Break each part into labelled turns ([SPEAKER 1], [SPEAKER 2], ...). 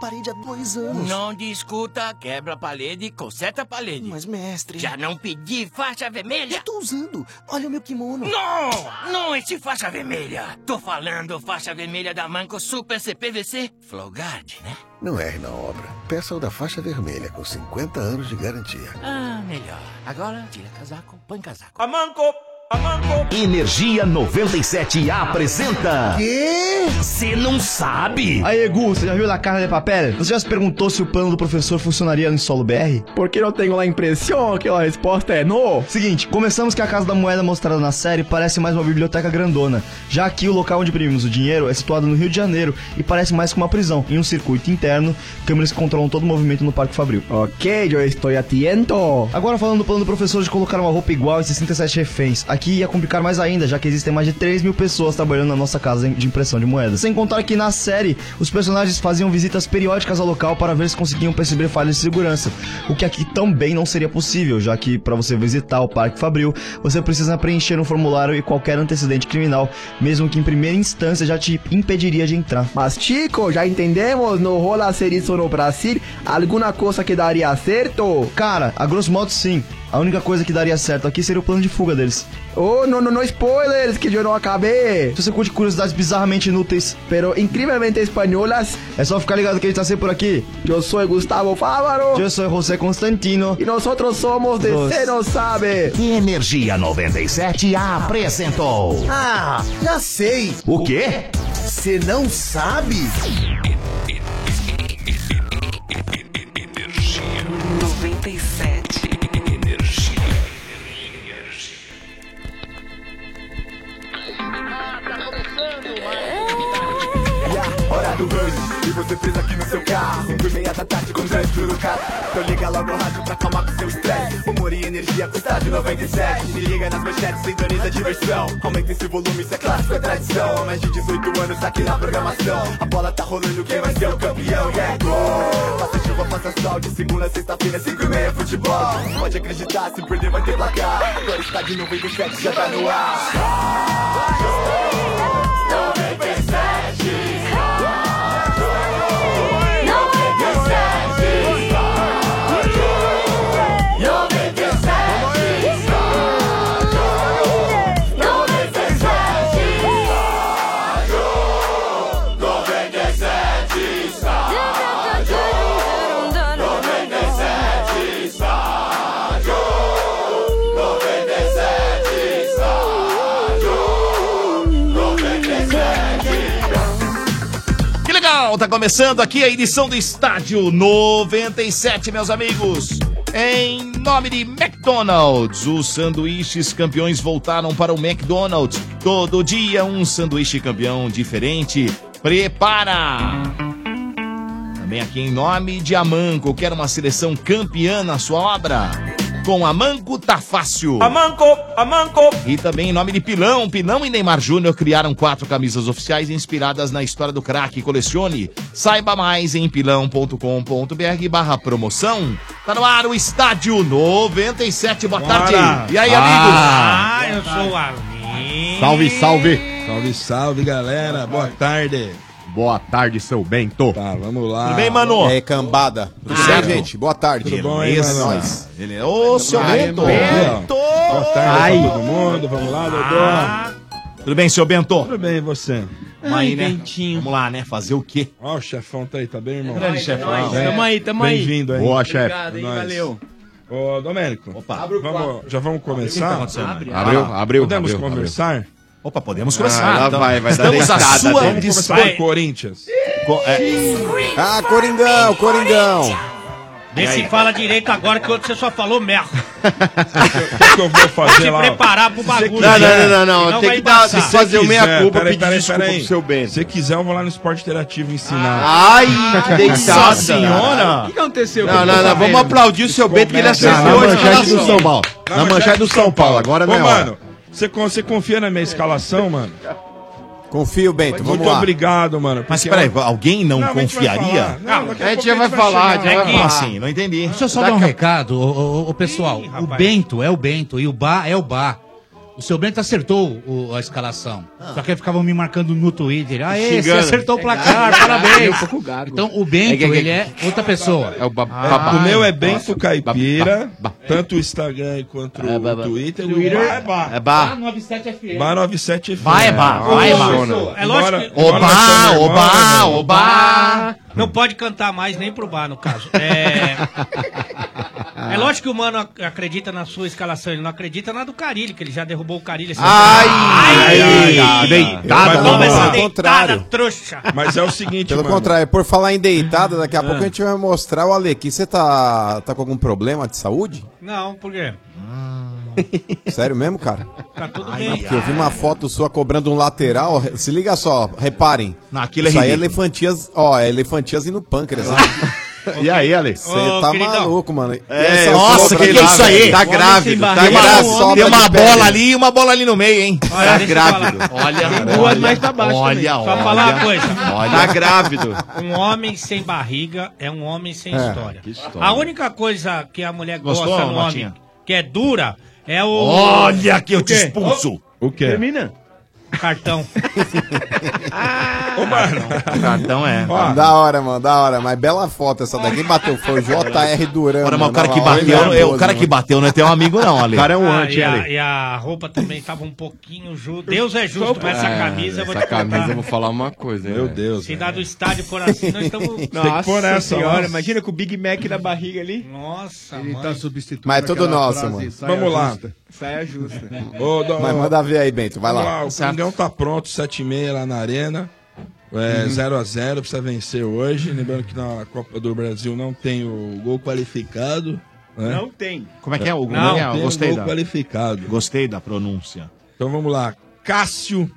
[SPEAKER 1] parede há dois anos.
[SPEAKER 2] Não discuta, quebra a parede, conserta a parede.
[SPEAKER 1] Mas, mestre.
[SPEAKER 2] Já não pedi faixa vermelha?
[SPEAKER 1] Eu tô usando. Olha o meu kimono.
[SPEAKER 2] Não! Não esse faixa vermelha! Tô falando faixa vermelha da Manco Super CPVC Flowguard, né?
[SPEAKER 3] Não erre na obra. Peça o da faixa vermelha com 50 anos de garantia.
[SPEAKER 2] Ah, melhor. Agora, tira casaco, põe casaco.
[SPEAKER 4] Amanco, amanco.
[SPEAKER 5] Energia 97 apresenta. Quê? Você não sabe?
[SPEAKER 6] Aí, Gu, você já viu na Casa de Papel? Você já se perguntou se o plano do professor funcionaria no solo BR?
[SPEAKER 7] Porque eu tenho a impressão que a resposta é no.
[SPEAKER 6] Seguinte, começamos que a Casa da Moeda mostrada na série parece mais uma biblioteca grandona, já que o local onde imprimimos o dinheiro é situado no Rio de Janeiro e parece mais que uma prisão, em um circuito interno, câmeras que controlam todo o movimento no Parque Fabril.
[SPEAKER 7] Ok, eu estou atento.
[SPEAKER 6] Agora falando do plano do professor de colocar uma roupa igual em 67 reféns, aqui ia complicar mais ainda, já que existem mais de 3 mil pessoas trabalhando na nossa casa de impressão de moedas. Sem contar que na série, os personagens faziam visitas periódicas ao local para ver se conseguiam perceber falhas de segurança, o que aqui também não seria possível, já que para você visitar o Parque Fabril, você precisa preencher um formulário e qualquer antecedente criminal, mesmo que em primeira instância já te impediria de entrar.
[SPEAKER 7] Mas chico, já entendemos, no rola hacer isso no Brasil, alguma coisa que daria certo.
[SPEAKER 6] Cara, a grosso modo sim. A única coisa que daria certo aqui seria o plano de fuga deles.
[SPEAKER 7] Oh, não, não, não spoilers, que eu não acabei.
[SPEAKER 6] Se você curte curiosidades bizarramente inúteis,
[SPEAKER 7] Pero incrivelmente espanholas,
[SPEAKER 6] é só ficar ligado que ele tá sempre por aqui.
[SPEAKER 7] eu sou Gustavo Fávaro
[SPEAKER 6] Eu sou José Constantino.
[SPEAKER 7] e nós outros somos de
[SPEAKER 6] Dos.
[SPEAKER 7] Cê Não Sabe.
[SPEAKER 5] Energia 97 apresentou.
[SPEAKER 4] Ah, já sei.
[SPEAKER 5] O quê?
[SPEAKER 4] Você não sabe?
[SPEAKER 8] noventa e sete
[SPEAKER 4] Hora do rush, e você presa aqui no seu carro. Cinco e meia da tarde com trânsito no carro. Então liga logo o rádio pra acalmar com seu estresse. Humor e energia com estádio 97. Se liga nas manchetes, sintoniza a diversão. Aumenta esse volume, isso é clássico, é tradição. Há mais de 18 anos aqui na programação. A bola tá rolando, quem vai ser o campeão? E é gol! Faça chuva, faça sol, de segunda a sexta-feira, cinco e meia, futebol. Pode acreditar, se perder vai ter placar. Agora está de 97, já tá no ar.
[SPEAKER 5] Que legal! Tá começando aqui a edição do Estádio 97, meus amigos. Em nome de McDonald's, os sanduíches campeões voltaram para o McDonald's. Todo dia um sanduíche campeão diferente. Prepara! Também aqui em nome de Amanco, quer uma seleção campeã na sua obra? Com Amanco tá fácil.
[SPEAKER 4] Amanco, amanco.
[SPEAKER 5] E também em nome de Pilão, Pilão e Neymar Júnior criaram quatro camisas oficiais inspiradas na história do craque. Colecione. Saiba mais em pilão.com.br barra promoção. Tá no ar o Estádio 97. Boa
[SPEAKER 9] Bora.
[SPEAKER 3] Ah.
[SPEAKER 5] tarde. E aí, amigos?
[SPEAKER 9] Ah, eu sou o Armin.
[SPEAKER 10] Salve, salve.
[SPEAKER 3] Salve, salve, galera. Boa tarde.
[SPEAKER 10] Boa tarde, seu Bento.
[SPEAKER 3] Tá, vamos lá.
[SPEAKER 5] Tudo bem, mano?
[SPEAKER 10] É, cambada. Tudo
[SPEAKER 5] certo?
[SPEAKER 10] bem, gente? Boa tarde.
[SPEAKER 3] Tudo bom, hein, mano?
[SPEAKER 5] Ele é o seu
[SPEAKER 3] Aí,
[SPEAKER 5] Bento.
[SPEAKER 3] Bento. Boa tarde
[SPEAKER 7] Ai.
[SPEAKER 3] pra todo mundo. Vamos lá, Dodô.
[SPEAKER 9] Ah,
[SPEAKER 5] Tudo bem, seu Bento?
[SPEAKER 3] Tudo bem, e você?
[SPEAKER 5] Vamos
[SPEAKER 9] ai,
[SPEAKER 5] aí, né?
[SPEAKER 9] Bentinho.
[SPEAKER 5] Vamos lá, né? Fazer o quê?
[SPEAKER 3] um Ó, o chefão tá aí, tá bem, irmão?
[SPEAKER 9] Grande chefão. Tamo aí, tamo aí.
[SPEAKER 3] Bem-vindo, hein?
[SPEAKER 10] Boa, chefe.
[SPEAKER 9] Obrigado, hein?
[SPEAKER 3] Nós.
[SPEAKER 9] Valeu.
[SPEAKER 3] Ô, Domênico.
[SPEAKER 5] Opa.
[SPEAKER 3] Vamos, já vamos
[SPEAKER 5] Tá
[SPEAKER 3] começar? Ah,
[SPEAKER 5] acontecendo, né?
[SPEAKER 10] Abriu, abriu.
[SPEAKER 3] Podemos Ah,
[SPEAKER 10] abriu, Ah,
[SPEAKER 3] conversar?
[SPEAKER 5] Opa, podemos começar.
[SPEAKER 10] lá
[SPEAKER 5] então.
[SPEAKER 10] vai, vai dar
[SPEAKER 5] Estamos à
[SPEAKER 10] deitada
[SPEAKER 5] sua
[SPEAKER 10] dele.
[SPEAKER 3] Vamos começar
[SPEAKER 5] disposição.
[SPEAKER 3] pelo Corinthians.
[SPEAKER 10] abriu. Ah, Coringão, Coringão.
[SPEAKER 9] Vê se fala direito agora que outro você só falou merda.
[SPEAKER 3] O que, que eu vou fazer
[SPEAKER 9] Se
[SPEAKER 3] lá?
[SPEAKER 9] preparar pro bagulho.
[SPEAKER 3] quiser-
[SPEAKER 9] né?
[SPEAKER 3] Não,
[SPEAKER 9] Senão vai
[SPEAKER 10] tem que
[SPEAKER 9] embaçar.
[SPEAKER 10] fazer o meia-culpa,
[SPEAKER 3] peraí,
[SPEAKER 10] pedir
[SPEAKER 3] peraí,
[SPEAKER 10] desculpa
[SPEAKER 3] peraí.
[SPEAKER 10] pro seu Bento.
[SPEAKER 3] Se você quiser, eu vou lá no Esporte Interativo ensinar.
[SPEAKER 10] Ai, que
[SPEAKER 5] Nossa
[SPEAKER 10] deitada.
[SPEAKER 5] senhora.
[SPEAKER 7] que aconteceu?
[SPEAKER 10] Não, não,
[SPEAKER 3] Tá
[SPEAKER 10] não. Vamos aplaudir o seu Bento que ele acertou hoje.
[SPEAKER 5] do São Paulo.
[SPEAKER 10] Na manchete do São Paulo, agora não
[SPEAKER 3] Ô,
[SPEAKER 10] é hora.
[SPEAKER 3] mano, você, con- você confia na minha escalação, mano?
[SPEAKER 10] Confio, Bento.
[SPEAKER 3] Muito
[SPEAKER 10] Vamos lá.
[SPEAKER 3] obrigado, mano.
[SPEAKER 5] Mas
[SPEAKER 3] porque-
[SPEAKER 5] peraí, alguém não,
[SPEAKER 3] Não, a gente vai falar.
[SPEAKER 5] confiaria?
[SPEAKER 3] Não, daqui
[SPEAKER 10] A gente
[SPEAKER 3] pouco
[SPEAKER 10] já vai
[SPEAKER 3] chegar
[SPEAKER 10] falar, já
[SPEAKER 3] lá.
[SPEAKER 10] vai
[SPEAKER 5] Como
[SPEAKER 10] falar.
[SPEAKER 5] assim? Não entendi.
[SPEAKER 11] Deixa eu só dar um recado, ô, ô, ô, ô, pessoal.
[SPEAKER 9] Ih,
[SPEAKER 11] o
[SPEAKER 9] rapaz.
[SPEAKER 11] Bento é o Bento e o Bar é o Bar.
[SPEAKER 12] O seu Bento acertou o- a escalação. Só que aí ficavam me marcando no Twitter. Ah, esse
[SPEAKER 13] Xingando.
[SPEAKER 12] acertou o
[SPEAKER 13] É
[SPEAKER 12] placar,
[SPEAKER 13] gago, é
[SPEAKER 12] parabéns.
[SPEAKER 13] gago, eu tô com gago.
[SPEAKER 12] Então o Bento,
[SPEAKER 13] É gago, é
[SPEAKER 12] ele é outra pessoa.
[SPEAKER 13] É o ba-
[SPEAKER 12] Ah,
[SPEAKER 13] babá.
[SPEAKER 3] o meu é bem
[SPEAKER 12] nossa.
[SPEAKER 3] Caipira, tanto o Instagram quanto
[SPEAKER 13] É,
[SPEAKER 3] o
[SPEAKER 13] babá.
[SPEAKER 3] Twitter.
[SPEAKER 13] Twitter.
[SPEAKER 3] É bar.
[SPEAKER 13] É bar.
[SPEAKER 12] 97 FM.
[SPEAKER 3] Bar 97 FM.
[SPEAKER 12] Vai, bar, vai,
[SPEAKER 9] É
[SPEAKER 12] bar.
[SPEAKER 9] lógico que-
[SPEAKER 3] embora nós somos irmãos, né, meu?
[SPEAKER 9] Não pode cantar mais nem pro bar, no caso. É, é lógico que o Mano ac- acredita na sua escalação, ele não acredita na do Carilli, que ele já derrubou o Carilli. essa
[SPEAKER 10] Ai,
[SPEAKER 9] semana.
[SPEAKER 10] deitada,
[SPEAKER 9] Toma
[SPEAKER 10] vamos
[SPEAKER 9] essa
[SPEAKER 10] lá.
[SPEAKER 9] deitada,
[SPEAKER 10] Contrário.
[SPEAKER 9] trouxa.
[SPEAKER 3] Mas é o seguinte,
[SPEAKER 10] Pelo
[SPEAKER 3] mano.
[SPEAKER 10] contrário, por falar em deitada, daqui a
[SPEAKER 3] Ah.
[SPEAKER 10] pouco a gente vai mostrar o Ale aqui. Você tá, tá com algum problema de saúde?
[SPEAKER 9] Não, por quê?
[SPEAKER 10] Sério mesmo, cara?
[SPEAKER 9] Tá tudo
[SPEAKER 10] Ah,
[SPEAKER 9] bem.
[SPEAKER 10] porque eu vi uma foto sua cobrando um lateral. Se liga só, reparem.
[SPEAKER 5] Naquilo é
[SPEAKER 10] Isso aí é
[SPEAKER 5] ridículo.
[SPEAKER 10] elefantias, ó, é elefantias e no pâncreas. né?
[SPEAKER 5] E aí, Ale?
[SPEAKER 10] Você tá maluco, mano. E
[SPEAKER 5] É,
[SPEAKER 10] essa
[SPEAKER 5] nossa,
[SPEAKER 10] cobra
[SPEAKER 5] que que é
[SPEAKER 10] lá,
[SPEAKER 5] isso
[SPEAKER 10] velho?
[SPEAKER 5] aí?
[SPEAKER 10] Tá grávido, tá
[SPEAKER 5] Tem uma,
[SPEAKER 10] grávido.
[SPEAKER 5] tem uma
[SPEAKER 10] de pele.
[SPEAKER 5] bola ali e uma bola ali no meio, hein?
[SPEAKER 10] Olha, deixa eu
[SPEAKER 5] Olha,
[SPEAKER 9] duas mais pra baixo
[SPEAKER 5] Olha,
[SPEAKER 9] também.
[SPEAKER 5] olha.
[SPEAKER 9] Só falar uma coisa.
[SPEAKER 5] Olha. Tá grávido.
[SPEAKER 9] Um homem sem barriga é um homem sem
[SPEAKER 5] É,
[SPEAKER 9] história.
[SPEAKER 5] que história.
[SPEAKER 9] A única coisa que a mulher
[SPEAKER 5] Gostou,
[SPEAKER 9] gosta no
[SPEAKER 5] Matinha?
[SPEAKER 9] homem que é dura é o.
[SPEAKER 5] Olha que eu
[SPEAKER 9] O
[SPEAKER 5] te
[SPEAKER 9] quê?
[SPEAKER 5] expulso.
[SPEAKER 3] O quê?
[SPEAKER 9] Termina. Cartão.
[SPEAKER 3] Ô, mano.
[SPEAKER 11] Ah,
[SPEAKER 5] Cartão é.
[SPEAKER 10] Ó. Da hora, mano, da hora. Mas bela foto essa daqui. Quem bateu foi o JR Duran.
[SPEAKER 5] Agora, mas
[SPEAKER 10] mano.
[SPEAKER 5] o cara que
[SPEAKER 10] Olha lá,
[SPEAKER 5] bateu,
[SPEAKER 10] olha
[SPEAKER 5] é
[SPEAKER 10] a
[SPEAKER 5] o cara
[SPEAKER 10] pose,
[SPEAKER 5] que
[SPEAKER 10] mano.
[SPEAKER 5] bateu não é teu amigo, não, Ale.
[SPEAKER 9] Ah, e, a, e a roupa também tava um pouquinho justa. Deus é justo,
[SPEAKER 3] um
[SPEAKER 9] mas essa
[SPEAKER 13] É,
[SPEAKER 9] camisa eu vou
[SPEAKER 13] essa
[SPEAKER 9] te
[SPEAKER 13] camisa
[SPEAKER 9] contar.
[SPEAKER 13] eu vou falar uma coisa. Meu
[SPEAKER 3] Deus.
[SPEAKER 9] Cidade do estádio por assim, nós estamos.
[SPEAKER 11] senhora, imagina com o Big Mac na barriga ali.
[SPEAKER 9] Nossa,
[SPEAKER 11] Ele
[SPEAKER 9] mano.
[SPEAKER 11] tá substituindo.
[SPEAKER 10] Mas é tudo
[SPEAKER 11] aquela
[SPEAKER 10] nosso,
[SPEAKER 11] frase,
[SPEAKER 10] mano.
[SPEAKER 11] saia
[SPEAKER 10] Vamos lá.
[SPEAKER 11] justa. Saia justa.
[SPEAKER 3] Ô, dá-
[SPEAKER 10] Mas manda ver aí, Bento, vai
[SPEAKER 3] Vamos
[SPEAKER 10] lá.
[SPEAKER 3] o Coringão tá pronto, 7h30 lá na Arena. É,
[SPEAKER 10] Uhum.
[SPEAKER 3] 0x0, precisa vencer hoje. Lembrando que na Copa do Brasil não tem o gol qualificado. né?
[SPEAKER 11] Não tem.
[SPEAKER 5] Como é que é o
[SPEAKER 3] Não,
[SPEAKER 5] como é que é?
[SPEAKER 3] tem
[SPEAKER 5] Gostei
[SPEAKER 3] gol
[SPEAKER 5] da...
[SPEAKER 3] qualificado.
[SPEAKER 5] Gostei da pronúncia.
[SPEAKER 3] Então vamos lá. Cássio,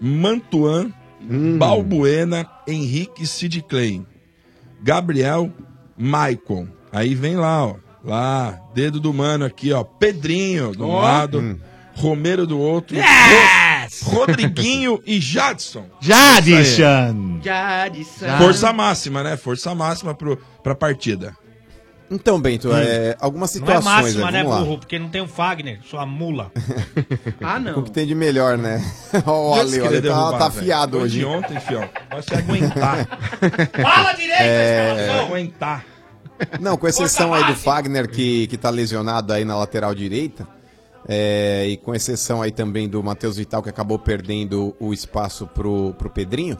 [SPEAKER 3] Mantuan,
[SPEAKER 10] Hum.
[SPEAKER 3] Balbuena, Henrique Sid Clay, Gabriel, Maicon. Aí vem lá, ó. Lá, dedo do mano aqui, ó. Pedrinho de um
[SPEAKER 5] Ó.
[SPEAKER 3] lado, Romero do outro,
[SPEAKER 11] É.
[SPEAKER 3] Ro- Rodriguinho e Jadson. Isso aí.
[SPEAKER 11] Jadson.
[SPEAKER 3] Força máxima, né? Força máxima pro, pra partida.
[SPEAKER 10] Então,
[SPEAKER 5] Hum.
[SPEAKER 10] Bento, é, algumas
[SPEAKER 9] Não é
[SPEAKER 10] situações.
[SPEAKER 9] máxima,
[SPEAKER 10] aí,
[SPEAKER 9] né,
[SPEAKER 10] vamos lá.
[SPEAKER 9] burro? Porque não tem o Fagner, sua mula.
[SPEAKER 11] Ah, não.
[SPEAKER 10] O que tem de melhor, né? Ó, o
[SPEAKER 3] Deus
[SPEAKER 10] Ale, o
[SPEAKER 3] queria
[SPEAKER 10] Ale tá,
[SPEAKER 3] derrubar,
[SPEAKER 10] tá
[SPEAKER 3] velho.
[SPEAKER 10] afiado
[SPEAKER 3] Foi
[SPEAKER 10] hoje.
[SPEAKER 3] de ontem, fião. Vai se aguentar.
[SPEAKER 9] Fala direito,
[SPEAKER 10] É.
[SPEAKER 9] Aguentar.
[SPEAKER 10] Não, com exceção aí do Fagner, que, que tá lesionado aí na lateral direita, é, e com exceção aí também do Matheus Vital, que acabou perdendo o espaço pro, pro Pedrinho,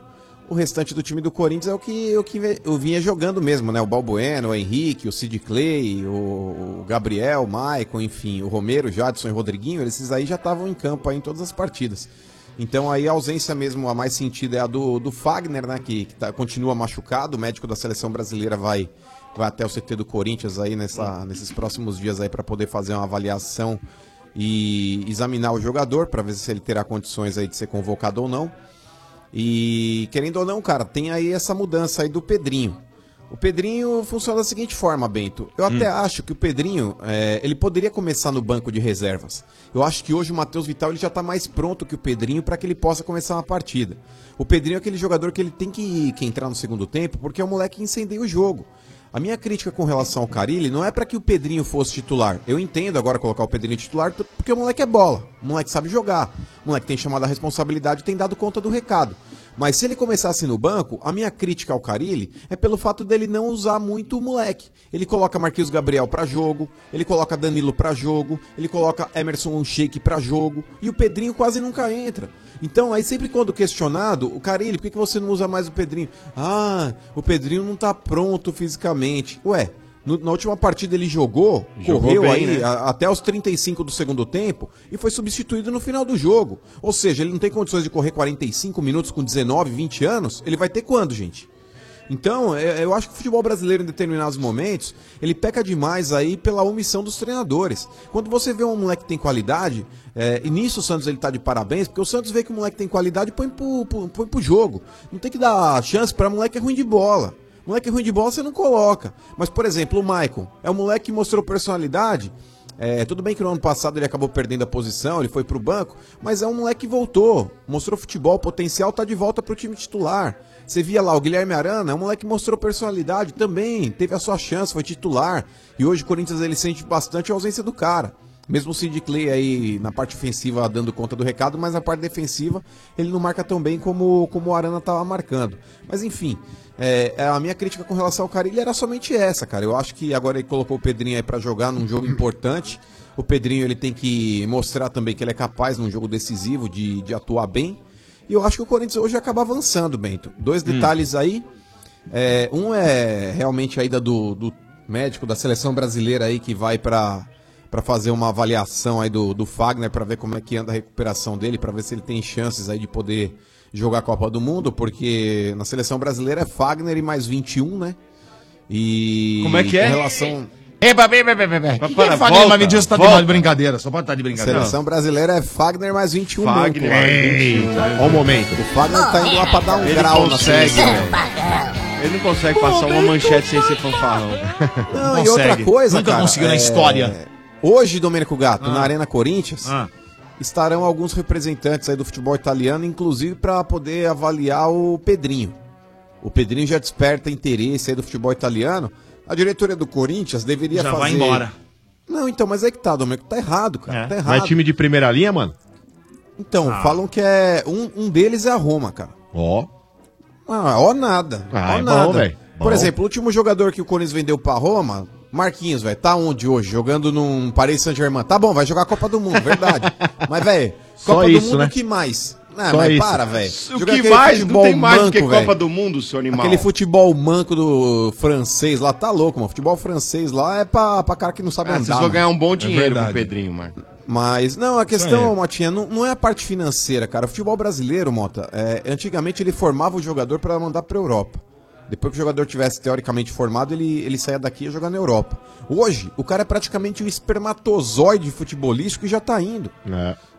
[SPEAKER 10] o restante do time do Corinthians é o que, o que ve- eu vinha jogando mesmo, né? O Balbueno, o Henrique, o Sid Clay, o, o Gabriel, o Maicon, enfim, o Romero, o Jadson e o Rodriguinho, esses aí já estavam em campo aí em todas as partidas. Então aí a ausência mesmo, a mais sentida é a do, do Fagner, né? Que, que tá- continua machucado, o médico da seleção brasileira vai vai até o CT do Corinthians aí nessa, nesses próximos dias aí para poder fazer uma avaliação e examinar o jogador para ver se ele terá condições aí de ser convocado ou não. E querendo ou não, cara, tem aí essa mudança aí do Pedrinho. O Pedrinho funciona da seguinte forma, Bento. Eu até acho que o Pedrinho, é, ele poderia começar no banco de reservas. Eu acho que hoje o Matheus Vital ele já tá mais pronto que o Pedrinho para que ele possa começar uma partida. O Pedrinho é aquele jogador que ele tem que, que entrar no segundo tempo porque é um moleque que incendeia o jogo. A minha crítica com relação ao Carilli não é para que o Pedrinho fosse titular. Eu entendo agora colocar o Pedrinho titular t- porque o moleque é bola, o moleque sabe jogar, o moleque tem chamado a responsabilidade e tem dado conta do recado. Mas se ele começasse no banco, a minha crítica ao Carilli é pelo fato dele não usar muito o moleque. Ele coloca Marquinhos Gabriel para jogo, ele coloca Danilo para jogo, ele coloca Emerson Sheik para jogo e o Pedrinho quase nunca entra. Então, aí sempre quando questionado, o Carilli, por que que você não usa mais o Pedrinho? Ah, o Pedrinho não tá pronto fisicamente. Ué, no- na última partida ele jogou,
[SPEAKER 14] Jogou
[SPEAKER 10] correu
[SPEAKER 14] bem,
[SPEAKER 10] aí
[SPEAKER 14] né?
[SPEAKER 10] a- até os 35 do segundo tempo e foi substituído no final do jogo. Ou seja, ele não tem condições de correr 45 minutos com 19, 20 anos. Ele vai ter quando, gente? Então, é- eu acho que o futebol brasileiro, em determinados momentos, ele peca demais aí pela omissão dos treinadores. Quando você vê um moleque que tem qualidade, é, e nisso o Santos ele tá de parabéns, porque o Santos vê que o moleque tem qualidade e põe pro, pro- põe pro jogo. Não tem que dar chance pra moleque que é ruim de bola. Moleque ruim de bola você não coloca. Mas, por exemplo, o Maicon é um moleque que mostrou personalidade. É, tudo bem que no ano passado ele acabou perdendo a posição, ele foi pro banco, mas é um moleque que voltou, mostrou futebol, potencial, tá de volta pro time titular. Você via lá o Guilherme Arana, é um moleque que mostrou personalidade também, teve a sua chance, foi titular. E hoje o Corinthians ele sente bastante a ausência do cara. Mesmo o Sid Clay aí na parte ofensiva dando conta do recado, mas na parte defensiva ele não marca tão bem como, como o Arana estava marcando. Mas enfim, é, a minha crítica com relação ao Carilli era somente essa, cara. Eu acho que agora ele colocou o Pedrinho aí para jogar num jogo importante. O Pedrinho ele tem que mostrar também que ele é capaz num jogo decisivo de, de atuar bem. E eu acho que o Corinthians hoje acaba avançando, Bento. Dois detalhes aí. É, um é realmente a ida do, do médico da seleção brasileira aí que vai para para fazer uma avaliação aí do, do Fagner para ver como é que anda a recuperação dele, para ver se ele tem chances aí de poder jogar a Copa do Mundo, porque na seleção brasileira é Fagner e mais 21, né? E
[SPEAKER 5] Como é que é?
[SPEAKER 10] Com relação
[SPEAKER 5] Eba, eba, eba, eba. Que
[SPEAKER 10] para,
[SPEAKER 5] é Fagner,
[SPEAKER 10] volta,
[SPEAKER 5] mas me diz se tá de
[SPEAKER 10] volta.
[SPEAKER 5] mal de brincadeira. Só pode estar de brincadeira.
[SPEAKER 10] Seleção brasileira é Fagner mais 21
[SPEAKER 5] Fagner
[SPEAKER 10] Manco,
[SPEAKER 5] mais
[SPEAKER 10] cara.
[SPEAKER 5] 21.
[SPEAKER 10] Olha o momento. O Fagner tá indo lá pra dar um
[SPEAKER 11] Ele
[SPEAKER 10] grau na
[SPEAKER 11] consegue,
[SPEAKER 10] seleção.
[SPEAKER 11] velho. Ele não consegue passar uma manchete sem ser fanfarrão.
[SPEAKER 10] Não, e outra coisa, cara, é, Hoje, Domênico Gato,
[SPEAKER 11] Ah.
[SPEAKER 10] na Arena Corinthians,
[SPEAKER 13] Ah.
[SPEAKER 10] estarão alguns representantes aí do futebol italiano, inclusive para poder avaliar o Pedrinho. O Pedrinho já desperta interesse aí do futebol italiano. A diretoria do Corinthians deveria
[SPEAKER 13] Já
[SPEAKER 10] fazer...
[SPEAKER 13] vai embora. É,
[SPEAKER 10] Não, então, mas aí que tá, Domênico, tá errado, cara, tá errado.
[SPEAKER 3] é
[SPEAKER 13] Mas time de primeira linha, mano?
[SPEAKER 10] Então,
[SPEAKER 13] Ah.
[SPEAKER 10] falam que é... Um, um deles é a Roma, cara.
[SPEAKER 13] Ó.
[SPEAKER 10] Ah, ó nada.
[SPEAKER 13] Ah,
[SPEAKER 10] ó
[SPEAKER 13] é bom,
[SPEAKER 10] nada.
[SPEAKER 13] velho.
[SPEAKER 10] Por
[SPEAKER 13] Bom.
[SPEAKER 10] exemplo, o último jogador que o Corinthians vendeu pra Roma, Marquinhos, velho, tá onde hoje? Jogando num Paris Saint-Germain. Tá bom, vai jogar a Copa do Mundo, verdade. mas, velho,
[SPEAKER 13] Só
[SPEAKER 10] Copa do
[SPEAKER 13] isso,
[SPEAKER 10] Mundo,
[SPEAKER 13] né?
[SPEAKER 10] o que mais? Ah,
[SPEAKER 13] Só
[SPEAKER 10] mas
[SPEAKER 13] isso.
[SPEAKER 10] para, velho.
[SPEAKER 13] O
[SPEAKER 10] Jogar
[SPEAKER 13] que
[SPEAKER 10] aquele
[SPEAKER 13] mais? Não
[SPEAKER 10] futebol
[SPEAKER 13] tem mais do que
[SPEAKER 10] manco, velho.
[SPEAKER 13] Copa do Mundo, seu animal.
[SPEAKER 10] Aquele futebol manco do francês lá, tá louco, mano. Futebol francês lá é pra, pra cara que não sabe
[SPEAKER 13] Ah,
[SPEAKER 10] andar.
[SPEAKER 13] vocês vão
[SPEAKER 10] mano.
[SPEAKER 13] ganhar um bom
[SPEAKER 10] É
[SPEAKER 13] dinheiro com
[SPEAKER 10] verdade.
[SPEAKER 13] o Pedrinho, mano.
[SPEAKER 10] Mas, não, a
[SPEAKER 13] Isso
[SPEAKER 10] questão,
[SPEAKER 13] aí.
[SPEAKER 10] Motinha, não, não é a parte financeira, cara. O futebol brasileiro, Mota, é, antigamente ele formava o jogador para mandar para Europa. Depois que o jogador tivesse teoricamente formado, ele, ele saía daqui e ia jogar na Europa. Hoje, o cara é praticamente um espermatozoide futebolístico e já tá indo.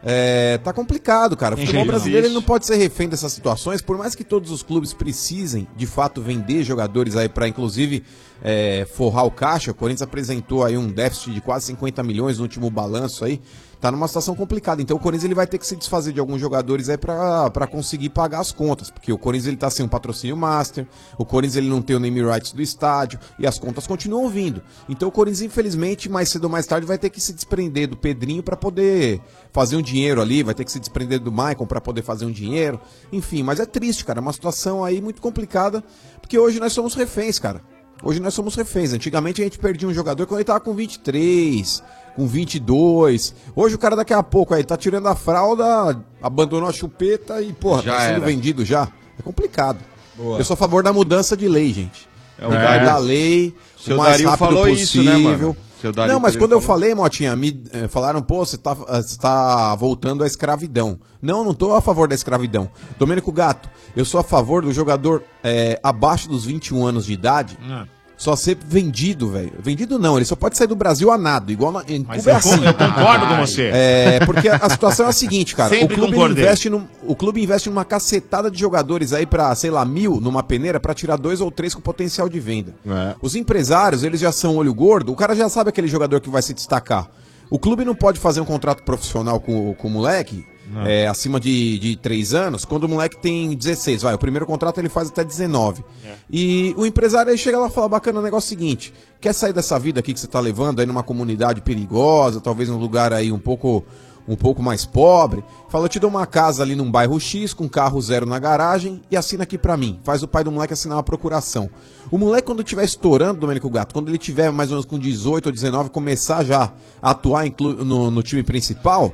[SPEAKER 10] É, tá complicado, cara. O
[SPEAKER 13] Tem
[SPEAKER 10] futebol
[SPEAKER 13] jeito, não.
[SPEAKER 10] brasileiro ele não pode ser refém dessas situações, por mais que todos os clubes precisem, de fato, vender jogadores aí pra, inclusive, é, forrar o caixa. O Corinthians apresentou aí um déficit de quase 50 milhões no último balanço aí. Tá numa situação complicada. Então o Corinthians ele vai ter que se desfazer de alguns jogadores aí pra pra conseguir pagar as contas, porque o Corinthians ele tá sem um patrocínio master, o Corinthians ele não tem o name rights do estádio e as contas continuam vindo. Então o Corinthians infelizmente mais cedo ou mais tarde vai ter que se desprender do Pedrinho pra poder fazer um dinheiro ali, vai ter que se desprender do Maicon pra poder fazer um dinheiro. Enfim, mas é triste, cara, é uma situação aí muito complicada, porque hoje nós somos reféns, cara. Hoje nós somos reféns. Antigamente a gente perdia um jogador quando ele tava com 23, com 22. Hoje o cara daqui a pouco aí tá tirando a fralda, abandonou a chupeta e, porra,
[SPEAKER 13] Já
[SPEAKER 10] tá sendo
[SPEAKER 13] era.
[SPEAKER 10] vendido já. É complicado.
[SPEAKER 13] Boa.
[SPEAKER 10] Eu sou a favor da mudança de lei, gente. É
[SPEAKER 13] o Dario.
[SPEAKER 10] da lei,
[SPEAKER 13] Seu
[SPEAKER 10] o mais
[SPEAKER 13] Dario
[SPEAKER 10] rápido
[SPEAKER 13] falou isso,
[SPEAKER 10] possível.
[SPEAKER 13] né, mano? Seu Dario
[SPEAKER 10] Não, mas
[SPEAKER 13] Pereira
[SPEAKER 10] quando eu
[SPEAKER 13] falou.
[SPEAKER 10] falei, Motinha, me eh, falaram, pô, você tá, ah, você tá voltando à escravidão. Não, não tô a favor da escravidão. Domênico Gato, eu sou a favor do jogador eh, abaixo dos 21 anos de idade
[SPEAKER 13] É.
[SPEAKER 10] só ser vendido, velho. Vendido não, ele só pode sair do Brasil a nado, igual na, em
[SPEAKER 13] Mas
[SPEAKER 10] Cuba é
[SPEAKER 13] eu con-
[SPEAKER 10] assim.
[SPEAKER 13] eu concordo com você.
[SPEAKER 10] É, porque a, a situação é a seguinte, cara.
[SPEAKER 13] Sempre
[SPEAKER 10] o clube ele
[SPEAKER 13] concordei.
[SPEAKER 10] investe num, o clube investe numa cacetada de jogadores aí pra, sei lá, mil numa peneira pra tirar dois ou três com potencial de venda. Os empresários, eles já são olho gordo, o cara já sabe aquele jogador que vai se destacar. O clube não pode fazer um contrato profissional com, o- com o moleque é, acima de, de 3 anos, quando o moleque tem 16, vai, o primeiro contrato ele faz até 19.
[SPEAKER 5] É.
[SPEAKER 10] E o empresário aí chega lá e fala: bacana, o negócio é o seguinte, quer sair dessa vida aqui que você tá levando aí numa comunidade perigosa, talvez num lugar aí um pouco um pouco mais pobre, fala, eu te dou uma casa ali num bairro X, com carro zero na garagem, e assina aqui pra mim. Faz o pai do moleque assinar uma procuração. O moleque, quando estiver estourando, Domênico Gato, quando ele tiver mais ou menos com 18 ou 19, começar já a atuar em clu- no, no time principal,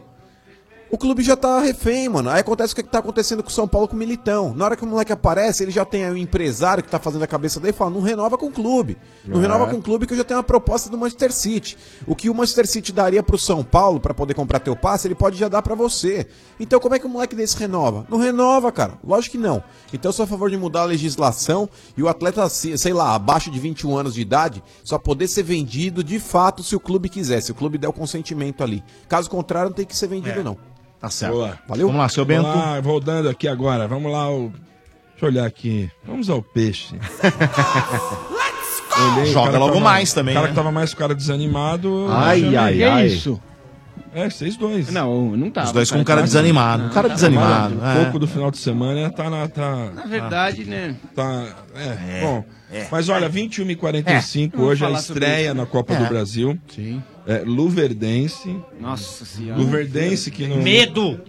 [SPEAKER 10] o clube já tá refém, mano. Aí acontece o que que tá acontecendo com o São Paulo com o Militão. Na hora que o moleque aparece, ele já tem aí um empresário que tá fazendo a cabeça dele e fala: não renova com o clube. Não
[SPEAKER 13] É.
[SPEAKER 10] renova com o clube que eu já tenho uma proposta do Manchester City. O que o Manchester City daria pro São Paulo pra poder comprar teu passe, ele pode já dar pra você. Então como é que o moleque desse renova? Não renova, cara. Lógico que não. Então eu sou a favor de mudar a legislação e o atleta, se- sei lá, abaixo de 21 anos de idade, só poder ser vendido de fato se o clube quiser, se o clube der o consentimento ali. Caso contrário, não tem que ser vendido, não.
[SPEAKER 5] Tá
[SPEAKER 10] certo.
[SPEAKER 3] Valeu?
[SPEAKER 10] Valeu.
[SPEAKER 3] Vamos lá, rodando aqui agora. Vamos lá. o- Deixa eu olhar aqui. Vamos ao peixe. Olhei, o cara
[SPEAKER 5] Joga
[SPEAKER 3] tá
[SPEAKER 5] logo mais também,
[SPEAKER 3] O cara
[SPEAKER 5] né?
[SPEAKER 3] que tava mais com cara desanimado.
[SPEAKER 5] Ai,
[SPEAKER 3] eu chamei.
[SPEAKER 5] ai,
[SPEAKER 3] Que
[SPEAKER 5] ai.
[SPEAKER 3] isso? É, vocês dois. Não, não
[SPEAKER 11] tava,
[SPEAKER 5] Os dois com cara, cara desanimado. desanimado. Cara desanimado,
[SPEAKER 3] Um
[SPEAKER 5] é.
[SPEAKER 3] pouco do final de semana tá na. Tá,
[SPEAKER 11] Na verdade, né?
[SPEAKER 3] Tá, é,
[SPEAKER 11] É.
[SPEAKER 3] Bom, É. Mas olha, 21 e 45
[SPEAKER 11] É,
[SPEAKER 3] hoje é a
[SPEAKER 11] vamos falar sobre
[SPEAKER 3] estreia
[SPEAKER 11] isso, né?
[SPEAKER 3] na Copa
[SPEAKER 11] É.
[SPEAKER 3] do Brasil.
[SPEAKER 11] Sim.
[SPEAKER 3] É, Luverdense.
[SPEAKER 11] Nossa senhora.
[SPEAKER 3] Luverdense que não.
[SPEAKER 11] Medo.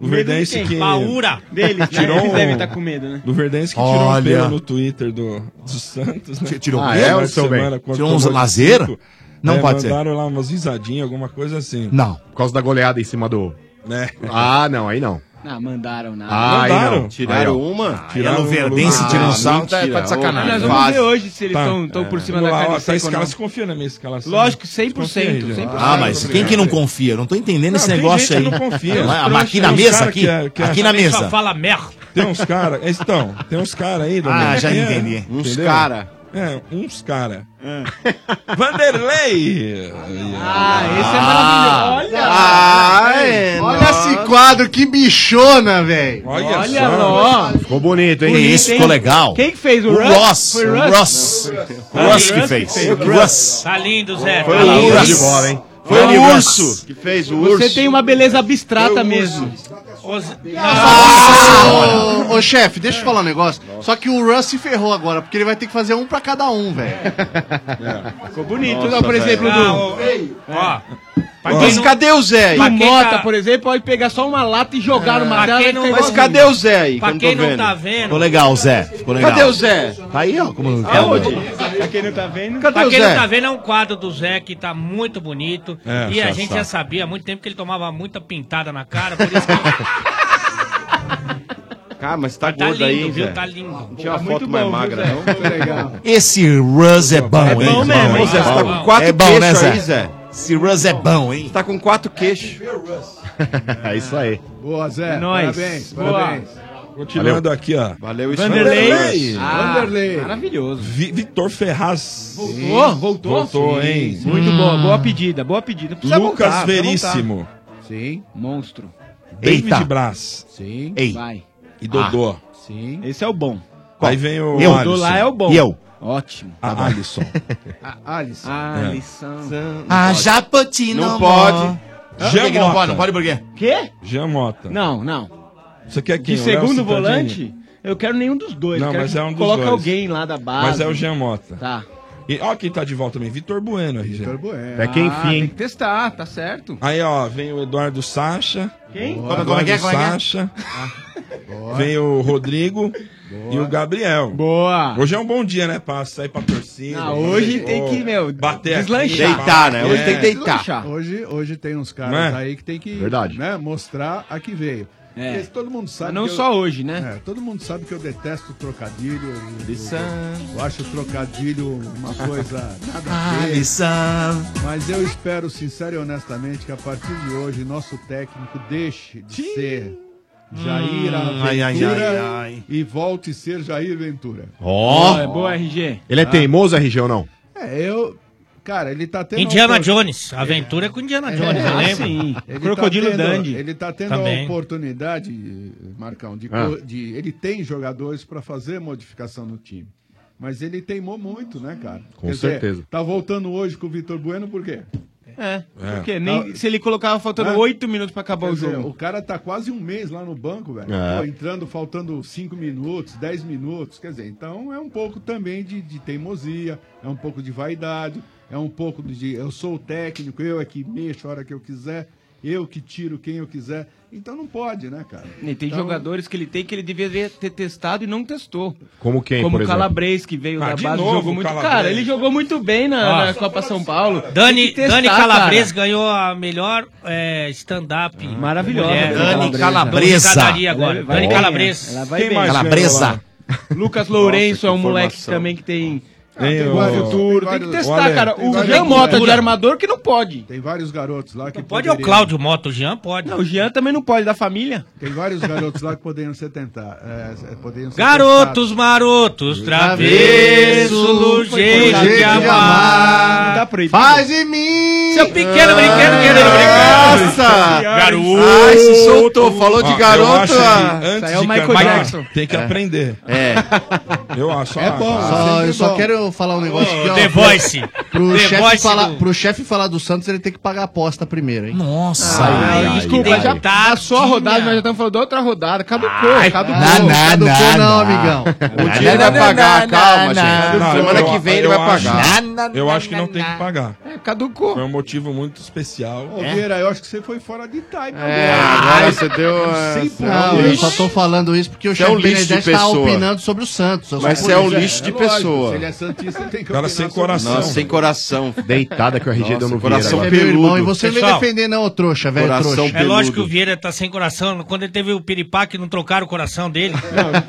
[SPEAKER 3] Luverdense
[SPEAKER 11] Medo de
[SPEAKER 3] que.
[SPEAKER 11] quem? Paura. Deles, né?
[SPEAKER 3] Tirou
[SPEAKER 11] Eles
[SPEAKER 3] um-
[SPEAKER 11] devem tá com medo, né?
[SPEAKER 3] Luverdense que
[SPEAKER 11] Olha.
[SPEAKER 3] tirou um pelo no Twitter do, do Santos. Né?
[SPEAKER 5] Tirou Ah, pelo, é,
[SPEAKER 3] Final de
[SPEAKER 5] seu bem?
[SPEAKER 3] semana contra
[SPEAKER 5] Tirou
[SPEAKER 3] o
[SPEAKER 5] uns
[SPEAKER 3] Botafogo.
[SPEAKER 5] lazer? Não
[SPEAKER 3] É,
[SPEAKER 5] pode ser.
[SPEAKER 3] Mandaram lá umas risadinhas, alguma coisa assim.
[SPEAKER 5] Não.
[SPEAKER 13] Por causa da goleada em cima do.
[SPEAKER 3] Né?
[SPEAKER 13] Ah, não, aí não.
[SPEAKER 11] Ah, mandaram nada.
[SPEAKER 13] Ah, aí
[SPEAKER 11] mandaram.
[SPEAKER 13] não. Tiraram
[SPEAKER 11] Aí, ó.
[SPEAKER 13] uma.
[SPEAKER 11] Ah,
[SPEAKER 13] Tiraram
[SPEAKER 11] é no
[SPEAKER 13] Luverdense,
[SPEAKER 3] Ah,
[SPEAKER 13] tirou um sarro,
[SPEAKER 3] mentira.
[SPEAKER 13] tá- tá de sacanagem.
[SPEAKER 11] Nós vamos
[SPEAKER 13] Faz.
[SPEAKER 11] ver hoje se eles estão
[SPEAKER 3] É.
[SPEAKER 11] por cima da
[SPEAKER 3] Vamos lá, ó,
[SPEAKER 11] caneta.
[SPEAKER 3] Essa
[SPEAKER 11] ou não.
[SPEAKER 3] escala, você confia na minha escalação?
[SPEAKER 11] Lógico,
[SPEAKER 3] Tipo,
[SPEAKER 11] 100%. 100%.
[SPEAKER 5] Ah, mas quem que não confia? Não tô entendendo esse
[SPEAKER 3] tem
[SPEAKER 5] negócio aí.
[SPEAKER 3] gente que não confia.
[SPEAKER 5] Ah,
[SPEAKER 3] Os
[SPEAKER 5] Aqui na
[SPEAKER 3] trouxas,
[SPEAKER 5] mesa,
[SPEAKER 3] cara
[SPEAKER 5] aqui.
[SPEAKER 3] que é- que é-
[SPEAKER 5] Aqui na
[SPEAKER 3] Também só
[SPEAKER 5] mesa.
[SPEAKER 3] fala
[SPEAKER 9] merda.
[SPEAKER 3] Tem uns caras,
[SPEAKER 11] é
[SPEAKER 3] então, tem uns caras aí,
[SPEAKER 5] Ah, já
[SPEAKER 3] É,
[SPEAKER 5] entendi.
[SPEAKER 13] Uns
[SPEAKER 3] entendeu?
[SPEAKER 13] cara.
[SPEAKER 3] É, uns cara. É. Vanderlei!
[SPEAKER 11] Ah, esse é
[SPEAKER 3] Ah.
[SPEAKER 11] maravilhoso. Olha!
[SPEAKER 8] Olha esse quadro, que bichona, velho.
[SPEAKER 11] Olha Olha só. só.
[SPEAKER 13] Ficou bonito, hein?
[SPEAKER 11] Bonito, hein? Quem que fez o,
[SPEAKER 13] O
[SPEAKER 11] Russ?
[SPEAKER 13] Ross,
[SPEAKER 11] Foi
[SPEAKER 13] o
[SPEAKER 11] Russ?
[SPEAKER 13] Ross.
[SPEAKER 11] Não, foi Russ.
[SPEAKER 13] O Russ que fez.
[SPEAKER 11] Foi o
[SPEAKER 13] Russ.
[SPEAKER 9] Tá lindo, Zé.
[SPEAKER 13] Foi
[SPEAKER 9] Tá
[SPEAKER 13] o
[SPEAKER 9] lindo.
[SPEAKER 13] Urso de bola, hein? Foi
[SPEAKER 11] Olha
[SPEAKER 13] ali
[SPEAKER 11] o
[SPEAKER 13] o
[SPEAKER 11] urso.
[SPEAKER 13] Urso que fez o
[SPEAKER 11] Você
[SPEAKER 13] Urso.
[SPEAKER 11] tem uma beleza abstrata mesmo.
[SPEAKER 8] Ah, ô, ô, chefe, deixa eu falar um negócio. Só que o Russ se ferrou agora, porque ele vai ter que fazer um pra cada um, velho.
[SPEAKER 11] Ficou bonito.
[SPEAKER 8] Nossa,
[SPEAKER 11] Não, por
[SPEAKER 8] velho.
[SPEAKER 11] exemplo,
[SPEAKER 8] Ah,
[SPEAKER 11] do... Ei,
[SPEAKER 9] Ó.
[SPEAKER 8] Mas cadê o Zé aí?
[SPEAKER 11] Do Mota, por exemplo, pode pegar só uma lata e jogar numa tela. e fica
[SPEAKER 8] Mas
[SPEAKER 11] igualzinho.
[SPEAKER 8] cadê o Zé aí?
[SPEAKER 11] Pra
[SPEAKER 8] que
[SPEAKER 11] quem
[SPEAKER 8] eu não tô
[SPEAKER 11] não tá
[SPEAKER 5] Ficou legal, Zé. Ficou legal.
[SPEAKER 8] Cadê o Zé?
[SPEAKER 5] Tá aí, ó. Como não
[SPEAKER 11] Aonde? É Pra quem não tá vendo.
[SPEAKER 9] Pra
[SPEAKER 11] Cadê
[SPEAKER 9] quem
[SPEAKER 11] o
[SPEAKER 9] não tá
[SPEAKER 11] Zé?
[SPEAKER 9] vendo, é um quadro do Zé que tá muito bonito.
[SPEAKER 11] É,
[SPEAKER 9] e a
[SPEAKER 11] tá,
[SPEAKER 9] gente
[SPEAKER 11] tá.
[SPEAKER 9] já sabia há muito tempo que ele tomava muita pintada na cara, por isso que
[SPEAKER 8] Cara, mas tá
[SPEAKER 9] tá
[SPEAKER 8] gordo
[SPEAKER 9] lindo,
[SPEAKER 8] aí, hein,
[SPEAKER 9] viu?
[SPEAKER 8] Zé?
[SPEAKER 9] Tá lindo.
[SPEAKER 8] Não tinha uma foto mais magra, não?
[SPEAKER 5] Esse Russ é bom,
[SPEAKER 8] É
[SPEAKER 5] hein?
[SPEAKER 8] bom mesmo, hein, Zé? Você tá com quatro
[SPEAKER 5] é bom,
[SPEAKER 8] queixos
[SPEAKER 5] né, Zé?
[SPEAKER 8] aí, Zé?
[SPEAKER 5] Esse Russ é bom, hein?
[SPEAKER 8] Tá com quatro queixos.
[SPEAKER 10] é
[SPEAKER 13] É isso aí.
[SPEAKER 8] Boa, Zé.
[SPEAKER 13] É
[SPEAKER 3] nóis.
[SPEAKER 8] Parabéns,
[SPEAKER 3] Boa.
[SPEAKER 8] parabéns.
[SPEAKER 3] Continuando
[SPEAKER 13] Valeu.
[SPEAKER 3] aqui, ó.
[SPEAKER 13] Valeu,
[SPEAKER 8] isso
[SPEAKER 3] Vanderlei.
[SPEAKER 8] aí.
[SPEAKER 3] Vanderlei.
[SPEAKER 8] Ah, Vanderlei.
[SPEAKER 3] Maravilhoso. Vitor Ferraz.
[SPEAKER 11] Voltou? Voltou?
[SPEAKER 3] Voltou,
[SPEAKER 11] Sim,
[SPEAKER 3] hein?
[SPEAKER 11] Muito boa, boa pedida, boa pedida. Precisa
[SPEAKER 3] Lucas
[SPEAKER 11] voltar, precisa
[SPEAKER 3] Veríssimo.
[SPEAKER 11] voltar. Sim, monstro.
[SPEAKER 3] David Braz.
[SPEAKER 11] Sim,
[SPEAKER 3] Ei.
[SPEAKER 11] vai. Ah,
[SPEAKER 3] E Dodô.
[SPEAKER 11] Sim. Esse é o bom.
[SPEAKER 3] Aí vem o
[SPEAKER 11] Eu.
[SPEAKER 3] Alisson.
[SPEAKER 11] Do lá é o bom.
[SPEAKER 3] E eu?
[SPEAKER 11] Ótimo. Tá
[SPEAKER 3] Ah,
[SPEAKER 11] bom.
[SPEAKER 3] Alisson.
[SPEAKER 11] Alisson.
[SPEAKER 3] É.
[SPEAKER 11] Alisson.
[SPEAKER 5] Ah, Japotina.
[SPEAKER 11] Não pode.
[SPEAKER 5] Por
[SPEAKER 3] Jean
[SPEAKER 5] que que não
[SPEAKER 3] Mota. Tá.
[SPEAKER 5] pode? Não pode por quê?
[SPEAKER 11] Quê?
[SPEAKER 3] Jean Mota.
[SPEAKER 11] Não, não.
[SPEAKER 3] Você quer quem?
[SPEAKER 11] De
[SPEAKER 3] O Léo
[SPEAKER 11] segundo
[SPEAKER 3] Citadini?
[SPEAKER 11] volante, eu quero nenhum dos dois.
[SPEAKER 3] Não,
[SPEAKER 11] Eu quero
[SPEAKER 3] mas
[SPEAKER 11] que
[SPEAKER 3] é um dos
[SPEAKER 11] Coloca
[SPEAKER 3] dois.
[SPEAKER 11] alguém lá da base.
[SPEAKER 3] Mas é o Jean Mota.
[SPEAKER 11] Tá.
[SPEAKER 3] E ó quem tá de volta também, Vitor Bueno. Vitor
[SPEAKER 11] Bueno.
[SPEAKER 3] É quem
[SPEAKER 11] Ah,
[SPEAKER 3] enfim.
[SPEAKER 11] Tem que testar, tá certo.
[SPEAKER 3] Aí, ó, vem o Eduardo Sacha.
[SPEAKER 11] Quem?
[SPEAKER 3] Boa.
[SPEAKER 11] Como-
[SPEAKER 3] Eduardo
[SPEAKER 11] como é que é? Como é que é? Ah.
[SPEAKER 3] Sacha. Vem o Rodrigo e o Gabriel.
[SPEAKER 11] Boa.
[SPEAKER 3] Hoje é um bom dia, né? Pra sair pra torcida.
[SPEAKER 11] Não, hoje
[SPEAKER 3] Pô,
[SPEAKER 11] tem que, meu,
[SPEAKER 3] bater aqui,
[SPEAKER 11] deslanchar.
[SPEAKER 3] bater.
[SPEAKER 8] né?
[SPEAKER 3] É.
[SPEAKER 15] Hoje, hoje tem uns caras
[SPEAKER 3] Não é?
[SPEAKER 15] aí que tem que
[SPEAKER 3] Verdade.
[SPEAKER 15] né, mostrar a que veio.
[SPEAKER 11] É.
[SPEAKER 15] Porque todo mundo sabe.
[SPEAKER 11] Mas não
[SPEAKER 15] que eu-
[SPEAKER 11] só hoje, né?
[SPEAKER 15] É, todo mundo sabe que eu detesto trocadilho. eu- Eu, eu acho trocadilho uma coisa nada a ver. Mas eu espero, sincero e honestamente, que a partir de hoje nosso técnico deixe de ser Jair
[SPEAKER 5] Hum,
[SPEAKER 15] Ventura
[SPEAKER 5] ai, ai, ai, ai.
[SPEAKER 15] e volte a ser Jair Ventura.
[SPEAKER 13] Ó. Boa, é
[SPEAKER 11] boa, RG.
[SPEAKER 13] Ele é
[SPEAKER 15] Ah.
[SPEAKER 13] teimoso, RG, ou não?
[SPEAKER 15] É, eu. Cara, ele tá tendo.
[SPEAKER 9] Indiana
[SPEAKER 15] uma opor-
[SPEAKER 9] Jones. Aventura é com
[SPEAKER 11] É,
[SPEAKER 9] Indiana Jones, né? eu lembro.
[SPEAKER 15] Ele
[SPEAKER 9] Crocodilo
[SPEAKER 15] tá tendo,
[SPEAKER 9] Dandy.
[SPEAKER 15] Ele tá tendo a
[SPEAKER 9] Também.
[SPEAKER 15] oportunidade, eh, Marcão, de, co-
[SPEAKER 9] Ah.
[SPEAKER 15] de- Ele tem jogadores para fazer modificação no time. Mas ele teimou muito, né, cara?
[SPEAKER 13] Com
[SPEAKER 15] dizer,
[SPEAKER 13] certeza.
[SPEAKER 15] tá voltando hoje com o Vitor Bueno, por quê?
[SPEAKER 11] É.
[SPEAKER 15] É.
[SPEAKER 11] Porque nem, se ele colocava faltando
[SPEAKER 15] É.
[SPEAKER 11] oito minutos pra acabar
[SPEAKER 15] Quer
[SPEAKER 11] o
[SPEAKER 15] dizer,
[SPEAKER 11] jogo.
[SPEAKER 15] o cara tá quase um mês lá no banco, velho.
[SPEAKER 11] É.
[SPEAKER 15] Pô, entrando, faltando 5 minutos, 10 minutos. Quer dizer, então é um pouco também de, de teimosia, é um pouco de vaidade, é um pouco de eu sou o técnico, eu é que mexo a hora que eu quiser, eu que tiro quem eu quiser. Então não pode, né, cara?
[SPEAKER 11] E tem
[SPEAKER 15] Então,
[SPEAKER 11] jogadores que ele tem que ele deveria ter testado e não testou.
[SPEAKER 13] Como quem,
[SPEAKER 11] Como
[SPEAKER 13] por
[SPEAKER 11] o
[SPEAKER 13] exemplo?
[SPEAKER 11] Calabres, que veio
[SPEAKER 13] Ah,
[SPEAKER 11] da
[SPEAKER 13] de
[SPEAKER 11] base,
[SPEAKER 13] novo
[SPEAKER 11] jogou
[SPEAKER 13] o
[SPEAKER 11] muito.
[SPEAKER 13] Calabres.
[SPEAKER 11] Cara, ele jogou muito bem na,
[SPEAKER 3] Ah.
[SPEAKER 9] Ó.
[SPEAKER 11] na Copa São Paulo. Tem
[SPEAKER 9] Dani,
[SPEAKER 11] que testar,
[SPEAKER 9] Dani
[SPEAKER 11] cara.
[SPEAKER 9] Calabres ganhou a melhor eh, stand-up.
[SPEAKER 11] Ah, Maravilhosa,
[SPEAKER 9] mulher.
[SPEAKER 11] Dani
[SPEAKER 9] Dani
[SPEAKER 11] Calabresa.
[SPEAKER 9] Calabresa. Calabresa.
[SPEAKER 11] Ela
[SPEAKER 9] Agora.
[SPEAKER 11] vai
[SPEAKER 9] Dani
[SPEAKER 11] bem,
[SPEAKER 9] Calabres.
[SPEAKER 11] ela vai bem. Calabresa. Lucas
[SPEAKER 9] Nossa,
[SPEAKER 11] Lourenço
[SPEAKER 9] que
[SPEAKER 11] é um moleque
[SPEAKER 9] formação.
[SPEAKER 11] também que tem. Ah,
[SPEAKER 15] tem
[SPEAKER 11] tem
[SPEAKER 15] vários-
[SPEAKER 11] futuro.
[SPEAKER 15] tem
[SPEAKER 11] Tem, que
[SPEAKER 15] vários-
[SPEAKER 11] testar,
[SPEAKER 15] Olha,
[SPEAKER 11] cara.
[SPEAKER 15] tem
[SPEAKER 11] O
[SPEAKER 15] vários
[SPEAKER 11] Jean Mota de
[SPEAKER 15] moleques.
[SPEAKER 11] armador que não pode.
[SPEAKER 15] Tem vários garotos lá que
[SPEAKER 9] Pode é
[SPEAKER 15] poderiam-
[SPEAKER 9] o Cláudio Mota, o Jean pode.
[SPEAKER 11] Não, o Jean também não pode, da família.
[SPEAKER 15] Tem vários garotos lá que poderiam ser tentar. é, poderiam ser
[SPEAKER 9] Garotos marotos, travesso,
[SPEAKER 15] Travesso,
[SPEAKER 9] do
[SPEAKER 15] foi
[SPEAKER 9] jeito
[SPEAKER 15] jeito
[SPEAKER 9] de
[SPEAKER 15] de
[SPEAKER 9] amar.
[SPEAKER 15] amar.
[SPEAKER 11] Tá proibido.
[SPEAKER 8] Faz em mim Ah,
[SPEAKER 16] Seu pequeno brinquedo querendo brincar.
[SPEAKER 8] Nossa!
[SPEAKER 3] Garoto!
[SPEAKER 8] Ai, se soltou, falou de
[SPEAKER 3] Ó, eu
[SPEAKER 8] garoto,
[SPEAKER 3] acho que
[SPEAKER 8] ah.
[SPEAKER 3] Antes
[SPEAKER 8] Isso aí é o
[SPEAKER 3] de
[SPEAKER 8] Michael
[SPEAKER 3] cantar,
[SPEAKER 8] Jackson.
[SPEAKER 3] tem que
[SPEAKER 8] É.
[SPEAKER 3] aprender.
[SPEAKER 8] É.
[SPEAKER 3] Eu acho.
[SPEAKER 8] É
[SPEAKER 3] ah,
[SPEAKER 8] bom,
[SPEAKER 3] ah,
[SPEAKER 8] só,
[SPEAKER 3] sempre
[SPEAKER 8] eu só
[SPEAKER 3] bom.
[SPEAKER 8] quero falar um negócio aqui, ó.
[SPEAKER 3] The Voice.
[SPEAKER 8] Pro
[SPEAKER 3] The
[SPEAKER 8] chefe
[SPEAKER 3] Voice
[SPEAKER 8] falar,
[SPEAKER 3] do-
[SPEAKER 8] pro chefe falar do Santos, ele tem que pagar a aposta primeiro, hein? Ah,
[SPEAKER 5] Nossa!
[SPEAKER 8] Ai, ai,
[SPEAKER 11] Desculpa,
[SPEAKER 8] ai.
[SPEAKER 11] já passou a rodada, nós já estamos falando da outra rodada. Caducou,
[SPEAKER 8] Ai,
[SPEAKER 11] caducou.
[SPEAKER 8] não, não,
[SPEAKER 11] caducou não,
[SPEAKER 8] não, não.
[SPEAKER 11] amigão.
[SPEAKER 8] O dinheiro
[SPEAKER 3] é
[SPEAKER 8] vai pagar, calma, gente.
[SPEAKER 3] Não,
[SPEAKER 8] Semana
[SPEAKER 3] eu-
[SPEAKER 8] que vem
[SPEAKER 3] eu
[SPEAKER 8] ele vai
[SPEAKER 3] acho-
[SPEAKER 8] pagar.
[SPEAKER 3] Eu acho que não tem que pagar.
[SPEAKER 11] É, caducou.
[SPEAKER 3] Foi um motivo muito especial.
[SPEAKER 15] Ô, Vieira, eu acho que você foi fora de time.
[SPEAKER 8] É,
[SPEAKER 15] agora.
[SPEAKER 8] agora você deu.
[SPEAKER 15] Não sei por
[SPEAKER 8] Não,
[SPEAKER 15] quê.
[SPEAKER 8] eu só tô falando isso porque o
[SPEAKER 15] Você é
[SPEAKER 8] chefe
[SPEAKER 15] um lixo de
[SPEAKER 8] Benedete tá
[SPEAKER 15] pessoa.
[SPEAKER 8] opinando sobre o Santos. eu só
[SPEAKER 15] Mas
[SPEAKER 8] por
[SPEAKER 15] você é
[SPEAKER 8] isso.
[SPEAKER 15] um lógico, Se ele é santista, ele tem que opinar sobre
[SPEAKER 8] Nossa, sem coração.
[SPEAKER 13] Deitada que o RG deu no Vieira
[SPEAKER 8] coração
[SPEAKER 13] agora.
[SPEAKER 8] peludo. Meu irmão, e
[SPEAKER 13] você
[SPEAKER 8] você
[SPEAKER 13] não
[SPEAKER 8] não
[SPEAKER 13] veio
[SPEAKER 8] veio defender não, trouxa, velho trouxa.
[SPEAKER 9] É lógico que o Vieira tá sem coração. Quando ele teve o piripaque, não trocaram o coração dele.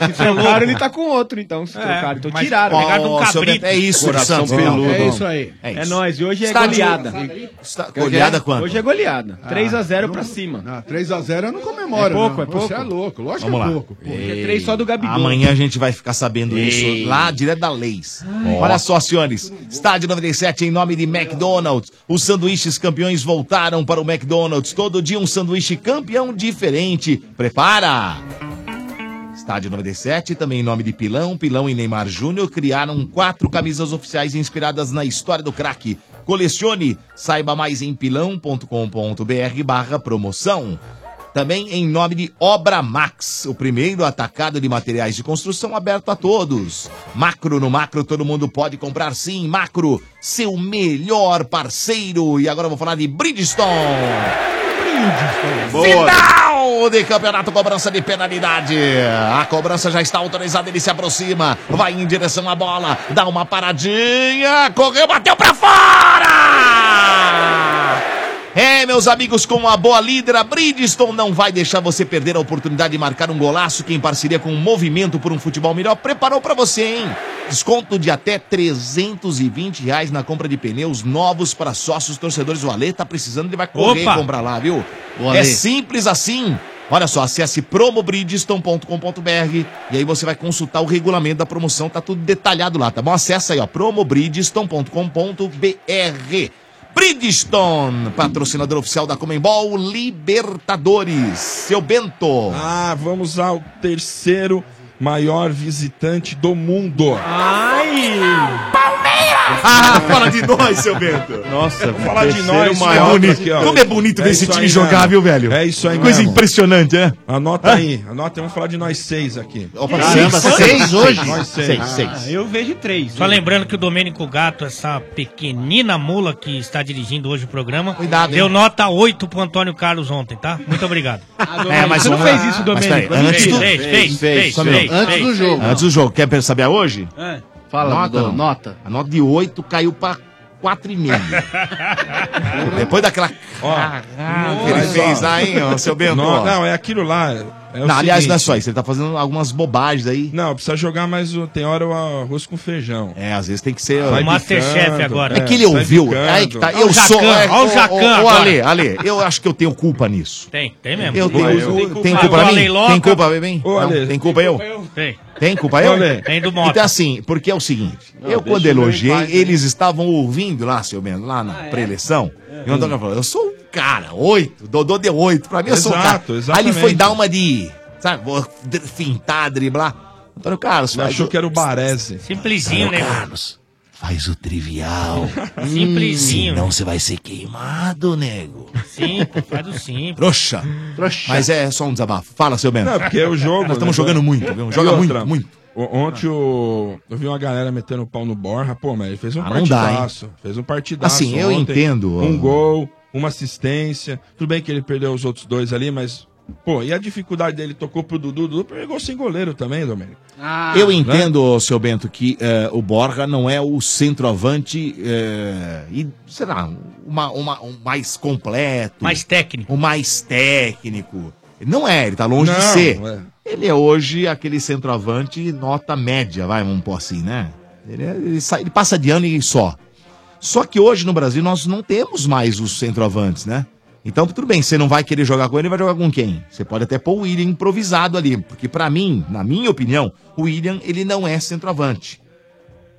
[SPEAKER 11] Se trocaram, ele tá com outro, então. Se
[SPEAKER 9] É,
[SPEAKER 11] trocaram, então
[SPEAKER 9] mas-
[SPEAKER 11] tiraram.
[SPEAKER 9] Ó,
[SPEAKER 11] Pegaram de um
[SPEAKER 9] ó, seu
[SPEAKER 11] cabrito.
[SPEAKER 9] Beto, é isso,
[SPEAKER 11] Coração
[SPEAKER 9] Santos, ó.
[SPEAKER 11] peludo.
[SPEAKER 9] É isso aí.
[SPEAKER 11] É,
[SPEAKER 9] É
[SPEAKER 11] nóis. E hoje é
[SPEAKER 9] Estádio-
[SPEAKER 11] goleada.
[SPEAKER 15] Está-
[SPEAKER 11] Hoje é-
[SPEAKER 15] goleada quanto?
[SPEAKER 11] Hoje é goleada.
[SPEAKER 15] Ah,
[SPEAKER 11] 3x0 pra
[SPEAKER 15] não-
[SPEAKER 11] cima.
[SPEAKER 15] Ah, 3x0 eu não comemoro.
[SPEAKER 11] É pouco,
[SPEAKER 15] não.
[SPEAKER 11] é pouco.
[SPEAKER 15] Você é louco, lógico
[SPEAKER 5] Vamos
[SPEAKER 15] que é
[SPEAKER 5] lá.
[SPEAKER 15] pouco. pô.
[SPEAKER 5] Ei.
[SPEAKER 11] É três só do Gabigol.
[SPEAKER 5] Amanhã a gente vai ficar sabendo
[SPEAKER 11] Ei.
[SPEAKER 5] isso lá direto da Leis.
[SPEAKER 15] Hum.
[SPEAKER 11] Ai.
[SPEAKER 5] Olha só, senhores. Estádio 97 em nome de McDonald's. Os sanduíches campeões voltaram para o McDonald's. Todo dia um sanduíche campeão diferente. Prepara! Estádio 97, também em nome de Pilão, Pilão e Neymar Júnior criaram quatro camisas oficiais inspiradas na história do craque. Colecione, saiba mais em pilão.com.br barra promoção. Também em nome de Obra Max, o primeiro atacado de materiais de construção aberto a todos. Macro no Macro, todo mundo pode comprar sim. Macro, seu melhor parceiro. E agora eu vou falar de Bridgestone. Final de campeonato, cobrança de penalidade. A cobrança já está autorizada, ele se aproxima, vai em direção à bola, dá uma paradinha, correu, bateu pra fora! É, meus amigos, com uma boa líder, a Bridgestone não vai deixar você perder a oportunidade de marcar um golaço que, em parceria com o Movimento por um Futebol Melhor, preparou pra você, hein? Desconto de até 320 reais na compra de pneus novos para sócios torcedores. O Ale tá precisando, ele vai correr
[SPEAKER 16] Opa!
[SPEAKER 5] e comprar lá, viu?
[SPEAKER 16] O Ale.
[SPEAKER 5] É simples assim. Olha só, acesse promobridgestone.com.br e aí você vai consultar o regulamento da promoção, tá tudo detalhado lá, tá bom? Acessa aí, ó, promobridgestone.com.br. Bridgestone, patrocinador oficial da Comembol Libertadores. Seu Bento.
[SPEAKER 3] Ah, vamos ao terceiro maior visitante do mundo.
[SPEAKER 11] Ai!
[SPEAKER 3] Palmeiras!
[SPEAKER 5] Ah, fala de nós, seu Bento.
[SPEAKER 3] Nossa,
[SPEAKER 5] velho,
[SPEAKER 3] falar de
[SPEAKER 5] terceiro
[SPEAKER 3] nós.
[SPEAKER 5] maior
[SPEAKER 3] Bento,
[SPEAKER 5] bonito. Como é bonito ver esse
[SPEAKER 3] isso
[SPEAKER 5] time
[SPEAKER 3] aí
[SPEAKER 5] jogar, viu, velho?
[SPEAKER 3] É isso aí
[SPEAKER 5] Que coisa
[SPEAKER 3] mesmo.
[SPEAKER 5] impressionante, é?
[SPEAKER 3] Anota
[SPEAKER 5] Hã?
[SPEAKER 3] aí, anota, vamos falar de nós seis aqui.
[SPEAKER 9] Caramba,
[SPEAKER 3] Seis?
[SPEAKER 9] seis hoje?
[SPEAKER 3] Nós seis.
[SPEAKER 9] Seis,
[SPEAKER 3] Ah,
[SPEAKER 9] seis.
[SPEAKER 11] Eu vejo três.
[SPEAKER 9] Só lembrando que o Domênico Gato, essa pequenina mula que está dirigindo hoje o programa,
[SPEAKER 5] Cuidado, hein?
[SPEAKER 9] deu nota 8 pro Antônio Carlos ontem, tá? Muito obrigado.
[SPEAKER 5] É, mas
[SPEAKER 9] Você não
[SPEAKER 5] um-
[SPEAKER 9] fez isso,
[SPEAKER 5] mas
[SPEAKER 9] Domênico.
[SPEAKER 5] peraí, antes
[SPEAKER 9] Fez,
[SPEAKER 5] do-
[SPEAKER 9] fez, fez, fez,
[SPEAKER 5] Só um minuto.
[SPEAKER 9] fez, fez.
[SPEAKER 5] Antes do jogo. Quer saber a hoje?
[SPEAKER 9] É.
[SPEAKER 8] Fala,
[SPEAKER 5] nota,
[SPEAKER 8] Dudão,
[SPEAKER 5] não.
[SPEAKER 8] nota.
[SPEAKER 5] A nota de 8 caiu pra 4,5. Depois daquela
[SPEAKER 3] Nossa.
[SPEAKER 5] que Ah, ele fez lá, hein, ó, seu Bento,
[SPEAKER 3] Não,
[SPEAKER 5] ó.
[SPEAKER 3] não, é aquilo lá. é o
[SPEAKER 5] Não, aliás,
[SPEAKER 3] seguinte.
[SPEAKER 5] não é só isso. Ele tá fazendo algumas bobagens aí.
[SPEAKER 3] Não, precisa jogar mais. o- Tem hora o arroz com feijão.
[SPEAKER 5] É, às vezes tem que ser.
[SPEAKER 3] Vai
[SPEAKER 5] O
[SPEAKER 9] Masterchef
[SPEAKER 3] picando,
[SPEAKER 9] agora.
[SPEAKER 5] É que ele
[SPEAKER 3] sai
[SPEAKER 5] ouviu.
[SPEAKER 3] picando.
[SPEAKER 5] Aí que tá.
[SPEAKER 9] Ó o
[SPEAKER 5] Eu sou.
[SPEAKER 9] Jacan,
[SPEAKER 5] é,
[SPEAKER 9] ó o
[SPEAKER 5] ô,
[SPEAKER 9] Jacan
[SPEAKER 5] ô, ô,
[SPEAKER 9] agora.
[SPEAKER 5] Ale, Ale, eu acho que eu tenho culpa nisso.
[SPEAKER 9] Tem, tem mesmo.
[SPEAKER 5] Eu tenho,
[SPEAKER 9] Eu tenho
[SPEAKER 5] tem
[SPEAKER 9] culpa.
[SPEAKER 5] culpa
[SPEAKER 9] O
[SPEAKER 5] pra
[SPEAKER 9] Ale
[SPEAKER 5] mim?
[SPEAKER 9] Loca-
[SPEAKER 5] Tem culpa pra mim?
[SPEAKER 3] Ô,
[SPEAKER 5] Não,
[SPEAKER 3] Ale,
[SPEAKER 5] tem culpa eu?
[SPEAKER 9] Tem.
[SPEAKER 5] Tem culpa eu?
[SPEAKER 9] Ale. Tem do Mota.
[SPEAKER 5] Então assim, porque é o seguinte, eu quando
[SPEAKER 9] deixa o meu em
[SPEAKER 5] elogiei,
[SPEAKER 9] paz, né?
[SPEAKER 5] eles estavam ouvindo lá, seu Bento, lá na preleção, e o Antônio falou, eu sou um cara, oito, Dodô deu oito, pra mim eu sou um cara.
[SPEAKER 3] Exato,
[SPEAKER 5] Aí ele foi
[SPEAKER 3] exatamente.
[SPEAKER 5] dar uma de, sabe, vou dr- fintar, driblar. Antônio Carlos,
[SPEAKER 3] Ele achou que era o Baresi.
[SPEAKER 9] Simplesinho, né?
[SPEAKER 5] Carlos, faz o trivial.
[SPEAKER 9] Simplesinho.
[SPEAKER 5] Hum, Senão você vai ser queimado, nego.
[SPEAKER 9] Sim, faz o sim.
[SPEAKER 5] Trouxa. Mas é só um desabafo. Fala, seu Bento.
[SPEAKER 3] Não, porque o jogo.
[SPEAKER 5] Nós estamos
[SPEAKER 3] né,
[SPEAKER 5] jogando
[SPEAKER 3] tá-
[SPEAKER 5] muito, viu?
[SPEAKER 3] E
[SPEAKER 5] Joga muito,
[SPEAKER 3] outra,
[SPEAKER 5] muito.
[SPEAKER 3] o- Ontem o- eu vi uma galera metendo o pau no Borra, pô, mas ele fez um
[SPEAKER 5] Ah, não dá, hein?
[SPEAKER 3] partidaço. fez um partidaço.
[SPEAKER 5] Assim, eu
[SPEAKER 3] ontem,
[SPEAKER 5] entendo,
[SPEAKER 3] Um
[SPEAKER 5] ó.
[SPEAKER 3] gol, uma assistência. Tudo bem que ele perdeu os outros dois ali, mas. Pô, e a dificuldade dele tocou pro Dudu. Dudu pegou sem goleiro também, Domênico.
[SPEAKER 5] Eu entendo, seu Bento, que eh, o Borja não é o centroavante eh, e, sei lá, uma, uma- um mais completo.
[SPEAKER 9] Mais técnico.
[SPEAKER 5] O mais técnico. Não é, ele tá longe de
[SPEAKER 3] Não,
[SPEAKER 5] ser.
[SPEAKER 3] é.
[SPEAKER 5] Ele é hoje aquele centroavante nota média, vai, vamos pôr assim, né? Ele, é- ele sai- ele passa de ano e só. Só que hoje no Brasil nós não temos mais os centroavantes, né? Então tudo bem, você não vai querer jogar com ele, vai jogar com quem? Você pode até pôr o William improvisado ali, porque pra mim, na minha opinião, o William ele não é centroavante.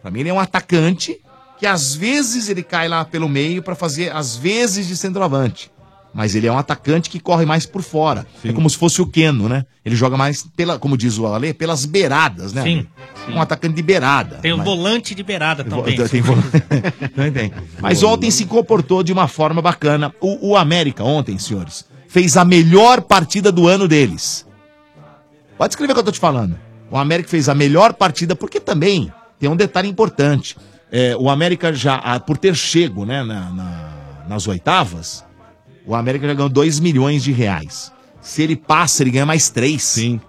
[SPEAKER 5] Pra mim ele é um atacante que às vezes ele cai lá pelo meio pra fazer, às vezes, de centroavante. Mas ele é um atacante que corre mais por fora. É como se fosse o Keno, né? Ele joga mais, pela, como diz o Alê, pelas beiradas, né?
[SPEAKER 9] Sim,
[SPEAKER 5] Um atacante de beirada.
[SPEAKER 9] Tem o
[SPEAKER 5] Mas-
[SPEAKER 9] volante de beirada também.
[SPEAKER 5] tem vo- Também tem. Mas ontem se comportou de uma forma bacana. O, o América, ontem, senhores, fez a melhor partida do ano deles. Pode escrever o que eu tô te falando. O América fez a melhor partida, porque também tem um detalhe importante. É, o América já, ah, por ter chego né, na- na- nas oitavas, o América já ganhou 2 milhões de reais. Se ele passa, ele ganha mais 3. Sim.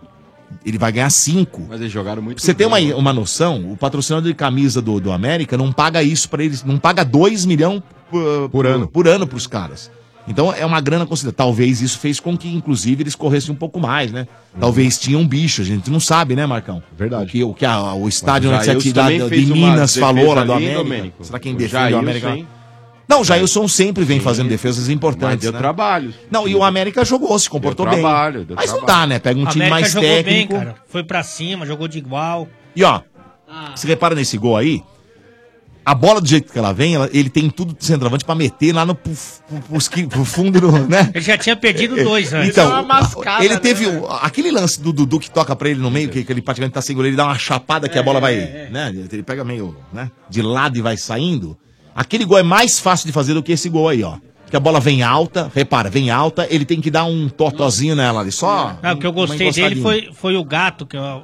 [SPEAKER 5] Ele vai ganhar 5.
[SPEAKER 13] Mas eles jogaram muito. né?
[SPEAKER 5] Pra você ter uma, uma noção, o patrocinador de camisa do, do América não paga isso pra eles, não paga 2 milhões por, ano por ano pros caras. Então é uma grana considerável. Talvez isso fez com que, inclusive, eles corressem um pouco mais, né?
[SPEAKER 13] Uhum.
[SPEAKER 5] Talvez tinha um bicho, a gente não sabe, né, Marcão? Verdade. O que, o, que a- o estádio
[SPEAKER 13] Mas o Jailson
[SPEAKER 5] da,
[SPEAKER 13] também
[SPEAKER 5] de
[SPEAKER 13] fez uma
[SPEAKER 5] Minas
[SPEAKER 13] defesa
[SPEAKER 5] falou lá do
[SPEAKER 13] ali,
[SPEAKER 5] América.
[SPEAKER 13] Domênico.
[SPEAKER 5] Será quem
[SPEAKER 13] O
[SPEAKER 5] defende
[SPEAKER 13] Jailson,
[SPEAKER 5] o América?
[SPEAKER 13] hein?
[SPEAKER 5] Não, o Jailson sempre vem fazendo defesas importantes.
[SPEAKER 13] É. Mas deu
[SPEAKER 5] né?
[SPEAKER 13] trabalho.
[SPEAKER 5] Não, e o América jogou, se comportou
[SPEAKER 13] Deu
[SPEAKER 5] bem.
[SPEAKER 13] trabalho, deu
[SPEAKER 5] Mas não
[SPEAKER 13] trabalho.
[SPEAKER 5] dá, né? Pega um
[SPEAKER 9] A
[SPEAKER 5] time
[SPEAKER 9] América
[SPEAKER 5] mais
[SPEAKER 9] jogou
[SPEAKER 5] técnico.
[SPEAKER 9] bem, cara. Foi pra cima, jogou de igual.
[SPEAKER 5] E ó, se repara nesse gol aí, a bola do jeito que ela vem, ela- ele tem tudo de centroavante pra meter lá no pro, pro- pros que- pro fundo, do, né?
[SPEAKER 9] Ele já tinha perdido dois né? antes.
[SPEAKER 5] Então,
[SPEAKER 11] né?
[SPEAKER 5] ele teve um
[SPEAKER 9] né?
[SPEAKER 5] o- aquele lance do Dudu que toca pra ele no meio, que, que ele praticamente tá segurando, ele dá uma chapada
[SPEAKER 9] É,
[SPEAKER 5] que a bola vai, né? Ele pega meio, né? De lado e vai saindo. Aquele gol é mais fácil de fazer do que esse gol aí, ó. Que a bola vem alta, repara, vem alta, ele tem que dar um totozinho nela ali, só. um
[SPEAKER 9] Ah, o que eu
[SPEAKER 5] uma
[SPEAKER 9] gostei dele
[SPEAKER 5] encostadinha.
[SPEAKER 9] foi, foi o gato, que é o-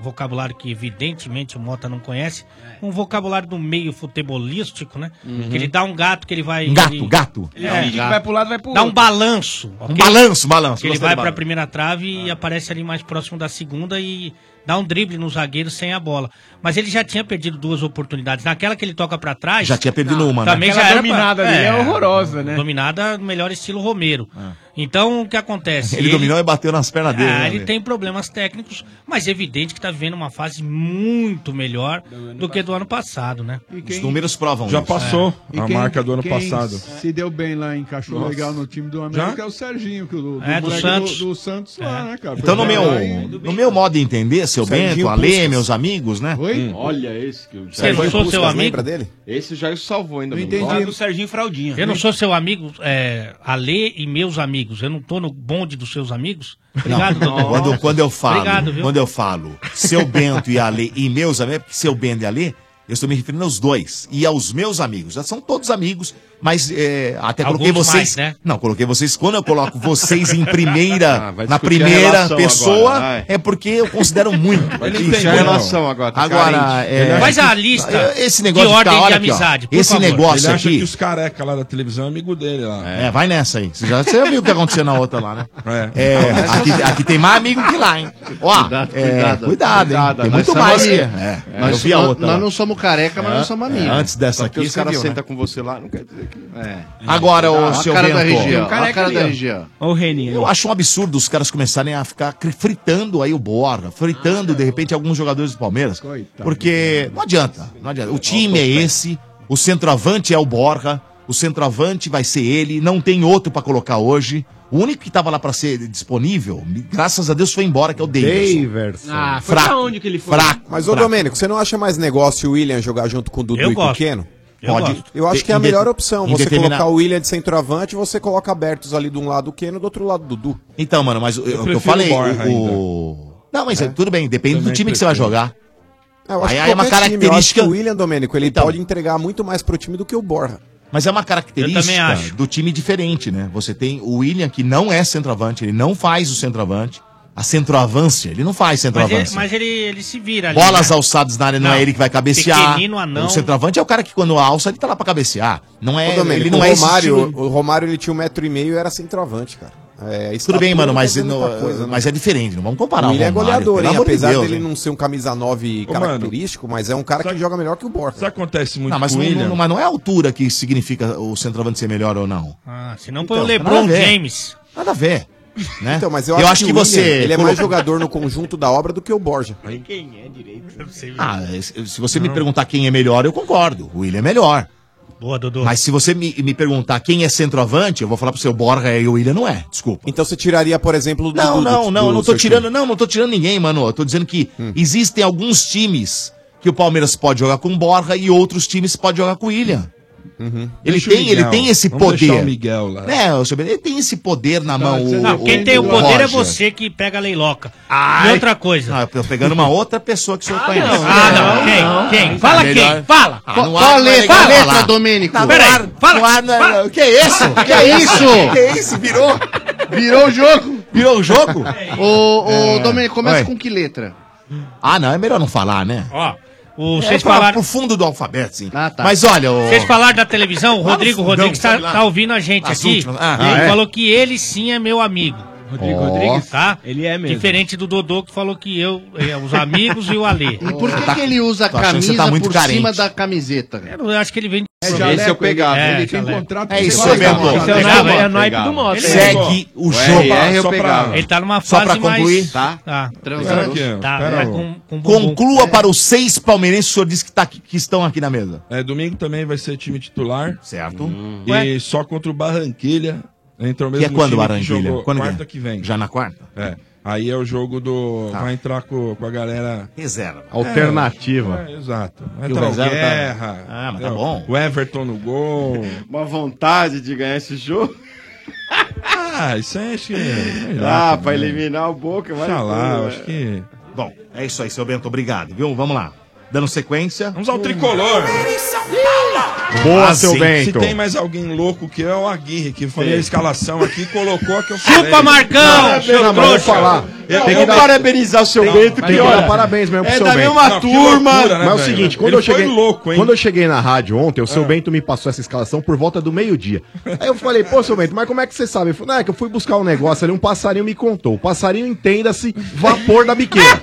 [SPEAKER 9] o vocabulário que evidentemente o Mota não conhece.
[SPEAKER 5] É.
[SPEAKER 9] Um vocabulário do meio futebolístico, né?
[SPEAKER 5] Uhum.
[SPEAKER 9] Que ele dá um gato que ele vai.
[SPEAKER 5] Um gato,
[SPEAKER 9] ele-
[SPEAKER 5] gato.
[SPEAKER 9] Ele
[SPEAKER 5] Ele finge que vai
[SPEAKER 9] vai
[SPEAKER 5] pro
[SPEAKER 9] pro
[SPEAKER 5] lado, vai pro
[SPEAKER 9] Dá um
[SPEAKER 5] outro.
[SPEAKER 9] balanço.
[SPEAKER 5] Um balanço, balanço.
[SPEAKER 9] Que ele
[SPEAKER 5] Gostei
[SPEAKER 9] vai
[SPEAKER 5] do
[SPEAKER 9] pra
[SPEAKER 5] balanço.
[SPEAKER 9] primeira trave
[SPEAKER 5] Ah.
[SPEAKER 9] e aparece ali mais próximo da segunda e dá um drible no zagueiro sem a bola. Mas ele já tinha perdido duas oportunidades. Naquela que ele toca pra trás.
[SPEAKER 5] Já tinha perdido uma, né?
[SPEAKER 9] Também
[SPEAKER 5] Aquela
[SPEAKER 9] já era
[SPEAKER 5] dominada
[SPEAKER 9] pra...
[SPEAKER 5] dele é Ah.
[SPEAKER 9] horrorosa, né? Dominada no melhor estilo Romero. Então, o que acontece?
[SPEAKER 5] Ele dominou e bateu nas pernas dele.
[SPEAKER 9] Ah,
[SPEAKER 5] né,
[SPEAKER 9] ele
[SPEAKER 5] velho?
[SPEAKER 9] tem problemas técnicos, mas é evidente que tá vivendo uma fase muito melhor do que do ano passado, né?
[SPEAKER 15] quem-
[SPEAKER 3] Já passou
[SPEAKER 15] E
[SPEAKER 3] a
[SPEAKER 15] quem-
[SPEAKER 3] marca do ano
[SPEAKER 15] quem
[SPEAKER 3] passado.
[SPEAKER 15] Se deu bem lá, encaixou
[SPEAKER 3] Nossa.
[SPEAKER 15] legal no time do América,
[SPEAKER 3] Já?
[SPEAKER 15] é o Serginho, que o
[SPEAKER 9] É, do
[SPEAKER 15] moleque
[SPEAKER 9] Santos.
[SPEAKER 15] Do, do Santos lá, né, cara?
[SPEAKER 5] Então, no
[SPEAKER 15] Foi
[SPEAKER 5] meu,
[SPEAKER 15] lá e-
[SPEAKER 5] no meu modo de entender, seu
[SPEAKER 15] Serginho
[SPEAKER 5] Bento, Alê,
[SPEAKER 15] Puskas.
[SPEAKER 5] meus amigos, né?
[SPEAKER 9] Hum.
[SPEAKER 15] Oi?
[SPEAKER 13] Hum. Olha esse que eu
[SPEAKER 9] Você não sou seu amigo? Tá
[SPEAKER 13] Esse já salvou ainda.
[SPEAKER 9] Não
[SPEAKER 13] amigo.
[SPEAKER 9] entendi.
[SPEAKER 13] Lá do Serginho Fraldinha.
[SPEAKER 9] Eu não sou seu amigo, é, Ale e meus amigos. Eu não tô no bonde dos seus amigos. Obrigado,
[SPEAKER 5] Não,
[SPEAKER 9] doutor.
[SPEAKER 5] quando, quando eu falo,
[SPEAKER 9] Obrigado, viu?
[SPEAKER 5] quando eu falo, seu Bento e Alê e meus amigos, porque seu Bento e Alê, eu estou me referindo aos dois e aos meus amigos. Já são todos amigos, mas é, até coloquei
[SPEAKER 4] Alguns mais,
[SPEAKER 5] vocês.
[SPEAKER 4] né?
[SPEAKER 5] Não, coloquei vocês. Quando eu coloco vocês em primeira,
[SPEAKER 13] Ah, vai discutir
[SPEAKER 5] na
[SPEAKER 13] a
[SPEAKER 5] primeira
[SPEAKER 13] relação
[SPEAKER 5] pessoa,
[SPEAKER 13] agora, vai.
[SPEAKER 5] é porque eu considero muito.
[SPEAKER 13] Ele entende a relação agora, tá
[SPEAKER 5] Agora,
[SPEAKER 13] carente.
[SPEAKER 5] é,
[SPEAKER 13] Ele
[SPEAKER 9] Faz a lista
[SPEAKER 5] Esse negócio
[SPEAKER 9] de
[SPEAKER 5] ficar,
[SPEAKER 9] ordem de
[SPEAKER 5] olha aqui, ó,
[SPEAKER 9] amizade, por
[SPEAKER 5] Esse
[SPEAKER 9] favor.
[SPEAKER 5] negócio
[SPEAKER 3] Ele acha
[SPEAKER 5] aqui.
[SPEAKER 3] que os careca lá da televisão é amigo dele lá.
[SPEAKER 5] É, vai nessa aí. Você já, você já viu o que aconteceu na outra lá, né?
[SPEAKER 3] É.
[SPEAKER 5] É, aqui, aqui tem mais amigo que lá, hein? Ó,
[SPEAKER 9] Ah,
[SPEAKER 8] Cuidado,
[SPEAKER 5] é, cuidado,
[SPEAKER 8] cuidado.
[SPEAKER 5] hein?
[SPEAKER 8] Cuidado,
[SPEAKER 13] né?
[SPEAKER 5] Tem
[SPEAKER 8] nós
[SPEAKER 5] muito
[SPEAKER 8] somos
[SPEAKER 5] mais que.
[SPEAKER 8] amigos.
[SPEAKER 5] É,
[SPEAKER 8] Nós-
[SPEAKER 5] eu vi a
[SPEAKER 8] nós-
[SPEAKER 5] outra.
[SPEAKER 8] nós
[SPEAKER 5] lá.
[SPEAKER 8] não somos careca, mas nós somos amigos.
[SPEAKER 5] antes dessa
[SPEAKER 13] Só
[SPEAKER 5] aqui,
[SPEAKER 13] porque os
[SPEAKER 5] você
[SPEAKER 13] caras
[SPEAKER 5] viu, né?
[SPEAKER 13] sentam com você lá, não quer dizer que. É.
[SPEAKER 5] Agora,
[SPEAKER 13] Ah,
[SPEAKER 5] o
[SPEAKER 13] a
[SPEAKER 5] seu
[SPEAKER 13] cara da
[SPEAKER 5] Bento,
[SPEAKER 13] RG, ó.
[SPEAKER 5] um ó.
[SPEAKER 13] A cara da RG, ó.
[SPEAKER 5] Ó o Reninho. Eu acho um absurdo os caras começarem a ficar cri- fritando aí o Borra, fritando, de repente, alguns jogadores do Palmeiras. Porque não adianta, não adianta. O time é esse, o centroavante é o Borra, o centroavante vai ser ele, não tem outro pra colocar hoje. O único que tava lá pra ser disponível, graças a Deus, foi embora, que é o Davidson.
[SPEAKER 10] Daverson.
[SPEAKER 5] Ah, foi Fraco. pra onde que ele foi? Fraco,
[SPEAKER 10] Mas, ô
[SPEAKER 5] fraco.
[SPEAKER 10] Domênico, você não acha mais negócio o William jogar junto com o Dudu
[SPEAKER 5] Eu
[SPEAKER 10] e com o
[SPEAKER 5] gosto.
[SPEAKER 10] Keno?
[SPEAKER 5] Eu gosto.
[SPEAKER 10] Eu acho que é a
[SPEAKER 5] Em de-
[SPEAKER 10] melhor opção.
[SPEAKER 5] em
[SPEAKER 10] Você
[SPEAKER 5] determinado-
[SPEAKER 10] colocar o William de centroavante, você coloca abertos ali de um lado o Keno, do outro lado o Dudu.
[SPEAKER 5] Então, mano, mas o o que eu falei, o... Não, mas é, tudo bem, depende do
[SPEAKER 10] Também
[SPEAKER 5] time que você vai
[SPEAKER 10] prefiro.
[SPEAKER 5] jogar.
[SPEAKER 10] Eu acho
[SPEAKER 5] Aí-
[SPEAKER 10] que
[SPEAKER 5] aí é uma
[SPEAKER 10] qualquer time, eu acho que
[SPEAKER 5] característica- Então.
[SPEAKER 10] o William Domênico, ele pode entregar muito mais pro time do que o Borja.
[SPEAKER 5] Mas é uma
[SPEAKER 10] Eu também
[SPEAKER 5] característica
[SPEAKER 10] acho.
[SPEAKER 5] do time diferente, né? Você tem o William, que não é centroavante, ele não faz o centroavante. A centroavância, ele não faz
[SPEAKER 9] Mas,
[SPEAKER 5] centroavância.
[SPEAKER 9] ele, mas ele, ele se vira ali.
[SPEAKER 5] Bolas
[SPEAKER 9] né?
[SPEAKER 5] alçadas na área, não,
[SPEAKER 9] Não.
[SPEAKER 5] é ele que vai cabecear.
[SPEAKER 9] Pequenino, anão.
[SPEAKER 5] O centroavante é o cara que quando alça, ele tá lá pra cabecear. Não é,
[SPEAKER 10] Ô, Domênico,
[SPEAKER 5] ele não
[SPEAKER 10] o
[SPEAKER 5] é esse
[SPEAKER 10] Romário,
[SPEAKER 5] estilo-
[SPEAKER 10] o Romário, ele tinha um metro e meio e era centroavante, cara. É,
[SPEAKER 5] Tudo
[SPEAKER 10] estatura
[SPEAKER 5] bem, mano,
[SPEAKER 10] não
[SPEAKER 5] mas,
[SPEAKER 10] quer dizer
[SPEAKER 5] no-
[SPEAKER 10] muita coisa, né?
[SPEAKER 5] mas é diferente, não vamos comparar
[SPEAKER 10] o William é
[SPEAKER 5] Romário,
[SPEAKER 10] goleador,
[SPEAKER 5] pelo
[SPEAKER 10] hein?
[SPEAKER 5] amor de
[SPEAKER 10] Apesar
[SPEAKER 5] Deus,
[SPEAKER 10] dele
[SPEAKER 5] né?
[SPEAKER 10] não ser um camisa 9
[SPEAKER 5] Ô, mano,
[SPEAKER 10] característico, mas é um cara que joga melhor que o Borja. Isso
[SPEAKER 3] acontece
[SPEAKER 5] Não, mas, não- não- mas não é a altura que significa o centroavante ser melhor ou não.
[SPEAKER 9] Ah, se não põe o
[SPEAKER 5] Então,
[SPEAKER 9] LeBron
[SPEAKER 5] nada a ver.
[SPEAKER 9] James.
[SPEAKER 5] Nada a ver. Né?
[SPEAKER 10] Então, mas eu, acho, que,
[SPEAKER 5] que
[SPEAKER 10] o William,
[SPEAKER 5] você
[SPEAKER 10] Ele é mais
[SPEAKER 5] colocou-
[SPEAKER 10] jogador no conjunto da obra do que o Borja.
[SPEAKER 9] Quem é direito?
[SPEAKER 5] Ah, se se você me perguntar quem é melhor, eu concordo. O William é melhor.
[SPEAKER 9] Boa, Dodô.
[SPEAKER 5] Mas se você me, me perguntar quem é centroavante, eu vou falar pro seu Borja e o William não é. Desculpa.
[SPEAKER 10] Então você tiraria, por exemplo, o
[SPEAKER 5] Não,
[SPEAKER 10] Dudu do-
[SPEAKER 5] não, não,
[SPEAKER 10] do
[SPEAKER 5] não tô
[SPEAKER 10] seu
[SPEAKER 5] tirando, não, não tô tirando ninguém, mano. Eu tô dizendo que existem alguns times que o Palmeiras pode jogar com Borja e outros times podem jogar com William. Ele
[SPEAKER 3] Uhum. Deixa o
[SPEAKER 5] tem, ele
[SPEAKER 3] Miguel.
[SPEAKER 5] tem esse
[SPEAKER 3] Vamos
[SPEAKER 5] poder.
[SPEAKER 3] deixar o Miguel lá.
[SPEAKER 5] É, o Silveira, ele tem esse poder na mão. o-
[SPEAKER 9] Não, quem
[SPEAKER 5] o-
[SPEAKER 9] tem o poder é
[SPEAKER 5] Roger.
[SPEAKER 9] você que pega a leiloca.
[SPEAKER 5] Ai.
[SPEAKER 9] E outra coisa.
[SPEAKER 5] Ah, eu tô pegando uma outra pessoa que o senhor conhece.
[SPEAKER 9] não, ah, não, quem? Quem? Fala quem? Fala!
[SPEAKER 5] Ah, no ar não é legal falar. Tá, no
[SPEAKER 9] Peraí,
[SPEAKER 5] ar- no ar não é- Que é isso? Que é isso? Que é isso? Virou?
[SPEAKER 8] Virou o jogo.
[SPEAKER 5] Virou o jogo?
[SPEAKER 8] Ô, ô
[SPEAKER 5] É.
[SPEAKER 8] Domênico, começa
[SPEAKER 5] Oi.
[SPEAKER 8] com que letra?
[SPEAKER 5] Ah, não, é melhor não falar, né?
[SPEAKER 9] Ó, o,
[SPEAKER 5] É,
[SPEAKER 9] vocês
[SPEAKER 5] pra-
[SPEAKER 9] falaram.
[SPEAKER 5] pro fundo do alfabeto, sim.
[SPEAKER 4] Ah, tá.
[SPEAKER 5] Mas olha, o...
[SPEAKER 9] Vocês falaram da televisão, o
[SPEAKER 5] Lá no
[SPEAKER 9] Rodrigo
[SPEAKER 5] fundão,
[SPEAKER 9] Rodrigues tá,
[SPEAKER 5] sabe lá?
[SPEAKER 9] tá ouvindo a gente
[SPEAKER 5] As
[SPEAKER 9] aqui.
[SPEAKER 5] últimas. Ah,
[SPEAKER 9] ele
[SPEAKER 5] ah, é?
[SPEAKER 9] falou que ele sim é meu amigo. Rodrigo
[SPEAKER 5] Ó. Rodrigues?
[SPEAKER 9] tá?
[SPEAKER 11] Ele é mesmo.
[SPEAKER 9] Diferente do Dodô que falou que eu, eh, os amigos e o Alê.
[SPEAKER 8] E por que,
[SPEAKER 5] Tá
[SPEAKER 8] que ele usa a
[SPEAKER 9] Tô achando que
[SPEAKER 8] camisa
[SPEAKER 9] você tá muito
[SPEAKER 8] por
[SPEAKER 9] carente.
[SPEAKER 8] cima da camiseta?
[SPEAKER 9] Eu acho que ele vem.
[SPEAKER 8] É jaleco, Esse eu pegava, ele tem
[SPEAKER 9] jaleco.
[SPEAKER 8] contrato É isso, com ele. Bertô. Esse é o
[SPEAKER 9] Pegava,
[SPEAKER 8] naipe- é o
[SPEAKER 9] pegava.
[SPEAKER 8] naipe do Mota.
[SPEAKER 9] Ele
[SPEAKER 8] Segue
[SPEAKER 9] pegou.
[SPEAKER 8] o O jogo. RR eu pegava.
[SPEAKER 9] Ele tá numa
[SPEAKER 8] Só
[SPEAKER 9] fase
[SPEAKER 8] pra concluir.
[SPEAKER 9] mais...
[SPEAKER 8] Tá.
[SPEAKER 9] Tá.
[SPEAKER 8] Transando.
[SPEAKER 9] Tá,
[SPEAKER 8] Pera aqui,
[SPEAKER 9] tá,
[SPEAKER 8] pera
[SPEAKER 9] tá
[SPEAKER 8] aí.
[SPEAKER 3] um.
[SPEAKER 9] com, com bumbum.
[SPEAKER 4] É.
[SPEAKER 5] Conclua para os seis palmeirenses, o senhor disse que, tá aqui- que estão aqui na mesa.
[SPEAKER 3] É, domingo também vai ser time titular.
[SPEAKER 5] Certo.
[SPEAKER 3] E
[SPEAKER 5] Ué?
[SPEAKER 3] só contra o Barranquilha. Entra o
[SPEAKER 5] Que
[SPEAKER 3] mesmo
[SPEAKER 5] é quando,
[SPEAKER 3] time
[SPEAKER 5] Barranquilha?
[SPEAKER 3] jogou
[SPEAKER 5] Quando que é?
[SPEAKER 3] quarta que vem.
[SPEAKER 5] Já na quarta?
[SPEAKER 3] É. Aí é o jogo do.
[SPEAKER 5] Tá.
[SPEAKER 3] Vai entrar com, com a galera.
[SPEAKER 5] Reserva.
[SPEAKER 3] Alternativa. É, exato. Vai
[SPEAKER 13] E o
[SPEAKER 3] entrar o
[SPEAKER 13] reserva tá-
[SPEAKER 3] Guerra.
[SPEAKER 13] Ah, mas tá
[SPEAKER 3] é,
[SPEAKER 13] bom.
[SPEAKER 3] O Everton no gol.
[SPEAKER 13] Uma vontade de ganhar esse jogo.
[SPEAKER 3] ah, isso aí acho que.
[SPEAKER 13] Ah, pra eliminar o Boca, vai tudo,
[SPEAKER 5] Oxalá, eu
[SPEAKER 13] né?
[SPEAKER 5] é. acho que. Bom, é isso aí, seu Bento. Obrigado, viu? Vamos lá. Dando sequência. Vamos
[SPEAKER 3] ao tricolor.
[SPEAKER 5] Boa,
[SPEAKER 3] se-
[SPEAKER 5] seu Bento.
[SPEAKER 3] Se tem mais alguém louco que eu, é o Aguirre, que foi a escalação aqui e colocou a que eu falei.
[SPEAKER 11] Chupa, Marcão,
[SPEAKER 3] Não,
[SPEAKER 11] seu
[SPEAKER 3] não, mas eu vou
[SPEAKER 11] trouxa.
[SPEAKER 3] falar.
[SPEAKER 11] Tem
[SPEAKER 3] Eu
[SPEAKER 11] que
[SPEAKER 3] vou
[SPEAKER 11] dar-
[SPEAKER 3] parabenizar o seu
[SPEAKER 11] Tem-
[SPEAKER 3] Bento,
[SPEAKER 11] tem
[SPEAKER 3] que
[SPEAKER 11] que
[SPEAKER 3] olha.
[SPEAKER 11] dar parabéns
[SPEAKER 3] É,
[SPEAKER 11] mesmo pro
[SPEAKER 3] tá
[SPEAKER 11] seu Bento.
[SPEAKER 3] Não, que loucura, né,
[SPEAKER 4] Mas é o
[SPEAKER 3] velho?
[SPEAKER 4] seguinte, quando
[SPEAKER 3] Ele
[SPEAKER 4] eu, cheguei,
[SPEAKER 3] Foi louco, hein? É.
[SPEAKER 4] quando eu cheguei na rádio ontem, o seu Bento me passou essa escalação por volta do meio-dia. Aí eu falei, pô, seu Bento, mas como é que você sabe? Ele falou, não, é que eu fui buscar um negócio ali, um passarinho me contou. O passarinho, entenda-se, vapor da biqueira.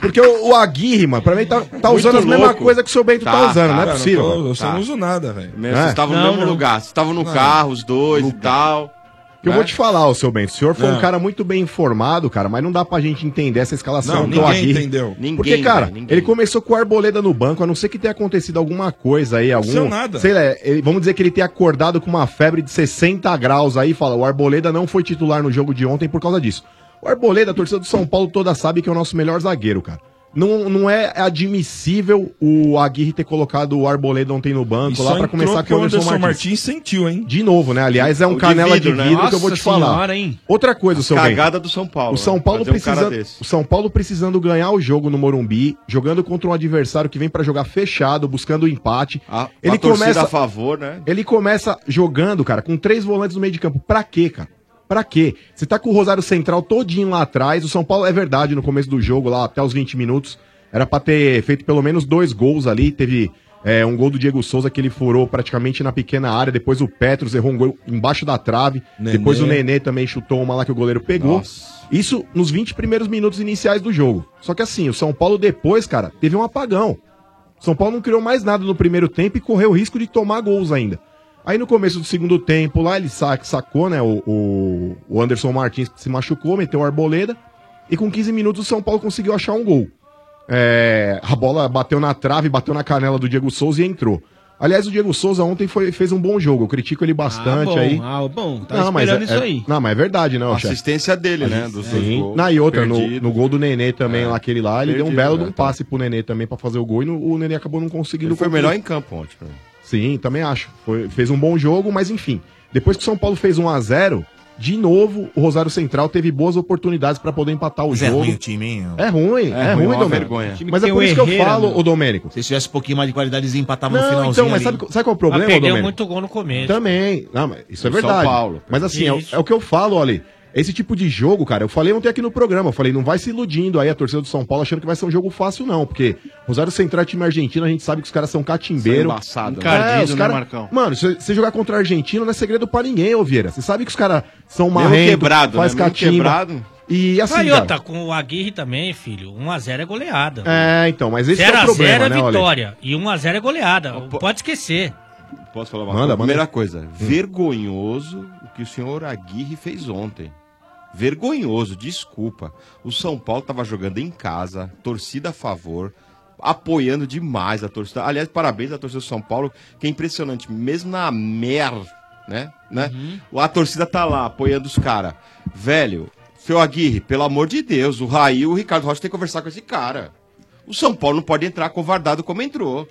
[SPEAKER 4] Porque o, o Aguirre, mano, pra mim tá, tá
[SPEAKER 3] Muito
[SPEAKER 4] usando as mesmas
[SPEAKER 3] louco.
[SPEAKER 4] coisas que o seu Bento tá, usando, não é
[SPEAKER 3] Cara,
[SPEAKER 4] possível.
[SPEAKER 3] tô-
[SPEAKER 4] mano.
[SPEAKER 3] eu só
[SPEAKER 4] Tá.
[SPEAKER 3] não uso nada, velho.
[SPEAKER 4] Mesmo,
[SPEAKER 5] É.
[SPEAKER 4] vocês estavam no
[SPEAKER 3] Não,
[SPEAKER 4] mesmo
[SPEAKER 3] não.
[SPEAKER 4] lugar,
[SPEAKER 13] vocês estavam no
[SPEAKER 3] Não.
[SPEAKER 13] carro, os dois e tal.
[SPEAKER 4] Que eu
[SPEAKER 13] né?
[SPEAKER 4] vou te falar, ô seu Bento. O senhor foi
[SPEAKER 13] Não.
[SPEAKER 4] um cara muito bem informado, cara, mas não dá pra gente entender essa escalação
[SPEAKER 3] Não,
[SPEAKER 4] do
[SPEAKER 3] ninguém
[SPEAKER 4] Aguirre.
[SPEAKER 3] entendeu.
[SPEAKER 4] Porque,
[SPEAKER 3] Ninguém,
[SPEAKER 4] cara,
[SPEAKER 3] velho, ninguém.
[SPEAKER 4] ele começou com o Arboleda no banco, a não ser que tenha acontecido alguma coisa aí, algum.
[SPEAKER 3] Aconteceu nada.
[SPEAKER 4] Sei lá, ele- vamos dizer que ele tenha acordado com uma febre de 60 graus aí e fala: o Arboleda não foi titular no jogo de ontem por causa disso. O Arboleda, a torcida do São Paulo toda sabe que é o nosso melhor zagueiro, cara. Não, não é admissível o Aguirre ter colocado o Arboleda ontem no banco
[SPEAKER 3] E
[SPEAKER 4] lá
[SPEAKER 3] só
[SPEAKER 4] pra
[SPEAKER 3] entrou
[SPEAKER 4] começar
[SPEAKER 3] porque
[SPEAKER 4] com o Anderson, Martins.
[SPEAKER 3] Martins sentiu, hein?
[SPEAKER 4] De novo, né? Aliás, é um
[SPEAKER 3] O de
[SPEAKER 4] canela de
[SPEAKER 3] vidro,
[SPEAKER 4] vidro,
[SPEAKER 3] né?
[SPEAKER 4] que eu vou
[SPEAKER 3] Nossa
[SPEAKER 4] te falar.
[SPEAKER 3] senhora, hein?
[SPEAKER 4] Outra coisa, seu bem.
[SPEAKER 3] cagada do São Paulo,
[SPEAKER 4] O São
[SPEAKER 3] né?
[SPEAKER 4] Paulo,
[SPEAKER 3] Fazer um
[SPEAKER 4] precisa...
[SPEAKER 3] cara desse.
[SPEAKER 4] o São Paulo precisando ganhar o jogo no Morumbi, jogando contra um adversário que vem pra jogar fechado, buscando o empate.
[SPEAKER 13] Ele
[SPEAKER 3] Ah,
[SPEAKER 4] ele
[SPEAKER 13] a torcida
[SPEAKER 4] começa
[SPEAKER 13] a favor, né?
[SPEAKER 4] ele começa jogando, cara, com três volantes no meio de campo. Pra quê, cara? Pra quê? Você tá com o Rosário Central todinho lá atrás. O São Paulo é verdade no começo do jogo, lá até os 20 minutos. Era pra ter feito pelo menos dois gols ali. Teve é, um gol do Diego Souza que ele furou praticamente na pequena área. Depois o Petros errou um gol embaixo da trave.
[SPEAKER 3] Nenê.
[SPEAKER 4] Depois o Nenê também chutou uma lá que o goleiro pegou. Isso nos 20 primeiros minutos iniciais do jogo. Só que assim, o São Paulo depois, cara, teve um apagão. São Paulo não criou mais nada no primeiro tempo e correu o risco de tomar gols ainda. Aí no começo do segundo tempo, lá ele sa- sacou, né? O, o- o Anderson Martins se machucou, meteu o arboleda. E com 15 minutos o São Paulo conseguiu achar um gol. É, a bola bateu na trave, bateu na canela do Diego Souza e entrou. Aliás, o Diego Souza ontem foi- fez um bom jogo. Eu critico ele bastante
[SPEAKER 11] bom,
[SPEAKER 4] aí.
[SPEAKER 11] ah, bom, tava
[SPEAKER 4] Não, mas é,
[SPEAKER 11] esperando isso
[SPEAKER 4] é-
[SPEAKER 11] aí.
[SPEAKER 4] não, mas é verdade, né, ô, chefe?
[SPEAKER 13] Assistência dele, né? Dos dois
[SPEAKER 4] Sim.
[SPEAKER 13] gols.
[SPEAKER 4] Na e outra, no,
[SPEAKER 13] Perdido. É.
[SPEAKER 4] no gol do Nenê também, lá aquele lá, ele deu um
[SPEAKER 13] Perdido,
[SPEAKER 4] belo
[SPEAKER 13] né,
[SPEAKER 4] de um passe pro Nenê também pra fazer o gol e no- o Nenê acabou não conseguindo
[SPEAKER 13] Ele foi
[SPEAKER 4] concluir.
[SPEAKER 13] melhor em campo ontem. pra mim.
[SPEAKER 4] Sim, também acho. Foi- fez um bom jogo, mas enfim. Depois que o São Paulo fez 1 a 0 de novo o Rosário Central teve boas oportunidades pra poder empatar o
[SPEAKER 5] Mas é
[SPEAKER 4] jogo.
[SPEAKER 5] ruim o time, hein?
[SPEAKER 4] É ruim, é, ruim, Domênico. Mas é por isso que eu falo, ô Domênico.
[SPEAKER 5] Se tivesse um pouquinho mais de qualidade, eles empatavam no
[SPEAKER 4] Não,
[SPEAKER 5] finalzinho.
[SPEAKER 4] então, mas
[SPEAKER 5] ali.
[SPEAKER 4] sabe, sabe qual é o problema,
[SPEAKER 9] Mas perdeu
[SPEAKER 4] Domênico?
[SPEAKER 9] muito gol no começo.
[SPEAKER 4] Também. Não, mas isso é
[SPEAKER 9] O São
[SPEAKER 4] verdade.
[SPEAKER 9] Paulo.
[SPEAKER 4] Mas assim, é, o-
[SPEAKER 9] Isso.
[SPEAKER 4] é o que eu falo, olha. Esse tipo de jogo, cara, eu falei ontem aqui no programa, eu falei, não vai se iludindo aí a torcida do São Paulo achando que vai ser um jogo fácil, não, porque Rosário Central e time argentino, a gente sabe que os caras são catimbeiro.
[SPEAKER 8] São embaçado, né?
[SPEAKER 4] é,
[SPEAKER 8] Encardido,
[SPEAKER 4] os
[SPEAKER 8] né,
[SPEAKER 4] cara...
[SPEAKER 8] Marcão?
[SPEAKER 4] Mano, se você jogar contra a Argentina não é segredo pra ninguém, ô Vieira. Você sabe que os caras são
[SPEAKER 8] Meio
[SPEAKER 4] marrento,
[SPEAKER 8] quebrado,
[SPEAKER 4] faz
[SPEAKER 8] né? Meio
[SPEAKER 4] catimba.
[SPEAKER 8] quebrado.
[SPEAKER 4] E assim,
[SPEAKER 9] Aí,
[SPEAKER 4] cara,
[SPEAKER 9] outra, com o Aguirre também, filho. 1x0 é goleada.
[SPEAKER 4] É, então, mas esse é o
[SPEAKER 9] 0x0
[SPEAKER 4] problema,
[SPEAKER 9] é
[SPEAKER 4] né, olha?
[SPEAKER 9] vitória. E 1x0 é goleada. Pode esquecer.
[SPEAKER 13] Posso falar uma
[SPEAKER 4] Manda,
[SPEAKER 13] coisa?
[SPEAKER 4] Hum. manda.
[SPEAKER 13] Primeira coisa, vergonhoso o que o senhor Aguirre fez ontem. Vergonhoso, desculpa. O São Paulo estava jogando em casa, torcida a favor, apoiando demais a torcida. Aliás, parabéns à torcida do São Paulo, que é impressionante. Mesmo na merda, né? né? A torcida tá lá, apoiando os caras. Velho, seu Aguirre, pelo amor de Deus, o Raí, o Ricardo Rocha tem que conversar com esse cara. O São Paulo não pode entrar covardado como entrou.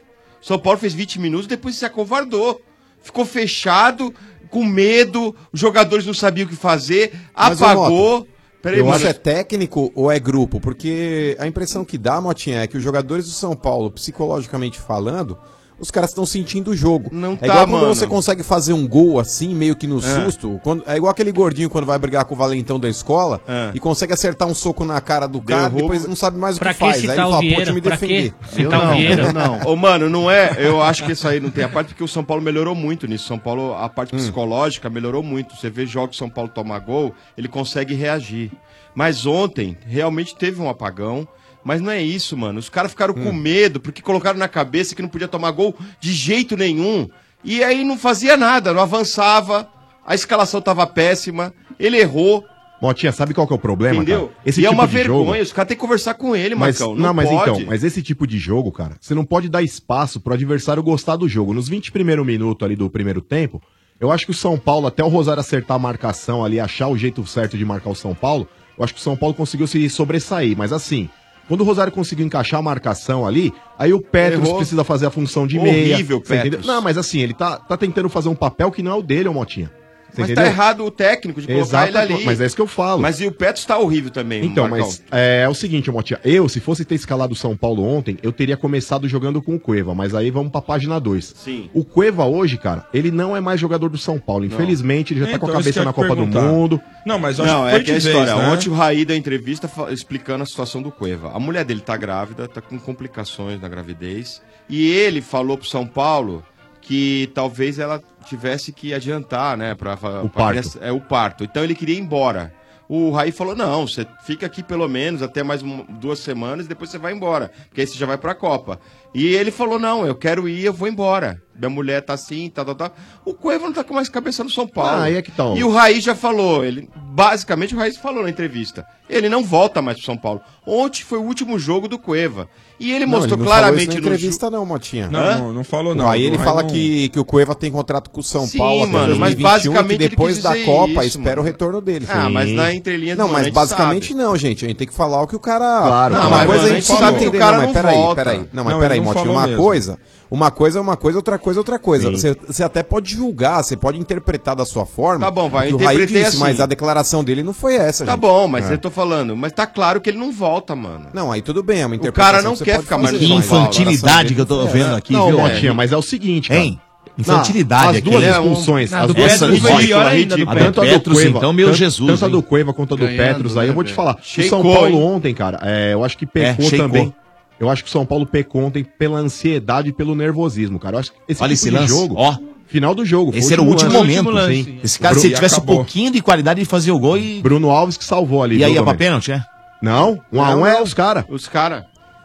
[SPEAKER 13] O São Paulo fez 20 minutos, depois se acovardou. Ficou fechado, com medo, os jogadores não sabiam o que fazer,
[SPEAKER 10] Mas, ô,
[SPEAKER 13] apagou.
[SPEAKER 10] Mota,
[SPEAKER 13] Peraí,
[SPEAKER 10] eu
[SPEAKER 13] mano.
[SPEAKER 10] acho- Isso é técnico ou é grupo? Porque a impressão que dá, Motinha, é que os jogadores do São Paulo, psicologicamente falando, os caras estão sentindo o jogo. Não é
[SPEAKER 13] tá,
[SPEAKER 10] igual quando
[SPEAKER 13] mano.
[SPEAKER 10] você consegue fazer um gol assim, meio que no
[SPEAKER 13] É.
[SPEAKER 10] susto. Quando- é igual aquele gordinho quando vai brigar com o valentão da escola e consegue acertar um soco na cara do cara,
[SPEAKER 13] É. Derruba.
[SPEAKER 10] depois não sabe mais o
[SPEAKER 13] Pra
[SPEAKER 10] que
[SPEAKER 13] que
[SPEAKER 10] faz.
[SPEAKER 13] citar
[SPEAKER 10] Aí ele
[SPEAKER 13] o
[SPEAKER 10] fala, pô,
[SPEAKER 13] Vieira?
[SPEAKER 10] deixa eu me
[SPEAKER 13] Pra
[SPEAKER 10] defender.
[SPEAKER 13] quê? Citar o Vieira? Ô, mano, não é. Eu acho que isso aí não tem a parte, porque o São Paulo melhorou muito nisso. São Paulo, a
[SPEAKER 10] Hum.
[SPEAKER 13] parte psicológica melhorou muito. Você vê jogos que São Paulo toma gol, ele consegue reagir. Mas ontem, realmente teve um apagão. Mas não é isso, mano. Os caras ficaram
[SPEAKER 10] Hum.
[SPEAKER 13] com medo, porque colocaram na cabeça que não podia tomar gol de jeito nenhum. E aí não fazia nada, não avançava. A escalação tava péssima. Ele errou.
[SPEAKER 4] Motinha, sabe qual que é o problema,
[SPEAKER 13] Entendeu?
[SPEAKER 4] cara? Esse
[SPEAKER 13] e
[SPEAKER 4] tipo
[SPEAKER 13] é uma
[SPEAKER 4] de jogo-
[SPEAKER 13] vergonha, os caras têm que conversar com ele,
[SPEAKER 4] mas,
[SPEAKER 13] Marcão.
[SPEAKER 4] não,
[SPEAKER 13] Não,
[SPEAKER 4] mas
[SPEAKER 13] pode.
[SPEAKER 4] então, mas esse tipo de jogo, cara, você não pode dar espaço pro adversário gostar do jogo. Nos 20 primeiros minutos ali do primeiro tempo, eu acho que o São Paulo, até o Rosário acertar a marcação ali, achar o jeito certo de marcar o São Paulo, eu acho que o São Paulo conseguiu se sobressair. Mas assim, quando o Rosário conseguiu encaixar a marcação ali, aí o Petros
[SPEAKER 13] Errou.
[SPEAKER 4] precisa fazer a função de meia.
[SPEAKER 13] Horrível,
[SPEAKER 4] você entendeu?
[SPEAKER 13] Petros.
[SPEAKER 4] Não, mas assim, ele tá, tá tentando fazer um papel que não é o dele, ô Motinha. Você
[SPEAKER 13] Mas
[SPEAKER 4] entendeu?
[SPEAKER 13] tá errado o técnico de colocar
[SPEAKER 4] Exato,
[SPEAKER 13] ele ali.
[SPEAKER 4] mas é isso que eu falo.
[SPEAKER 13] Mas e o Petros tá horrível também,
[SPEAKER 4] Então,
[SPEAKER 13] Marcão.
[SPEAKER 4] mas é, é o seguinte, Motinha. Eu, se fosse ter escalado o São Paulo ontem, eu teria começado jogando com o Cueva. Mas aí vamos pra página 2.
[SPEAKER 13] Sim.
[SPEAKER 4] O Cueva hoje, cara, ele não é mais jogador do São Paulo. Infelizmente, ele já tá com a
[SPEAKER 13] Então, isso
[SPEAKER 4] cabeça
[SPEAKER 13] que eu
[SPEAKER 4] na
[SPEAKER 13] ia
[SPEAKER 4] Copa
[SPEAKER 13] perguntar.
[SPEAKER 4] do Mundo.
[SPEAKER 3] Não, mas
[SPEAKER 13] não, é que é a história.
[SPEAKER 3] né?
[SPEAKER 13] Ontem o Raí da entrevista fa- explicando a situação do Cueva. A mulher dele tá grávida, tá com complicações na gravidez. E ele falou pro São Paulo que talvez ela tivesse que adiantar, né? Pra, pra- pra
[SPEAKER 4] O parto.
[SPEAKER 13] criança- é, o parto. Então ele queria ir embora. O Raí falou: não, você fica aqui pelo menos até mais um- duas semanas e depois você vai embora. Porque aí você já vai pra Copa. E ele falou: não, eu quero ir, eu vou embora. Minha mulher tá assim, tá, tá, tá. O Cueva não tá com mais cabeça no São Paulo.
[SPEAKER 4] Ah, aí é que tá.
[SPEAKER 13] E o Raí já falou, ele basicamente o Raí falou na entrevista. Ele não volta mais pro São Paulo. Ontem foi o último jogo do Cueva. E ele
[SPEAKER 10] Não,
[SPEAKER 13] mostrou
[SPEAKER 10] ele não falou
[SPEAKER 13] claramente
[SPEAKER 10] isso na
[SPEAKER 13] no ju-
[SPEAKER 10] entrevista não, Motinha.
[SPEAKER 13] Não,
[SPEAKER 10] Hã?
[SPEAKER 13] não, não falou não.
[SPEAKER 10] Aí ele
[SPEAKER 13] Aí
[SPEAKER 10] fala
[SPEAKER 13] não-
[SPEAKER 10] que, que o Cueva tem contrato com o São
[SPEAKER 13] Sim,
[SPEAKER 10] Paulo até
[SPEAKER 13] mano, mas
[SPEAKER 10] 2021,
[SPEAKER 13] basicamente
[SPEAKER 10] que
[SPEAKER 13] ele
[SPEAKER 10] um depois
[SPEAKER 13] quis
[SPEAKER 10] da
[SPEAKER 13] dizer
[SPEAKER 10] Copa
[SPEAKER 13] isso,
[SPEAKER 10] espera o retorno dele.
[SPEAKER 13] Ah, mas
[SPEAKER 10] Sim.
[SPEAKER 13] na entrelinha do
[SPEAKER 10] Não, mas
[SPEAKER 13] Manete
[SPEAKER 10] basicamente não, gente. A gente tem que falar o que o cara.
[SPEAKER 13] Claro,
[SPEAKER 10] não,
[SPEAKER 13] claro.
[SPEAKER 10] uma
[SPEAKER 13] Mas
[SPEAKER 10] coisa é a
[SPEAKER 13] a gente
[SPEAKER 10] gente sabe
[SPEAKER 13] sabe
[SPEAKER 10] entender,
[SPEAKER 13] que o cara
[SPEAKER 10] mas
[SPEAKER 13] não
[SPEAKER 10] peraí,
[SPEAKER 13] volta.
[SPEAKER 10] peraí. Não, mas
[SPEAKER 13] Não,
[SPEAKER 10] peraí,
[SPEAKER 13] ele não
[SPEAKER 10] Motinho,
[SPEAKER 13] falou
[SPEAKER 10] uma
[SPEAKER 13] mesmo.
[SPEAKER 10] coisa. Uma coisa é uma coisa, outra coisa é outra coisa.
[SPEAKER 13] Sim.
[SPEAKER 10] Você, você até pode julgar, você pode interpretar da sua forma.
[SPEAKER 13] Tá bom, vai,
[SPEAKER 10] o que
[SPEAKER 13] eu
[SPEAKER 10] o Raí
[SPEAKER 13] interpretei
[SPEAKER 10] disse,
[SPEAKER 13] assim.
[SPEAKER 10] mas a declaração dele não foi essa,
[SPEAKER 13] Tá
[SPEAKER 10] gente.
[SPEAKER 13] bom, mas
[SPEAKER 10] É.
[SPEAKER 13] eu tô falando, mas tá claro que ele não volta, mano.
[SPEAKER 10] Não, aí tudo bem, é uma
[SPEAKER 13] O
[SPEAKER 10] interpretação.
[SPEAKER 13] cara não
[SPEAKER 10] você
[SPEAKER 13] quer
[SPEAKER 10] pode
[SPEAKER 13] ficar
[SPEAKER 10] fazer.
[SPEAKER 13] mais no São Paulo.
[SPEAKER 5] Infantilidade que eu tô
[SPEAKER 13] É,
[SPEAKER 5] vendo
[SPEAKER 13] é.
[SPEAKER 5] aqui,
[SPEAKER 13] Não,
[SPEAKER 5] viu?
[SPEAKER 13] Motinha,
[SPEAKER 4] mas é o seguinte, cara.
[SPEAKER 5] Hein? Infantilidade
[SPEAKER 4] Não, as
[SPEAKER 5] aqui.
[SPEAKER 4] duas
[SPEAKER 5] Ele é um-
[SPEAKER 4] expulsões,
[SPEAKER 5] Não,
[SPEAKER 4] as
[SPEAKER 5] do
[SPEAKER 4] duas
[SPEAKER 5] Petros,
[SPEAKER 4] expulsões,
[SPEAKER 5] melhor
[SPEAKER 4] ela é
[SPEAKER 5] ainda do
[SPEAKER 4] ridícula. tanto a do
[SPEAKER 5] Petros,
[SPEAKER 4] Cueva,
[SPEAKER 5] então, meu
[SPEAKER 4] tanto-
[SPEAKER 5] Jesus,
[SPEAKER 4] tanto a do
[SPEAKER 5] hein?
[SPEAKER 4] Cueva quanto a do
[SPEAKER 5] Ganhando,
[SPEAKER 4] Petros, aí eu vou te
[SPEAKER 5] né,
[SPEAKER 4] falar.
[SPEAKER 5] velho?
[SPEAKER 4] o São
[SPEAKER 5] Shakeou,
[SPEAKER 4] Paulo
[SPEAKER 5] hein?
[SPEAKER 4] ontem, cara, é, eu acho que pecou
[SPEAKER 5] É, shakeou.
[SPEAKER 4] também. Eu acho que o São Paulo pecou ontem pela ansiedade e pelo nervosismo, cara. Eu acho que esse
[SPEAKER 5] Olha
[SPEAKER 4] tipo
[SPEAKER 5] esse
[SPEAKER 4] de
[SPEAKER 5] lance,
[SPEAKER 4] jogo,
[SPEAKER 5] ó.
[SPEAKER 4] final do jogo, foi
[SPEAKER 5] Esse era o último
[SPEAKER 4] lance.
[SPEAKER 5] momento.
[SPEAKER 4] Sim.
[SPEAKER 5] Esse cara, se
[SPEAKER 4] Bruno-
[SPEAKER 5] ele tivesse
[SPEAKER 4] acabou.
[SPEAKER 5] um pouquinho de qualidade, ele fazia o gol e.
[SPEAKER 4] Bruno Alves que salvou ali.
[SPEAKER 5] E aí
[SPEAKER 4] viu,
[SPEAKER 5] é pra
[SPEAKER 4] Domênico?
[SPEAKER 5] pênalti, é?
[SPEAKER 4] Não, um a um é os caras.
[SPEAKER 13] Os caras.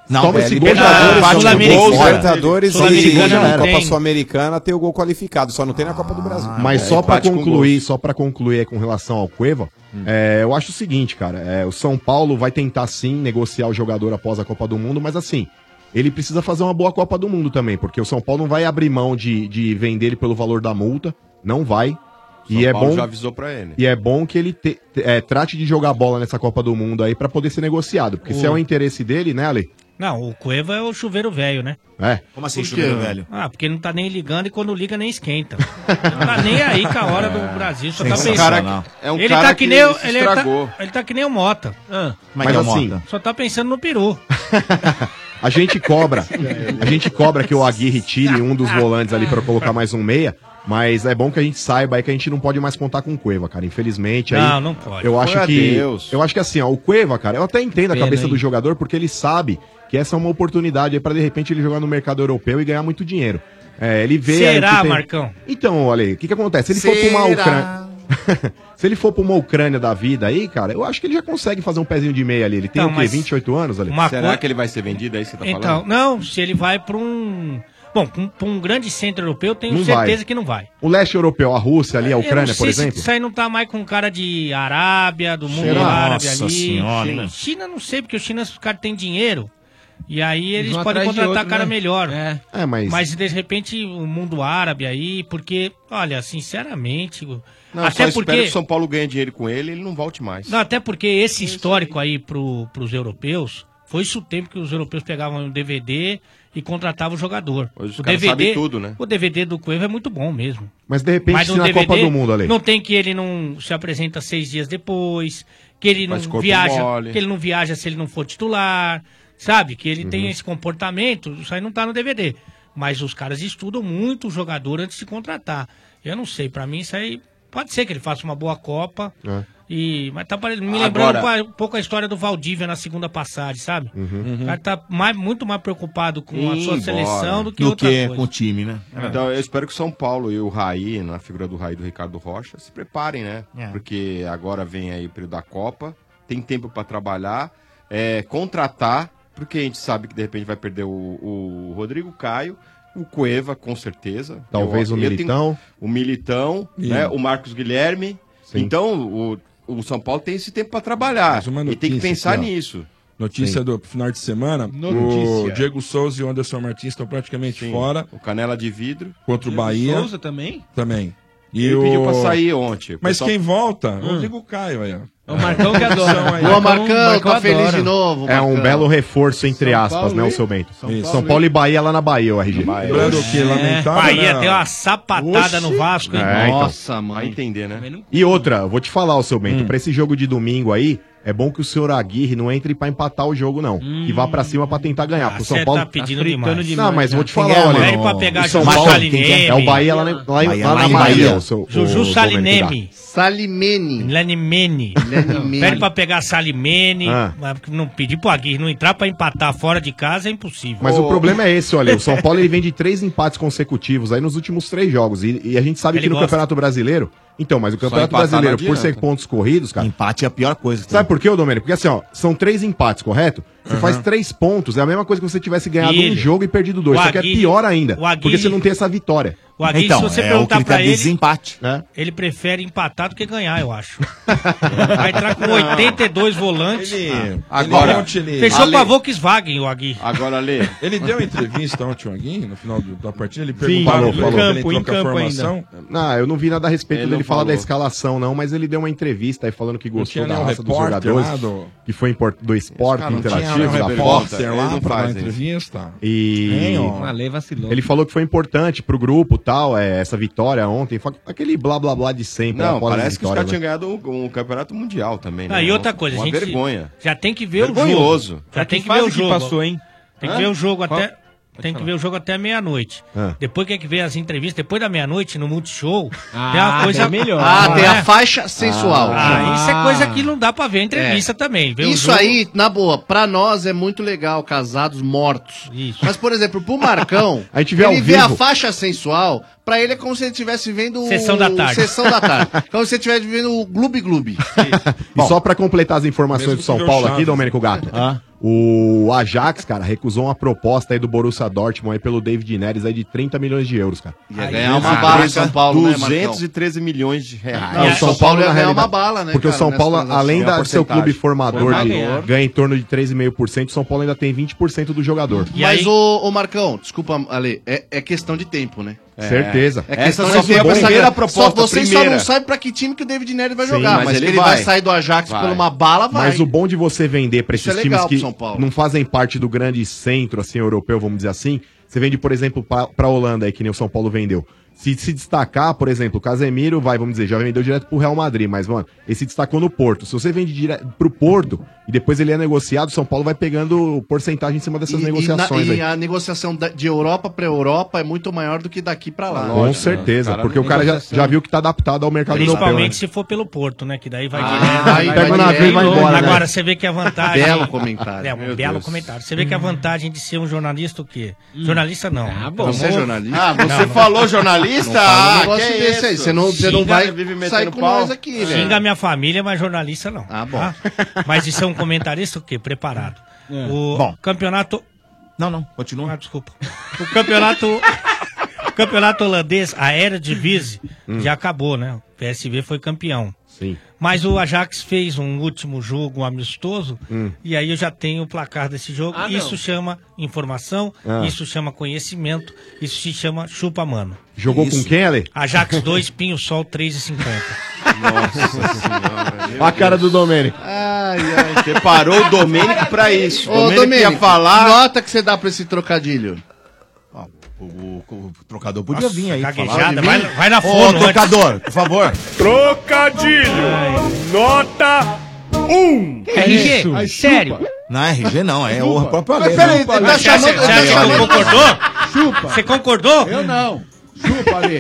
[SPEAKER 5] Não,
[SPEAKER 4] Toma
[SPEAKER 10] velho,
[SPEAKER 4] esse gol,
[SPEAKER 10] é Libertadores,
[SPEAKER 4] já era. Bate no
[SPEAKER 10] Sul-Americana.
[SPEAKER 4] um gol, já era.
[SPEAKER 10] Libertadores
[SPEAKER 4] Sul-Americana
[SPEAKER 10] e
[SPEAKER 4] não
[SPEAKER 10] na Copa
[SPEAKER 4] tem.
[SPEAKER 10] Sul-Americana tem o gol qualificado, só não tem na Copa do Brasil.
[SPEAKER 4] Mas
[SPEAKER 10] É,
[SPEAKER 4] só pra
[SPEAKER 10] empate com
[SPEAKER 4] concluir, só para concluir aí com relação ao Cueva, é, eu acho o seguinte, cara, é, o São Paulo vai tentar sim negociar o jogador após a Copa do Mundo, mas assim, ele precisa fazer uma boa Copa do Mundo também, porque o São Paulo não vai abrir mão de, de vender ele pelo valor da multa, não vai.
[SPEAKER 13] São
[SPEAKER 4] E é
[SPEAKER 13] Paulo
[SPEAKER 4] bom
[SPEAKER 13] já avisou pra ele.
[SPEAKER 4] e é bom que ele te- te- é, trate de jogar bola nessa Copa do Mundo aí pra poder ser negociado, porque se é
[SPEAKER 13] Hum.
[SPEAKER 9] O-
[SPEAKER 4] o interesse dele, né, Ale?
[SPEAKER 9] Não, o Cueva é o chuveiro velho, né?
[SPEAKER 4] É.
[SPEAKER 5] Como assim, Por chuveiro quê? velho?
[SPEAKER 9] Ah, porque não tá nem ligando e quando liga nem esquenta. Não tá nem aí com a hora do Brasil, só tá pensando.
[SPEAKER 13] Cara que- é um
[SPEAKER 9] ele
[SPEAKER 13] cara
[SPEAKER 9] tá que,
[SPEAKER 13] que
[SPEAKER 9] nem o,
[SPEAKER 13] se
[SPEAKER 9] ele, tá,
[SPEAKER 13] estragou.
[SPEAKER 9] ele tá que nem o Mota. Ah,
[SPEAKER 4] Mas que é o assim- Mota?
[SPEAKER 9] só tá pensando no peru.
[SPEAKER 4] A gente cobra, a gente cobra que o Aguirre tire um dos volantes ali pra colocar mais um meia, mas é bom que a gente saiba aí que a gente não pode mais contar com o Cueva, cara. Infelizmente aí.
[SPEAKER 9] Não, não pode.
[SPEAKER 4] Eu acho
[SPEAKER 9] Foi a
[SPEAKER 4] que
[SPEAKER 9] Deus.
[SPEAKER 4] eu acho que assim, ó, o Cueva, cara, eu até entendo a
[SPEAKER 9] Pena,
[SPEAKER 4] cabeça do
[SPEAKER 9] hein?
[SPEAKER 4] jogador porque ele sabe que essa é uma oportunidade aí para de repente ele jogar no mercado europeu e ganhar muito dinheiro. É, ele vê aí
[SPEAKER 9] Será,
[SPEAKER 4] que tem-
[SPEAKER 9] Marcão?
[SPEAKER 4] Então, olha aí, o que que acontece? Se ele for pra uma Ucrânia, se ele for pra uma Ucrânia da vida aí, cara, eu acho que ele já consegue fazer um pezinho de meia ali. Ele tem
[SPEAKER 9] Então,
[SPEAKER 4] o quê?
[SPEAKER 9] mas
[SPEAKER 4] 28 anos ali?
[SPEAKER 9] uma Será co-
[SPEAKER 13] que ele vai ser vendido? É isso que você tá
[SPEAKER 9] Então,
[SPEAKER 13] falando?
[SPEAKER 9] não, se ele vai pra um... Bom, pra um- pra um grande centro europeu, eu tenho
[SPEAKER 4] Não
[SPEAKER 9] certeza
[SPEAKER 4] vai.
[SPEAKER 9] que não vai.
[SPEAKER 4] O leste europeu, a Rússia ali, a
[SPEAKER 9] Eu
[SPEAKER 4] Ucrânia,
[SPEAKER 9] não
[SPEAKER 4] por
[SPEAKER 9] sei se
[SPEAKER 4] exemplo.
[SPEAKER 9] Isso aí não tá mais com cara de Arábia, do mundo
[SPEAKER 4] Será?
[SPEAKER 9] árabe
[SPEAKER 4] Nossa
[SPEAKER 9] ali.
[SPEAKER 4] Senhora,
[SPEAKER 9] China.
[SPEAKER 4] hein?
[SPEAKER 9] China não sei, porque os chineses, os caras têm dinheiro. E aí eles,
[SPEAKER 11] vão
[SPEAKER 9] podem
[SPEAKER 11] atrás de
[SPEAKER 9] contratar
[SPEAKER 11] outro,
[SPEAKER 9] cara
[SPEAKER 11] né?
[SPEAKER 9] melhor.
[SPEAKER 4] É, mas-
[SPEAKER 9] Mas de repente o mundo árabe aí, porque, olha, sinceramente. o-
[SPEAKER 13] Não,
[SPEAKER 9] até
[SPEAKER 13] só espero
[SPEAKER 9] porque.
[SPEAKER 13] que o São Paulo ganhe dinheiro com ele, ele não volte mais.
[SPEAKER 9] Não, até porque esse histórico aí pro, pros europeus Foi isso o tempo que os europeus pegavam um DVD e contratavam o jogador.
[SPEAKER 13] Hoje
[SPEAKER 9] o
[SPEAKER 13] caras sabem tudo, né?
[SPEAKER 9] O DVD do Cueva é muito bom mesmo.
[SPEAKER 4] Mas de repente,
[SPEAKER 9] Mas
[SPEAKER 4] se
[SPEAKER 9] no
[SPEAKER 4] na
[SPEAKER 9] DVD,
[SPEAKER 4] Copa do Mundo, Ale.
[SPEAKER 9] Não tem que ele não se apresenta seis dias depois, que ele não
[SPEAKER 4] Faz corpo
[SPEAKER 9] viaja,
[SPEAKER 4] mole.
[SPEAKER 9] que ele não viaja se ele não for titular, sabe? Que ele
[SPEAKER 13] Uhum.
[SPEAKER 9] tem esse comportamento, isso aí não tá no DVD. Mas os caras estudam muito o jogador antes de contratar. Eu não sei, pra mim isso aí pode ser que ele faça uma boa Copa. E, mas tá parecendo, me lembrando
[SPEAKER 17] Agora-
[SPEAKER 9] pa- um pouco a história do Valdívia na segunda passagem, sabe?
[SPEAKER 5] Uhum.
[SPEAKER 9] O cara tá mais- muito mais preocupado com a
[SPEAKER 13] Ir
[SPEAKER 9] sua
[SPEAKER 13] embora.
[SPEAKER 9] seleção do que
[SPEAKER 5] Do
[SPEAKER 9] outra
[SPEAKER 5] que
[SPEAKER 9] coisa. É.
[SPEAKER 5] com o time, né?
[SPEAKER 13] Então, eu espero que o São Paulo e o Raí, na figura do Raí e do Ricardo Rocha, se preparem, né?
[SPEAKER 5] É.
[SPEAKER 13] Porque agora vem aí o período da Copa, tem tempo pra trabalhar, é, contratar, porque a gente sabe que de repente vai perder o, o Rodrigo Caio, o Cueva, com certeza.
[SPEAKER 4] Talvez o
[SPEAKER 13] tenho-
[SPEAKER 4] Militão.
[SPEAKER 13] o Militão,
[SPEAKER 4] Sim.
[SPEAKER 13] né? O Marcos Guilherme. Então, o, o São Paulo tem esse tempo pra trabalhar.
[SPEAKER 3] Mais uma
[SPEAKER 13] E tem que
[SPEAKER 3] notícia
[SPEAKER 13] pensar
[SPEAKER 3] aqui, ó.
[SPEAKER 13] nisso.
[SPEAKER 3] Notícia
[SPEAKER 13] Sim.
[SPEAKER 3] do final de semana:
[SPEAKER 13] Notícia.
[SPEAKER 3] o Diego Souza e o Anderson Martins estão praticamente fora
[SPEAKER 13] O Canela de Vidro.
[SPEAKER 3] contra o Bahia.
[SPEAKER 11] Souza também?
[SPEAKER 3] Também. E
[SPEAKER 13] Ele
[SPEAKER 3] o-
[SPEAKER 13] pediu pra sair ontem. O
[SPEAKER 3] Mas
[SPEAKER 13] pessoal-
[SPEAKER 3] quem volta?
[SPEAKER 13] Hum.
[SPEAKER 3] O Rodrigo Caio aí, ó.
[SPEAKER 11] é O Marcão que
[SPEAKER 8] um
[SPEAKER 11] adora.
[SPEAKER 3] São aí.
[SPEAKER 11] Boa, Marcão, Marcão tá feliz adora. de novo,
[SPEAKER 4] É um
[SPEAKER 11] Marcão.
[SPEAKER 4] belo reforço, entre
[SPEAKER 11] São
[SPEAKER 4] aspas,
[SPEAKER 11] Paulo
[SPEAKER 4] né,
[SPEAKER 11] e-
[SPEAKER 4] o seu Bento?
[SPEAKER 11] São
[SPEAKER 4] São,
[SPEAKER 11] Paulo
[SPEAKER 4] Paulo, e Bahia lá na Bahia, o RG.
[SPEAKER 3] Lembrando
[SPEAKER 9] É.
[SPEAKER 3] que,
[SPEAKER 12] É.
[SPEAKER 4] Então,
[SPEAKER 3] lamentável,
[SPEAKER 9] Bahia
[SPEAKER 3] né?
[SPEAKER 9] deu uma sapatada no Vasco, hein?
[SPEAKER 4] É, então.
[SPEAKER 13] Vai entender, né?
[SPEAKER 4] E outra, eu vou te falar, ô seu Bento, pra esse jogo de domingo aí, é bom que o senhor Aguirre não entre pra empatar o jogo, não. Que vá pra cima pra tentar ganhar. Pro São
[SPEAKER 9] cê
[SPEAKER 4] Paulo.
[SPEAKER 9] tá pedindo Tá fritando demais. demais,
[SPEAKER 4] Não, mas
[SPEAKER 9] né?
[SPEAKER 4] vou te
[SPEAKER 9] Quem
[SPEAKER 4] falar,
[SPEAKER 9] é,
[SPEAKER 4] olha.
[SPEAKER 9] velho, pra pegar
[SPEAKER 4] o São
[SPEAKER 9] Juju
[SPEAKER 4] Paulo,
[SPEAKER 9] Salineme?
[SPEAKER 4] é o Bahia lá, na- lá, lá na Bahia. o seu- o seu
[SPEAKER 9] Juju
[SPEAKER 4] Bento
[SPEAKER 9] Salineme.
[SPEAKER 8] Salimene.
[SPEAKER 9] Lenimene.
[SPEAKER 8] Lenimene.
[SPEAKER 9] Pede pra pegar Salimene.
[SPEAKER 4] Ah.
[SPEAKER 9] mas Não pedir pro Aguirre não entrar pra empatar fora de casa é impossível.
[SPEAKER 4] Mas o problema é esse, olha, o São Paulo ele vem de três empates consecutivos aí nos últimos três jogos. E, e a gente sabe
[SPEAKER 9] Ele
[SPEAKER 4] que no
[SPEAKER 9] gosta.
[SPEAKER 4] Campeonato Brasileiro. Então, mas o Campeonato
[SPEAKER 5] empatar não
[SPEAKER 4] Brasileiro, por
[SPEAKER 5] adianta.
[SPEAKER 4] ser
[SPEAKER 9] tá?
[SPEAKER 4] pontos corridos, cara. Empate é a pior coisa. Sabe por quê, ô Domênico? Porque assim, ó, são três empates, correto? Você faz três pontos, é a mesma coisa que você tivesse ganhado
[SPEAKER 9] Ele-
[SPEAKER 4] um jogo e perdido dois.
[SPEAKER 9] o
[SPEAKER 4] Só que é
[SPEAKER 9] Aguirre-
[SPEAKER 4] pior ainda.
[SPEAKER 9] o Aguirre-
[SPEAKER 4] Porque você não tem essa vitória.
[SPEAKER 9] O Aguirre,
[SPEAKER 4] Então,
[SPEAKER 9] se você perguntar pra ele.
[SPEAKER 4] É.
[SPEAKER 9] Ele prefere empatar do que ganhar, eu acho. Vai entrar com 82 volantes.
[SPEAKER 8] Ah.
[SPEAKER 13] um
[SPEAKER 3] agora-
[SPEAKER 9] fechou
[SPEAKER 3] Ale-
[SPEAKER 9] pra Volkswagen o Aguirre.
[SPEAKER 13] Agora, Lê.
[SPEAKER 3] Ele
[SPEAKER 13] um
[SPEAKER 3] deu entrevista ontem, o Aguinho, no final do- da partida. Ele
[SPEAKER 4] Sim,
[SPEAKER 3] perguntou
[SPEAKER 4] falou,
[SPEAKER 3] ele
[SPEAKER 4] falou.
[SPEAKER 3] ele entrou com a formação.
[SPEAKER 4] Não, eu não vi nada a respeito
[SPEAKER 3] Ele
[SPEAKER 4] dele
[SPEAKER 3] não
[SPEAKER 4] falar da
[SPEAKER 3] falou.
[SPEAKER 4] escalação, não, mas ele deu uma entrevista aí falando que gostou
[SPEAKER 3] tinha
[SPEAKER 4] da
[SPEAKER 3] nenhum
[SPEAKER 4] raça dos
[SPEAKER 3] repórter
[SPEAKER 4] jogadores,
[SPEAKER 3] lá do-
[SPEAKER 4] que foi import- do esporte
[SPEAKER 3] Cara, não tinha
[SPEAKER 4] interativo,
[SPEAKER 3] nenhum
[SPEAKER 4] da
[SPEAKER 3] repórter
[SPEAKER 4] Fox.
[SPEAKER 3] lá Eles não pra dar fazem.
[SPEAKER 4] entrevista.
[SPEAKER 3] entrevista.
[SPEAKER 4] E...
[SPEAKER 3] Tem, ó. Ah, lei vacilou.
[SPEAKER 4] Ele falou que foi importante pro grupo tal, é, essa vitória ontem, fa- aquele blá blá blá de sempre.
[SPEAKER 13] Não,
[SPEAKER 4] após as
[SPEAKER 13] parece que os
[SPEAKER 4] vitórias, né?
[SPEAKER 13] caras tinham ganhado um, um campeonato mundial também, né?
[SPEAKER 9] Ah, e outra
[SPEAKER 13] Uma-
[SPEAKER 9] coisa,
[SPEAKER 13] uma
[SPEAKER 9] a gente
[SPEAKER 13] vergonha.
[SPEAKER 9] já tem que ver o
[SPEAKER 13] Vergonhoso.
[SPEAKER 9] jogo. Já
[SPEAKER 13] Pra
[SPEAKER 9] tem
[SPEAKER 13] que
[SPEAKER 9] que ver o
[SPEAKER 13] fase que
[SPEAKER 9] jogo.
[SPEAKER 13] passou, hein?
[SPEAKER 9] Tem
[SPEAKER 13] Hã?
[SPEAKER 9] que ver o jogo
[SPEAKER 13] Qual-
[SPEAKER 9] até tem que ver o jogo até meia-noite. Depois que é que vem as entrevistas, depois da meia-noite no Multishow, tem uma
[SPEAKER 8] Ah,
[SPEAKER 9] coisa
[SPEAKER 8] tem melhor. Ah, tem a
[SPEAKER 9] É.
[SPEAKER 8] faixa sensual.
[SPEAKER 9] Ah, isso é coisa
[SPEAKER 8] Ah.
[SPEAKER 9] que não dá pra ver em entrevista
[SPEAKER 8] É.
[SPEAKER 9] também. Ver o
[SPEAKER 8] Isso
[SPEAKER 9] jogo-
[SPEAKER 8] aí, na boa, pra nós é muito legal, casados mortos.
[SPEAKER 9] Isso.
[SPEAKER 8] Mas, por exemplo, pro Marcão,
[SPEAKER 4] A gente vê ao
[SPEAKER 8] ele vê a
[SPEAKER 4] vivo.
[SPEAKER 8] faixa sensual, pra ele é como se ele estivesse vendo... o-
[SPEAKER 4] Sessão da tarde.
[SPEAKER 8] Sessão da tarde. Como se ele estivesse vendo o Gloob Gloob.
[SPEAKER 4] E só pra completar as informações
[SPEAKER 8] Mesmo
[SPEAKER 4] do
[SPEAKER 8] que
[SPEAKER 4] São
[SPEAKER 8] deu
[SPEAKER 4] Paulo
[SPEAKER 8] Chaves.
[SPEAKER 4] aqui, Domênico Gato. O Ajax, cara, recusou uma proposta aí do Borussia Dortmund aí pelo David Neres aí de 30 milhões de euros, cara.
[SPEAKER 8] Ia ganhar uma bala em São Paulo, né, Marcão?
[SPEAKER 13] 213 milhões de reais.
[SPEAKER 4] Não, o São Paulo,
[SPEAKER 8] ia
[SPEAKER 4] na
[SPEAKER 8] ganhar
[SPEAKER 4] realidade,
[SPEAKER 8] uma bala, né,
[SPEAKER 4] Porque
[SPEAKER 8] cara,
[SPEAKER 4] o São
[SPEAKER 8] nessa
[SPEAKER 4] Paulo,
[SPEAKER 8] transação.
[SPEAKER 4] além
[SPEAKER 8] É
[SPEAKER 4] da
[SPEAKER 8] uma
[SPEAKER 4] seu
[SPEAKER 8] porcentagem.
[SPEAKER 4] clube formador de,
[SPEAKER 8] Formador.
[SPEAKER 4] ganha em torno de 3,5%, o São Paulo ainda tem 20% do jogador.
[SPEAKER 8] Mas, ô, ô, Marcão, desculpa, Ale, é, é questão de tempo, né?
[SPEAKER 4] É. Certeza.
[SPEAKER 8] É questão
[SPEAKER 4] Essa
[SPEAKER 8] de
[SPEAKER 4] só foi a
[SPEAKER 8] tempo. essa
[SPEAKER 4] primeira
[SPEAKER 8] grana.
[SPEAKER 4] proposta,
[SPEAKER 8] Só vocês só
[SPEAKER 4] primeira.
[SPEAKER 8] não sabem pra que time que o David Neres vai
[SPEAKER 4] Sim,
[SPEAKER 8] jogar, mas, que ele vai. sair do Ajax
[SPEAKER 4] Vai.
[SPEAKER 8] por uma bala, vai.
[SPEAKER 4] Mas o bom de você vender pra
[SPEAKER 8] Isso
[SPEAKER 4] esses
[SPEAKER 8] é
[SPEAKER 4] times
[SPEAKER 8] legal
[SPEAKER 4] que
[SPEAKER 8] pro São Paulo.
[SPEAKER 4] não fazem parte do grande centro assim europeu, vamos dizer assim, você vende, por exemplo, pra, pra Holanda aí, que nem o São Paulo vendeu. Se se destacar, por exemplo, o Casemiro vai, vamos dizer, já vendeu direto pro Real Madrid, mas, mano, ele se destacou no Porto. Se você vende direto pro Porto e depois ele é negociado, o São Paulo vai pegando porcentagem em cima dessas
[SPEAKER 8] E, na-
[SPEAKER 4] negociações aí.
[SPEAKER 8] e a negociação da- de Europa pra Europa é muito maior do que daqui pra lá.
[SPEAKER 4] Com certeza, porque o cara já, já viu que tá adaptado ao mercado europeu. né?
[SPEAKER 9] Principalmente se for pelo Porto, né? Que daí vai
[SPEAKER 4] Ah,
[SPEAKER 9] direto.
[SPEAKER 4] aí pega o navio e vai embora, né?
[SPEAKER 9] Agora você vê que a vantagem.
[SPEAKER 4] Belo comentário.
[SPEAKER 9] É, um
[SPEAKER 4] Meu
[SPEAKER 9] belo
[SPEAKER 4] Deus.
[SPEAKER 9] comentário. Você vê que a vantagem de ser um jornalista o quê? Jornalista não. Ah,
[SPEAKER 8] bom. Você é jornalista? Ah, você falou jornalista? Ah, que isso? Xinga, vive metendo pau.
[SPEAKER 9] aqui,
[SPEAKER 8] Xinga
[SPEAKER 9] Xinga minha família, mas jornalista não. Ah, bom. Mas de ser um comentarista o quê? Preparado. O
[SPEAKER 17] Bom.
[SPEAKER 9] campeonato. Não, não. Continua. Ah, desculpa. O campeonato. O campeonato holandês, a era de Vise, já acabou, né? O PSV foi campeão.
[SPEAKER 4] Sim.
[SPEAKER 9] Mas o Ajax fez um último jogo, um amistoso, e aí eu já tenho o placar desse jogo.
[SPEAKER 17] Ah, não.
[SPEAKER 9] isso chama informação,
[SPEAKER 4] Ah.
[SPEAKER 9] isso chama conhecimento, isso se chama chupa-mano.
[SPEAKER 4] Jogou com quem, Ale?
[SPEAKER 9] Ajax 2, Pinho Sol 3,50.
[SPEAKER 13] Nossa senhora. meu
[SPEAKER 4] A cara do Domênico.
[SPEAKER 8] Ai, ai.
[SPEAKER 13] Preparou o Domênico pra isso.
[SPEAKER 8] Ô,
[SPEAKER 13] O Domênico,
[SPEAKER 8] Domênico,
[SPEAKER 13] ia falar.
[SPEAKER 8] nota que você dá pra esse trocadilho.
[SPEAKER 5] O, o- o trocador podia vir aí.
[SPEAKER 8] caguejada,
[SPEAKER 5] falar. Ele
[SPEAKER 8] vai-
[SPEAKER 5] vem.
[SPEAKER 8] vai na né?
[SPEAKER 5] Ô,
[SPEAKER 8] fono
[SPEAKER 5] trocador, por favor.
[SPEAKER 17] Trocadilho! Nota 1!
[SPEAKER 12] é
[SPEAKER 5] RG, sério. Não, RG não, é o próprio
[SPEAKER 17] Mas
[SPEAKER 5] Ale,
[SPEAKER 17] peraí,
[SPEAKER 5] né?
[SPEAKER 17] tá Mas
[SPEAKER 9] Você acha, você acha que
[SPEAKER 5] Ale.
[SPEAKER 9] não concordou? Chupa. Você concordou?
[SPEAKER 15] Eu não. Chupa, Ale.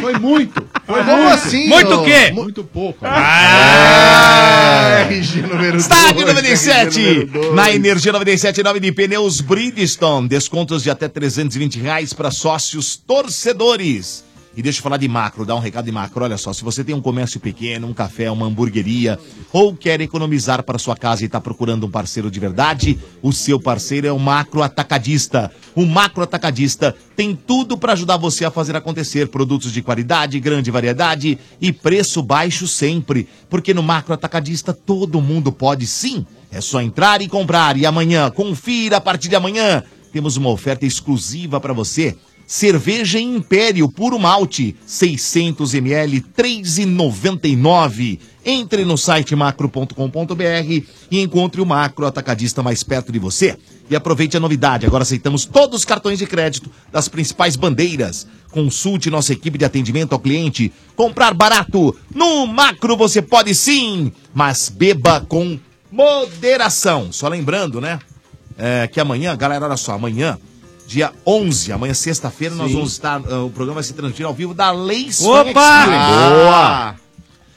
[SPEAKER 15] Foi muito. Foi
[SPEAKER 9] Ah, como
[SPEAKER 15] muito.
[SPEAKER 9] assim, Muito ô? o quê?
[SPEAKER 15] Muito pouco. né? É.
[SPEAKER 5] Ah,
[SPEAKER 8] RG número
[SPEAKER 5] Estádio
[SPEAKER 15] dois,
[SPEAKER 5] 97.
[SPEAKER 15] RG número dois.
[SPEAKER 5] Na Energia 97, em nome de pneus Bridgestone. Descontos de até 320 reais para sócios torcedores. E deixa eu falar de macro, dar um recado de macro. Olha só, se você tem um comércio pequeno, um café, uma hamburgueria ou quer economizar para sua casa e está procurando um parceiro de verdade, o seu parceiro é o Macro Atacadista. O Macro Atacadista tem tudo para ajudar você a fazer acontecer. Produtos de qualidade, grande variedade e preço baixo sempre. Porque no Macro Atacadista todo mundo pode sim. É só entrar e comprar. E amanhã, confira a partir de amanhã, temos uma oferta exclusiva para você. Cerveja Império Puro Malte, 600 ml, 3,99. Entre no site macro.com.br e encontre o macro atacadista mais perto de você. E aproveite a novidade, agora aceitamos todos os cartões de crédito das principais bandeiras. Consulte nossa equipe de atendimento ao cliente. Comprar barato no macro você pode sim, mas beba com moderação. Só lembrando, né? é, que amanhã, galera, olha só, amanhã, dia 11, amanhã sexta-feira, nós
[SPEAKER 13] Sim.
[SPEAKER 5] vamos estar, ah, o programa vai se transmitir ao vivo da Leis
[SPEAKER 13] Opa!
[SPEAKER 5] Boa!
[SPEAKER 13] Boa!
[SPEAKER 12] Ah,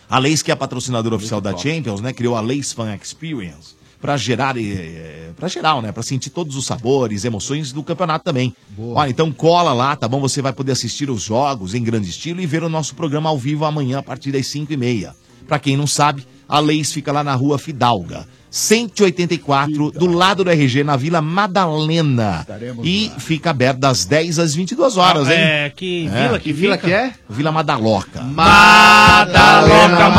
[SPEAKER 5] A Leis, que é a patrocinadora oficial da Champions, né, criou a Leis Fan Experience para gerar, eh, para geral, né, para sentir todos os sabores, emoções do campeonato também. Olha, então cola lá, tá bom? Você vai poder assistir os jogos em grande estilo e ver o nosso programa ao vivo amanhã a partir das 5 e meia. Pra quem não sabe, a Leis fica lá na rua Fidalga, 184, do lado do RG, na Vila Madalena. e fica aberto das 10 às 22 horas, hein?
[SPEAKER 9] É, que vila que fica?
[SPEAKER 5] Vila Madaloca.
[SPEAKER 17] Madaloca,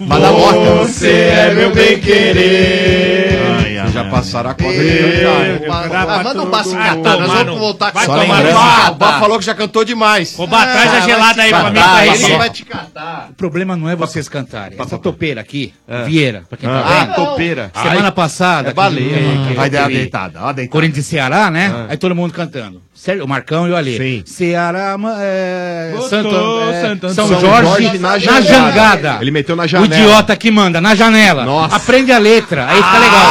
[SPEAKER 5] Madaloca.
[SPEAKER 17] Você é meu bem querer.
[SPEAKER 13] Vocês já passaram a cota
[SPEAKER 8] Eu, ah, manda um baço cantar, nós vamos voltar com
[SPEAKER 13] Só
[SPEAKER 8] essa
[SPEAKER 13] lembrando-
[SPEAKER 8] lembrança.
[SPEAKER 13] Ah, o Bá falou que já cantou demais. Ah,
[SPEAKER 9] Ô, Bá, traz a gelada aí pra mim, pra
[SPEAKER 13] Bá,
[SPEAKER 9] RG.
[SPEAKER 13] Bá,
[SPEAKER 8] Vai te catar.
[SPEAKER 12] O problema não é vocês cantarem. Essa topeira aqui, Vieira, pra quem tá
[SPEAKER 13] Ah,
[SPEAKER 5] é
[SPEAKER 12] vendo.
[SPEAKER 13] topeira.
[SPEAKER 12] Semana
[SPEAKER 13] Ai,
[SPEAKER 12] passada.
[SPEAKER 13] é baleia,
[SPEAKER 12] que-
[SPEAKER 13] mano.
[SPEAKER 12] que-
[SPEAKER 13] Vai
[SPEAKER 11] é
[SPEAKER 13] dar uma
[SPEAKER 12] que-
[SPEAKER 13] deitada, uma deitada.
[SPEAKER 12] Corinthians e Ceará, né?
[SPEAKER 13] Ah.
[SPEAKER 12] Aí todo mundo cantando. Sério, o Marcão e o Ale. Ceará, ma- é,
[SPEAKER 4] Botou
[SPEAKER 12] Santo, é,
[SPEAKER 4] Santo
[SPEAKER 12] São,
[SPEAKER 4] Antônio.
[SPEAKER 12] Jorge,
[SPEAKER 4] na
[SPEAKER 12] na jangada.
[SPEAKER 4] jangada. Ele meteu na janela.
[SPEAKER 12] O idiota que manda, na janela. Aprende a letra, aí fica legal.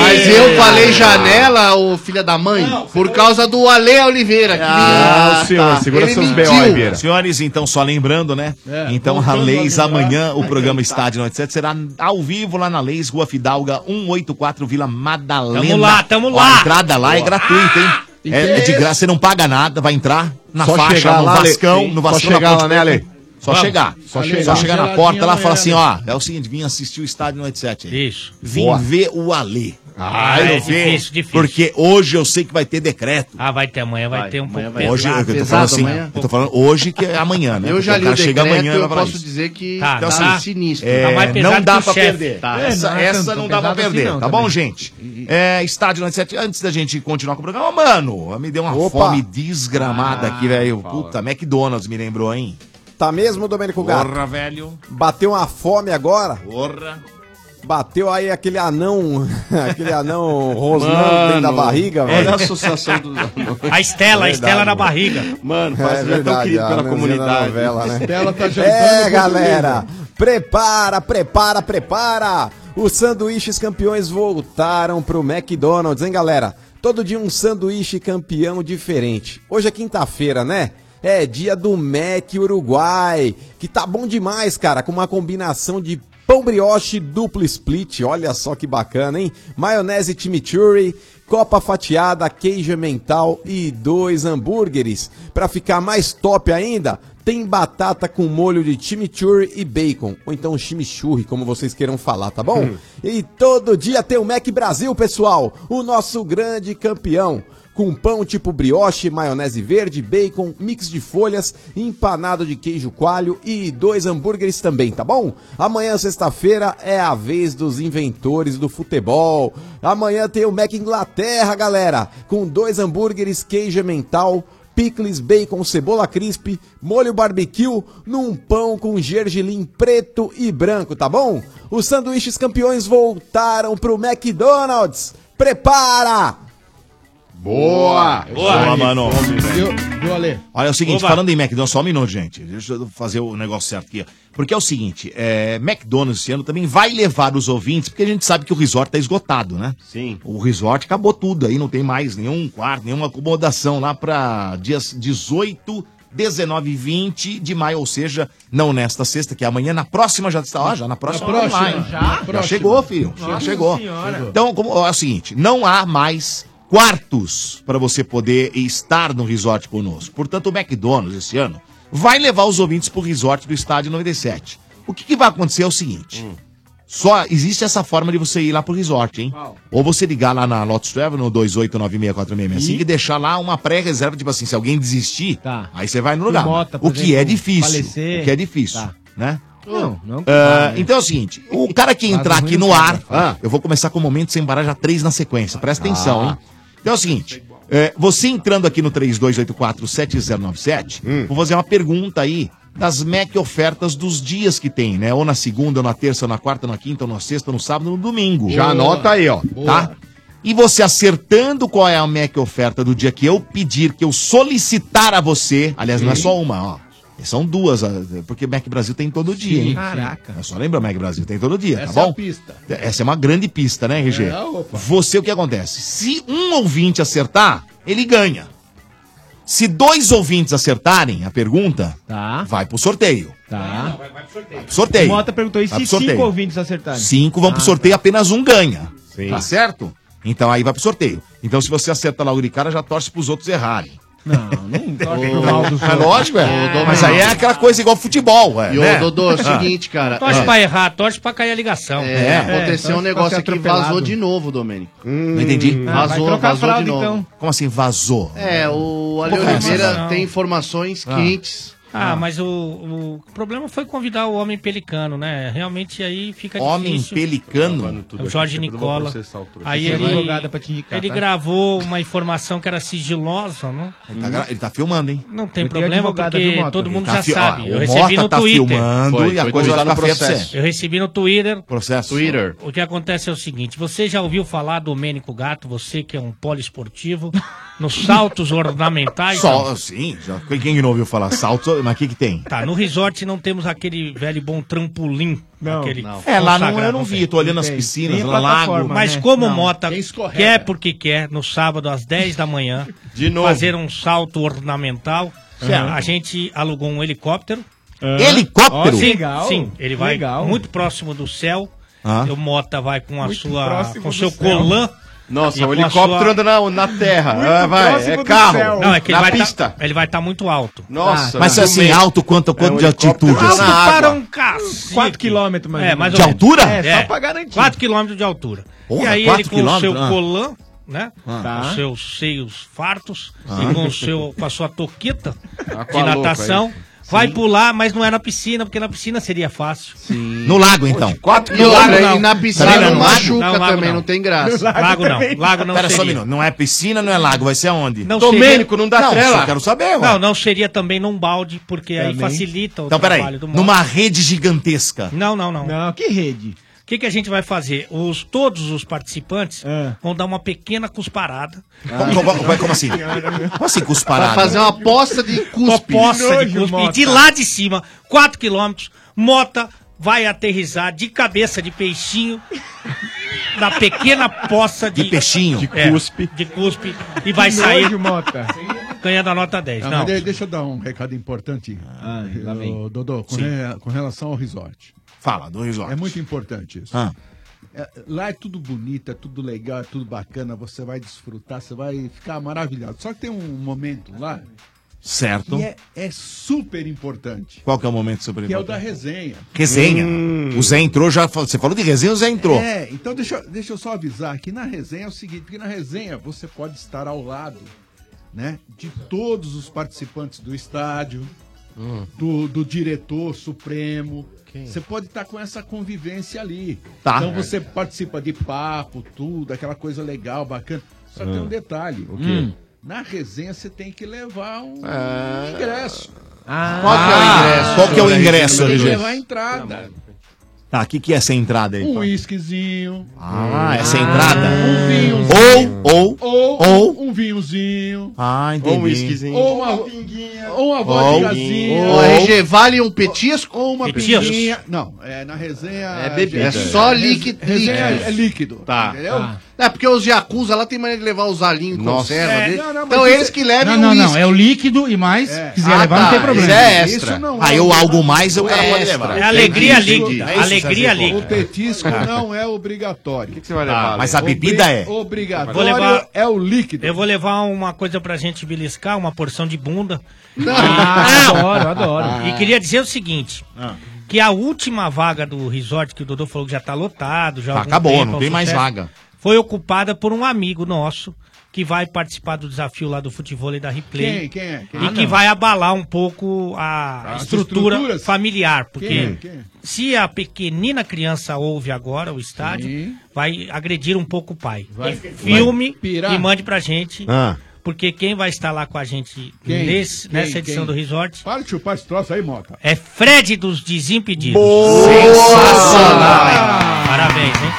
[SPEAKER 8] Mas
[SPEAKER 11] É.
[SPEAKER 8] eu falei janela, ô filha da mãe, por causa do Ale Oliveira. Que
[SPEAKER 12] tá.
[SPEAKER 5] Ah, senhor,
[SPEAKER 8] segura Ele um seus mentiu. BO aí, Vieira.
[SPEAKER 5] Senhores, então, só lembrando, né?
[SPEAKER 4] É,
[SPEAKER 5] então, a
[SPEAKER 4] um
[SPEAKER 13] voltando
[SPEAKER 5] Leis,
[SPEAKER 13] a lembrar.
[SPEAKER 5] amanhã, o programa Estádio 97 será ao vivo lá na Leis, Rua Fidalga, 184, Vila Madalena.
[SPEAKER 9] Tamo lá, tamo
[SPEAKER 5] Ó,
[SPEAKER 9] lá.
[SPEAKER 5] A entrada lá é
[SPEAKER 9] Boa. Ah,
[SPEAKER 5] gratuita, hein? É, é de graça, você não paga nada, vai entrar na
[SPEAKER 4] Só
[SPEAKER 5] faixa,
[SPEAKER 4] chegar
[SPEAKER 5] no
[SPEAKER 4] lá, Ale.
[SPEAKER 5] Vascão,
[SPEAKER 4] Sim.
[SPEAKER 5] no Vascão.
[SPEAKER 4] Só
[SPEAKER 5] na
[SPEAKER 4] chegar
[SPEAKER 5] Ponte
[SPEAKER 4] lá, né, Ale?
[SPEAKER 5] Só
[SPEAKER 4] Vamos.
[SPEAKER 5] chegar.
[SPEAKER 4] Só
[SPEAKER 5] Só
[SPEAKER 4] chegar.
[SPEAKER 5] chegar. Só chegar na
[SPEAKER 4] Geladinha
[SPEAKER 5] porta lá e
[SPEAKER 4] amanhã,
[SPEAKER 5] falar assim,
[SPEAKER 4] né?
[SPEAKER 5] ó, é o seguinte, vim assistir o Estádio 97 aí. Isso. Vim
[SPEAKER 9] Boa.
[SPEAKER 5] ver o Ale.
[SPEAKER 9] Ah,
[SPEAKER 5] Quero ver,
[SPEAKER 9] é difícil, difícil.
[SPEAKER 5] Porque hoje eu sei que vai ter decreto.
[SPEAKER 9] Ah, vai ter amanhã, vai, ter um
[SPEAKER 8] Né,
[SPEAKER 9] pouco pesado.
[SPEAKER 5] Hoje, eu tô falando
[SPEAKER 9] Pesado
[SPEAKER 5] assim,
[SPEAKER 9] amanhã?
[SPEAKER 5] eu tô falando hoje que é amanhã, né?
[SPEAKER 8] Eu já
[SPEAKER 5] Porque
[SPEAKER 8] li o
[SPEAKER 5] chega
[SPEAKER 8] decreto,
[SPEAKER 5] amanhã,
[SPEAKER 8] eu
[SPEAKER 5] vai falar
[SPEAKER 8] posso
[SPEAKER 5] isso.
[SPEAKER 8] dizer que
[SPEAKER 5] Tá,
[SPEAKER 8] tá,
[SPEAKER 5] então, assim,
[SPEAKER 8] sinistro.
[SPEAKER 5] É,
[SPEAKER 8] Tá mais pesado
[SPEAKER 5] não dá
[SPEAKER 8] que o
[SPEAKER 5] pra
[SPEAKER 8] chefe.
[SPEAKER 5] perder.
[SPEAKER 8] Tá.
[SPEAKER 5] Essa,
[SPEAKER 8] É, não é
[SPEAKER 5] essa
[SPEAKER 8] tão
[SPEAKER 5] não dá pra
[SPEAKER 8] pesado assim
[SPEAKER 5] perder,
[SPEAKER 8] não,
[SPEAKER 5] tá
[SPEAKER 8] também.
[SPEAKER 5] bom, gente? É, estádio 97, antes da gente continuar com o programa, mano, me deu uma
[SPEAKER 10] Opa.
[SPEAKER 5] fome desgramada aqui,
[SPEAKER 8] Ah,
[SPEAKER 5] velho.
[SPEAKER 10] fala.
[SPEAKER 5] Puta, McDonald's me lembrou, hein?
[SPEAKER 10] Tá mesmo, Domênico Gato?
[SPEAKER 5] Porra, velho.
[SPEAKER 10] Bateu uma fome agora?
[SPEAKER 5] Porra.
[SPEAKER 10] Bateu aí aquele anão, aquele anão rosnando
[SPEAKER 13] Mano,
[SPEAKER 10] dentro da barriga,
[SPEAKER 13] olha
[SPEAKER 10] velho.
[SPEAKER 13] a associação dos
[SPEAKER 9] É. A Estela, a
[SPEAKER 10] É Verdade,
[SPEAKER 9] Estela na
[SPEAKER 10] mano.
[SPEAKER 9] barriga.
[SPEAKER 13] Mano,
[SPEAKER 10] É
[SPEAKER 13] faz é tão
[SPEAKER 10] verdade,
[SPEAKER 13] querido
[SPEAKER 10] a
[SPEAKER 13] pela
[SPEAKER 10] anãzinha da
[SPEAKER 13] comunidade.
[SPEAKER 10] novela, né?
[SPEAKER 13] Estela tá jantando
[SPEAKER 10] É,
[SPEAKER 13] com
[SPEAKER 10] galera, prepara, prepara, prepara. Os sanduíches campeões voltaram pro McDonald's, hein, galera? Todo dia um sanduíche campeão diferente. Hoje é quinta-feira, né? É dia do Mac Uruguai, que tá bom demais, cara, com uma combinação de pão brioche duplo split, olha só que bacana, hein? Maionese chimichurri, copa fatiada, queijo mental e dois hambúrgueres. Para ficar mais top ainda, tem batata com molho de chimichurri e bacon, ou então chimichurri, como vocês queiram falar, tá bom? e todo dia tem o Mac Brasil, pessoal, o nosso grande campeão. Com pão tipo brioche, maionese verde, bacon, mix de folhas, empanado de queijo coalho e dois hambúrgueres também, tá bom? Amanhã, sexta-feira, é a vez dos inventores do futebol. Amanhã tem o Mac Inglaterra, galera, com dois hambúrgueres, queijo mental, picles, bacon, cebola crisp, molho barbecue, num pão com gergelim preto e branco, tá bom? Os sanduíches campeões voltaram pro McDonald's. Prepara!
[SPEAKER 5] Boa! Boa, mano.
[SPEAKER 12] Viu, Ale?
[SPEAKER 5] Olha, é o seguinte,
[SPEAKER 12] Oba.
[SPEAKER 5] falando em McDonald's, só um minuto, gente. Deixa eu fazer o negócio certo aqui. ó. Porque é o seguinte, é, McDonald's esse ano também vai levar os ouvintes, porque a gente sabe que o resort tá esgotado, né? Sim. O resort acabou tudo aí, não tem mais nenhum quarto, nenhuma acomodação lá para dias 18, 19 e 20 de maio, ou seja, não nesta sexta, que é amanhã, na próxima já está, ó, já na próxima,
[SPEAKER 17] Na próxima,
[SPEAKER 5] online.
[SPEAKER 17] já?
[SPEAKER 5] já,
[SPEAKER 17] Próxima.
[SPEAKER 5] chegou, filho, já
[SPEAKER 17] Nossa
[SPEAKER 5] chegou.
[SPEAKER 17] Senhora.
[SPEAKER 5] Então, como, ó, é o seguinte, não há mais quartos para você poder estar no resort conosco. Portanto, o McDonald's esse ano vai levar os ouvintes para o resort do estádio 97. O que, que vai acontecer é o seguinte. Só existe essa forma de você ir lá pro resort, hein? Ou você ligar lá na Lotus Travel no 28964665 e deixar lá uma pré-reserva, tipo assim, se alguém desistir,
[SPEAKER 17] Tá.
[SPEAKER 5] aí você vai no lugar.
[SPEAKER 11] Mota, por
[SPEAKER 5] o que é
[SPEAKER 11] exemplo,
[SPEAKER 5] difícil.
[SPEAKER 11] falecer.
[SPEAKER 5] O que é difícil,
[SPEAKER 17] Tá.
[SPEAKER 5] né?
[SPEAKER 11] Não, não.
[SPEAKER 5] Ah, então é o seguinte, o cara que entrar
[SPEAKER 11] Quase
[SPEAKER 5] aqui
[SPEAKER 11] ruim,
[SPEAKER 5] no
[SPEAKER 11] cara.
[SPEAKER 5] ar, ah, eu vou começar com o momento sem parar já três na sequência, presta atenção, hein? Então é o seguinte, é, você entrando aqui no 32847097,
[SPEAKER 4] Hum.
[SPEAKER 5] vou fazer uma pergunta aí das MEC ofertas dos dias que tem, né? Ou na segunda, ou na terça, ou na quarta, ou na quinta, ou na sexta, ou no sábado, ou no domingo.
[SPEAKER 4] Já anota aí, ó.
[SPEAKER 5] Tá? E você acertando qual é a MEC oferta do dia que eu pedir, que eu solicitar a você, aliás, não é só uma, ó. São duas, ah, porque Mac Brasil tem todo dia,
[SPEAKER 17] Sim,
[SPEAKER 5] hein?
[SPEAKER 17] caraca.
[SPEAKER 5] É só lembra Mac Brasil tem todo dia,
[SPEAKER 17] Essa
[SPEAKER 5] tá
[SPEAKER 17] é a
[SPEAKER 5] bom?
[SPEAKER 17] pista.
[SPEAKER 5] Essa é uma grande pista, né, RG?
[SPEAKER 17] É, opa.
[SPEAKER 5] Você, o que acontece? Se um ouvinte acertar, ele ganha. Se dois ouvintes acertarem a pergunta, vai pro sorteio.
[SPEAKER 11] Tá.
[SPEAKER 5] Sorteio.
[SPEAKER 11] O Mota perguntou, e
[SPEAKER 5] Vai
[SPEAKER 11] se
[SPEAKER 5] pro sorteio.
[SPEAKER 11] cinco ouvintes acertarem? Ah, tá.
[SPEAKER 5] Cinco vão pro sorteio, apenas um ganha.
[SPEAKER 11] Sim.
[SPEAKER 5] Tá certo? Então aí vai pro sorteio. Então se você acerta logo de cara, já torce pros outros errarem. É lógico, é. Mas aí é aquela coisa igual futebol, é.
[SPEAKER 8] E, ô,
[SPEAKER 5] né?
[SPEAKER 8] Dodô, é o
[SPEAKER 5] Ah.
[SPEAKER 8] seguinte, cara,
[SPEAKER 9] Torce
[SPEAKER 8] é.
[SPEAKER 9] pra errar, torce pra cair a ligação.
[SPEAKER 8] É, aconteceu um negócio aqui, vazou de novo, Domênico.
[SPEAKER 5] Não entendi.
[SPEAKER 8] Ah, Vazou, vai trocar a vazou de fralda, novo. então.
[SPEAKER 5] Como assim, vazou?
[SPEAKER 8] É,
[SPEAKER 9] Um
[SPEAKER 8] o Ale
[SPEAKER 5] Pô,
[SPEAKER 8] Oliveira
[SPEAKER 5] não.
[SPEAKER 8] tem informações
[SPEAKER 5] Ah.
[SPEAKER 8] quentes.
[SPEAKER 9] Ah, mas o, o problema foi convidar o homem pelicano, né? Realmente aí fica
[SPEAKER 5] Homem
[SPEAKER 9] difícil.
[SPEAKER 12] Tá
[SPEAKER 5] pelicano?
[SPEAKER 9] É O Jorge Nicola. Aí
[SPEAKER 12] Tem
[SPEAKER 9] ele,
[SPEAKER 12] advogada pra te indicar,
[SPEAKER 9] ele
[SPEAKER 12] tá?
[SPEAKER 9] gravou uma informação que era sigilosa, né?
[SPEAKER 5] Ele tá, gra- ele tá filmando, hein?
[SPEAKER 9] Não tem problema, porque todo mundo
[SPEAKER 5] Tá
[SPEAKER 9] já
[SPEAKER 5] fi- ó,
[SPEAKER 9] sabe.
[SPEAKER 5] o
[SPEAKER 9] Eu recebi
[SPEAKER 5] Mota
[SPEAKER 9] no
[SPEAKER 5] tá
[SPEAKER 9] Twitter.
[SPEAKER 5] filmando e a coisa vai ficar feia pra você.
[SPEAKER 9] Eu recebi no Twitter.
[SPEAKER 5] Processo. Twitter.
[SPEAKER 9] O que acontece é o seguinte: você já ouviu falar do Domênico Gato, você que é um poliesportivo, nos saltos ornamentais?
[SPEAKER 5] Só, sim. Já, quem- quem não ouviu falar salto, mas o que que tem?
[SPEAKER 9] Tá, no resort não temos aquele velho e bom trampolim. Não, aquele
[SPEAKER 5] não. É, lá não-
[SPEAKER 9] consagrado,
[SPEAKER 5] eu não vi,
[SPEAKER 9] tem.
[SPEAKER 5] tô olhando as
[SPEAKER 9] tem.
[SPEAKER 5] piscinas,
[SPEAKER 9] Nem
[SPEAKER 5] lá,
[SPEAKER 9] plataforma,
[SPEAKER 5] lago.
[SPEAKER 9] Mas
[SPEAKER 5] né?
[SPEAKER 9] como
[SPEAKER 5] Não.
[SPEAKER 9] o Mota
[SPEAKER 5] Quem escorrega?
[SPEAKER 9] quer porque quer, no sábado às 10 da manhã, fazer um salto ornamental,
[SPEAKER 12] Certo.
[SPEAKER 9] a gente alugou um helicóptero.
[SPEAKER 12] Ah. Helicóptero?
[SPEAKER 9] sim,
[SPEAKER 12] Legal.
[SPEAKER 9] sim, ele vai
[SPEAKER 12] Legal.
[SPEAKER 9] muito próximo do céu.
[SPEAKER 5] Ah.
[SPEAKER 9] E o Mota vai com a
[SPEAKER 12] Muito
[SPEAKER 9] sua
[SPEAKER 12] próximo
[SPEAKER 9] com
[SPEAKER 12] do
[SPEAKER 9] seu
[SPEAKER 12] céu.
[SPEAKER 9] colã.
[SPEAKER 13] Nossa,
[SPEAKER 9] e
[SPEAKER 13] o
[SPEAKER 9] com a
[SPEAKER 13] helicóptero anda na- na terra. Ah, vai,
[SPEAKER 9] próximo
[SPEAKER 13] é
[SPEAKER 9] do
[SPEAKER 13] carro.
[SPEAKER 9] céu. Não, é que ele
[SPEAKER 13] Na
[SPEAKER 9] vai tá-
[SPEAKER 13] pista.
[SPEAKER 9] ele vai estar muito alto.
[SPEAKER 13] Nossa,
[SPEAKER 5] Mas
[SPEAKER 13] tá.
[SPEAKER 5] assim, alto quanto, quanto
[SPEAKER 13] É um
[SPEAKER 5] de altitude?
[SPEAKER 9] Alto
[SPEAKER 5] assim?
[SPEAKER 9] para um cacete.
[SPEAKER 11] 4 quilômetros, mais
[SPEAKER 9] É,
[SPEAKER 11] ou
[SPEAKER 9] mais ou
[SPEAKER 5] De
[SPEAKER 9] menos.
[SPEAKER 5] altura?
[SPEAKER 9] É,
[SPEAKER 5] É.
[SPEAKER 9] só pra garantir. 4 quilômetros de altura.
[SPEAKER 5] Porra,
[SPEAKER 9] e aí ele
[SPEAKER 5] quatro
[SPEAKER 9] com o seu
[SPEAKER 5] quilômetros? Ah.
[SPEAKER 9] colã, né?
[SPEAKER 5] Ah.
[SPEAKER 9] Com
[SPEAKER 5] Tá.
[SPEAKER 9] os seus seios fartos
[SPEAKER 5] Ah. Tá
[SPEAKER 9] e com, o seu, com a sua toqueta de
[SPEAKER 5] louco
[SPEAKER 9] natação.
[SPEAKER 5] aí.
[SPEAKER 9] Vai pular, mas não é na piscina, porque na piscina seria fácil.
[SPEAKER 5] No lago, então.
[SPEAKER 9] Quatro
[SPEAKER 8] E outra,
[SPEAKER 9] quilômetros,
[SPEAKER 8] e
[SPEAKER 9] não.
[SPEAKER 8] na piscina
[SPEAKER 9] Também não,
[SPEAKER 8] não
[SPEAKER 9] lago?
[SPEAKER 8] machuca
[SPEAKER 9] Não, lago
[SPEAKER 8] também,
[SPEAKER 9] não.
[SPEAKER 8] não. tem graça.
[SPEAKER 9] Lago não, lago não
[SPEAKER 5] Pera só um
[SPEAKER 9] seria.
[SPEAKER 5] minuto. Não é piscina, não é lago. Vai ser aonde?
[SPEAKER 9] Não seria-
[SPEAKER 5] só quero saber, ué.
[SPEAKER 9] Não, não seria também num balde, porque aí
[SPEAKER 5] Também.
[SPEAKER 9] facilita o
[SPEAKER 5] Então,
[SPEAKER 9] trabalho
[SPEAKER 5] peraí.
[SPEAKER 9] do
[SPEAKER 5] Numa rede gigantesca.
[SPEAKER 9] Não, não, não. Não, que rede? O que, que a gente vai fazer? Os, todos os participantes vão dar uma pequena cusparada.
[SPEAKER 5] Como, como- como- como assim? Como assim, cusparada?
[SPEAKER 9] Vai fazer
[SPEAKER 8] uma aposta de cuspe.
[SPEAKER 9] Uma aposta de
[SPEAKER 8] Nojo,
[SPEAKER 9] cuspe. E
[SPEAKER 8] Mota.
[SPEAKER 9] de lá de cima, 4 quilômetros, Mota vai aterrissar de cabeça de peixinho na pequena poça de... De
[SPEAKER 5] peixinho?
[SPEAKER 9] De cuspe. de cuspe. E vai
[SPEAKER 15] Que
[SPEAKER 9] sair
[SPEAKER 15] nojo, Mota.
[SPEAKER 9] ganhando a nota 10.
[SPEAKER 15] Ah,
[SPEAKER 9] Não.
[SPEAKER 15] mas de- deixa eu dar um recado importante, eh, ô, Dodô, com,
[SPEAKER 9] Sim.
[SPEAKER 15] re- com relação ao resort.
[SPEAKER 5] Fala, do resort.
[SPEAKER 15] É muito importante isso.
[SPEAKER 5] Ah.
[SPEAKER 15] É, lá é tudo bonito, é tudo legal, é tudo bacana, você vai desfrutar, você vai ficar maravilhado. Só que tem um momento lá
[SPEAKER 5] Certo.
[SPEAKER 15] que é, é super importante,
[SPEAKER 5] Qual que é o momento sobre
[SPEAKER 15] que é o da resenha. Hum,
[SPEAKER 5] Resenha. O Zé entrou, já falou- você falou de resenha, o Zé entrou.
[SPEAKER 15] É, então deixa, eu- deixa eu só avisar que na resenha é o seguinte, porque na resenha você pode estar ao lado, né, de todos os participantes do estádio,
[SPEAKER 5] Hum.
[SPEAKER 15] do, do diretor supremo. Você pode estar com essa convivência ali.
[SPEAKER 5] Tá.
[SPEAKER 15] Então você participa de papo, tudo, aquela coisa legal, bacana. Só que tem
[SPEAKER 5] Hum.
[SPEAKER 17] Ah.
[SPEAKER 15] um detalhe.
[SPEAKER 17] quê?
[SPEAKER 15] Hum. Na resenha você tem que levar um
[SPEAKER 5] Ah.
[SPEAKER 15] ingresso. Ah.
[SPEAKER 5] Qual que é o ingresso? Qual que é o ingresso,
[SPEAKER 15] Tem que
[SPEAKER 5] RG?
[SPEAKER 15] levar a entrada.
[SPEAKER 5] Tá, o que, que é essa entrada aí?
[SPEAKER 15] Um uísquezinho.
[SPEAKER 5] Ah, essa entrada?
[SPEAKER 15] Um
[SPEAKER 5] vinhozinho. Ou, ou,
[SPEAKER 15] Ou,
[SPEAKER 5] ou.
[SPEAKER 15] um vinhozinho.
[SPEAKER 5] Ah, entendi.
[SPEAKER 15] Ou um whiskyzinho. Ou uma, pinguinha. Ou uma
[SPEAKER 5] Ou-
[SPEAKER 15] vodkazinha.
[SPEAKER 5] Ou- Ô, RG,
[SPEAKER 8] vale um petisco?
[SPEAKER 15] Ou uma
[SPEAKER 8] Petisco.
[SPEAKER 15] pinguinha. Não, é na resenha...
[SPEAKER 8] É bebida. É só
[SPEAKER 15] Res-
[SPEAKER 8] líquido.
[SPEAKER 15] Resenha é líquido.
[SPEAKER 8] Tá.
[SPEAKER 15] Entendeu?
[SPEAKER 8] Tá. É porque os Yakuza lá tem maneira de levar os alinhos em
[SPEAKER 12] Nossa.
[SPEAKER 8] conserva.
[SPEAKER 12] É,
[SPEAKER 8] dele.
[SPEAKER 12] não, não, mas
[SPEAKER 8] então
[SPEAKER 12] isso
[SPEAKER 8] eles
[SPEAKER 12] é-
[SPEAKER 8] que levem
[SPEAKER 5] um
[SPEAKER 12] Não, não,
[SPEAKER 8] o
[SPEAKER 12] não.
[SPEAKER 8] uísque.
[SPEAKER 12] É o líquido e mais.
[SPEAKER 14] É.
[SPEAKER 12] Se quiser
[SPEAKER 8] Ah,
[SPEAKER 12] levar,
[SPEAKER 8] tá,
[SPEAKER 12] não tem problema.
[SPEAKER 8] isso é extra. Isso
[SPEAKER 15] não um
[SPEAKER 5] Aí eu algo mais, eu cara pode
[SPEAKER 15] extra.
[SPEAKER 5] levar.
[SPEAKER 15] É alegria
[SPEAKER 5] Entendi,
[SPEAKER 15] líquida,
[SPEAKER 5] entendi. É
[SPEAKER 15] alegria
[SPEAKER 5] Sabe,
[SPEAKER 15] líquida.
[SPEAKER 5] pô.
[SPEAKER 15] O petisco não é obrigatório. O que,
[SPEAKER 13] você
[SPEAKER 5] vai levar, Tá, Ale? mas a bebida é.
[SPEAKER 15] Obrigatório
[SPEAKER 9] Vou levar-
[SPEAKER 15] é o líquido.
[SPEAKER 9] Eu vou levar uma coisa pra gente beliscar, uma porção de bunda.
[SPEAKER 15] Não.
[SPEAKER 9] Ah, adoro,
[SPEAKER 15] Ah.
[SPEAKER 9] adoro. E queria dizer o seguinte.
[SPEAKER 5] Ah.
[SPEAKER 9] Que a última vaga do resort, que o Dodô falou que já tá lotado, já há
[SPEAKER 5] Tá,
[SPEAKER 9] algum
[SPEAKER 5] acabou,
[SPEAKER 9] tempo,
[SPEAKER 5] não
[SPEAKER 9] é um
[SPEAKER 5] tem mais
[SPEAKER 9] sucesso,
[SPEAKER 5] vaga.
[SPEAKER 9] Foi ocupada por um amigo nosso, que vai participar do desafio lá do futebol e da replay.
[SPEAKER 15] Quem, quem é? Quem
[SPEAKER 9] e
[SPEAKER 15] é?
[SPEAKER 9] que
[SPEAKER 15] Ah, não.
[SPEAKER 9] vai abalar um pouco a
[SPEAKER 15] As
[SPEAKER 9] estrutura
[SPEAKER 15] estruturas?
[SPEAKER 9] familiar,
[SPEAKER 15] Quem é?
[SPEAKER 9] porque
[SPEAKER 15] Quem é?
[SPEAKER 9] se a pequenina criança ouve agora o estádio, vai agredir um pouco o pai.
[SPEAKER 15] Vai-
[SPEAKER 9] E
[SPEAKER 15] vai
[SPEAKER 9] filme
[SPEAKER 15] pirar.
[SPEAKER 9] e mande pra gente,
[SPEAKER 15] Ah.
[SPEAKER 9] porque quem vai estar lá com a gente
[SPEAKER 15] Quem?
[SPEAKER 9] nesse-
[SPEAKER 15] Quem?
[SPEAKER 9] nessa edição
[SPEAKER 15] Quem?
[SPEAKER 9] do Resort
[SPEAKER 15] Para de chupar esse troço aí, Mota.
[SPEAKER 9] é Fred dos Desimpedidos.
[SPEAKER 5] Sensacional!
[SPEAKER 9] Parabéns, hein?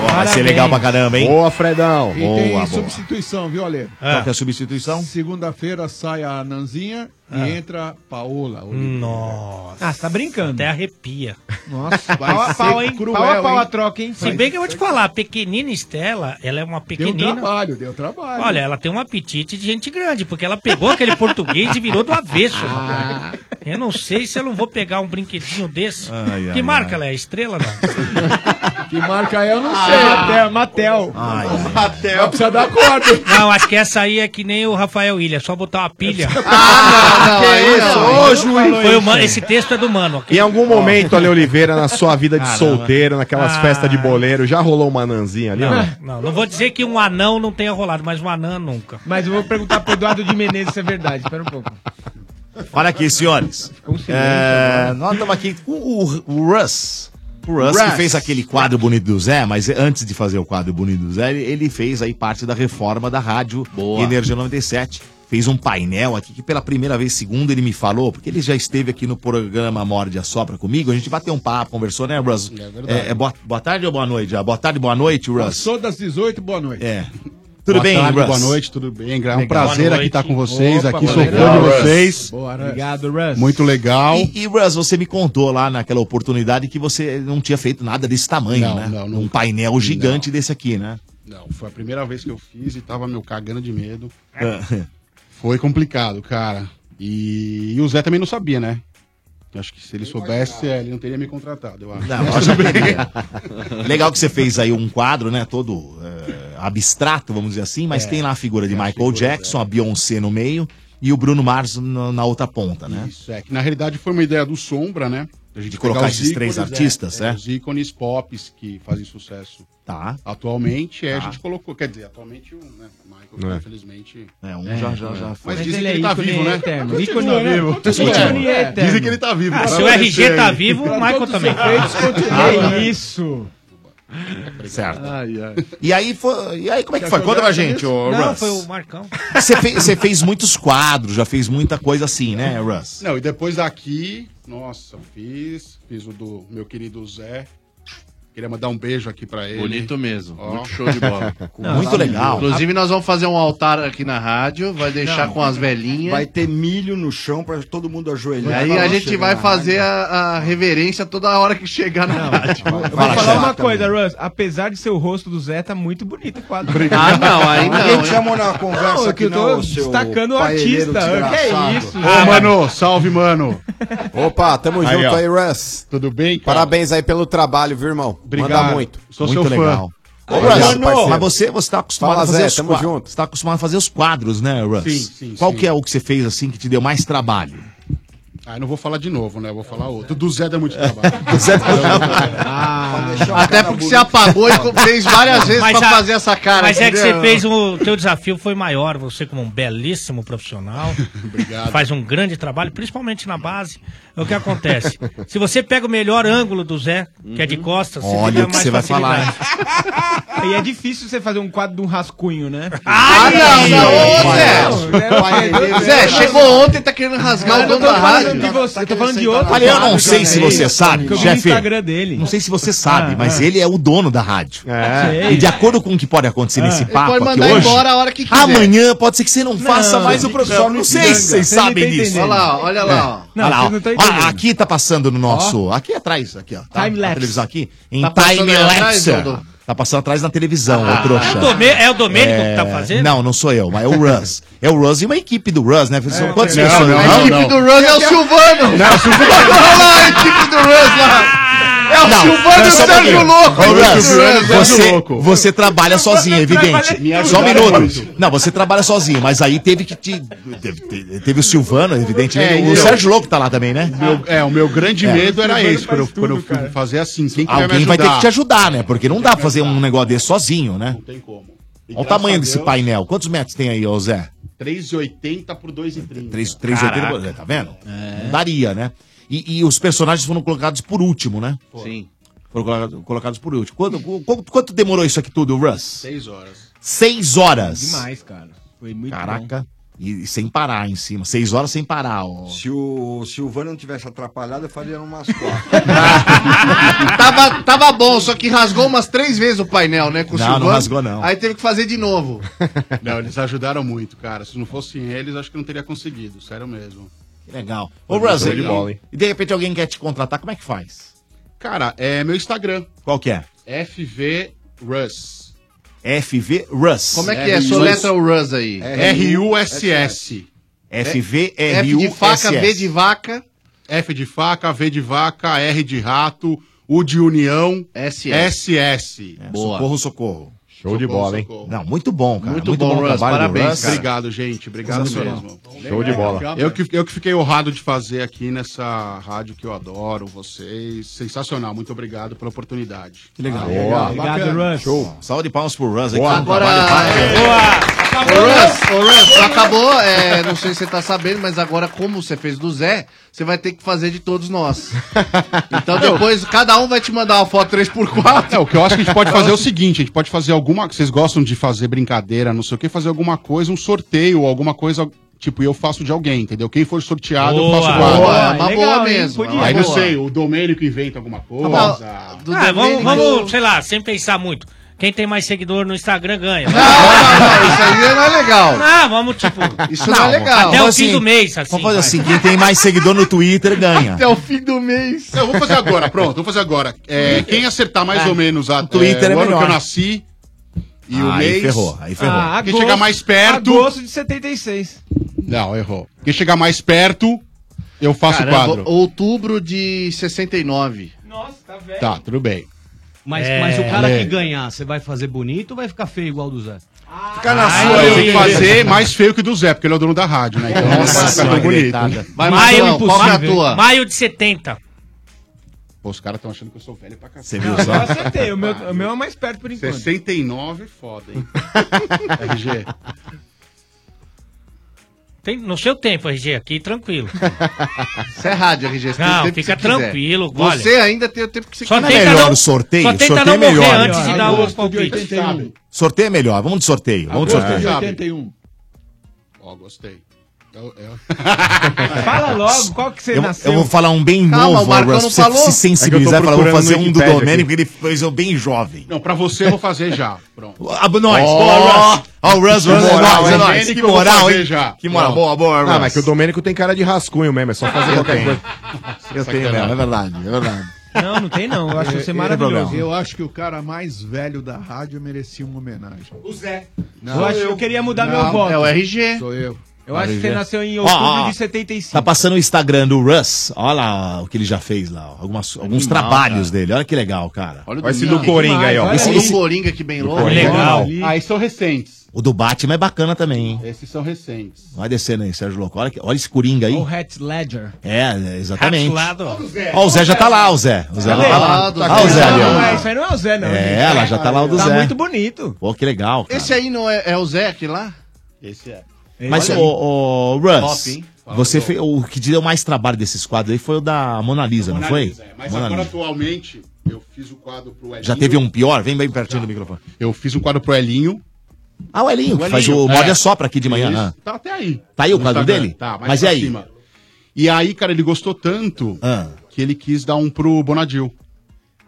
[SPEAKER 5] Ó, vai ser legal pra caramba, hein?
[SPEAKER 4] Boa, Fredão.
[SPEAKER 15] E tem substituição, viu, Ale?
[SPEAKER 5] Qual que é a substituição?
[SPEAKER 15] Segunda-feira sai a Nanzinha e entra Paola.
[SPEAKER 9] Nossa.
[SPEAKER 15] Ah, você tá brincando?
[SPEAKER 9] Até arrepia.
[SPEAKER 15] Nossa,
[SPEAKER 11] Pau a pau, hein? Pau a pau a troca, hein?
[SPEAKER 9] Se bem que eu vou te falar, a pequenina Estela, ela é uma
[SPEAKER 15] Deu um
[SPEAKER 9] pequenina.
[SPEAKER 15] trabalho, deu trabalho.
[SPEAKER 9] Olha, ela tem um apetite de gente grande, porque ela pegou aquele português e virou do avesso.
[SPEAKER 15] Ah.
[SPEAKER 9] rapaz. Eu não sei se eu não vou pegar um brinquedinho desse.
[SPEAKER 15] Ai,
[SPEAKER 9] que
[SPEAKER 15] ai,
[SPEAKER 9] marca ela é? Estrela, não?
[SPEAKER 15] Que marca é, eu não sei.
[SPEAKER 9] Ah.
[SPEAKER 15] Matel, Matel.
[SPEAKER 9] Matel.
[SPEAKER 15] Vai precisar dar corda.
[SPEAKER 9] Não, acho que essa aí é que nem o Rafael Ilha, só botar uma pilha.
[SPEAKER 11] Ah,
[SPEAKER 4] não, que aí isso? não. Ô, juiz.
[SPEAKER 9] Foi o Mano- esse texto é do Mano.
[SPEAKER 4] Em algum momento, Ale Oliveira, na sua vida de
[SPEAKER 9] Caramba.
[SPEAKER 4] solteiro, naquelas
[SPEAKER 9] Ah.
[SPEAKER 4] festas de boleiro, já rolou uma nanzinha ali,
[SPEAKER 9] Não,
[SPEAKER 4] né?
[SPEAKER 9] não, não vou dizer que um anão não tenha rolado, mas um anã nunca.
[SPEAKER 11] Mas eu vou perguntar pro Eduardo de Menezes se é verdade. Espera um pouco.
[SPEAKER 5] Olha aqui, senhores. É, nós estamos aqui com o, o Russ. O Russ,
[SPEAKER 13] Russ.
[SPEAKER 5] que fez aquele quadro bonito do Zé, mas antes de fazer o quadro bonito do Zé, ele, ele fez aí parte da reforma da rádio Energia 97. Fez um painel aqui que pela primeira vez, segundo ele me falou, porque ele já esteve aqui no programa Morde a Sopra comigo, a gente bateu um papo, conversou, né, Russ?
[SPEAKER 15] verdade.
[SPEAKER 5] É, é boa, boa tarde ou boa noite? já? Boa tarde, boa noite, Russ.
[SPEAKER 15] Passou das 18, boa noite.
[SPEAKER 5] É.
[SPEAKER 18] Boa
[SPEAKER 5] Tudo bem,
[SPEAKER 18] tarde,
[SPEAKER 5] Russ?
[SPEAKER 18] boa noite, tudo bem? É um
[SPEAKER 5] Legal.
[SPEAKER 18] prazer
[SPEAKER 5] Boa
[SPEAKER 18] aqui
[SPEAKER 5] noite.
[SPEAKER 18] estar com vocês,
[SPEAKER 5] Opa,
[SPEAKER 18] aqui sou fã
[SPEAKER 5] legal,
[SPEAKER 18] de
[SPEAKER 5] Russ.
[SPEAKER 18] vocês.
[SPEAKER 15] Boa,
[SPEAKER 11] Obrigado, Russ.
[SPEAKER 18] Muito legal.
[SPEAKER 5] E, e Russ, você me contou lá naquela oportunidade que você não tinha feito nada desse tamanho,
[SPEAKER 18] Não,
[SPEAKER 5] né?
[SPEAKER 18] não,
[SPEAKER 5] um painel gigante desse aqui, né?
[SPEAKER 18] Não, foi a primeira vez que eu fiz e tava meu cagando de medo.
[SPEAKER 9] tá-
[SPEAKER 5] É.
[SPEAKER 18] Foi complicado, cara. E, e o Zé também não sabia, né? Eu Acho que se ele soubesse, é, ele não teria me contratado, eu acho.
[SPEAKER 5] Não,
[SPEAKER 18] Mas
[SPEAKER 5] lógico
[SPEAKER 18] tudo
[SPEAKER 5] que
[SPEAKER 18] bem.
[SPEAKER 5] não. Legal que você fez aí um quadro, né? Todo eh, abstrato, vamos dizer assim,
[SPEAKER 18] É,
[SPEAKER 5] mas tem lá a figura de Michael Jackson, a Beyoncé no meio e o Bruno Mars na, na outra ponta, né?
[SPEAKER 18] Isso, é que na realidade foi uma ideia do Sombra, né? A gente
[SPEAKER 5] De colocar
[SPEAKER 18] pegar os
[SPEAKER 5] esses três
[SPEAKER 18] ícones, é,
[SPEAKER 5] artistas, né?
[SPEAKER 18] Os ícones pop que fazem sucesso
[SPEAKER 5] tá.
[SPEAKER 18] atualmente, é, a
[SPEAKER 5] Tá.
[SPEAKER 18] gente colocou, quer dizer, atualmente o né, Michael,
[SPEAKER 5] É.
[SPEAKER 18] infelizmente...
[SPEAKER 5] É, um já- já- já foi.
[SPEAKER 18] Mas
[SPEAKER 5] Mas
[SPEAKER 18] dizem
[SPEAKER 5] ele
[SPEAKER 18] que
[SPEAKER 5] é
[SPEAKER 18] ele tá
[SPEAKER 5] ícone
[SPEAKER 18] vivo, né?
[SPEAKER 5] eterno,
[SPEAKER 18] Continua,
[SPEAKER 5] ícone
[SPEAKER 18] né?
[SPEAKER 5] vivo.
[SPEAKER 18] Continua.
[SPEAKER 5] Ícone eterno.
[SPEAKER 18] Dizem que ele tá vivo.
[SPEAKER 5] Ah,
[SPEAKER 18] Pra
[SPEAKER 5] se o
[SPEAKER 18] você
[SPEAKER 5] RG
[SPEAKER 18] aí.
[SPEAKER 5] tá vivo, o
[SPEAKER 18] Pra
[SPEAKER 5] Michael
[SPEAKER 18] todos os
[SPEAKER 5] também.
[SPEAKER 18] efeitos, continua.
[SPEAKER 5] Ah,
[SPEAKER 11] Que é isso?
[SPEAKER 18] é,
[SPEAKER 5] Certo.
[SPEAKER 18] Ai, ai.
[SPEAKER 5] E aí, foi, e aí como é que foi? Conta pra gente, ô
[SPEAKER 9] Não,
[SPEAKER 5] Russ.
[SPEAKER 9] foi o Marcão.
[SPEAKER 5] Você fe- você fez muitos quadros, já fez muita coisa assim, né, Russ?
[SPEAKER 18] Não, e depois daqui, nossa, fiz, fiz o do meu querido Zé. Queria mandar um beijo aqui pra ele.
[SPEAKER 8] Bonito mesmo.
[SPEAKER 18] Ó.
[SPEAKER 8] Muito show de bola.
[SPEAKER 18] Não, Muito legal.
[SPEAKER 8] Inclusive, nós vamos fazer um altar aqui na rádio, vai deixar
[SPEAKER 19] Não.
[SPEAKER 8] com as velhinhas.
[SPEAKER 19] Vai ter milho no chão pra todo mundo ajoelhar.
[SPEAKER 8] Aí
[SPEAKER 19] Pra
[SPEAKER 8] a
[SPEAKER 19] não
[SPEAKER 8] gente
[SPEAKER 19] chegar
[SPEAKER 8] vai
[SPEAKER 19] na
[SPEAKER 8] fazer a, a reverência toda hora que chegar na rádio.
[SPEAKER 11] Eu vou falar uma
[SPEAKER 5] tá
[SPEAKER 11] coisa, Russ. Apesar de ser o rosto do Zé, tá muito bonito o quadro.
[SPEAKER 8] Obrigado. Ah, não, aí não,
[SPEAKER 11] Ninguém
[SPEAKER 8] hein?
[SPEAKER 11] te chamou na conversa
[SPEAKER 8] Não, é que
[SPEAKER 11] aqui,
[SPEAKER 8] eu tô
[SPEAKER 11] não, seu
[SPEAKER 8] destacando o
[SPEAKER 11] paelheiro
[SPEAKER 8] artista,
[SPEAKER 11] desgraçado.
[SPEAKER 8] que é isso,
[SPEAKER 11] Ô,
[SPEAKER 18] Ô, mano, salve, mano.
[SPEAKER 10] Opa, tamo
[SPEAKER 18] Aí,
[SPEAKER 10] junto
[SPEAKER 18] ó.
[SPEAKER 10] aí, Russ.
[SPEAKER 18] Tudo bem,
[SPEAKER 10] cara? Parabéns aí pelo trabalho, viu, irmão?
[SPEAKER 18] Obrigado.
[SPEAKER 10] Manda muito.
[SPEAKER 18] Sou
[SPEAKER 10] muito
[SPEAKER 18] seu fã.
[SPEAKER 5] Ô,
[SPEAKER 10] Obrigado,
[SPEAKER 5] Russ,
[SPEAKER 10] parceiro.
[SPEAKER 5] mas você, você tá acostumado
[SPEAKER 10] Fala,
[SPEAKER 5] a fazer
[SPEAKER 10] Zé,
[SPEAKER 5] os
[SPEAKER 10] tamo
[SPEAKER 5] quadros.
[SPEAKER 10] junto.
[SPEAKER 5] Você tá acostumado a fazer os quadros, né, Russ?
[SPEAKER 18] Sim, sim,
[SPEAKER 5] Qual
[SPEAKER 18] sim.
[SPEAKER 5] que é o que você fez assim que te deu mais trabalho?
[SPEAKER 18] Ah, eu não vou falar de novo, né? Eu vou falar outro. Do Zé dá muito trabalho. Ah,
[SPEAKER 8] Até porque você apagou e fez várias vezes
[SPEAKER 9] Mas
[SPEAKER 8] pra
[SPEAKER 9] a-
[SPEAKER 8] fazer essa cara.
[SPEAKER 9] Mas é que você
[SPEAKER 8] entendeu?
[SPEAKER 9] fez o teu desafio foi maior. Você como um belíssimo profissional,
[SPEAKER 8] Obrigado.
[SPEAKER 9] faz um grande trabalho, principalmente na base. É O que acontece? Se você pega o melhor ângulo do Zé, que é de costas, você
[SPEAKER 17] Olha
[SPEAKER 9] tem
[SPEAKER 17] o que você vai falar,
[SPEAKER 9] facilidade.
[SPEAKER 11] E é difícil você fazer um quadro de um rascunho, né?
[SPEAKER 8] Ah, não, não, ô, Zé. Zé, chegou ontem e tá querendo rasgar o
[SPEAKER 11] Mas eu
[SPEAKER 8] dono
[SPEAKER 11] tô
[SPEAKER 8] da
[SPEAKER 11] falando
[SPEAKER 8] rádio.
[SPEAKER 11] de você, eu tô falando de outro.
[SPEAKER 5] Olha, eu não
[SPEAKER 11] quadro
[SPEAKER 5] sei
[SPEAKER 11] que
[SPEAKER 5] se
[SPEAKER 11] eu
[SPEAKER 5] você
[SPEAKER 11] fiz,
[SPEAKER 5] sabe,
[SPEAKER 11] que eu vi no
[SPEAKER 5] chefe.
[SPEAKER 11] Instagram dele.
[SPEAKER 5] Não sei se você sabe,
[SPEAKER 11] Ah,
[SPEAKER 5] mas ele é o dono da rádio.
[SPEAKER 11] É.
[SPEAKER 5] E de acordo com o que pode acontecer nesse
[SPEAKER 11] Ele
[SPEAKER 5] papo
[SPEAKER 11] pode
[SPEAKER 5] aqui
[SPEAKER 11] mandar
[SPEAKER 5] hoje,
[SPEAKER 11] embora a hora que quiser.
[SPEAKER 5] amanhã pode ser que você Ah. não, faça mais o programa.
[SPEAKER 8] só
[SPEAKER 5] Não,
[SPEAKER 8] no
[SPEAKER 5] sei se vocês
[SPEAKER 8] Você
[SPEAKER 5] sabem
[SPEAKER 8] não tá
[SPEAKER 5] disso.
[SPEAKER 8] entendendo. Olha lá, olha lá, ó.
[SPEAKER 5] É. Olha
[SPEAKER 8] Não,
[SPEAKER 5] lá,
[SPEAKER 8] vocês não tá
[SPEAKER 5] ó.
[SPEAKER 8] entendendo.
[SPEAKER 5] Ah, aqui tá passando no nosso. Aqui atrás, aqui, ó. Tá,
[SPEAKER 8] Time-lapse.
[SPEAKER 5] na televisão aqui. Em
[SPEAKER 8] Tá passando
[SPEAKER 5] time
[SPEAKER 8] aí atrás,
[SPEAKER 5] lapse. Ah.
[SPEAKER 8] Aldo?
[SPEAKER 5] Tá passando atrás na televisão, ô trouxa.
[SPEAKER 9] é o Domê- é o Domênico que tá fazendo?
[SPEAKER 5] Não, não sou eu, mas é o Russ. É o Russ e uma equipe do Russ, né? São quantas
[SPEAKER 8] não,
[SPEAKER 5] pessoas?
[SPEAKER 8] não, A equipe do Russ é o Silvano.
[SPEAKER 5] Não, o Silvano.
[SPEAKER 8] Olha lá a equipe do Russ lá. É o
[SPEAKER 5] Não,
[SPEAKER 8] Silvano e o
[SPEAKER 5] só um
[SPEAKER 8] Sérgio
[SPEAKER 5] pouquinho.
[SPEAKER 8] Louco.
[SPEAKER 5] Ô, Russ,
[SPEAKER 8] Silvano e o Sérgio
[SPEAKER 5] você,
[SPEAKER 8] Louco.
[SPEAKER 5] você trabalha sozinho, é evidente.
[SPEAKER 8] Me
[SPEAKER 5] Só um
[SPEAKER 8] ajudaram
[SPEAKER 5] minuto. Não, você trabalha sozinho, mas aí teve que te. Teve, te- teve o Silvano, evidentemente.
[SPEAKER 18] É,
[SPEAKER 5] o
[SPEAKER 18] então.
[SPEAKER 5] Sérgio Louco tá lá também, né?
[SPEAKER 18] Meu- é, o meu grande
[SPEAKER 5] É.
[SPEAKER 18] medo era esse, quando eu, quando eu fui fazer assim, quem que
[SPEAKER 5] Alguém vai ter que te
[SPEAKER 18] ajudar?
[SPEAKER 5] ajudar, né? Porque não dá pra fazer um negócio desse sozinho, né?
[SPEAKER 18] Não tem como.
[SPEAKER 5] Olha o tamanho
[SPEAKER 18] Graças a
[SPEAKER 5] desse
[SPEAKER 18] Deus.
[SPEAKER 5] painel. Quantos metros tem aí, ô Zé?
[SPEAKER 18] 3,80 por 2,30.
[SPEAKER 5] 3, 380, tá vendo?
[SPEAKER 18] É.
[SPEAKER 5] Não daria, né? E, e os personagens foram colocados por último, né?
[SPEAKER 18] Sim.
[SPEAKER 5] Foram colocados- colocados por último. Quanto, quanto, quanto demorou isso aqui tudo, Russ?
[SPEAKER 18] 6 horas.
[SPEAKER 5] Seis horas.
[SPEAKER 11] Demais, cara. Foi muito
[SPEAKER 5] Caraca. E, e sem parar em cima. Seis horas sem parar, ó.
[SPEAKER 19] Se o Silvano não tivesse atrapalhado, eu faria umas quatro.
[SPEAKER 8] Tava, tava bom, só que rasgou umas três vezes o painel, né? Com o
[SPEAKER 18] Não, não
[SPEAKER 8] Silvano.
[SPEAKER 18] rasgou, não.
[SPEAKER 8] Aí teve que fazer de novo.
[SPEAKER 18] Não, eles ajudaram muito, cara. Se não fossem eles, acho que não teria conseguido, sério mesmo.
[SPEAKER 5] Que legal. Ô, Brasil, e, e de repente alguém quer te contratar, como é que faz?
[SPEAKER 18] Cara, é meu Instagram,
[SPEAKER 5] Qual que é?
[SPEAKER 18] FV Russ.
[SPEAKER 5] FV Russ.
[SPEAKER 8] Como é que é? Soletra o Russ aí.
[SPEAKER 18] R-U-S-S.
[SPEAKER 5] FV,
[SPEAKER 8] F de faca, V de vaca.
[SPEAKER 18] F de faca, V de vaca, R de rato, U de união,
[SPEAKER 8] SS.
[SPEAKER 18] SS.
[SPEAKER 5] É, Socorro, socorro.
[SPEAKER 18] Show de bola, hein?
[SPEAKER 5] Não, muito bom, cara.
[SPEAKER 18] Muito, bom, Russ.
[SPEAKER 5] trabalho do
[SPEAKER 18] Parabéns,
[SPEAKER 5] Russ.
[SPEAKER 18] cara. Obrigado, gente. Obrigado
[SPEAKER 5] Sensacional.
[SPEAKER 18] mesmo.
[SPEAKER 5] Show de bola.
[SPEAKER 18] Eu que, eu que fiquei honrado de fazer aqui nessa rádio que eu adoro, vocês. Sensacional. Muito obrigado pela oportunidade.
[SPEAKER 5] Que legal.
[SPEAKER 18] Obrigado, Russ.
[SPEAKER 5] Show. Salve de palmas pro Russ
[SPEAKER 18] Boa.
[SPEAKER 5] aqui.
[SPEAKER 18] Agora-
[SPEAKER 8] Ô,
[SPEAKER 20] né?
[SPEAKER 8] Russ, ô, Russ, acabou, é, não sei se você tá sabendo, mas agora, como você fez do Zé, você vai ter que fazer de todos nós. Então depois, cada um vai te mandar uma foto 3x4.
[SPEAKER 18] É, o que eu acho que a gente pode fazer é o seguinte, a gente pode fazer alguma, vocês gostam de fazer brincadeira, não sei o que, fazer alguma coisa, um sorteio, alguma coisa, tipo, eu faço de alguém, entendeu? Quem for sorteado, eu faço
[SPEAKER 8] Boa,
[SPEAKER 18] quadro.
[SPEAKER 8] é uma Legal, boa hein? mesmo, é uma
[SPEAKER 18] Aí não
[SPEAKER 8] boa.
[SPEAKER 18] sei, o Domênico inventa alguma coisa.
[SPEAKER 9] Ah, vamos, vamos, sei lá, sem pensar muito. Quem tem mais seguidor no Instagram ganha.
[SPEAKER 8] isso aí não é legal.
[SPEAKER 9] Não, vamos, tipo.
[SPEAKER 11] Ah,
[SPEAKER 8] Isso não é legal.
[SPEAKER 9] Até o
[SPEAKER 5] Vamos
[SPEAKER 9] fim
[SPEAKER 5] assim,
[SPEAKER 9] do mês, assim.
[SPEAKER 5] Vamos fazer assim, quem tem mais seguidor no Twitter
[SPEAKER 11] Então,
[SPEAKER 5] ganha.
[SPEAKER 8] Até o fim do mês.
[SPEAKER 18] Eu vou fazer agora, pronto, vou fazer agora. É, quem acertar mais ou menos a,
[SPEAKER 5] Twitter
[SPEAKER 18] é,
[SPEAKER 5] é
[SPEAKER 18] o ano
[SPEAKER 5] melhor.
[SPEAKER 18] que eu nasci e o
[SPEAKER 5] Aí
[SPEAKER 18] mês...
[SPEAKER 5] ferrou, aí ferrou.
[SPEAKER 11] Ah,
[SPEAKER 18] quem
[SPEAKER 11] agosto-
[SPEAKER 18] chegar mais perto...
[SPEAKER 11] Agosto de 76.
[SPEAKER 18] Não, errou. Quem chegar mais perto, eu faço o
[SPEAKER 8] Caramba,
[SPEAKER 18] quadro.
[SPEAKER 8] Outubro de 69.
[SPEAKER 18] Tá, tudo bem.
[SPEAKER 3] Mas,
[SPEAKER 18] É.
[SPEAKER 3] mas o cara
[SPEAKER 18] É.
[SPEAKER 3] que ganhar, você vai fazer bonito ou vai ficar feio igual o do Zé?
[SPEAKER 18] Fica na sua, eu vou fazer mais feio que o do Zé, porque ele é o dono da rádio, né? Então, vai ficar tão bonito.
[SPEAKER 9] Vai, maio, qual é a tua? Maio de 70.
[SPEAKER 18] Pô, os caras estão achando que eu sou velho pra cacete.
[SPEAKER 5] Você
[SPEAKER 11] Não, eu acertei. O meu, o meu é o mais perto por enquanto.
[SPEAKER 18] 69, foda, hein? RG.
[SPEAKER 9] Tem, no seu tempo, RG, aqui, tranquilo.
[SPEAKER 8] Isso é rádio, RG. você tem o
[SPEAKER 9] Não,
[SPEAKER 8] tempo que
[SPEAKER 9] fica
[SPEAKER 8] você quiser.
[SPEAKER 9] tranquilo,
[SPEAKER 8] Você
[SPEAKER 9] olha.
[SPEAKER 8] ainda tem o tempo que você
[SPEAKER 9] Só
[SPEAKER 5] Não é
[SPEAKER 9] tenta
[SPEAKER 5] melhor
[SPEAKER 11] um
[SPEAKER 9] não-
[SPEAKER 5] o sorteio?
[SPEAKER 9] só tenta
[SPEAKER 5] sorteio
[SPEAKER 9] não
[SPEAKER 5] é
[SPEAKER 9] morrer
[SPEAKER 5] melhor.
[SPEAKER 9] antes de dar o palpite.
[SPEAKER 11] um.
[SPEAKER 5] Sorteio é melhor, vamos de sorteio. Vamos de
[SPEAKER 18] Agosto de
[SPEAKER 5] sorteio.
[SPEAKER 18] 81. Ó, gostei. Eu- eu-
[SPEAKER 11] Fala logo, qual que você
[SPEAKER 5] Eu,
[SPEAKER 11] nasceu?
[SPEAKER 5] eu vou falar um bem
[SPEAKER 11] Calma,
[SPEAKER 5] novo,
[SPEAKER 11] o Marcão
[SPEAKER 5] Russ,
[SPEAKER 11] não
[SPEAKER 5] pra
[SPEAKER 11] falou?
[SPEAKER 5] você se sensibilizar
[SPEAKER 11] É
[SPEAKER 5] e
[SPEAKER 11] que eu
[SPEAKER 5] falar,
[SPEAKER 11] tô
[SPEAKER 5] vou fazer
[SPEAKER 11] procurando
[SPEAKER 5] um
[SPEAKER 11] no
[SPEAKER 5] do
[SPEAKER 11] Wikipedia
[SPEAKER 5] Domênico, ele fez um bem jovem.
[SPEAKER 18] Não, pra você eu vou fazer já. Pronto.
[SPEAKER 5] Ah, nós,
[SPEAKER 18] Ó,
[SPEAKER 5] boa, Russ. Ó, o Russ,
[SPEAKER 18] Que
[SPEAKER 5] Russ, é
[SPEAKER 18] moral,
[SPEAKER 5] nóis, é
[SPEAKER 18] hein?
[SPEAKER 5] nóis.
[SPEAKER 18] Ele
[SPEAKER 5] Que
[SPEAKER 18] que eu vou
[SPEAKER 5] moral,
[SPEAKER 18] fazer
[SPEAKER 5] hein?
[SPEAKER 18] já.
[SPEAKER 5] Que moral,
[SPEAKER 18] Não.
[SPEAKER 5] boa, boa, Russ.
[SPEAKER 4] Ah, mas que o Domênico tem cara de rascunho mesmo, é só fazer
[SPEAKER 5] Eu
[SPEAKER 4] qualquer
[SPEAKER 5] tenho.
[SPEAKER 4] coisa.
[SPEAKER 5] Eu tenho mesmo, é verdade, é verdade.
[SPEAKER 11] Não, não tem não. Eu acho você maravilhoso.
[SPEAKER 15] é Eu acho que o cara mais velho da rádio merecia uma homenagem. O Zé. é
[SPEAKER 11] eu, acho que eu queria mudar
[SPEAKER 18] é
[SPEAKER 11] meu voto.
[SPEAKER 15] Sou eu.
[SPEAKER 11] Eu acho que você
[SPEAKER 5] RG.
[SPEAKER 11] nasceu em
[SPEAKER 5] Ó,
[SPEAKER 11] outubro
[SPEAKER 5] ó,
[SPEAKER 11] de 75.
[SPEAKER 5] Tá passando o Instagram do Russ. Olha lá o que ele já fez lá. ó. Algumas- alguns
[SPEAKER 11] Animal,
[SPEAKER 5] trabalhos dele. Olha que legal, cara.
[SPEAKER 8] Olha o do Mickey. Esse do Coringa que bem
[SPEAKER 5] Esse-
[SPEAKER 8] louco.
[SPEAKER 5] esse-
[SPEAKER 8] Coringa que bem louco.
[SPEAKER 5] Legal.
[SPEAKER 18] Aí Ah, são recentes.
[SPEAKER 5] O do Batman é bacana também, hein?
[SPEAKER 18] Esses são recentes.
[SPEAKER 5] Vai descendo aí, Sérgio Louco. Olha, que- olha esse coringa aí.
[SPEAKER 18] O
[SPEAKER 12] Hat Ledger.
[SPEAKER 5] É, é, exatamente.
[SPEAKER 12] Ratilado.
[SPEAKER 5] Ó, o Zé já tá lá, o Zé. O Zé já tá lá. Ah, o Zé ali,
[SPEAKER 11] Não, é,
[SPEAKER 5] ó.
[SPEAKER 11] isso aí não é o Zé, não.
[SPEAKER 5] É,
[SPEAKER 11] gente.
[SPEAKER 5] ela já tá lá o do
[SPEAKER 11] tá
[SPEAKER 5] Zé.
[SPEAKER 11] muito bonito.
[SPEAKER 5] Pô, que legal. cara.
[SPEAKER 8] Esse aí não é, é o Zé que lá? Esse é.
[SPEAKER 5] Mas,
[SPEAKER 8] Olha
[SPEAKER 5] o, o
[SPEAKER 8] aí. Top,
[SPEAKER 5] Russ,
[SPEAKER 8] hein?
[SPEAKER 5] você fez, o que te deu mais trabalho desses quadros aí foi o da Mona Lisa, não
[SPEAKER 18] Mona
[SPEAKER 5] foi?
[SPEAKER 18] Lisa, é. Mas
[SPEAKER 5] Mona
[SPEAKER 18] agora, tá
[SPEAKER 5] Lisa.
[SPEAKER 18] atualmente, eu fiz o quadro pro Elinho.
[SPEAKER 5] Já teve um pior? Vem bem pertinho do microfone.
[SPEAKER 18] Eu fiz um quadro pro Elinho.
[SPEAKER 5] Ah, o Elinho, que faz o
[SPEAKER 18] Elinho,
[SPEAKER 5] Morde
[SPEAKER 18] é.
[SPEAKER 5] é sopra aqui de manhã.
[SPEAKER 18] Isso.
[SPEAKER 5] né?
[SPEAKER 18] Tá até aí.
[SPEAKER 5] Tá aí o
[SPEAKER 18] No
[SPEAKER 5] quadro
[SPEAKER 18] Instagram.
[SPEAKER 5] dele?
[SPEAKER 18] Tá, mais
[SPEAKER 5] Mas
[SPEAKER 18] pra
[SPEAKER 5] e aí? Ah.
[SPEAKER 18] cima. E aí, cara, ele gostou tanto que ele quis dar um pro Bonadil.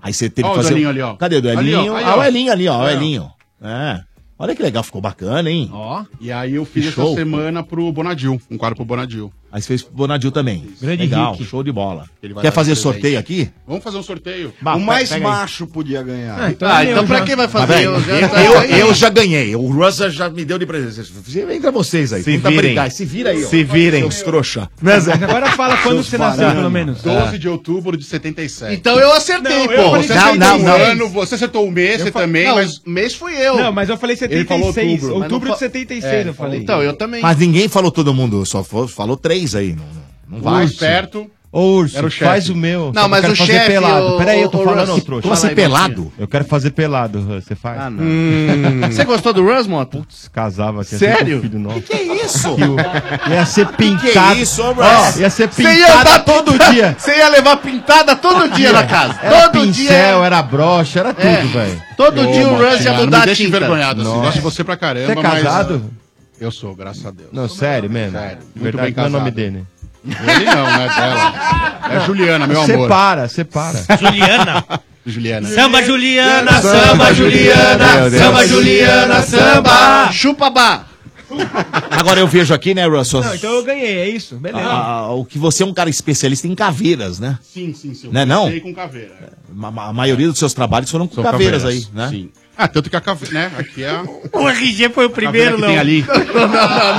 [SPEAKER 5] Aí você teve
[SPEAKER 18] Ó,
[SPEAKER 5] que
[SPEAKER 18] o
[SPEAKER 5] fazer.
[SPEAKER 18] do Elinho ali, ó.
[SPEAKER 5] Cadê o do
[SPEAKER 18] Ali,
[SPEAKER 5] Elinho?
[SPEAKER 18] ó, aí,
[SPEAKER 5] Ah, o
[SPEAKER 18] ó.
[SPEAKER 5] Elinho ali, ó. O
[SPEAKER 18] É.
[SPEAKER 5] Elinho. É. Olha que legal, ficou bacana, hein?
[SPEAKER 18] Ó. E aí eu fiz
[SPEAKER 5] Que
[SPEAKER 18] essa
[SPEAKER 5] show.
[SPEAKER 18] semana pro Bonadil, um quadro pro Bonadil.
[SPEAKER 5] Aí você fez pro Bonadil também.
[SPEAKER 18] Grande
[SPEAKER 5] legal,
[SPEAKER 18] Rick.
[SPEAKER 5] show de bola.
[SPEAKER 18] Ele vai
[SPEAKER 5] Quer
[SPEAKER 18] dar
[SPEAKER 5] fazer
[SPEAKER 18] esse
[SPEAKER 5] sorteio
[SPEAKER 18] presente.
[SPEAKER 5] aqui?
[SPEAKER 18] Vamos fazer um sorteio.
[SPEAKER 5] Bah,
[SPEAKER 19] o
[SPEAKER 5] pe-
[SPEAKER 19] mais
[SPEAKER 5] pega aí.
[SPEAKER 19] macho podia ganhar.
[SPEAKER 20] É,
[SPEAKER 5] Ah, então
[SPEAKER 18] é
[SPEAKER 8] Ah, então pra
[SPEAKER 5] já-
[SPEAKER 8] quem vai
[SPEAKER 5] Tá
[SPEAKER 8] fazer?
[SPEAKER 5] vendo?
[SPEAKER 8] Eu já,
[SPEAKER 5] Eu, eu já ganhei. O Russell já me deu de presente. Entra vocês aí.
[SPEAKER 8] Se
[SPEAKER 5] tenta
[SPEAKER 8] virem.
[SPEAKER 5] brigar. Se vira aí, ó.
[SPEAKER 8] Se virem.
[SPEAKER 5] Seus trouxa.
[SPEAKER 20] né,
[SPEAKER 18] Mas agora fala quando
[SPEAKER 5] Seus
[SPEAKER 18] você nasceu,
[SPEAKER 5] parano.
[SPEAKER 18] pelo menos. 12
[SPEAKER 5] É.
[SPEAKER 18] de outubro de 77.
[SPEAKER 8] Então eu acertei,
[SPEAKER 18] Não,
[SPEAKER 8] pô.
[SPEAKER 18] eu falei que
[SPEAKER 8] Você acertou
[SPEAKER 18] não,
[SPEAKER 8] um
[SPEAKER 18] não.
[SPEAKER 8] ano,
[SPEAKER 18] você acertou o mês, você também,
[SPEAKER 8] Não,
[SPEAKER 18] mas- um
[SPEAKER 8] mês fui eu.
[SPEAKER 11] Não, mas eu falei
[SPEAKER 8] Ele falou
[SPEAKER 11] 76.
[SPEAKER 8] outubro. Mas não
[SPEAKER 11] outubro
[SPEAKER 8] fa-
[SPEAKER 11] de 76
[SPEAKER 8] É,
[SPEAKER 11] eu falei.
[SPEAKER 8] Então, eu também.
[SPEAKER 5] Mas ninguém falou todo mundo. Só fo- falou três aí. Não, não
[SPEAKER 8] O
[SPEAKER 5] vai.
[SPEAKER 8] urso. Perto.
[SPEAKER 20] Ô, Urso,
[SPEAKER 5] Era o chefe.
[SPEAKER 20] faz o meu.
[SPEAKER 8] Não,
[SPEAKER 20] Eu
[SPEAKER 8] mas
[SPEAKER 20] quero
[SPEAKER 8] o
[SPEAKER 20] fazer
[SPEAKER 8] chefe,
[SPEAKER 20] pelado.
[SPEAKER 8] o-
[SPEAKER 20] Peraí, eu tô
[SPEAKER 8] o
[SPEAKER 20] falando,
[SPEAKER 8] Russ-
[SPEAKER 20] trouxa.
[SPEAKER 8] Como assim,
[SPEAKER 20] Fala aí,
[SPEAKER 8] pelado?
[SPEAKER 20] Martinha. Eu quero fazer pelado, Russ, você faz? Hum.
[SPEAKER 8] Ah, não. Você gostou do Rusmont?
[SPEAKER 20] Putz, casava aqui. um
[SPEAKER 8] Sério?
[SPEAKER 20] Filho nosso.
[SPEAKER 8] Que isso?
[SPEAKER 20] Que o- Ia ser pintado.
[SPEAKER 8] Que é isso, ô,
[SPEAKER 20] Ó,
[SPEAKER 8] Russ?
[SPEAKER 20] Ia ser
[SPEAKER 8] Você ia
[SPEAKER 20] pintada
[SPEAKER 8] dar
[SPEAKER 20] todo
[SPEAKER 8] pinta-
[SPEAKER 20] dia.
[SPEAKER 8] Você ia levar pintada todo dia na casa.
[SPEAKER 20] Era
[SPEAKER 8] todo
[SPEAKER 20] pincel,
[SPEAKER 8] dia. era-
[SPEAKER 20] era brocha, era tudo,
[SPEAKER 8] É.
[SPEAKER 20] velho.
[SPEAKER 8] Todo dia o Russ ia
[SPEAKER 18] é
[SPEAKER 20] Martinha,
[SPEAKER 8] mudar
[SPEAKER 20] não
[SPEAKER 8] a
[SPEAKER 20] deixa
[SPEAKER 8] tinta.
[SPEAKER 20] envergonhado assim. Nossa. Gosto de você
[SPEAKER 18] pra caramba,
[SPEAKER 20] Você é
[SPEAKER 18] mas-
[SPEAKER 20] casado?
[SPEAKER 18] Eu sou, graças a Deus.
[SPEAKER 20] Não, sério mesmo.
[SPEAKER 18] Sério. Muito
[SPEAKER 20] Verdade,
[SPEAKER 18] bem
[SPEAKER 20] qual é o nome
[SPEAKER 18] casado.
[SPEAKER 20] dele?
[SPEAKER 18] Ele não, né?
[SPEAKER 8] Tá
[SPEAKER 18] Dela. É Juliana, meu amor.
[SPEAKER 20] Separa, separa.
[SPEAKER 9] Juliana?
[SPEAKER 18] Juliana.
[SPEAKER 9] Samba Juliana,
[SPEAKER 18] Samba,
[SPEAKER 9] samba
[SPEAKER 18] Juliana,
[SPEAKER 9] Juliana,
[SPEAKER 5] Meu Deus.
[SPEAKER 9] samba Juliana, samba.
[SPEAKER 8] Chupa bar.
[SPEAKER 5] Agora eu vejo aqui, né, Russell?
[SPEAKER 11] Não, então eu ganhei, é isso. Beleza.
[SPEAKER 5] Ah, o que você é um cara especialista em caveiras, né?
[SPEAKER 18] Sim, sim, sim. eu
[SPEAKER 5] Não é não?
[SPEAKER 18] comecei com caveira.
[SPEAKER 5] Ma- A maioria dos seus trabalhos foram com
[SPEAKER 18] São
[SPEAKER 5] caveiras,
[SPEAKER 18] caveiras,
[SPEAKER 5] aí, né?
[SPEAKER 18] sim. Ah, tanto que a caveira, né? Aqui é a...
[SPEAKER 9] O RG foi o primeiro,
[SPEAKER 18] que
[SPEAKER 9] não.
[SPEAKER 18] tem ali.
[SPEAKER 8] Não, não,
[SPEAKER 18] Ah,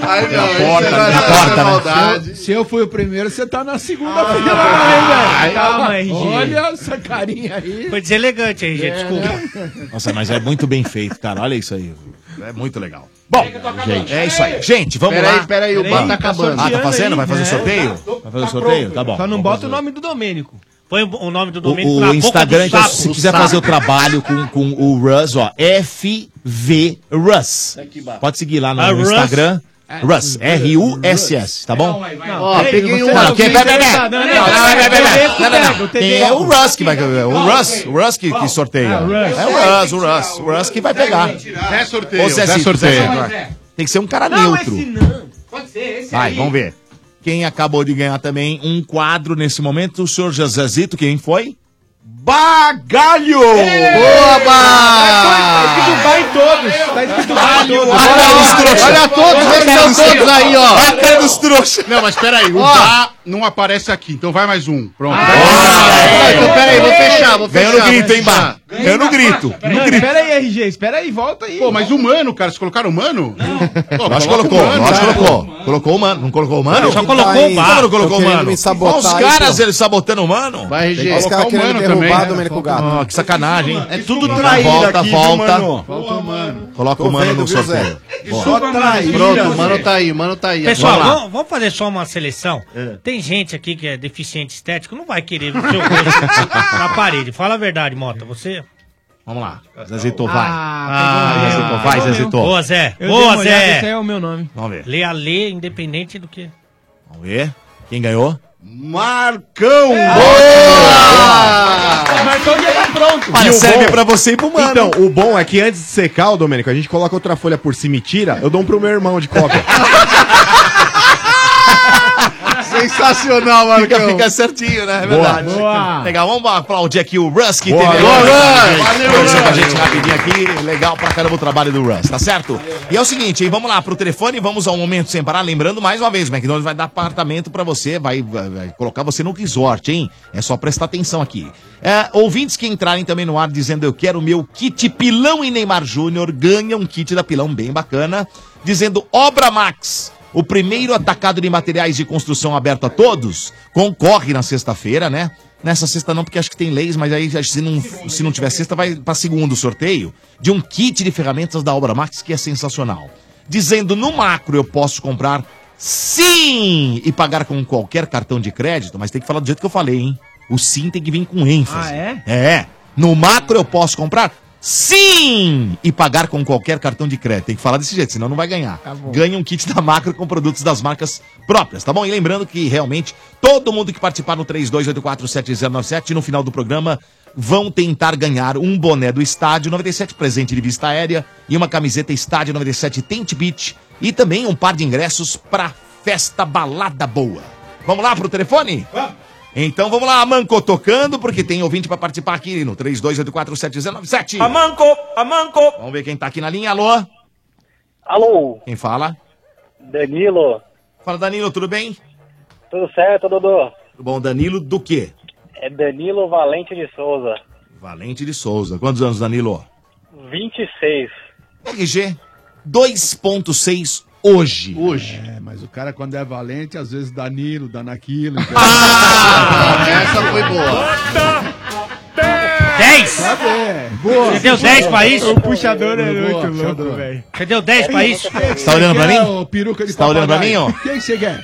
[SPEAKER 8] não. Aí não, isso
[SPEAKER 18] porta,
[SPEAKER 8] agora
[SPEAKER 18] na
[SPEAKER 8] é
[SPEAKER 18] porta, né?
[SPEAKER 8] maldade.
[SPEAKER 15] Se eu fui o primeiro, você tá na segunda-feira,
[SPEAKER 9] Ah,
[SPEAKER 15] hein, velho?
[SPEAKER 9] calma, RG.
[SPEAKER 15] Olha essa carinha aí.
[SPEAKER 9] Foi deselegante, RG,
[SPEAKER 15] É,
[SPEAKER 11] né?
[SPEAKER 9] desculpa.
[SPEAKER 5] Nossa, mas é muito bem feito, cara. Olha isso aí. É muito legal. Bom, gente, é isso aí. Gente, vamos
[SPEAKER 8] Peraí,
[SPEAKER 5] lá.
[SPEAKER 8] peraí, o
[SPEAKER 5] Peraí,
[SPEAKER 8] bar tá
[SPEAKER 5] tá
[SPEAKER 8] acabando.
[SPEAKER 5] Ah, tá fazendo? Vai fazer
[SPEAKER 8] É,
[SPEAKER 5] sorteio? Vai fazer sorteio? Tá bom.
[SPEAKER 11] Só não
[SPEAKER 5] Vamos
[SPEAKER 11] bota
[SPEAKER 5] fazer.
[SPEAKER 11] o nome do Domênico.
[SPEAKER 9] Põe o o nome do Domênico
[SPEAKER 5] O,
[SPEAKER 9] na
[SPEAKER 5] o
[SPEAKER 9] boca
[SPEAKER 5] Instagram,
[SPEAKER 9] do
[SPEAKER 5] então,
[SPEAKER 9] sapo.
[SPEAKER 5] se quiser fazer o trabalho com, com o Russ, ó, FV Russ. Pode seguir lá
[SPEAKER 9] Ah,
[SPEAKER 5] no, no
[SPEAKER 9] Russ.
[SPEAKER 5] Instagram. Russ, R-U-S-S, tá bom?
[SPEAKER 8] Ó, peguei um.
[SPEAKER 5] Não, quem pega, pega.
[SPEAKER 8] Não,
[SPEAKER 5] Não,
[SPEAKER 8] não,
[SPEAKER 5] não,
[SPEAKER 8] não,
[SPEAKER 5] pega,
[SPEAKER 8] não,
[SPEAKER 5] pega.
[SPEAKER 8] não,
[SPEAKER 5] Não,
[SPEAKER 8] não,
[SPEAKER 5] não,
[SPEAKER 8] não.
[SPEAKER 5] não. Quem é o Russ que vai. O Russ, o Russ que, que
[SPEAKER 18] Ah,
[SPEAKER 5] sorteia. É o Russ, o Russ. O Russ que vai pegar.
[SPEAKER 18] Zé sorteio.
[SPEAKER 5] Ô, Zezito,
[SPEAKER 18] Zé sorteio.
[SPEAKER 5] Zezito, vai. Tem que ser um cara neutro.
[SPEAKER 11] não. Pode ser, esse
[SPEAKER 5] Vai, vamos ver. Quem acabou de ganhar também um quadro nesse momento, o senhor Jazazito, quem foi? Bagalho!
[SPEAKER 11] Tá
[SPEAKER 8] Boa, Bah!
[SPEAKER 11] Vai um em todos. Tá escrito vai em todos.
[SPEAKER 8] Olha todos,
[SPEAKER 18] Olha
[SPEAKER 8] eles
[SPEAKER 18] todos
[SPEAKER 8] são todos aí, ó.
[SPEAKER 18] dos trouxas. Não, mas peraí, o
[SPEAKER 8] Ó.
[SPEAKER 18] Bá não aparece aqui, então vai mais um. Pronto.
[SPEAKER 8] Então, peraí, vou fechar, vou fechar.
[SPEAKER 18] Ganhou no grito,
[SPEAKER 8] vou
[SPEAKER 18] hein,
[SPEAKER 8] fechar.
[SPEAKER 18] Bá? Ganhou no grito.
[SPEAKER 11] Não, espera aí, RG, espera aí, volta aí.
[SPEAKER 18] Pô, mas humano, cara, vocês colocaram humano? Não.
[SPEAKER 5] Nós colocou, nós colocou. Colocou o mano. Não colocou o mano?
[SPEAKER 18] Só
[SPEAKER 8] Tá
[SPEAKER 18] colocou
[SPEAKER 5] Como
[SPEAKER 18] o bar.
[SPEAKER 5] Não colocou
[SPEAKER 18] Tô
[SPEAKER 5] o
[SPEAKER 18] querendo
[SPEAKER 5] mano.
[SPEAKER 18] me sabotar
[SPEAKER 5] Olha os
[SPEAKER 18] aí,
[SPEAKER 5] caras,
[SPEAKER 18] pô.
[SPEAKER 5] eles sabotando o mano.
[SPEAKER 8] Vai, RG.
[SPEAKER 5] Tem que
[SPEAKER 8] Os caras
[SPEAKER 5] colocar o
[SPEAKER 8] querendo
[SPEAKER 5] mano
[SPEAKER 8] derrubar
[SPEAKER 5] também, né?
[SPEAKER 8] Domênico Gato.
[SPEAKER 5] Ó, que sacanagem, hein?
[SPEAKER 8] É tudo
[SPEAKER 5] Não,
[SPEAKER 8] traíra
[SPEAKER 5] Volta,
[SPEAKER 8] aqui, viu,
[SPEAKER 5] volta.
[SPEAKER 8] mano?
[SPEAKER 15] Falta o mano.
[SPEAKER 5] Coloca
[SPEAKER 8] Tô
[SPEAKER 5] o mano
[SPEAKER 8] vendo,
[SPEAKER 5] no
[SPEAKER 8] viu,
[SPEAKER 5] sorteio.
[SPEAKER 8] Zé?
[SPEAKER 5] Bora.
[SPEAKER 8] Só traíra, Pronto, o mano tá aí, o mano tá aí.
[SPEAKER 9] Pessoal,
[SPEAKER 8] Vamos lá.
[SPEAKER 9] vamos, vamos fazer só uma seleção. Tem gente aqui que é deficiente estético, não vai querer o seu rosto na parede. Fala a verdade, Mota. Você.
[SPEAKER 5] Vamos lá. Zezito, vai.
[SPEAKER 9] pegou
[SPEAKER 5] Ah,
[SPEAKER 9] o
[SPEAKER 5] Zezito,
[SPEAKER 9] meu.
[SPEAKER 5] vai,
[SPEAKER 9] Pegou o
[SPEAKER 5] Zezito.
[SPEAKER 9] meu. Boa, Zé.
[SPEAKER 11] Eu
[SPEAKER 9] Boa,
[SPEAKER 11] dei uma olhada,
[SPEAKER 9] Zé.
[SPEAKER 11] Esse aí é o meu nome.
[SPEAKER 5] Vamos ver.
[SPEAKER 9] Lê a lê, independente do que.
[SPEAKER 5] Vamos ver. Quem ganhou?
[SPEAKER 19] Marcão!
[SPEAKER 11] É. Marcão já tá pronto.
[SPEAKER 5] Olha,
[SPEAKER 4] E o
[SPEAKER 5] serve
[SPEAKER 4] bom-
[SPEAKER 5] pra você e pro mano.
[SPEAKER 4] Então, o bom é que antes de secar, o Domênico, a gente coloca outra folha por cima e tira, eu dou um pro meu irmão de cópia.
[SPEAKER 8] Sensacional, Marcão.
[SPEAKER 5] Fica, fica certinho, né? É verdade. Legal, vamos aplaudir aqui o Russ que
[SPEAKER 8] Boa,
[SPEAKER 5] teve
[SPEAKER 8] boa,
[SPEAKER 5] hoje, gente.
[SPEAKER 8] Russ. Valeu,
[SPEAKER 5] Conversou com a
[SPEAKER 8] Russ.
[SPEAKER 5] gente rapidinho aqui. Legal pra caramba o trabalho do Russ, tá certo? E é o seguinte, hein? Vamos lá pro telefone, vamos ao momento sem parar. Lembrando mais uma vez, McDonald's vai dar apartamento pra você, vai, vai- vai colocar você no resort, hein? É só prestar atenção aqui. É, ouvintes que entrarem também no ar dizendo eu quero o meu kit Pilão e Neymar Júnior, ganha um kit da Pilão bem bacana, dizendo Obra Max. o primeiro atacado de materiais de construção aberto a todos, concorre na sexta-feira, né? Nessa sexta não, porque acho que tem leis, mas aí se não, se não tiver sexta, vai para segundo sorteio de um kit de ferramentas da Obra Max, que é sensacional. Dizendo no macro eu posso comprar sim e pagar com qualquer cartão de crédito, mas tem que falar do jeito que eu falei, hein? O sim tem que vir com ênfase.
[SPEAKER 17] Ah, é?
[SPEAKER 5] É. No macro eu posso comprar? Sim! E pagar com qualquer cartão de crédito. Tem que falar desse jeito, senão não vai ganhar. Ganha um kit da macro com produtos das marcas próprias, tá bom? E lembrando que realmente todo mundo que participar no 32847097 no final do programa vão tentar ganhar um boné do Estádio 97 presente de vista aérea e uma camiseta Estádio 97 Tente Beach e também um par de ingressos pra festa balada boa. Vamos lá pro telefone? Vamos! Então vamos lá, Amanco tocando, porque tem ouvinte pra participar aqui no um 32847097. Amanco, Amanco. Vamos ver quem tá aqui na linha. Alô? Alô? Quem fala? Danilo. Fala, Danilo, tudo bem?
[SPEAKER 21] Tudo certo, Dodô?
[SPEAKER 5] Tudo bom, Danilo do quê?
[SPEAKER 21] É Danilo Valente de Souza,
[SPEAKER 5] Valente de Souza. Quantos anos, Danilo?
[SPEAKER 21] 26.
[SPEAKER 5] RG 2.6 hoje.
[SPEAKER 15] Hoje. É, mas o cara quando é valente, às vezes dá nilo, dá naquilo.
[SPEAKER 17] Essa foi boa.
[SPEAKER 9] Dez!
[SPEAKER 15] Tá Boa.
[SPEAKER 9] Você deu 10 pra isso?
[SPEAKER 15] O puxador é muito
[SPEAKER 9] Boa,
[SPEAKER 15] louco,
[SPEAKER 9] puxador.
[SPEAKER 15] velho.
[SPEAKER 9] Você deu 10 pra isso?
[SPEAKER 5] Você tá olhando pra mim?
[SPEAKER 15] Ô, peruca de
[SPEAKER 5] Você tá olhando pra
[SPEAKER 15] papagaio.
[SPEAKER 5] mim, ó?
[SPEAKER 15] O que que você quer?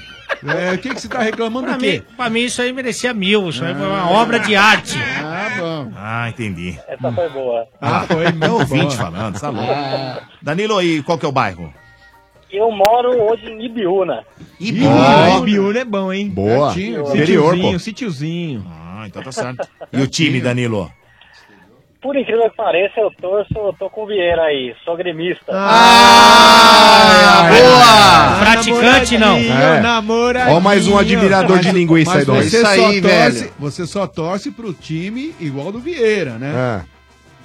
[SPEAKER 15] É, o que que você tá reclamando
[SPEAKER 9] Pra
[SPEAKER 15] do quê?
[SPEAKER 9] mim, pra mim isso aí merecia mil. Isso aí foi uma obra de arte.
[SPEAKER 15] Ah, bom.
[SPEAKER 5] Ah, entendi.
[SPEAKER 21] Essa foi boa.
[SPEAKER 5] Ah, foi é
[SPEAKER 21] muito
[SPEAKER 5] ouvinte
[SPEAKER 21] boa.
[SPEAKER 5] falando, tá louco. Danilo, e qual que é o bairro?
[SPEAKER 21] Eu moro hoje em Ibiúna.
[SPEAKER 5] Ó.
[SPEAKER 11] Biúna é bom, hein?
[SPEAKER 5] Boa.
[SPEAKER 11] Certinho.
[SPEAKER 5] Interior,
[SPEAKER 11] Sítiozinho,
[SPEAKER 5] pô.
[SPEAKER 11] sítiozinho.
[SPEAKER 5] Ah, então tá certo. E o time, Danilo?
[SPEAKER 21] Por incrível que pareça, eu torço, eu tô com o Vieira aí, sou gremista.
[SPEAKER 5] Ah,
[SPEAKER 21] é.
[SPEAKER 5] boa!
[SPEAKER 4] Ah,
[SPEAKER 21] Praticante, não.
[SPEAKER 15] É.
[SPEAKER 21] Namoradinho.
[SPEAKER 10] Ó, mais um admirador de linguiça aí,
[SPEAKER 15] mas
[SPEAKER 10] Dom.
[SPEAKER 15] você
[SPEAKER 10] Isso
[SPEAKER 15] só
[SPEAKER 10] aí,
[SPEAKER 15] torce,
[SPEAKER 10] velho.
[SPEAKER 15] Você só torce pro time igual do Vieira, né?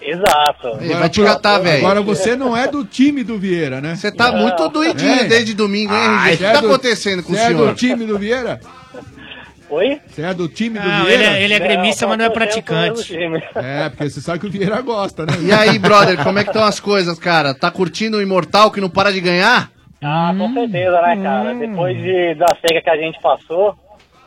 [SPEAKER 10] É.
[SPEAKER 21] Exato.
[SPEAKER 15] Agora pro- Agora você não é do time do Vieira, né? É. Você
[SPEAKER 8] tá muito doidinho desde domingo, hein, RG? O que
[SPEAKER 20] é
[SPEAKER 8] tá acontecendo com o
[SPEAKER 15] é Você é
[SPEAKER 8] senhor?
[SPEAKER 15] do time do Vieira?
[SPEAKER 21] Oi?
[SPEAKER 15] Você é do time do
[SPEAKER 21] Não,
[SPEAKER 15] Vieira?
[SPEAKER 21] ele é- ele é Não, gremista, mas não é eu sou do praticante. time.
[SPEAKER 15] É, porque você sabe que o Vieira gosta, né?
[SPEAKER 8] E aí, brother, como é que estão as coisas, cara? Tá curtindo o Imortal que não para de ganhar?
[SPEAKER 21] Ah, com certeza, né, cara? Depois de, da seca que a gente passou,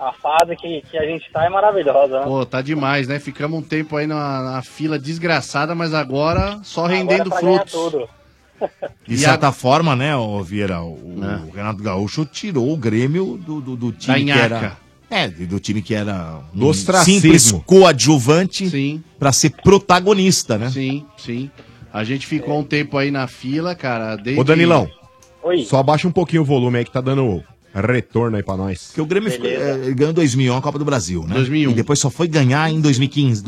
[SPEAKER 21] a fase que, que a gente tá é maravilhosa, né?
[SPEAKER 8] Pô, tá demais, né? Ficamos um tempo aí na, na fila desgraçada, mas agora só rendendo
[SPEAKER 21] pra ganhar
[SPEAKER 8] frutos.
[SPEAKER 21] tudo.
[SPEAKER 5] De certa forma, né, ô Vieira, o, o Renato Gaúcho tirou o Grêmio do, do, do time que
[SPEAKER 8] nhaca.
[SPEAKER 5] era. É, do time que era um
[SPEAKER 8] Do ostracismo.
[SPEAKER 5] simples coadjuvante pra ser protagonista, né?
[SPEAKER 8] Sim, sim. A gente ficou um tempo aí na fila, cara. Desde...
[SPEAKER 4] Ô, Danilão.
[SPEAKER 21] Oi.
[SPEAKER 4] Só abaixa um pouquinho o volume aí que tá dando retorno aí pra nós.
[SPEAKER 5] Porque o Grêmio ficou, é, ele ganhou em 2001 a Copa do Brasil, né?
[SPEAKER 4] 2001.
[SPEAKER 5] E depois só foi ganhar em 2015,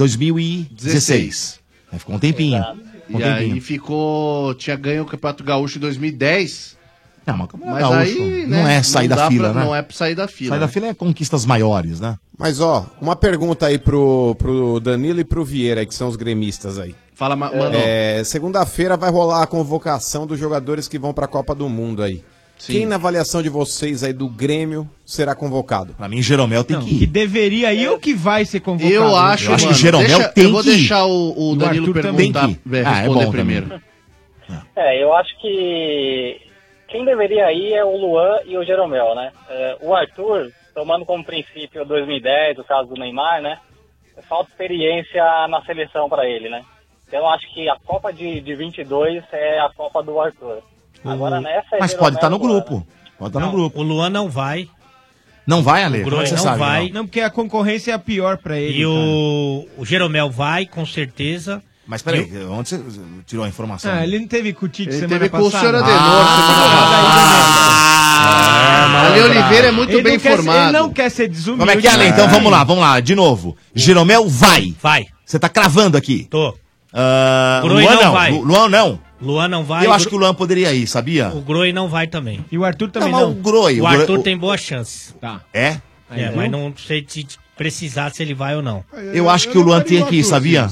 [SPEAKER 5] 2016. Aí ficou um tempinho. Um
[SPEAKER 8] E
[SPEAKER 5] tempinho.
[SPEAKER 8] aí ficou. Tinha ganho o Campeonato Gaúcho em 2010.
[SPEAKER 5] Não, mas como
[SPEAKER 8] mas
[SPEAKER 5] Gaúcho,
[SPEAKER 8] aí, né,
[SPEAKER 5] não é sair
[SPEAKER 8] dá
[SPEAKER 5] da
[SPEAKER 8] pra-
[SPEAKER 5] fila, né?
[SPEAKER 8] Não é pra sair da fila.
[SPEAKER 5] Sair da fila é conquistas maiores, né?
[SPEAKER 10] Mas ó, uma pergunta aí pro, pro Danilo e pro Vieira, que são os gremistas aí.
[SPEAKER 8] Fala, ma- mano.
[SPEAKER 10] É, Segunda-feira vai rolar a convocação dos jogadores que vão pra Copa do Mundo aí. Quem na avaliação de vocês aí do Grêmio será convocado?
[SPEAKER 5] Pra mim, Jeromel tem que
[SPEAKER 11] Que deveria e o que vai ser convocado.
[SPEAKER 8] Eu acho,
[SPEAKER 5] Eu acho que
[SPEAKER 8] mano,
[SPEAKER 5] Jeromel
[SPEAKER 8] deixa-
[SPEAKER 5] tem
[SPEAKER 8] Eu vou
[SPEAKER 5] que ir.
[SPEAKER 8] deixar o, o Danilo
[SPEAKER 5] Arthur também
[SPEAKER 8] perguntar,
[SPEAKER 5] tem que ir.
[SPEAKER 8] é,
[SPEAKER 5] Ah, é
[SPEAKER 8] responder
[SPEAKER 5] bom
[SPEAKER 8] primeiro.
[SPEAKER 21] É, eu acho que quem deveria ir é o Luan e o Jeromel, né? É, o Arthur, tomando como princípio 2010, o caso do Neymar, né? Falta experiência na seleção para ele, né? Então eu acho que a Copa de, de 22 é a Copa do Arthur. Agora nessa é
[SPEAKER 5] Mas
[SPEAKER 21] Jeromel
[SPEAKER 5] pode estar no
[SPEAKER 21] e Luan, né?
[SPEAKER 5] grupo. Pode estar no grupo.
[SPEAKER 9] O Luan não vai.
[SPEAKER 5] Não vai, Ale?
[SPEAKER 9] O
[SPEAKER 5] Como é
[SPEAKER 9] Grosso
[SPEAKER 5] que você
[SPEAKER 9] não
[SPEAKER 5] sabe,
[SPEAKER 9] vai.
[SPEAKER 5] não?
[SPEAKER 11] Não, porque a concorrência é a pior pra ele.
[SPEAKER 9] E o,
[SPEAKER 15] tá.
[SPEAKER 9] o Jeromel vai, com certeza.
[SPEAKER 5] Mas peraí, onde você tirou a informação?
[SPEAKER 11] Ah, ele não teve com o Tite
[SPEAKER 9] Ele
[SPEAKER 11] semana
[SPEAKER 9] teve com o
[SPEAKER 11] passada.
[SPEAKER 9] senhor Adenor
[SPEAKER 11] Ah,
[SPEAKER 5] Ale Oliveira é muito
[SPEAKER 11] Ele não
[SPEAKER 5] bem
[SPEAKER 11] quer ser-
[SPEAKER 5] informado.
[SPEAKER 11] Ele não quer ser desumilde. né?
[SPEAKER 5] Como é que é, Ale? Então
[SPEAKER 11] Ai.
[SPEAKER 5] vamos lá, vamos lá, de novo. Jeromel vai.
[SPEAKER 9] Vai.
[SPEAKER 5] Você tá cravando aqui. Ah,
[SPEAKER 9] Tô. Groi
[SPEAKER 5] Luan
[SPEAKER 9] não
[SPEAKER 5] não.
[SPEAKER 9] vai.
[SPEAKER 5] Lu- Luan não.
[SPEAKER 9] Luan não vai.
[SPEAKER 5] Eu acho
[SPEAKER 9] Gro-
[SPEAKER 5] que o Luan poderia ir, sabia?
[SPEAKER 9] O Groi não vai também.
[SPEAKER 11] E o Arthur
[SPEAKER 9] também
[SPEAKER 5] mas não. o Groi-
[SPEAKER 9] O
[SPEAKER 5] o Groi-
[SPEAKER 9] Arthur
[SPEAKER 5] o-
[SPEAKER 9] tem boa chance.
[SPEAKER 11] Tá.
[SPEAKER 5] É?
[SPEAKER 9] É,
[SPEAKER 5] É.
[SPEAKER 9] mas não sei te te precisar se ele vai ou não.
[SPEAKER 5] Eu acho que o Luan tinha que ir, sabia?
[SPEAKER 15] No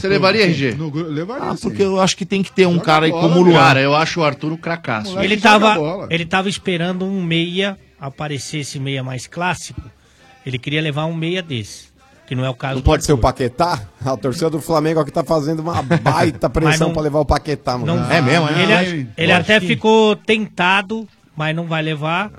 [SPEAKER 15] gru- levaria,
[SPEAKER 5] Ah,
[SPEAKER 15] sim.
[SPEAKER 5] porque eu acho que tem que ter um cara aí
[SPEAKER 15] bola,
[SPEAKER 5] como o Luan.
[SPEAKER 15] cara,
[SPEAKER 8] eu acho o Arthur um cracaço.
[SPEAKER 9] Ele
[SPEAKER 15] joga
[SPEAKER 9] tava,
[SPEAKER 15] bola.
[SPEAKER 9] ele tava esperando um meia aparecer esse meia mais clássico. Ele queria levar um meia desse, que não é o caso
[SPEAKER 10] Não
[SPEAKER 9] do
[SPEAKER 10] pode ser o
[SPEAKER 9] Arthur.
[SPEAKER 10] Paquetá? A torcida do Flamengo aqui tá fazendo uma baita
[SPEAKER 9] Mas
[SPEAKER 10] pressão
[SPEAKER 9] não-
[SPEAKER 10] pra levar o Paquetá,
[SPEAKER 5] É
[SPEAKER 10] mano. É né?
[SPEAKER 9] é- Não- Ele, ele até ficou tentado, mas não vai levar.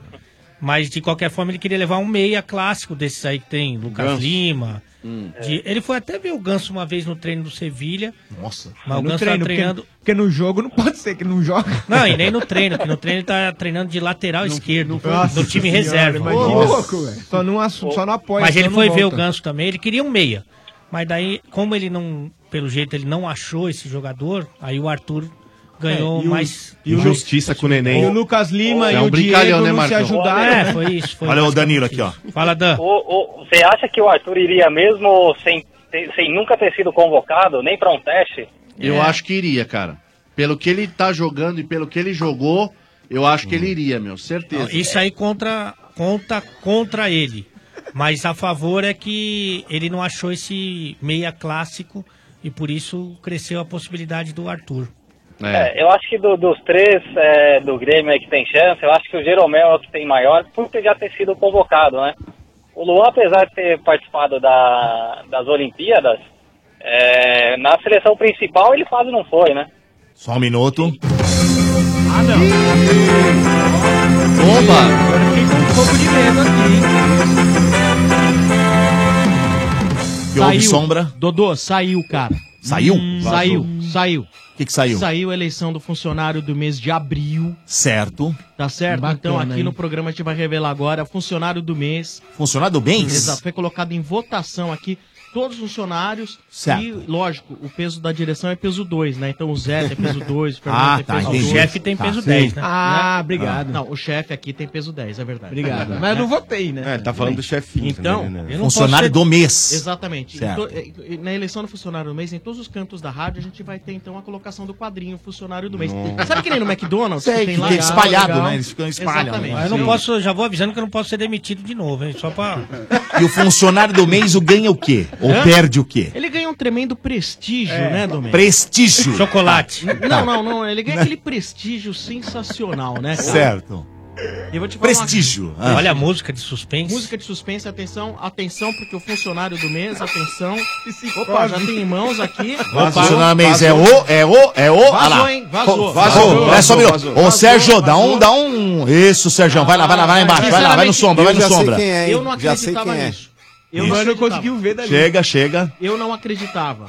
[SPEAKER 9] Mas de qualquer forma ele queria levar um meia clássico desses aí que tem, Lucas
[SPEAKER 12] Ganso.
[SPEAKER 9] Lima. Hum. É. de- ele foi até ver o Ganso uma vez no treino do Sevilha.
[SPEAKER 12] Nossa.
[SPEAKER 9] Mas o
[SPEAKER 11] no
[SPEAKER 9] Ganso
[SPEAKER 11] treino,
[SPEAKER 9] tá
[SPEAKER 11] porque-
[SPEAKER 9] treinando.
[SPEAKER 11] Porque, no jogo não pode ser que não joga.
[SPEAKER 9] Não, e nem no treino, porque no treino ele tá treinando de lateral esquerdo, no time reserva.
[SPEAKER 11] Imagina.
[SPEAKER 9] Nossa.
[SPEAKER 11] Louco, velho. só não assu- só não apoia.
[SPEAKER 9] Mas
[SPEAKER 11] senão não
[SPEAKER 9] ele foi ver o
[SPEAKER 11] volta.
[SPEAKER 9] Ganso também, ele queria um meia. Mas daí, como ele não, pelo jeito, ele não achou esse jogador, aí o Arthur ganhou
[SPEAKER 11] É, e o-
[SPEAKER 9] mais.
[SPEAKER 4] e o- Injustiça com o Neném.
[SPEAKER 11] E o Lucas Lima
[SPEAKER 4] É
[SPEAKER 11] e
[SPEAKER 4] um
[SPEAKER 11] o Diego
[SPEAKER 4] brincalhão, né,
[SPEAKER 11] não se
[SPEAKER 4] Marcão?
[SPEAKER 11] ajudaram.
[SPEAKER 9] É, foi isso. Foi
[SPEAKER 5] Olha o Danilo aqui, ó.
[SPEAKER 9] Fala, Dan.
[SPEAKER 21] O- o- Você acha que o Arthur iria mesmo sem, sem- sem nunca ter sido convocado, nem para um teste?
[SPEAKER 8] Eu
[SPEAKER 21] É.
[SPEAKER 8] acho que iria, cara. Pelo que ele tá jogando e pelo que ele jogou, eu acho que ele
[SPEAKER 5] Uhum.
[SPEAKER 8] iria, meu. Certeza.
[SPEAKER 9] Isso aí contra, conta contra ele. Mas a favor é que ele não achou esse meia clássico e por isso cresceu a possibilidade do Arthur.
[SPEAKER 21] É, eu acho que do- dos três é, do Grêmio aí que tem chance, eu acho que o Jeromel é o que tem maior, por ter já ter sido convocado, né? O Luan, apesar de ter participado da- das Olimpíadas, é, na seleção principal ele quase não foi, né?
[SPEAKER 5] Só um minuto.
[SPEAKER 9] Ah, não.
[SPEAKER 8] Oba!
[SPEAKER 9] Agora fiquei com um pouco de medo
[SPEAKER 5] Que houve sombra.
[SPEAKER 22] Dodô, saiu, cara. Hum,
[SPEAKER 5] Saiu?
[SPEAKER 22] Saiu,
[SPEAKER 5] Vazou.
[SPEAKER 22] saiu.
[SPEAKER 5] O que, que saiu?
[SPEAKER 22] Saiu a eleição do funcionário do mês de abril.
[SPEAKER 5] Certo.
[SPEAKER 22] Tá certo?
[SPEAKER 5] Bacana,
[SPEAKER 22] então aqui
[SPEAKER 5] hein?
[SPEAKER 22] no programa a gente vai revelar agora funcionário do mês.
[SPEAKER 5] Funcionário do mês?
[SPEAKER 22] Exato. Foi colocado em votação aqui todos os funcionários.
[SPEAKER 5] Certo.
[SPEAKER 22] E, lógico, o peso da direção é peso 2, né? Então o Zé é peso 2, o
[SPEAKER 5] Ah,
[SPEAKER 22] Fernando é
[SPEAKER 5] tá,
[SPEAKER 22] peso
[SPEAKER 5] entendi.
[SPEAKER 22] dois.
[SPEAKER 5] O chefe tem Tá. peso dez, né?
[SPEAKER 22] Ah,
[SPEAKER 5] Né?
[SPEAKER 22] obrigado.
[SPEAKER 5] Ah.
[SPEAKER 22] Não, o chefe aqui tem peso 10, é verdade.
[SPEAKER 11] Obrigado. Mas eu não votei, né?
[SPEAKER 22] É,
[SPEAKER 13] tá falando do chefinho
[SPEAKER 22] Então,
[SPEAKER 13] também, né?
[SPEAKER 22] eu não posso
[SPEAKER 5] Funcionário
[SPEAKER 22] ser-
[SPEAKER 5] do mês.
[SPEAKER 22] Exatamente. Em
[SPEAKER 5] Certo.
[SPEAKER 22] to- eh, Na eleição do funcionário do mês, em todos os cantos da rádio, a gente vai ter então a colocação do quadrinho funcionário do mês.
[SPEAKER 5] Nossa.
[SPEAKER 22] Sabe que nem no McDonald's?
[SPEAKER 5] Sei, que
[SPEAKER 22] lá-
[SPEAKER 5] tem espalhado,
[SPEAKER 22] Legal.
[SPEAKER 5] né? Eles ficam espalham, né?
[SPEAKER 22] Exatamente.
[SPEAKER 9] Mas eu não
[SPEAKER 22] Sim.
[SPEAKER 9] posso, já vou avisando que eu não posso ser demitido de novo, hein? Só pra.
[SPEAKER 5] E o funcionário do mês o ganha o quê? Ou
[SPEAKER 22] Hã?
[SPEAKER 5] perde o quê?
[SPEAKER 22] Ele ganha um tremendo prestígio,
[SPEAKER 5] É.
[SPEAKER 22] né, Domingo?
[SPEAKER 5] Prestígio. Tá. Chocolate.
[SPEAKER 22] Não, não, não. Ele ganha aquele prestígio sensacional, né? cara?
[SPEAKER 5] Certo.
[SPEAKER 22] Eu vou te falar uma-
[SPEAKER 9] Ah. Olha a música de suspense.
[SPEAKER 22] Música de suspense, atenção, atenção, porque o funcionário do mês, atenção. Opa, já tem em mãos aqui.
[SPEAKER 5] O funcionário do mês é o, é o, é o.
[SPEAKER 22] Vazou,
[SPEAKER 5] Ah lá.
[SPEAKER 22] hein? Vazou.
[SPEAKER 5] Vazou. Vazou. É só um minuto. Ô, Sérgio, dá um, dá um. Isso, Sérgio. Vai lá, vai lá, vai lá embaixo. Vai lá, vai no sombra, vai no sombra.
[SPEAKER 22] Eu não acreditava nisso. Eu
[SPEAKER 5] Isso.
[SPEAKER 22] não,
[SPEAKER 5] Mas não
[SPEAKER 22] acreditava.
[SPEAKER 5] conseguiu ver dali. Chega, chega. É.
[SPEAKER 22] Eu não acreditava.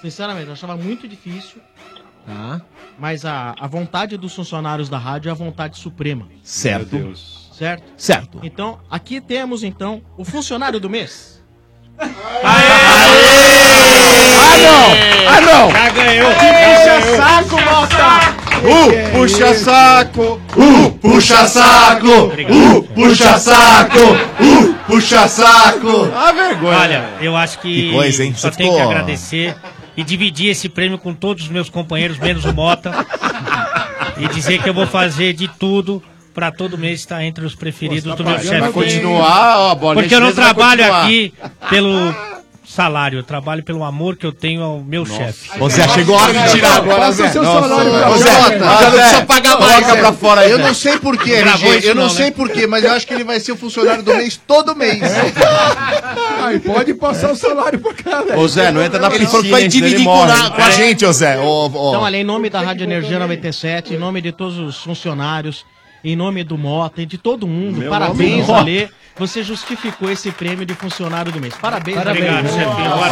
[SPEAKER 22] Sinceramente, eu achava muito difícil.
[SPEAKER 5] Tá.
[SPEAKER 22] Mas a, a vontade dos funcionários da rádio é a vontade suprema.
[SPEAKER 5] Certo.
[SPEAKER 22] Certo?
[SPEAKER 5] Certo.
[SPEAKER 22] Então, aqui temos então o funcionário do mês.
[SPEAKER 11] É.
[SPEAKER 17] Ah, não! Já
[SPEAKER 9] ganhou!
[SPEAKER 17] Puxa saco, Malta! Uh, puxa saco! Uh, puxa saco! Uh, puxa saco! Uh, puxa saco!
[SPEAKER 9] Ah, vergonha. Olha, eu acho que,
[SPEAKER 5] Que coisa, hein?
[SPEAKER 9] só
[SPEAKER 5] Você
[SPEAKER 9] tenho
[SPEAKER 5] ficou-
[SPEAKER 9] que agradecer e dividir esse prêmio com todos os meus companheiros, menos o Mota. e dizer que eu vou fazer de tudo pra todo mês estar entre os preferidos do meu
[SPEAKER 8] tá pagando
[SPEAKER 9] chefe.
[SPEAKER 8] bem. Vai continuar, ó, a bolinha
[SPEAKER 9] Porque eu não
[SPEAKER 8] chinesa vai
[SPEAKER 9] trabalho
[SPEAKER 8] continuar.
[SPEAKER 9] aqui pelo salário, eu trabalho pelo amor que eu tenho ao meu chefe.
[SPEAKER 5] Ô, Zé, chegou a hora de tirar agora, Zé. Nossa, ô, Zé, já não precisa pagar mais. Coloca pra fora aí,
[SPEAKER 8] Eu
[SPEAKER 5] Zé.
[SPEAKER 8] não sei porquê,
[SPEAKER 5] Não gravou
[SPEAKER 8] RG.
[SPEAKER 5] isso
[SPEAKER 8] Eu não
[SPEAKER 5] não, né?
[SPEAKER 8] sei porquê, mas eu acho que ele vai ser o funcionário do mês todo mês.
[SPEAKER 15] Aí É. pode passar o salário pra cá, velho.
[SPEAKER 8] Ô, Zé, não entra na
[SPEAKER 5] Ele falou que
[SPEAKER 8] piscina,
[SPEAKER 5] vai
[SPEAKER 8] hein, senão ele
[SPEAKER 5] dividir com,
[SPEAKER 8] morre.
[SPEAKER 5] na- com a
[SPEAKER 22] É.
[SPEAKER 5] gente, ô Zé. Ô, ô.
[SPEAKER 22] Então, olha, em nome da Rádio Energia 97, em nome de todos os funcionários, em nome do Mota e de todo mundo,
[SPEAKER 9] Meu
[SPEAKER 22] parabéns,
[SPEAKER 9] nome não.
[SPEAKER 22] Alê. Você justificou esse prêmio de funcionário do mês. Parabéns,
[SPEAKER 9] Parabéns,
[SPEAKER 22] Alê.
[SPEAKER 9] chefinho.
[SPEAKER 22] Boa.
[SPEAKER 5] Parabéns,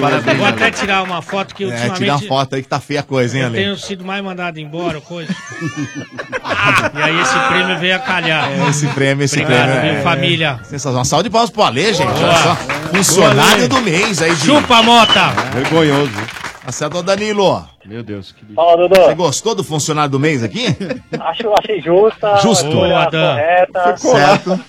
[SPEAKER 5] parabéns,
[SPEAKER 9] Vou até
[SPEAKER 5] Ale.
[SPEAKER 9] tirar uma foto que
[SPEAKER 5] É,
[SPEAKER 9] ultimamente
[SPEAKER 5] tira a foto aí que tá feia a coisa, hein,
[SPEAKER 9] eu
[SPEAKER 5] Ale?
[SPEAKER 9] tenho sido mais mandado embora, coisa. Ah, e aí esse prêmio veio a calhar.
[SPEAKER 5] É, Esse prêmio, esse
[SPEAKER 9] Obrigado,
[SPEAKER 5] prêmio. é.
[SPEAKER 9] viu, família.
[SPEAKER 5] Sensacional. Uma salva de palmas pro Alê, gente.
[SPEAKER 9] Boa.
[SPEAKER 5] Olha só. Funcionário
[SPEAKER 9] Boa,
[SPEAKER 5] do
[SPEAKER 9] Ale.
[SPEAKER 5] mês aí. De...
[SPEAKER 9] Chupa, Mota.
[SPEAKER 5] Vergonhoso. Acertou, Danilo.
[SPEAKER 13] Meu Deus, que lindo.
[SPEAKER 21] Fala, Dudu.
[SPEAKER 5] Você gostou do funcionário do mês aqui?
[SPEAKER 21] Acho, achei justa,
[SPEAKER 5] Justo.
[SPEAKER 21] escolha
[SPEAKER 5] Boa, Dan.
[SPEAKER 21] correta.
[SPEAKER 5] Ficou lá. Certo.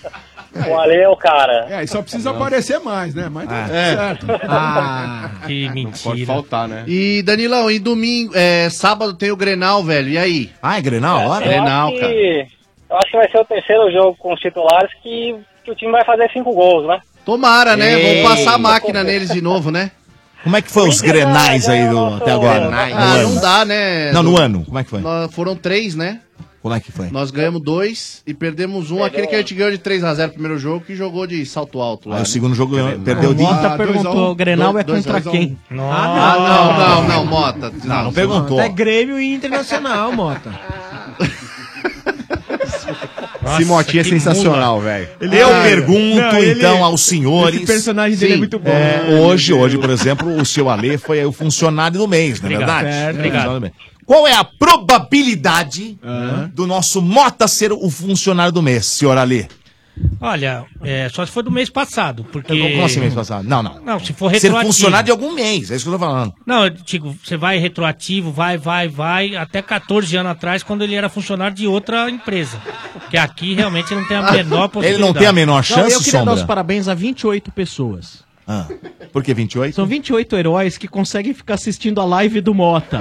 [SPEAKER 21] Valeu, cara.
[SPEAKER 15] É, e só precisa aparecer mais, né? Mas tá tudo certo.
[SPEAKER 11] Ah,
[SPEAKER 9] que mentira.
[SPEAKER 13] pode faltar, né?
[SPEAKER 8] E, Danilão, e domingo, é, sábado tem o Grenal, velho. E aí?
[SPEAKER 5] Ah, é Grenal?
[SPEAKER 21] Eu acho
[SPEAKER 8] Grenal,
[SPEAKER 21] que-
[SPEAKER 8] cara.
[SPEAKER 21] Eu acho que vai ser o terceiro jogo com os titulares que, que o time vai fazer cinco gols, né?
[SPEAKER 8] Tomara, né?
[SPEAKER 21] Ei.
[SPEAKER 8] Vamos passar a máquina neles de novo, né?
[SPEAKER 5] Como é que foi os grenais aí do- até
[SPEAKER 15] É,
[SPEAKER 5] agora? No
[SPEAKER 8] Ah,
[SPEAKER 5] ano.
[SPEAKER 8] não dá, né?
[SPEAKER 5] Não, no ano. Como é que foi?
[SPEAKER 8] Nós- foram três, né?
[SPEAKER 5] Como é que foi?
[SPEAKER 8] Nós ganhamos dois e perdemos um, aquele que a gente ganhou de 3x0 no primeiro jogo, que jogou de salto alto lá.
[SPEAKER 15] Ah,
[SPEAKER 5] Aí o
[SPEAKER 8] né?
[SPEAKER 5] segundo jogo ganhou- perdeu de.
[SPEAKER 8] Mota perguntou,
[SPEAKER 5] Ah, dois a um.
[SPEAKER 8] o Grenal é
[SPEAKER 5] dois
[SPEAKER 8] contra
[SPEAKER 5] a um.
[SPEAKER 8] quem?
[SPEAKER 5] Ah,
[SPEAKER 8] Ah, não, não, não, Mota.
[SPEAKER 5] Não, não perguntou.
[SPEAKER 11] É Grêmio e Internacional, Mota.
[SPEAKER 4] Nossa, Simotinha é que sensacional, mula. velho. Ele-
[SPEAKER 5] Eu
[SPEAKER 4] Ah,
[SPEAKER 5] pergunto
[SPEAKER 4] não, ele-
[SPEAKER 5] então aos senhores.
[SPEAKER 4] esse personagem dele é
[SPEAKER 5] Sim.
[SPEAKER 4] muito bom.
[SPEAKER 5] hoje, hoje, por exemplo, o seu Alê foi aí o funcionário do mês, não é
[SPEAKER 4] Obrigado.
[SPEAKER 5] verdade?
[SPEAKER 4] Certo.
[SPEAKER 5] É,
[SPEAKER 4] Obrigado.
[SPEAKER 5] funcionário do mês. Qual é a probabilidade do nosso Mota ser o funcionário do mês, senhor Alê?
[SPEAKER 9] Olha, é, só se for do mês passado, porque...
[SPEAKER 5] Eu Como assim mês passado? Não, não.
[SPEAKER 9] Não, se for
[SPEAKER 5] Ser
[SPEAKER 9] retroativo.
[SPEAKER 5] funcionário de algum mês, é isso que eu tô falando.
[SPEAKER 9] Não, eu digo, você vai retroativo, vai, vai, vai, até 14 anos atrás, quando ele era funcionário de outra empresa. Porque aqui realmente Ah, não tem a menor possibilidade.
[SPEAKER 22] Não, Eu queria dar os parabéns a 28 pessoas.
[SPEAKER 5] Por que 28?
[SPEAKER 22] São 28 heróis que conseguem ficar assistindo a live do Mota.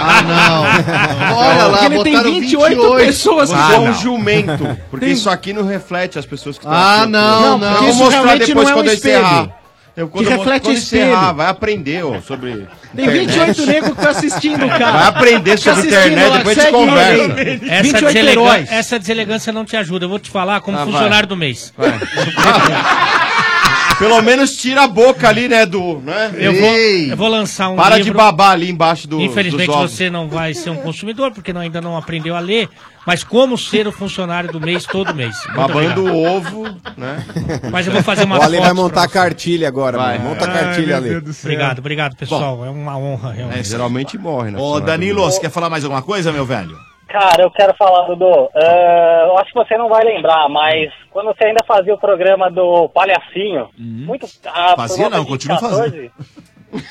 [SPEAKER 8] Ah, não. Olha lá,
[SPEAKER 22] Porque ele tem
[SPEAKER 8] botaram
[SPEAKER 22] 28 pessoas
[SPEAKER 8] Ah,
[SPEAKER 22] que-
[SPEAKER 8] não.
[SPEAKER 19] um jumento. Porque
[SPEAKER 8] Tem-
[SPEAKER 19] isso aqui não reflete as pessoas que
[SPEAKER 8] Ah,
[SPEAKER 19] assistindo.
[SPEAKER 8] não, não.
[SPEAKER 19] Eu vou
[SPEAKER 8] Isso
[SPEAKER 19] mostrar
[SPEAKER 8] realmente
[SPEAKER 19] depois
[SPEAKER 8] não é um
[SPEAKER 19] quando eu
[SPEAKER 8] espelho.
[SPEAKER 11] Tá
[SPEAKER 19] encerrar. Eu,
[SPEAKER 8] Que
[SPEAKER 19] quando eu
[SPEAKER 8] reflete
[SPEAKER 19] quando eu
[SPEAKER 8] espelho.
[SPEAKER 19] encerrar, vai aprender ó, sobre.
[SPEAKER 22] Tem
[SPEAKER 19] internet.
[SPEAKER 22] 28 nego que tá assistindo, cara.
[SPEAKER 19] Vai aprender
[SPEAKER 22] Tá
[SPEAKER 19] sobre
[SPEAKER 22] assistindo
[SPEAKER 19] internet,
[SPEAKER 22] lá,
[SPEAKER 19] depois a gente
[SPEAKER 22] segue
[SPEAKER 19] conversa.
[SPEAKER 9] Essa, é
[SPEAKER 22] 28
[SPEAKER 9] deselega-
[SPEAKER 22] heróis.
[SPEAKER 9] essa deselegância não te ajuda. Eu vou te falar como
[SPEAKER 19] Ah, vai.
[SPEAKER 9] funcionário do mês.
[SPEAKER 19] Pelo menos tira a boca ali, né, do. Né?
[SPEAKER 9] Eu vou, eu vou lançar um
[SPEAKER 19] Para de
[SPEAKER 9] livro.
[SPEAKER 19] babar ali embaixo do.
[SPEAKER 9] Infelizmente
[SPEAKER 19] dos ovos.
[SPEAKER 9] você não vai ser um consumidor, porque não- ainda não aprendeu a ler, mas como ser o funcionário do mês todo mês. Muito
[SPEAKER 19] Babando
[SPEAKER 9] obrigado.
[SPEAKER 19] o ovo, né?
[SPEAKER 9] Mas eu vou fazer uma
[SPEAKER 10] O Ale vai
[SPEAKER 9] foto
[SPEAKER 10] montar a cartilha agora,
[SPEAKER 19] Vai.
[SPEAKER 10] mano. Monta a
[SPEAKER 19] Ai,
[SPEAKER 10] cartilha,
[SPEAKER 19] meu
[SPEAKER 10] Ale.
[SPEAKER 19] Deus do céu.
[SPEAKER 9] Obrigado, obrigado, pessoal. é uma honra, realmente.
[SPEAKER 19] É, geralmente morre, né?
[SPEAKER 5] Ô, Danilo, você quer falar mais alguma coisa, meu velho?
[SPEAKER 21] Cara, eu quero falar, Dudu. Ah, eu acho que você não vai lembrar, mas quando você ainda fazia o programa do Palhacinho, muito. ah, por
[SPEAKER 5] Uhum. Fazia
[SPEAKER 21] volta
[SPEAKER 5] não,
[SPEAKER 21] de
[SPEAKER 5] continua
[SPEAKER 21] 14.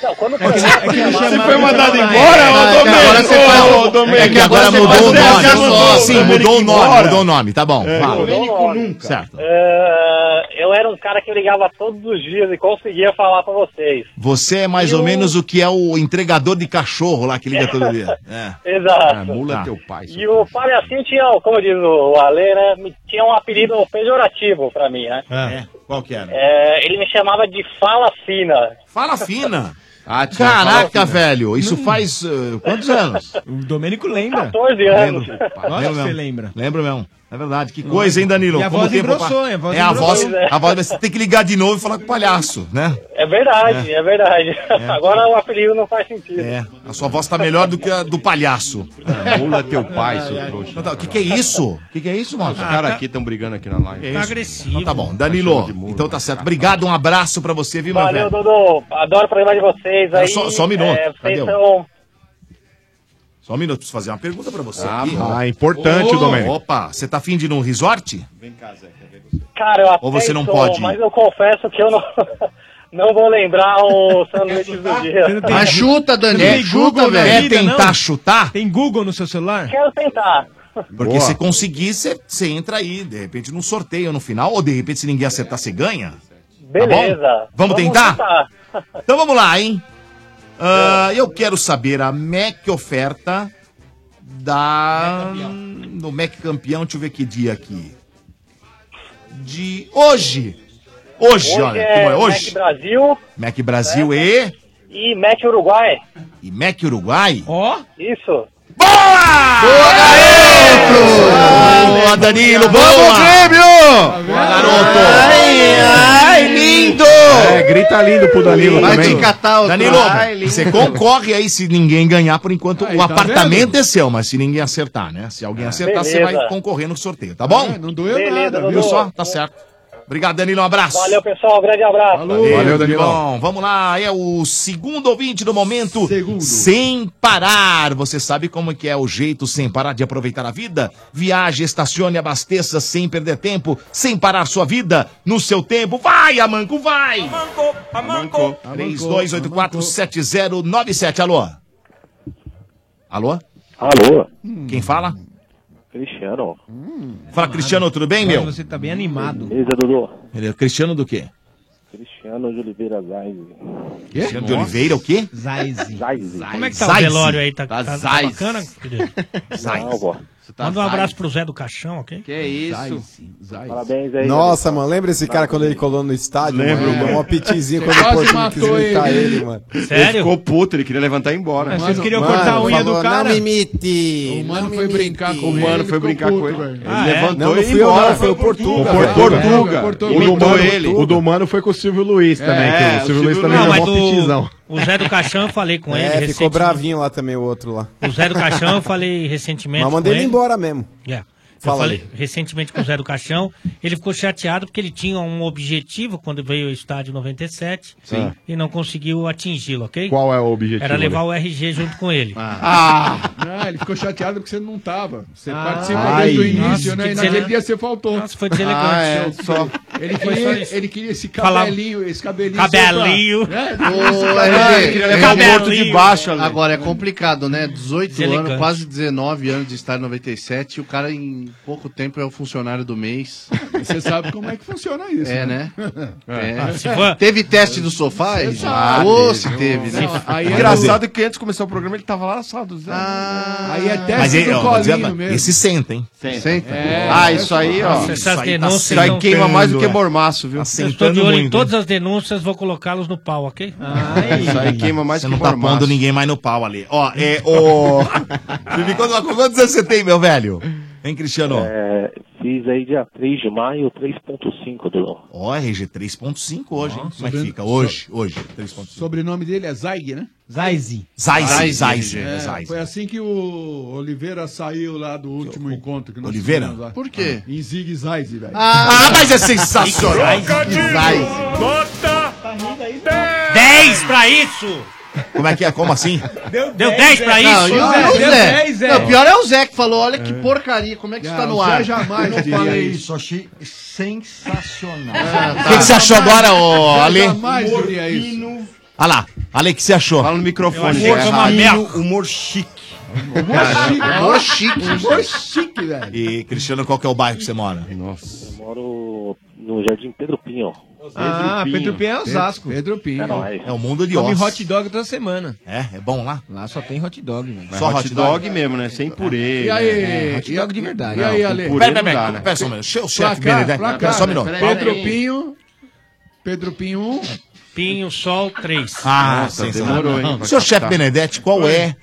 [SPEAKER 21] Não, quando
[SPEAKER 17] É que- é que ele
[SPEAKER 21] Você
[SPEAKER 17] chamava-
[SPEAKER 21] foi mandado embora,
[SPEAKER 5] ô, Domênico? Ô, Domênico, é agora mudou o nome, mudou, sim, mudou o nome, mudou o nome, tá bom,
[SPEAKER 4] É.
[SPEAKER 5] fala.
[SPEAKER 21] Mudou o nome.
[SPEAKER 5] Certo.
[SPEAKER 21] Ah, eu era um cara que ligava todos os dias e conseguia falar pra vocês.
[SPEAKER 5] Você é mais ou menos o que é o entregador de cachorro lá que liga todo dia. É.
[SPEAKER 21] Exato.
[SPEAKER 5] Ah, mula teu
[SPEAKER 19] pai.
[SPEAKER 21] E o palhacinho tinha, como diz o Ale, né, me- tinha um apelido pejorativo pra mim, né?
[SPEAKER 5] É. Qual que era?
[SPEAKER 21] É, ele me chamava de Fala Fina.
[SPEAKER 5] Fala Fina?
[SPEAKER 21] fala
[SPEAKER 5] Caraca,
[SPEAKER 21] Fina.
[SPEAKER 5] velho, isso faz eh, quantos anos?
[SPEAKER 11] O Domênico lembra.
[SPEAKER 21] 14 anos.
[SPEAKER 11] Lógico que
[SPEAKER 5] mesmo.
[SPEAKER 11] você lembra.
[SPEAKER 5] Lembro mesmo. É verdade. Que coisa, hein, Danilo?
[SPEAKER 11] E a
[SPEAKER 5] Como
[SPEAKER 11] voz
[SPEAKER 5] o tempo
[SPEAKER 11] engrossou,
[SPEAKER 5] pa-
[SPEAKER 11] hein? A voz
[SPEAKER 5] é, a voz,
[SPEAKER 21] engrossou.
[SPEAKER 5] a voz. Você tem que ligar de novo e falar com o palhaço, né?
[SPEAKER 21] É verdade, é, verdade. Agora o apelido não faz sentido.
[SPEAKER 5] É. A sua voz tá melhor do que a do palhaço.
[SPEAKER 19] Mula teu pai, seu trouxa.
[SPEAKER 5] O que, que é isso? O que, que é isso, mano?
[SPEAKER 19] Os caras aqui estão brigando aqui na live.
[SPEAKER 5] Tá agressivo. Então tá bom. Danilo, então tá certo. Obrigado, um abraço pra você, viu, meu velho?
[SPEAKER 21] Valeu, Dodô. Adoro o programa de vocês
[SPEAKER 5] Cara,
[SPEAKER 21] aí.
[SPEAKER 5] só- só um minuto.
[SPEAKER 21] É, vocês
[SPEAKER 5] Cadê o-
[SPEAKER 21] são
[SPEAKER 5] Só um minuto, preciso fazer uma pergunta pra você.
[SPEAKER 23] Ah,
[SPEAKER 5] aqui.
[SPEAKER 23] bom. Ah, importante, Domênico.
[SPEAKER 5] Opa, você tá afim de ir num resort?
[SPEAKER 21] Cara, eu até
[SPEAKER 5] Ou você não
[SPEAKER 21] sou,
[SPEAKER 5] pode ir?
[SPEAKER 21] Mas eu confesso que eu não, não vou lembrar o sanduíche
[SPEAKER 5] Tá?
[SPEAKER 21] do dia.
[SPEAKER 8] Mas chuta, Danilo.
[SPEAKER 5] É,
[SPEAKER 8] chuta,
[SPEAKER 5] Google,
[SPEAKER 8] velho.
[SPEAKER 5] né? Quer tentar chutar?
[SPEAKER 11] Tem Google no seu celular?
[SPEAKER 21] Quero tentar.
[SPEAKER 5] Porque se conseguir, você você entra aí, de repente, num sorteio no final, ou de repente, se ninguém acertar, você ganha. Tá
[SPEAKER 21] Beleza.
[SPEAKER 5] Vamos, tentar? Então vamos lá, hein? Ah, eu quero saber a Mac oferta da. No Mac campeão, deixa eu ver que dia aqui. De hoje! Hoje,
[SPEAKER 21] Hoje
[SPEAKER 5] olha,
[SPEAKER 21] é
[SPEAKER 5] como é
[SPEAKER 21] Mac
[SPEAKER 5] hoje?
[SPEAKER 21] Brasil
[SPEAKER 5] Mac Brasil e.
[SPEAKER 21] e Match Uruguai.
[SPEAKER 5] E Mac Uruguai?
[SPEAKER 9] Ó!
[SPEAKER 21] Isso.
[SPEAKER 5] Boa, Danilo, boa!
[SPEAKER 4] Grêmio!
[SPEAKER 5] Garoto! Ai, ai, lindo!
[SPEAKER 4] É, grita lindo pro Danilo
[SPEAKER 5] Vai
[SPEAKER 4] também.
[SPEAKER 5] te catar, Danilo, você concorre aí se ninguém ganhar, por enquanto o
[SPEAKER 4] tá
[SPEAKER 5] apartamento é seu, mas se ninguém acertar, né? Se alguém acertar, você vai
[SPEAKER 21] Beleza.
[SPEAKER 5] concorrer no sorteio, tá bom?
[SPEAKER 21] É, não doeu Beleza, nada,
[SPEAKER 5] viu
[SPEAKER 21] Dudu.
[SPEAKER 5] só? Tá certo. Obrigado, Danilo, um abraço.
[SPEAKER 21] Valeu, pessoal. Um grande abraço.
[SPEAKER 5] Valeu, Danilão. Vamos lá, é o segundo ouvinte do momento. Sem parar. Você sabe como que é o jeito sem parar de aproveitar a vida? Viaje, estacione, abasteça sem perder tempo, sem parar sua vida, no seu tempo. Vai, Amanco, vai! Amanco, Amanco. 32847097. Alô? Alô? Hum.
[SPEAKER 24] Alô?
[SPEAKER 5] Quem fala?
[SPEAKER 24] Cristiano.
[SPEAKER 5] Fala, Cristiano, tudo bem, meu?
[SPEAKER 11] Você tá bem animado.
[SPEAKER 24] Beleza, Dudu?
[SPEAKER 5] Ele é Cristiano do quê?
[SPEAKER 24] Cristiano de Oliveira Zaise.
[SPEAKER 5] Cristiano de Oliveira, o quê?
[SPEAKER 11] Zaise.
[SPEAKER 9] Como é que tá
[SPEAKER 5] Zaize.
[SPEAKER 9] o velório aí? Tá, tá, tá
[SPEAKER 5] Zaize.
[SPEAKER 9] bacana, querido?
[SPEAKER 5] Não,
[SPEAKER 24] pô.
[SPEAKER 19] tá
[SPEAKER 9] Manda um
[SPEAKER 24] Zaize.
[SPEAKER 9] abraço pro Zé do Caixão, ok? Que
[SPEAKER 24] isso?
[SPEAKER 9] Parabéns
[SPEAKER 10] Nossa, mano, lembra esse cara quando ele colou no estádio?
[SPEAKER 19] né? Lembro,
[SPEAKER 10] mano.
[SPEAKER 19] mano.
[SPEAKER 10] Deu um apetitezinho
[SPEAKER 19] Você
[SPEAKER 10] quando o
[SPEAKER 19] quase
[SPEAKER 10] Porto
[SPEAKER 19] matou
[SPEAKER 10] quis
[SPEAKER 13] tá
[SPEAKER 10] imitar
[SPEAKER 19] ele.
[SPEAKER 10] ele, mano.
[SPEAKER 19] Ele ficou puto, ele queria levantar e ir embora.
[SPEAKER 10] Mas vocês queriam cortar a unha do cara?
[SPEAKER 19] imite.
[SPEAKER 10] O
[SPEAKER 19] mano
[SPEAKER 10] foi brincar
[SPEAKER 19] com ele. O mano foi brincar com ele. Ele
[SPEAKER 10] Ah, é?
[SPEAKER 19] levantou
[SPEAKER 10] Não, não
[SPEAKER 19] e
[SPEAKER 10] fui
[SPEAKER 19] ia
[SPEAKER 10] eu,
[SPEAKER 19] embora.
[SPEAKER 10] não, foi o Portuga,
[SPEAKER 19] Foi
[SPEAKER 10] velho.
[SPEAKER 19] o Portuga.
[SPEAKER 10] É, Portuga.
[SPEAKER 19] Imitou
[SPEAKER 10] Imitou
[SPEAKER 19] ele.
[SPEAKER 4] O do Mano foi com o Silvio Luiz também,
[SPEAKER 10] É,
[SPEAKER 4] que o Silvio
[SPEAKER 10] o
[SPEAKER 4] Luiz
[SPEAKER 10] Silvio
[SPEAKER 4] também
[SPEAKER 10] Luiz.
[SPEAKER 4] é
[SPEAKER 10] Não,
[SPEAKER 4] mó
[SPEAKER 10] mas o-
[SPEAKER 4] pitizão.
[SPEAKER 9] O Zé do Caixão eu falei com ele
[SPEAKER 10] É, ficou
[SPEAKER 9] recentemente.
[SPEAKER 10] bravinho lá também o outro lá.
[SPEAKER 9] O Zé do Caixão eu falei recentemente.
[SPEAKER 10] Mas
[SPEAKER 9] com
[SPEAKER 10] mandei ele
[SPEAKER 9] ele.
[SPEAKER 10] embora mesmo.
[SPEAKER 9] É. Eu
[SPEAKER 10] Fala
[SPEAKER 9] falei
[SPEAKER 10] aí.
[SPEAKER 9] recentemente com o Zé do Caixão. Ele ficou chateado porque ele tinha um objetivo quando veio ao estádio 97
[SPEAKER 10] Sim.
[SPEAKER 9] e não conseguiu atingi-lo, ok?
[SPEAKER 4] Qual é o objetivo?
[SPEAKER 9] Era levar
[SPEAKER 4] né?
[SPEAKER 9] o RG junto com ele.
[SPEAKER 15] Ah! ele ficou chateado porque você não tava. Você participou desde o início, né? E naquele dia você faltou.
[SPEAKER 9] Ah. Nossa, foi deselegante.
[SPEAKER 15] Ah, é, só- Ele
[SPEAKER 9] Foi
[SPEAKER 15] queria-
[SPEAKER 9] isso.
[SPEAKER 15] ele queria esse
[SPEAKER 9] Falava-
[SPEAKER 15] cabelinho, esse cabelinho
[SPEAKER 9] Cabelinho.
[SPEAKER 15] só pra- É,
[SPEAKER 8] Ô,
[SPEAKER 15] Ah,
[SPEAKER 8] RG,
[SPEAKER 15] ele queria levar o morto de baixo ali.
[SPEAKER 8] Agora é complicado, né? 18
[SPEAKER 15] Deselegante.
[SPEAKER 8] anos, quase 19 anos de estádio 97 e o cara em pouco tempo é o funcionário do mês.
[SPEAKER 15] Você sabe como é que funciona isso.
[SPEAKER 8] É, né? É.
[SPEAKER 15] Ah, Se for-
[SPEAKER 8] Teve teste do sofá?
[SPEAKER 15] Você
[SPEAKER 8] RG?
[SPEAKER 15] sabe.
[SPEAKER 8] Ô, se teve, né?
[SPEAKER 15] Não,
[SPEAKER 8] aí
[SPEAKER 15] aí
[SPEAKER 8] é
[SPEAKER 5] Engraçado
[SPEAKER 8] engraçado.
[SPEAKER 5] que antes de começar o programa ele tava lá na sala do Zé.
[SPEAKER 15] Aí é teste
[SPEAKER 5] Mas ele,
[SPEAKER 15] do
[SPEAKER 5] ó, vou dizer,
[SPEAKER 15] colinho mesmo.
[SPEAKER 5] esse senta, hein?
[SPEAKER 15] Senta.
[SPEAKER 5] É. ah, isso aí, ó.
[SPEAKER 9] Nossa, essas
[SPEAKER 5] isso aí, tá é.
[SPEAKER 9] denúncias
[SPEAKER 5] isso aí
[SPEAKER 9] não
[SPEAKER 5] queima
[SPEAKER 9] tem
[SPEAKER 5] mais do que
[SPEAKER 9] dúvida.
[SPEAKER 5] mormaço, viu?
[SPEAKER 9] Eu estou de olho
[SPEAKER 5] né?
[SPEAKER 9] em todas as denúncias, vou colocá-los no pau, ok?
[SPEAKER 5] Ah, Isso aí queima mais
[SPEAKER 9] Você
[SPEAKER 5] que
[SPEAKER 9] não tá
[SPEAKER 5] mormaço.
[SPEAKER 9] pondo
[SPEAKER 5] ninguém mais no pau ali. Ó, é o. Me conta uma coisa, quantos anos você tem, meu velho? Hein, Cristiano?
[SPEAKER 24] É, fiz aí dia 3 de maio, 3.5 do.
[SPEAKER 5] Ó, é RG 3.5 hoje, hein? Como é que
[SPEAKER 15] sobre-
[SPEAKER 5] fica? Hoje, hoje, 3.5.
[SPEAKER 15] Sobrenome dele é Zaig, né?
[SPEAKER 11] Zaig.
[SPEAKER 5] Zaig, Zaig,
[SPEAKER 15] É,
[SPEAKER 5] é, Zaig.
[SPEAKER 15] Foi assim que o Oliveira saiu lá do último encontro que nós
[SPEAKER 5] Oliveira?
[SPEAKER 15] tivemos lá. Ah,
[SPEAKER 8] Por quê?
[SPEAKER 15] Em Zig Zag, velho.
[SPEAKER 5] Ah, ah, mas é sensacional.
[SPEAKER 17] Bota!
[SPEAKER 9] 10 pra isso!
[SPEAKER 5] Como é que é? Como assim?
[SPEAKER 9] Deu 10 pra isso? né?
[SPEAKER 8] Não, e
[SPEAKER 5] né?
[SPEAKER 8] o- o
[SPEAKER 9] Deu
[SPEAKER 8] Zé.
[SPEAKER 9] 10, é.
[SPEAKER 8] Não, pior é o Zé que falou, olha que porcaria, como é que isso tá
[SPEAKER 6] Não,
[SPEAKER 8] no
[SPEAKER 6] o Zé
[SPEAKER 8] ar?
[SPEAKER 6] jamais Eu não diria falei isso.
[SPEAKER 8] achei
[SPEAKER 6] Sensacional.
[SPEAKER 8] Ah,
[SPEAKER 5] O que, que você achou agora, ô, Ale?
[SPEAKER 15] Jamais diria é isso.
[SPEAKER 5] Olha lá, Ale, o que você achou? Fala no microfone.
[SPEAKER 15] Eu achei que é uma merda.
[SPEAKER 5] humor chique.
[SPEAKER 8] Humor chique.
[SPEAKER 15] Humor chique, velho.
[SPEAKER 5] E, Cristiano, qual que é o bairro que você mora? Nossa.
[SPEAKER 24] Eu moro no Jardim Pedro Pinho.
[SPEAKER 11] Ah, Pedro Pinho é Osasco.
[SPEAKER 15] Pedro Pinho.
[SPEAKER 24] É nóis.
[SPEAKER 5] É o mundo de
[SPEAKER 11] Come
[SPEAKER 5] ossos.
[SPEAKER 11] hot dog toda semana.
[SPEAKER 5] É, é bom lá?
[SPEAKER 11] Lá só tem hot dog, velho.
[SPEAKER 13] Só hot dog mesmo, né? Sem purê.
[SPEAKER 11] E aí?
[SPEAKER 13] né?
[SPEAKER 11] É, hot dog de verdade.
[SPEAKER 13] Não,
[SPEAKER 11] E aí,
[SPEAKER 13] com
[SPEAKER 11] Ale?
[SPEAKER 13] purê
[SPEAKER 5] Pera,
[SPEAKER 13] não dá,
[SPEAKER 5] pera, pera,
[SPEAKER 13] né?
[SPEAKER 5] pera só um minuto. Che- O
[SPEAKER 15] Pra
[SPEAKER 5] chefe
[SPEAKER 15] cá,
[SPEAKER 5] Benedete.
[SPEAKER 15] pra
[SPEAKER 5] Pera
[SPEAKER 15] cá,
[SPEAKER 5] só um minuto.
[SPEAKER 15] pera aí. Pedro Pinho. Pedro Pinho 1.
[SPEAKER 9] Pinho, Sol 3.
[SPEAKER 5] Ah, sensacional. Seu
[SPEAKER 10] Tá.
[SPEAKER 5] chefe Benedetti, qual é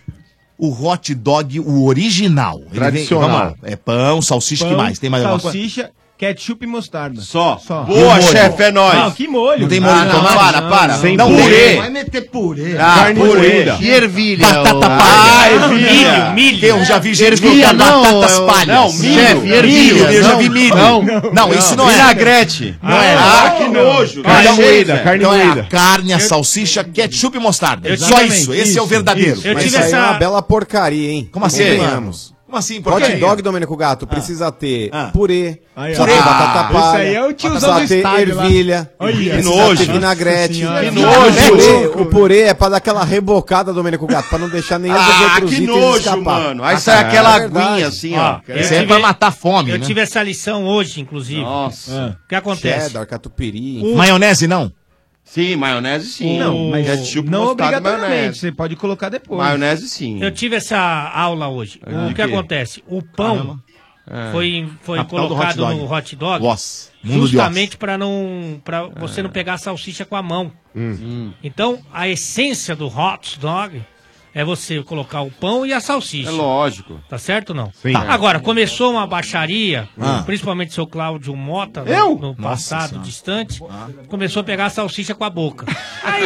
[SPEAKER 5] o hot dog, o original? Ele vem-
[SPEAKER 11] Tradicional.
[SPEAKER 5] vamos lá. É pão, salsicha, o que mais? Tem mais alguma coisa?
[SPEAKER 11] Salsicha, ketchup e mostarda.
[SPEAKER 13] Só.
[SPEAKER 5] Boa, chefe, é nóis.
[SPEAKER 11] Não, que molho. Ah,
[SPEAKER 5] Não tem molho de tomate? Para, para. Sem Não, purê. purê.
[SPEAKER 6] Vai meter purê.
[SPEAKER 5] Ah, purê.
[SPEAKER 8] E ervilha.
[SPEAKER 5] Batata
[SPEAKER 9] Ah,
[SPEAKER 5] palha. ervilha. Milho, Ah, é Eu já vi gente
[SPEAKER 8] Ervilha
[SPEAKER 5] colocando
[SPEAKER 8] não,
[SPEAKER 5] batatas
[SPEAKER 8] é o-
[SPEAKER 5] palhas.
[SPEAKER 8] não, milho. Chefe,
[SPEAKER 5] milho.
[SPEAKER 8] ervilha,
[SPEAKER 5] Eu já
[SPEAKER 8] não.
[SPEAKER 5] vi milho.
[SPEAKER 8] Não,
[SPEAKER 5] Não, isso não é.
[SPEAKER 8] Vinagrete.
[SPEAKER 5] Não é.
[SPEAKER 8] Ah,
[SPEAKER 5] que
[SPEAKER 13] nojo.
[SPEAKER 5] Carne
[SPEAKER 13] Carne moída,
[SPEAKER 5] moída.
[SPEAKER 13] carne
[SPEAKER 5] Então é a
[SPEAKER 13] moída.
[SPEAKER 5] carne, a salsicha, ketchup e mostarda. Só isso. Esse é o verdadeiro.
[SPEAKER 10] Eu tive essa... é uma bela porcaria, hein?
[SPEAKER 5] Como assim?
[SPEAKER 10] Convenhamos.
[SPEAKER 5] Como assim?
[SPEAKER 10] Hot
[SPEAKER 5] porcaria? Ah.
[SPEAKER 10] dog, Domênico Gato, precisa ter purê,
[SPEAKER 5] Aí, ó.
[SPEAKER 10] precisa ter
[SPEAKER 5] Ah,
[SPEAKER 10] batata
[SPEAKER 5] esse
[SPEAKER 10] palha,
[SPEAKER 5] aí é o tiozão
[SPEAKER 10] precisa
[SPEAKER 5] do
[SPEAKER 10] ter
[SPEAKER 5] estádio lá.
[SPEAKER 10] ervilha,
[SPEAKER 5] Olha,
[SPEAKER 10] precisa
[SPEAKER 5] que nojo.
[SPEAKER 10] ter vinagrete.
[SPEAKER 5] Nossa senhora. Que
[SPEAKER 10] Purê,
[SPEAKER 5] nojo.
[SPEAKER 10] O purê é pra dar aquela rebocada, Domênico Gato, pra não deixar nenhum dos
[SPEAKER 13] Ah,
[SPEAKER 10] outros
[SPEAKER 13] que
[SPEAKER 10] itens
[SPEAKER 13] nojo,
[SPEAKER 10] escapar.
[SPEAKER 13] mano. Aí
[SPEAKER 10] Ah,
[SPEAKER 13] sai
[SPEAKER 10] cara,
[SPEAKER 13] aquela
[SPEAKER 10] é verdade.
[SPEAKER 13] aguinha assim, ó.
[SPEAKER 9] Eu
[SPEAKER 10] Isso aí é
[SPEAKER 9] tive-
[SPEAKER 10] pra matar a fome,
[SPEAKER 9] Eu
[SPEAKER 10] né?
[SPEAKER 9] tive essa lição hoje, inclusive. Nossa. O que acontece?
[SPEAKER 10] Cheddar, catupiry.
[SPEAKER 9] O-
[SPEAKER 5] Maionese não?
[SPEAKER 13] Sim, maionese sim.
[SPEAKER 9] Não, mas
[SPEAKER 13] Ketchup,
[SPEAKER 9] não
[SPEAKER 13] mostarda e
[SPEAKER 9] obrigatoriamente,
[SPEAKER 13] maionese.
[SPEAKER 11] Você pode colocar depois.
[SPEAKER 13] Maionese sim.
[SPEAKER 9] Eu tive essa aula hoje.
[SPEAKER 13] Ah.
[SPEAKER 9] O
[SPEAKER 13] De quê?
[SPEAKER 9] que acontece? O pão
[SPEAKER 13] É.
[SPEAKER 9] foi, foi
[SPEAKER 13] Capital do
[SPEAKER 9] colocado
[SPEAKER 13] hot dog.
[SPEAKER 9] no hot dog
[SPEAKER 13] Nossa, mundo de
[SPEAKER 9] justamente para não para
[SPEAKER 13] É.
[SPEAKER 9] você não pegar a salsicha com a mão.
[SPEAKER 13] Hum.
[SPEAKER 9] Então, a essência do hot dog é você colocar o pão e a salsicha.
[SPEAKER 13] É lógico.
[SPEAKER 9] Tá certo ou não?
[SPEAKER 13] Sim. É.
[SPEAKER 9] Tá. Agora, começou uma baixaria,
[SPEAKER 13] Ah.
[SPEAKER 9] principalmente seu Cláudio Mota, no-
[SPEAKER 13] Eu?
[SPEAKER 9] no
[SPEAKER 13] Nossa
[SPEAKER 9] passado
[SPEAKER 13] Senhora. Ah.
[SPEAKER 9] distante, começou a pegar a salsicha com a boca. Aí,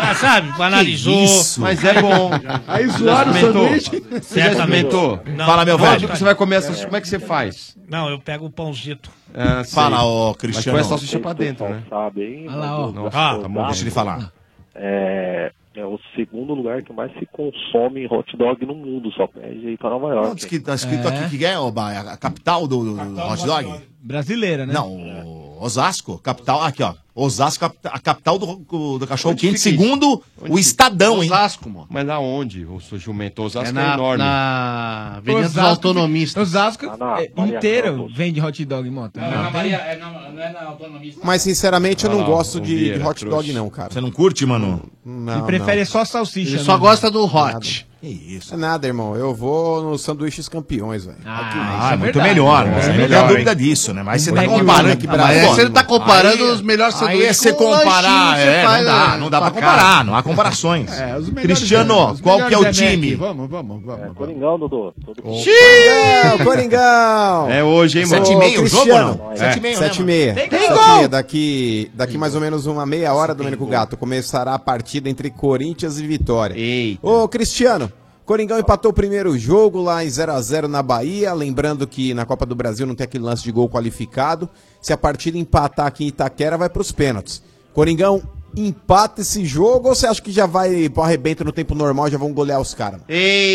[SPEAKER 9] ah, sabe, banalizou.
[SPEAKER 13] isso? Mas é bom.
[SPEAKER 15] Aí
[SPEAKER 13] Já
[SPEAKER 15] zoaram o
[SPEAKER 13] experimentou?
[SPEAKER 15] sanduíche.
[SPEAKER 13] Você já experimentou?
[SPEAKER 9] Não.
[SPEAKER 13] Fala, meu
[SPEAKER 9] Não,
[SPEAKER 13] velho.
[SPEAKER 9] cara.
[SPEAKER 13] Você vai comer essas... Como é que você faz?
[SPEAKER 9] Não, eu pego o pãozito.
[SPEAKER 13] Ah, sei.
[SPEAKER 5] Fala, ô,
[SPEAKER 13] Mas
[SPEAKER 5] Cristiano.
[SPEAKER 13] põe a salsicha pra dentro, né?
[SPEAKER 24] Sabe, hein?
[SPEAKER 9] Olha lá, ó.
[SPEAKER 24] Mas eu
[SPEAKER 9] Ah,
[SPEAKER 24] gosto
[SPEAKER 9] tá
[SPEAKER 24] de
[SPEAKER 9] bom,
[SPEAKER 5] deixa ele falar.
[SPEAKER 24] É, é o segundo lugar que mais se consome hot dog no mundo, só pede aí pra Nova York.
[SPEAKER 5] Não, diz que tá escrito
[SPEAKER 24] É.
[SPEAKER 5] aqui que é, ô, Ba- a capital do, do hot dog?
[SPEAKER 11] Brasileira,
[SPEAKER 5] né? Não, o- Osasco, capital. Aqui, ó. Osasco, capita- a capital do, do cachorro quente, segundo o Estadão, hein?
[SPEAKER 8] Osasco, mano.
[SPEAKER 13] Mas aonde? O seu jumento Osasco
[SPEAKER 8] É
[SPEAKER 13] é,
[SPEAKER 8] na-
[SPEAKER 13] enorme.
[SPEAKER 8] na
[SPEAKER 13] Avenida dos
[SPEAKER 8] Autonomistas.
[SPEAKER 11] Osasco
[SPEAKER 13] na
[SPEAKER 11] é,
[SPEAKER 13] Maria
[SPEAKER 11] inteiro
[SPEAKER 13] Campos.
[SPEAKER 11] vende hot dog, moto.
[SPEAKER 10] é na Maria-
[SPEAKER 6] não é na autonomista.
[SPEAKER 10] Mas sinceramente eu
[SPEAKER 5] Olha
[SPEAKER 10] não
[SPEAKER 5] lá, o
[SPEAKER 10] gosto de,
[SPEAKER 5] Vieira,
[SPEAKER 10] de hot
[SPEAKER 5] trouxa.
[SPEAKER 10] dog não, cara.
[SPEAKER 5] Você não curte, mano?
[SPEAKER 10] Não.
[SPEAKER 11] Ele prefere
[SPEAKER 10] não.
[SPEAKER 11] só salsicha.
[SPEAKER 10] Ele
[SPEAKER 11] né?
[SPEAKER 10] só gosta do
[SPEAKER 11] hot.
[SPEAKER 5] Que isso.
[SPEAKER 10] É nada, irmão. Eu vou nos sanduíches campeões, velho.
[SPEAKER 5] Ah, é muito melhor. né? não tem a dúvida disso, né? Mas você tá comparando.
[SPEAKER 10] que
[SPEAKER 5] Ah, mas
[SPEAKER 10] Brasil.
[SPEAKER 5] aí você tá comparando
[SPEAKER 8] os melhores
[SPEAKER 5] Aí é
[SPEAKER 8] sanduíches
[SPEAKER 5] você
[SPEAKER 8] com o
[SPEAKER 5] comparar,
[SPEAKER 8] lanchinho que
[SPEAKER 5] é,
[SPEAKER 8] você faz,
[SPEAKER 5] não dá,
[SPEAKER 8] né?
[SPEAKER 5] não dá pra
[SPEAKER 8] Pra
[SPEAKER 5] comparar,
[SPEAKER 8] cá.
[SPEAKER 5] não há comparações.
[SPEAKER 15] É, os melhores
[SPEAKER 8] né?
[SPEAKER 5] Cristiano,
[SPEAKER 15] Os
[SPEAKER 5] qual que é o
[SPEAKER 15] melhores Mac.
[SPEAKER 5] time?
[SPEAKER 15] Vamos, vamos, vamos. vamos.
[SPEAKER 24] É, Coringão, Dodô. Todo mundo
[SPEAKER 10] Xiii! Coringão!
[SPEAKER 13] É hoje, hein, mano?
[SPEAKER 10] Ô,
[SPEAKER 13] 7h30 o jogo
[SPEAKER 10] Cristiano,
[SPEAKER 13] ou não?
[SPEAKER 10] é,
[SPEAKER 13] 7h30, né,
[SPEAKER 10] 7h30.
[SPEAKER 13] mano? Tem
[SPEAKER 10] Tem
[SPEAKER 13] gol!
[SPEAKER 10] gol! Daqui, daqui mais ou menos uma meia hora, Domênico Gato, começará a partida entre Corinthians e Vitória. Ô, Cristiano, Coringão empatou o primeiro jogo lá em 0 a 0 na Bahia. Lembrando que na Copa do Brasil não tem aquele lance de gol qualificado. Se a partida empatar aqui em Itaquera, vai para os pênaltis. Coringão empata esse jogo ou você acha que já vai pro arrebento no tempo normal já vão golear os caras?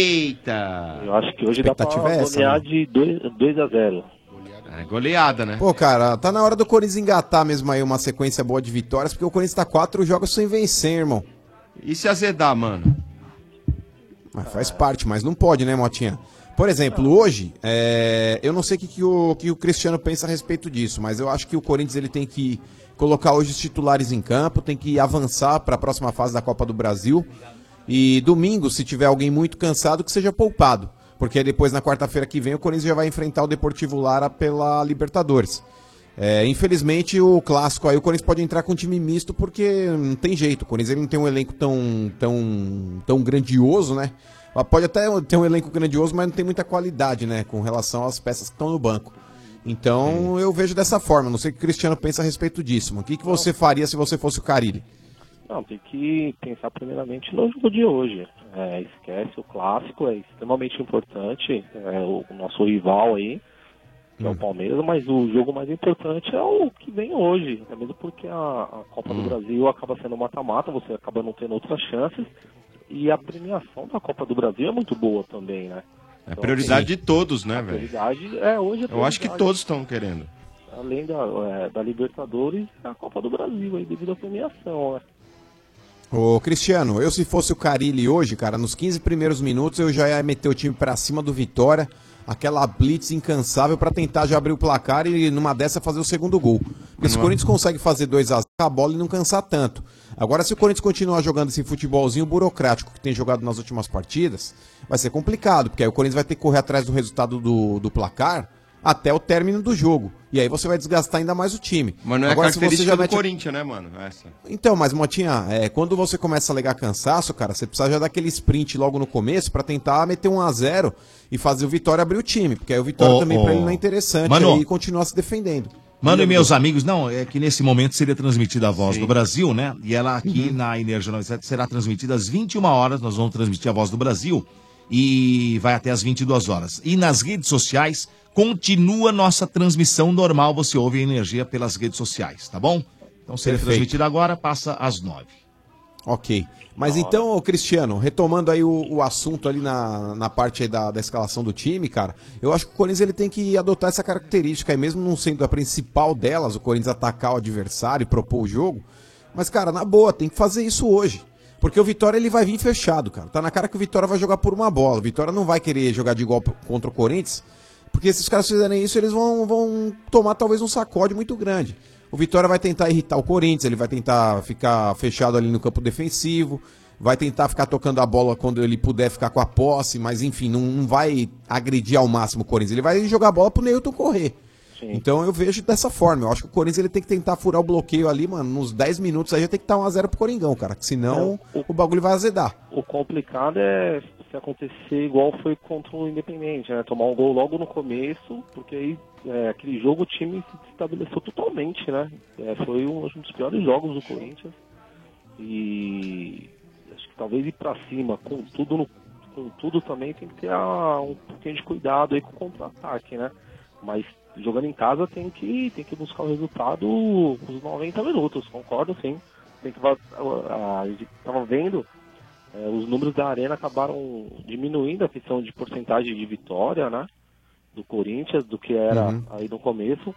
[SPEAKER 5] Eita!
[SPEAKER 24] Eu acho que hoje dá pra
[SPEAKER 10] Expectativa é essa,
[SPEAKER 24] golear
[SPEAKER 10] né?
[SPEAKER 24] de 2 a 0.
[SPEAKER 13] É,
[SPEAKER 5] Goleada, né?
[SPEAKER 10] Pô, cara, tá na hora do Corinthians engatar mesmo aí uma sequência boa de vitórias, porque o Corinthians tá quatro jogos sem vencer, irmão.
[SPEAKER 5] E se azedar, mano?
[SPEAKER 10] Mas faz parte, mas não pode, né, Motinha? Por exemplo, hoje, é, eu não sei o que, que o que o Cristiano pensa a respeito disso, mas eu acho que o Corinthians ele tem que colocar hoje os titulares em campo, tem que avançar para a próxima fase da Copa do Brasil. E domingo, se tiver alguém muito cansado, que seja poupado. Porque depois, na quarta-feira que vem, o Corinthians já vai enfrentar o Deportivo Lara pela Libertadores. É, infelizmente, o clássico aí, o Corinthians pode entrar com um time misto, porque não tem jeito. O Corinthians ele não tem um elenco tão, tão, tão grandioso, né? Mas Pode até ter um elenco grandioso, mas não tem muita qualidade, né? Com relação às peças que estão no banco. Então, eu vejo dessa forma. Não sei o que o Cristiano pensa a respeito disso. mano. O que, que você faria se você fosse o Carilli?
[SPEAKER 24] Não, tem que pensar primeiramente no jogo de hoje. É, esquece o clássico, é extremamente importante. É o nosso rival aí, que
[SPEAKER 13] Hum.
[SPEAKER 24] é o Palmeiras, mas o jogo mais importante é o que vem hoje. É mesmo porque a, a Copa
[SPEAKER 13] Hum.
[SPEAKER 24] do Brasil acaba sendo mata-mata, você acaba não tendo outras chances. E a premiação da Copa do Brasil é muito boa também, né?
[SPEAKER 13] É a prioridade de todos, né,
[SPEAKER 24] A
[SPEAKER 13] velho?
[SPEAKER 24] prioridade é hoje. a
[SPEAKER 13] Eu acho que
[SPEAKER 24] prioridade.
[SPEAKER 13] todos estão querendo.
[SPEAKER 24] Além da, é, da Libertadores, é a Copa do Brasil aí, devido à premiação, né?
[SPEAKER 10] Ô, Cristiano, eu se fosse o Carilli hoje, cara, nos 15 primeiros minutos eu já ia meter o time pra cima do Vitória, aquela blitz incansável pra tentar já abrir o placar e numa dessa fazer o segundo gol. Porque se o
[SPEAKER 13] Não. é?
[SPEAKER 10] Corinthians consegue fazer 2 a 0 a bola e não cansar tanto. Agora se o Corinthians continuar jogando esse futebolzinho burocrático que tem jogado nas últimas partidas, vai ser complicado, porque aí o Corinthians vai ter que correr atrás do resultado do, do placar até o término do jogo. E aí você vai desgastar ainda mais o time.
[SPEAKER 13] Mas não é
[SPEAKER 10] Agora, se você
[SPEAKER 13] característica
[SPEAKER 10] já
[SPEAKER 13] do
[SPEAKER 10] mete-
[SPEAKER 13] Corinthians, né, mano? Essa.
[SPEAKER 10] então, mas Motinha, é, quando você começa a alegar cansaço, cara, você precisa já dar aquele sprint logo no começo pra tentar meter um a zero e fazer o Vitória abrir o time, porque aí o Vitória
[SPEAKER 5] Ô,
[SPEAKER 10] também pra
[SPEAKER 5] ô.
[SPEAKER 10] ele não é interessante
[SPEAKER 5] Mano.
[SPEAKER 10] aí e continuar se defendendo.
[SPEAKER 5] Mano e meus amigos, não, é que nesse momento seria transmitida a voz do Brasil, né? E ela aqui na Energia 97 será transmitida às 21 horas, nós vamos transmitir a voz do Brasil e vai até às 22 horas. E nas redes sociais continua nossa transmissão normal, você ouve a energia pelas redes sociais, tá bom? Então seria
[SPEAKER 10] Perfeito.
[SPEAKER 5] transmitida agora, passa às 9.
[SPEAKER 10] Ok. Mas então, ô, Cristiano, retomando aí o, o assunto ali na, na parte aí da, da escalação do time, cara, eu acho que o Corinthians ele tem que adotar essa característica aí, mesmo não sendo a principal delas, o Corinthians atacar o adversário e propor o jogo. Mas, cara, na boa, tem que fazer isso hoje. Porque o Vitória ele vai vir fechado, cara. Tá na cara que o Vitória vai jogar por uma bola. O Vitória não vai querer jogar de igual contra o Corinthians. Porque se os caras fizerem isso, eles vão, vão tomar talvez um sacode muito grande. O Vitória vai tentar irritar o Corinthians, ele vai tentar ficar fechado ali no campo defensivo, vai tentar ficar tocando a bola quando ele puder ficar com a posse, mas enfim, não, não vai agredir ao máximo o Corinthians. Ele vai jogar a bola pro Neilton correr. Então eu vejo dessa forma. Eu acho que o Corinthians ele tem que tentar furar o bloqueio ali, mano, nos 10 minutos aí já tem que estar 1x0 pro Coringão, cara. Que senão o bagulho vai azedar.
[SPEAKER 24] O complicado é se acontecer igual foi contra o Independente, né? Tomar um gol logo no começo, porque aí é, aquele jogo o time se estabeleceu totalmente, né? É, foi um, acho, um dos piores jogos do Corinthians. E acho que talvez ir pra cima com tudo, no, com tudo também tem que ter ah, um pouquinho de cuidado aí com o contra-ataque, né? Mas jogando em casa tem que, tem que buscar o resultado nos 90 minutos, concordo sim. Tem que, va- a, a gente tava vendo é, os números da Arena acabaram diminuindo a questão de porcentagem de vitória, né? Do Corinthians, do que era
[SPEAKER 14] Uhum.
[SPEAKER 24] aí no começo.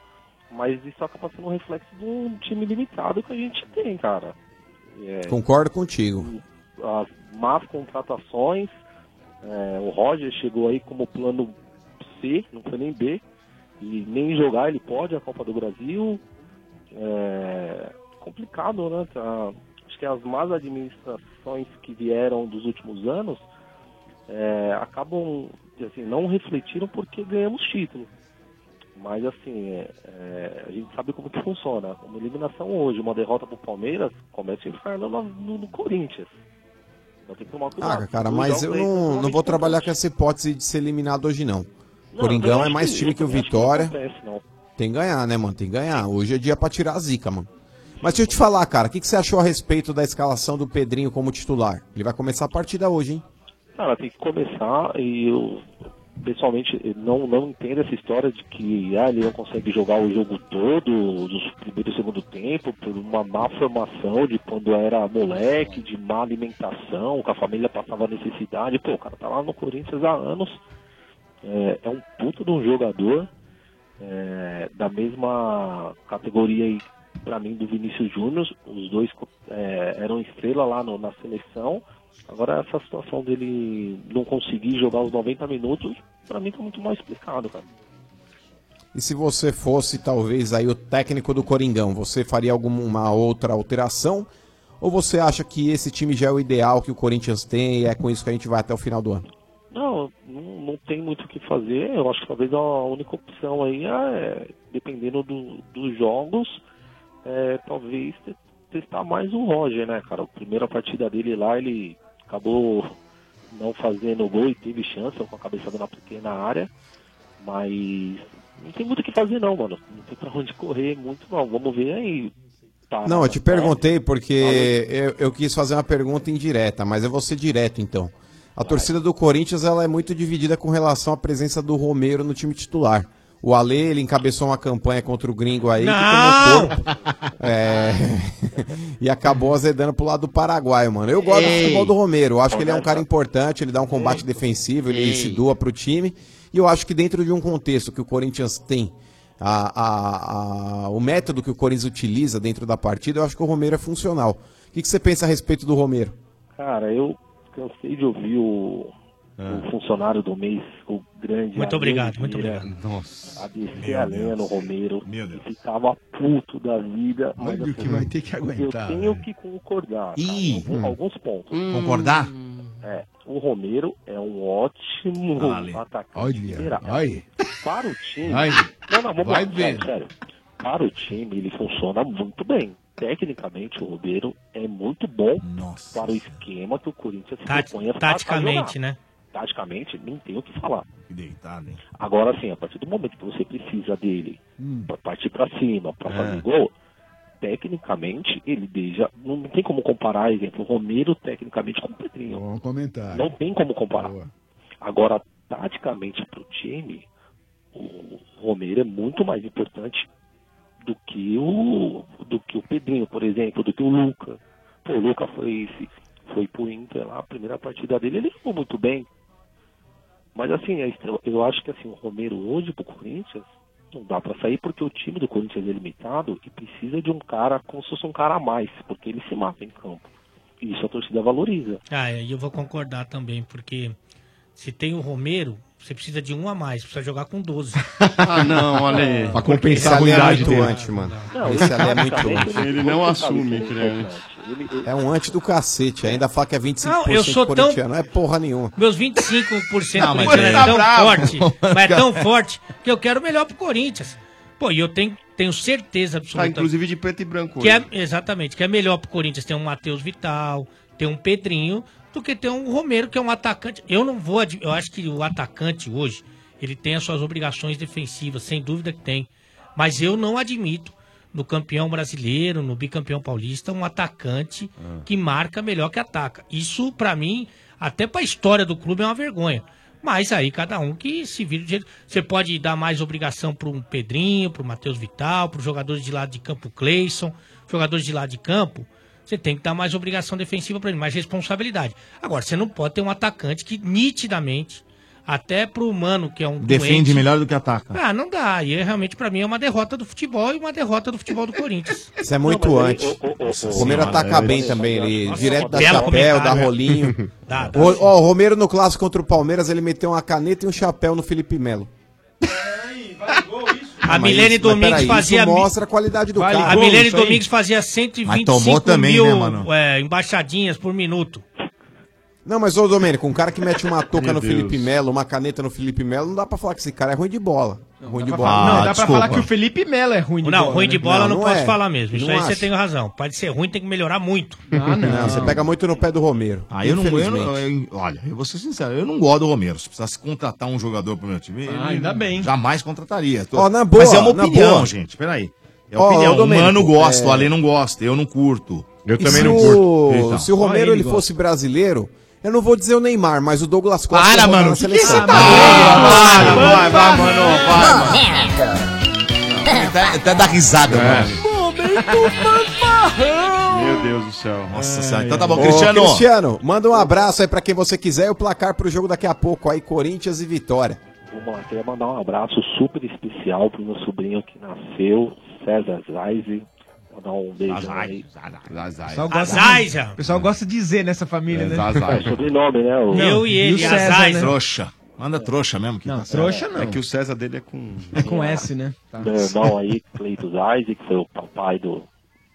[SPEAKER 24] Mas isso acaba sendo um reflexo de um time limitado que a gente tem, cara. É,
[SPEAKER 10] Concordo contigo.
[SPEAKER 24] as más contratações. é, o Roger chegou aí como plano C, não foi nem B. E nem jogar ele pode a Copa do Brasil. É complicado, né? Tá- acho que as más administrações que vieram dos últimos anos é, acabam, assim, não refletiram porque ganhamos título. Mas, assim, é, é, a gente sabe como que funciona. Uma eliminação hoje, uma derrota pro Palmeiras, começa o inferno no, no- no Corinthians. Então tem que tomar cuidado.
[SPEAKER 10] Ah, cara,
[SPEAKER 24] Os
[SPEAKER 10] mas
[SPEAKER 24] jogos
[SPEAKER 10] eu
[SPEAKER 24] aí são
[SPEAKER 10] não, não
[SPEAKER 24] extremamente
[SPEAKER 10] vou trabalhar com essa hipótese de ser eliminado hoje, não.
[SPEAKER 24] Não, eu
[SPEAKER 10] Coringão
[SPEAKER 24] acho
[SPEAKER 10] é
[SPEAKER 24] que
[SPEAKER 10] mais
[SPEAKER 24] isso,
[SPEAKER 10] time que o
[SPEAKER 24] eu acho que não
[SPEAKER 10] Vitória.
[SPEAKER 24] acontece, não.
[SPEAKER 10] Tem que ganhar, né, mano? Tem que ganhar. Hoje é dia pra tirar a zica, mano. Mas deixa eu te falar, cara, o que, que você achou a respeito da escalação do Pedrinho como titular? Ele vai começar a partida hoje, hein?
[SPEAKER 24] Cara, tem que começar e eu pessoalmente eu não, não entendo essa história de que ah, ele não consegue jogar o jogo todo, do primeiro e segundo tempo, por uma má formação de quando era moleque, de má alimentação, que a família passava necessidade. Pô, o cara tá lá no Corinthians há anos, é, é um puto de um jogador é, da mesma categoria aí, pra mim, do Vinícius Júnior. Os dois é, eram estrela lá no- na seleção. Agora, essa situação dele não conseguir jogar os 90 minutos, pra mim tá muito mal explicado, cara.
[SPEAKER 10] E se você fosse, talvez, aí o técnico do Coringão, você faria alguma outra alteração? Ou você acha que esse time já é o ideal que o Corinthians tem e é com isso que a gente vai até o final do ano?
[SPEAKER 24] Não, não, não tem muito o que fazer. Eu acho que talvez a única opção aí é, dependendo do- dos jogos, é, talvez te- testar mais o Roger, né, cara? A primeira partida dele lá, ele acabou não fazendo gol e teve chance com a cabeçada na pequena área, mas não tem muito o que fazer não, mano. Não tem pra onde correr muito não. Vamos ver aí. Tá,
[SPEAKER 10] Não, eu te perguntei porque eu, eu quis fazer uma pergunta indireta, mas eu vou ser direto então. A torcida do Corinthians ela é muito dividida com relação à presença do Romero no time titular. O Ale, ele encabeçou uma campanha contra o gringo aí,
[SPEAKER 17] Não!
[SPEAKER 10] que tomou corpo. É, e acabou azedando pro lado do Paraguai, mano. Eu gosto do
[SPEAKER 17] Ei.
[SPEAKER 10] futebol do Romero, eu acho que ele é um cara importante, ele
[SPEAKER 9] É,
[SPEAKER 10] dá um combate
[SPEAKER 9] então.
[SPEAKER 10] defensivo, ele
[SPEAKER 17] Ei.
[SPEAKER 10] se doa pro time. E eu acho que dentro de um contexto que o Corinthians tem, a- a- a- o método que o Corinthians utiliza dentro da partida, eu acho que o Romero é funcional. O que, que você pensa a respeito do Romero?
[SPEAKER 24] Cara, eu cansei de ouvir o,
[SPEAKER 15] Ah.
[SPEAKER 24] o funcionário do mês, o grande.
[SPEAKER 9] Muito
[SPEAKER 24] Alê
[SPEAKER 9] obrigado, muito
[SPEAKER 24] Vieira,
[SPEAKER 9] obrigado.
[SPEAKER 24] A descer
[SPEAKER 9] Meu
[SPEAKER 24] a lenha no
[SPEAKER 9] Deus.
[SPEAKER 24] Romero. E ficava puto da vida. mas,
[SPEAKER 15] Olha o que
[SPEAKER 24] assim,
[SPEAKER 15] vai ter que
[SPEAKER 24] Eu
[SPEAKER 15] aguentar,
[SPEAKER 24] tenho que concordar. cara,
[SPEAKER 15] Ih,
[SPEAKER 24] em algum-
[SPEAKER 15] hum.
[SPEAKER 24] alguns pontos.
[SPEAKER 15] Concordar?
[SPEAKER 24] É. O Romero é um ótimo
[SPEAKER 15] Olha,
[SPEAKER 24] atacante.
[SPEAKER 15] olha,
[SPEAKER 24] liberal.
[SPEAKER 15] olha.
[SPEAKER 24] Para o time.
[SPEAKER 15] Olha.
[SPEAKER 24] Não, não, vamos
[SPEAKER 15] Vai
[SPEAKER 24] lá,
[SPEAKER 15] ver.
[SPEAKER 24] sério, sério. Para o time, ele funciona muito bem. Tecnicamente, o Romero é muito bom para o esquema que o Corinthians
[SPEAKER 9] Tati-
[SPEAKER 24] propõe a- a
[SPEAKER 9] taticamente,
[SPEAKER 24] jogar.
[SPEAKER 9] né?
[SPEAKER 24] Taticamente, não tem o que falar. Agora sim, a partir do momento que você precisa dele pra partir pra cima, pra fazer gol, tecnicamente ele deixa. Não não tem como comparar, exemplo, o Romero tecnicamente com o Pedrinho.
[SPEAKER 15] Bom comentário.
[SPEAKER 24] Não tem como comparar. Agora, taticamente pro time, o Romero é muito mais importante do que o do que o Pedrinho, por exemplo, do que o Luca. Pô, o Luca foi esse, foi pro Inter lá, a primeira partida dele, ele jogou muito bem. Mas assim, a estrela- eu acho que assim, o Romero hoje pro Corinthians não dá pra sair porque o time do Corinthians é limitado e precisa de um cara como se fosse um cara a mais, porque ele se mata em campo. E isso a torcida valoriza.
[SPEAKER 9] Ah, é, e eu vou concordar também, porque se tem o Romero, você precisa de um a mais, precisa jogar com 12.
[SPEAKER 18] Ah, não, olha aí. Pra
[SPEAKER 9] Porque-
[SPEAKER 18] compensar a
[SPEAKER 9] Esse ali é
[SPEAKER 18] ruindade
[SPEAKER 9] muito
[SPEAKER 18] dele.
[SPEAKER 9] anti, mano.
[SPEAKER 18] Não, Esse ali é muito anti.
[SPEAKER 10] Ele não assume,
[SPEAKER 18] creio.
[SPEAKER 10] É um antes do cacete, ainda fala que é 25%
[SPEAKER 9] Não, eu sou tão-
[SPEAKER 10] corintiano, é porra nenhuma.
[SPEAKER 9] Meus 25%
[SPEAKER 10] Não, mas
[SPEAKER 9] corintiano
[SPEAKER 10] ele
[SPEAKER 9] é
[SPEAKER 10] tá
[SPEAKER 9] tão
[SPEAKER 10] bravo.
[SPEAKER 9] forte, mas é tão forte que eu quero o melhor pro Corinthians. Pô, e eu tenho, tenho certeza absoluta.
[SPEAKER 13] Ah, inclusive de preto e branco.
[SPEAKER 9] Tá, então. que é,
[SPEAKER 13] hoje.
[SPEAKER 9] exatamente, que é melhor pro Corinthians ter um Matheus Vital, ter um Pedrinho, do que ter um Romero, que é um atacante. Eu não vou. ad- Eu acho que o atacante hoje, ele tem as suas obrigações defensivas, sem dúvida que tem. Mas eu não admito no campeão brasileiro, no bicampeão paulista, um atacante
[SPEAKER 13] Ah.
[SPEAKER 9] que marca melhor que ataca. Isso, pra mim, até pra história do clube é uma vergonha. Mas aí cada um que se vira do jeito. Você pode dar mais obrigação pro Pedrinho, pro Matheus Vital, pros jogadores de lado de campo, Cleison, jogadores de lado de campo. Você tem que dar mais obrigação defensiva pra ele, mais responsabilidade. Agora, você não pode ter um atacante que nitidamente, até pro Mano, que é um
[SPEAKER 14] Defende
[SPEAKER 9] doente,
[SPEAKER 14] melhor do que ataca.
[SPEAKER 9] ah, não dá. E é, realmente, pra mim, é uma derrota do futebol e uma derrota do futebol do Corinthians.
[SPEAKER 10] Isso é muito antes. o Romero ataca bem também, ele direto da chapéu, dá rolinho.
[SPEAKER 9] Dá, dá.
[SPEAKER 10] Ó, ó, o Romero no clássico contra o Palmeiras, ele meteu uma caneta e um chapéu no Felipe Melo.
[SPEAKER 9] A
[SPEAKER 10] Ah, Mas
[SPEAKER 9] Milene
[SPEAKER 10] isso- mas
[SPEAKER 9] Domingues
[SPEAKER 10] peraí,
[SPEAKER 9] fazia.
[SPEAKER 10] Isso
[SPEAKER 9] mi-
[SPEAKER 10] mostra a qualidade do cara.
[SPEAKER 9] A Milene Domingues fazia 125
[SPEAKER 10] Mas tomou também,
[SPEAKER 9] mil
[SPEAKER 10] né, mano?
[SPEAKER 9] é, embaixadinhas por minuto.
[SPEAKER 10] Não, mas ô Domênico, um cara que mete uma touca
[SPEAKER 9] Meu
[SPEAKER 10] no
[SPEAKER 9] Deus.
[SPEAKER 10] Felipe Melo, uma caneta no Felipe Melo, não dá pra falar que esse cara é ruim de bola. ruim de
[SPEAKER 11] Dá pra
[SPEAKER 10] bola.
[SPEAKER 11] falar- não, dá pra falar que o Felipe Melo é ruim de
[SPEAKER 9] Ah, não,
[SPEAKER 11] bola.
[SPEAKER 9] ruim de
[SPEAKER 11] né?
[SPEAKER 9] bola eu não,
[SPEAKER 10] Não, não
[SPEAKER 9] posso
[SPEAKER 10] é.
[SPEAKER 9] falar mesmo. Isso
[SPEAKER 10] Não
[SPEAKER 9] aí você
[SPEAKER 10] acho.
[SPEAKER 9] tem razão. Pode ser ruim, tem que melhorar muito.
[SPEAKER 10] Ah, não. você pega muito no pé do Romero.
[SPEAKER 14] Ah, eu não, eu
[SPEAKER 10] infelizmente.
[SPEAKER 14] não- eu- olha, eu vou ser sincero, eu não gosto do Romero. Se precisasse contratar um jogador pro meu time,
[SPEAKER 10] Ah,
[SPEAKER 14] eu
[SPEAKER 10] ainda
[SPEAKER 14] bem. jamais contrataria. Tô-
[SPEAKER 10] Ó, na boa,
[SPEAKER 14] Mas é uma
[SPEAKER 10] na
[SPEAKER 14] opinião,
[SPEAKER 10] boa.
[SPEAKER 14] gente, peraí. É
[SPEAKER 10] Ó,
[SPEAKER 14] opinião.
[SPEAKER 10] ô,
[SPEAKER 14] o
[SPEAKER 10] Domênico,
[SPEAKER 14] Mano gosta,
[SPEAKER 10] é-
[SPEAKER 14] o Ale não gosta, eu não curto.
[SPEAKER 10] E se o- Se o Romero ele fosse brasileiro, Eu não vou dizer o Neymar, mas o Douglas Costa.
[SPEAKER 17] Para,
[SPEAKER 10] vai jogar
[SPEAKER 17] mano,
[SPEAKER 10] na
[SPEAKER 17] que que
[SPEAKER 10] seleção.
[SPEAKER 17] você tá Ah, doido,
[SPEAKER 10] Para,
[SPEAKER 17] mano?
[SPEAKER 10] vai, vai,
[SPEAKER 5] Até, até dá
[SPEAKER 14] É,
[SPEAKER 5] risada, né? mano.
[SPEAKER 13] Meu Deus do céu.
[SPEAKER 5] Nossa
[SPEAKER 13] senhora.
[SPEAKER 5] Então tá bom,
[SPEAKER 10] Ô,
[SPEAKER 5] Cristiano.
[SPEAKER 10] Cristiano, manda um abraço aí pra quem você quiser e o placar pro jogo daqui a pouco aí, Corinthians e Vitória.
[SPEAKER 24] Vamos lá, queria mandar um abraço super especial pro meu sobrinho que nasceu, César Zaize. Mandar um beijo aí.
[SPEAKER 11] pessoal gosta-
[SPEAKER 9] Azaiza.
[SPEAKER 11] O pessoal gosta de dizer nessa família, né?
[SPEAKER 24] É o sobrenome, né? O...
[SPEAKER 9] Eu e ele,
[SPEAKER 11] Azais.
[SPEAKER 5] Trouxa. Manda trouxa mesmo. Que não,
[SPEAKER 11] trouxa né? não.
[SPEAKER 13] É que o César dele é com.
[SPEAKER 11] É com S, né? Tá.
[SPEAKER 24] Meu irmão aí, Cleito Zaize, que foi o papai do,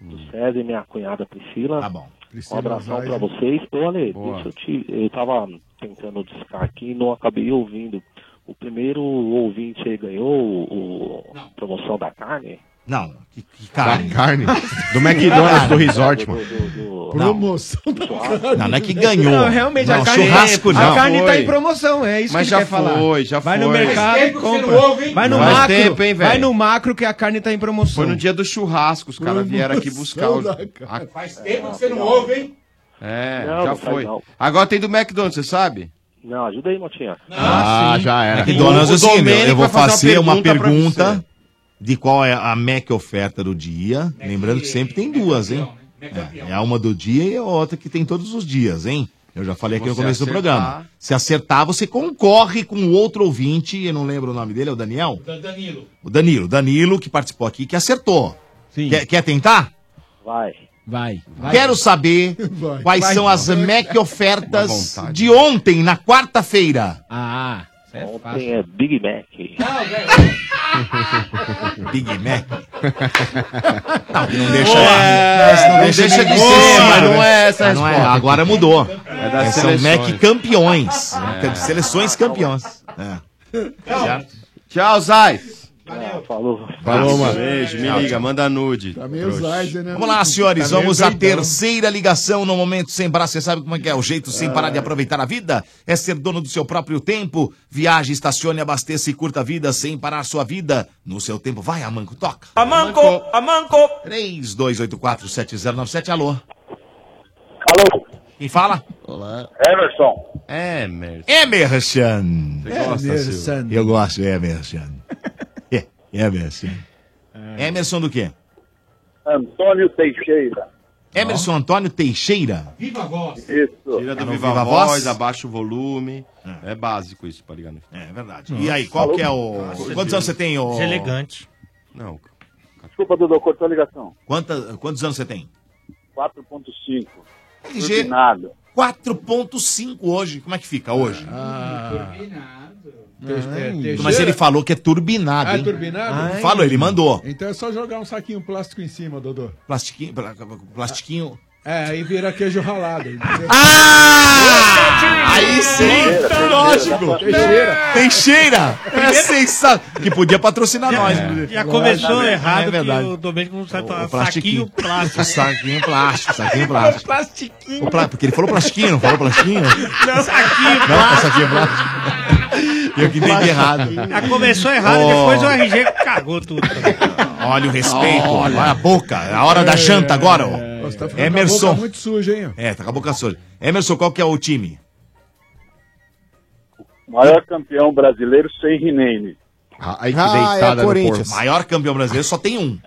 [SPEAKER 24] do
[SPEAKER 9] Hum.
[SPEAKER 24] César, e minha cunhada Priscila. Tá
[SPEAKER 5] bom.
[SPEAKER 24] um abração pra vocês. Ô, Ale, deixa eu te. Eu tava tentando discar aqui e não acabei ouvindo. O primeiro ouvinte aí ganhou o, o- a promoção da carne?
[SPEAKER 5] Não, que, que
[SPEAKER 18] carne. Da carne. Do McDonald's, do resort, mano.
[SPEAKER 15] Promoção da carne.
[SPEAKER 18] Não, não é que ganhou.
[SPEAKER 11] Não, realmente,
[SPEAKER 18] Não,
[SPEAKER 11] a carne,
[SPEAKER 18] churrasco
[SPEAKER 11] a
[SPEAKER 18] não.
[SPEAKER 11] carne tá
[SPEAKER 18] Foi.
[SPEAKER 11] em promoção, é isso
[SPEAKER 18] Mas
[SPEAKER 11] que
[SPEAKER 18] já
[SPEAKER 11] ele quer falar.
[SPEAKER 18] foi, já
[SPEAKER 11] vai no
[SPEAKER 18] foi.
[SPEAKER 11] mercado
[SPEAKER 18] Faz
[SPEAKER 11] e
[SPEAKER 18] tempo que você
[SPEAKER 11] compra.
[SPEAKER 18] não ouve, hein?
[SPEAKER 11] vai no
[SPEAKER 18] Faz
[SPEAKER 11] macro,
[SPEAKER 18] tempo, hein, velho?
[SPEAKER 11] vai no macro que a carne tá em promoção.
[SPEAKER 13] Foi no dia do churrasco, os caras vieram aqui buscar o.
[SPEAKER 18] Faz
[SPEAKER 13] tempo
[SPEAKER 18] que você não ouve, hein?
[SPEAKER 13] É,
[SPEAKER 24] Não,
[SPEAKER 13] já
[SPEAKER 24] não faz
[SPEAKER 13] foi.
[SPEAKER 24] não.
[SPEAKER 13] Agora tem do McDonald's, você sabe?
[SPEAKER 24] Não, ajuda aí, Motinha.
[SPEAKER 5] Ah,
[SPEAKER 13] sim.
[SPEAKER 5] já era.
[SPEAKER 13] McDonald's,
[SPEAKER 11] é
[SPEAKER 5] McDonald's,
[SPEAKER 13] o
[SPEAKER 5] assim, meu,
[SPEAKER 13] Domênico
[SPEAKER 5] eu vou
[SPEAKER 13] vai
[SPEAKER 5] fazer uma pergunta,
[SPEAKER 13] pra você.
[SPEAKER 5] de qual é a Mac oferta do dia. Lembrando que sempre tem duas, hein? É, é uma do dia e a outra que tem todos os dias, hein? Eu já falei aqui no
[SPEAKER 13] Você
[SPEAKER 5] começo do
[SPEAKER 13] acertar.
[SPEAKER 5] programa. Se acertar, você concorre com outro ouvinte, eu não lembro o nome dele, é o Daniel?
[SPEAKER 12] Tá. Danilo.
[SPEAKER 5] O Danilo, Danilo que participou aqui, que acertou. Quer, quer tentar?
[SPEAKER 24] Vai.
[SPEAKER 5] Vai. Quero saber quais
[SPEAKER 17] Vai.
[SPEAKER 5] são as
[SPEAKER 11] então.
[SPEAKER 5] Mac
[SPEAKER 17] Dá
[SPEAKER 5] ofertas
[SPEAKER 17] vontade.
[SPEAKER 5] de ontem, na quarta-feira.
[SPEAKER 24] Ah, Ontem é Big Mac.
[SPEAKER 5] Big Mac. Não,
[SPEAKER 17] deixa-
[SPEAKER 5] não deixa,
[SPEAKER 17] É,
[SPEAKER 5] essa não deixa, de ser,
[SPEAKER 17] mas
[SPEAKER 5] né?
[SPEAKER 17] não é essa a
[SPEAKER 5] Não
[SPEAKER 17] resposta.
[SPEAKER 5] Agora mudou.
[SPEAKER 17] É das
[SPEAKER 5] É, são
[SPEAKER 17] seleções.
[SPEAKER 5] Mac campeões. né?
[SPEAKER 17] É.
[SPEAKER 5] Seleções campeões. É.
[SPEAKER 13] Tchau, Zais.
[SPEAKER 24] falou.
[SPEAKER 5] Falou, mano.
[SPEAKER 13] Beijo, me
[SPEAKER 5] Tchau,
[SPEAKER 13] liga,
[SPEAKER 5] tchau.
[SPEAKER 13] manda nude. trouxa.
[SPEAKER 5] Vamos lá, senhores, tá vamos à terceira ligação no Momento Sem Braço. Você sabe como é que é o jeito sem parar de aproveitar a vida? É ser dono do seu próprio tempo. Viaje, estacione, abasteça e curta a vida sem parar sua vida. No seu tempo, vai, Amanco, toca. Amanco, Amanco. 32847097, alô. Alô. Quem fala? Olá.
[SPEAKER 16] Emerson.
[SPEAKER 13] É, Emerson.
[SPEAKER 5] Emerson.
[SPEAKER 13] Você gosta, Emerson. Silvio?
[SPEAKER 5] Eu gosto, Emerson. É, Emerson. Emerson do quê?
[SPEAKER 16] Antônio Teixeira.
[SPEAKER 5] Emerson Antônio Teixeira.
[SPEAKER 16] Viva a voz. Isso.
[SPEAKER 13] Tira do
[SPEAKER 5] Não
[SPEAKER 13] Viva,
[SPEAKER 5] viva a
[SPEAKER 13] voz,
[SPEAKER 5] voz?
[SPEAKER 13] abaixa o volume. É, básico isso pra ligar no
[SPEAKER 5] É verdade. E aí, qual que é o. Quantos anos você tem, ô? Não.
[SPEAKER 16] Desculpa, Dudu, cortou a ligação.
[SPEAKER 5] Quanta, quantos anos você tem?
[SPEAKER 16] 4.5.
[SPEAKER 5] LG.
[SPEAKER 16] Turbinado.
[SPEAKER 5] 4.5 hoje. Como é que fica hoje?
[SPEAKER 15] Ah. Teixeira.
[SPEAKER 5] Mas ele falou que é turbinado,
[SPEAKER 15] Ah,
[SPEAKER 5] hein?
[SPEAKER 15] turbinado?
[SPEAKER 5] Ai. Falou, ele mandou.
[SPEAKER 15] Então é só jogar um saquinho plástico em cima, Dodô.
[SPEAKER 5] Plastiquinho. pla- Plastiquinho.
[SPEAKER 15] É, aí vira queijo ralado.
[SPEAKER 5] Ah! Aí sim!
[SPEAKER 15] Teixeira,
[SPEAKER 5] Lógico!
[SPEAKER 15] Teixeira.
[SPEAKER 5] Teixeira! É sensacional! Que podia patrocinar nós. inclusive.
[SPEAKER 9] Já começou
[SPEAKER 5] É
[SPEAKER 9] errado
[SPEAKER 5] verdade.
[SPEAKER 9] que o Domênico não sabe falar.
[SPEAKER 5] O plastiquinho.
[SPEAKER 9] Saquinho plástico.
[SPEAKER 5] Saquinho plástico, saquinho plástico. O pla- Porque ele falou plastiquinho, não falou plastiquinho?
[SPEAKER 9] Não,
[SPEAKER 11] é
[SPEAKER 9] saquinho
[SPEAKER 5] Não, é
[SPEAKER 9] plástico.
[SPEAKER 5] saquinho plástico. Eu que entendi errado.
[SPEAKER 9] Já ah, começou errado,
[SPEAKER 5] Oh.
[SPEAKER 9] depois o RG cagou tudo.
[SPEAKER 5] Olha o respeito, olha, a boca. É a hora da janta agora, ó.
[SPEAKER 16] É.
[SPEAKER 15] Tá
[SPEAKER 5] Emerson.
[SPEAKER 15] muito sujo, hein?
[SPEAKER 5] É, tá com a boca suja. Emerson, qual que é o time?
[SPEAKER 16] Maior campeão brasileiro sem Rinene.
[SPEAKER 5] Aí
[SPEAKER 16] que Ah, deitada é o no Corinthians. porco.
[SPEAKER 5] Maior campeão brasileiro só tem um.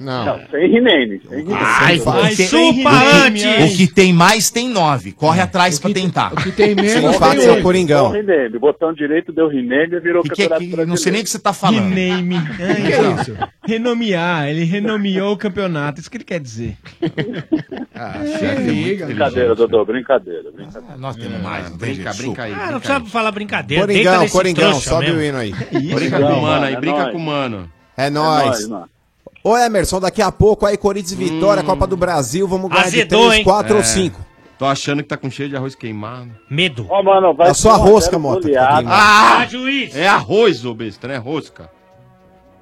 [SPEAKER 16] Não, sem Rinene. Sem Rinene.
[SPEAKER 5] Ai, o que tem- o que tem mais tem nove. Corre atrás pra tentar. O que
[SPEAKER 15] tem
[SPEAKER 5] menos
[SPEAKER 16] Deu Rinene. Botão direito deu Rinene e virou campeonato brasileiro.
[SPEAKER 5] Não sei nem o que você tá falando.
[SPEAKER 11] Rename. Ah,
[SPEAKER 16] Que que é
[SPEAKER 11] então.
[SPEAKER 16] isso?
[SPEAKER 11] Renomear, ele renomeou o campeonato, isso que ele quer dizer.
[SPEAKER 16] Ah, Brincadeira, Dodô, brincadeira. brincadeira.
[SPEAKER 5] é nós temos mais, não
[SPEAKER 13] brinca, brinca aí.
[SPEAKER 9] Ah, não
[SPEAKER 13] brinca
[SPEAKER 9] precisa falar brincadeira.
[SPEAKER 13] Coringão,
[SPEAKER 9] deita nesse
[SPEAKER 13] Coringão,
[SPEAKER 9] trouxa
[SPEAKER 13] sobe
[SPEAKER 9] mesmo.
[SPEAKER 13] o
[SPEAKER 10] hino aí.
[SPEAKER 13] Brinca com o mano aí, brinca com o mano.
[SPEAKER 10] É nóis. Ô Emerson, daqui a pouco aí, Corinthians e Vitória, Copa do Brasil, vamos ganhar de 3, 4 ou 5.
[SPEAKER 13] É. Tô achando que tá com cheio de arroz queimado.
[SPEAKER 9] Medo.
[SPEAKER 16] Ó, mano, vai
[SPEAKER 10] É só
[SPEAKER 16] ser um a
[SPEAKER 10] rosca,
[SPEAKER 16] zero
[SPEAKER 10] Mota, tá
[SPEAKER 16] goleada.
[SPEAKER 10] queimado.
[SPEAKER 13] Ah,
[SPEAKER 9] juiz!
[SPEAKER 13] É arroz, ô besta, não é rosca.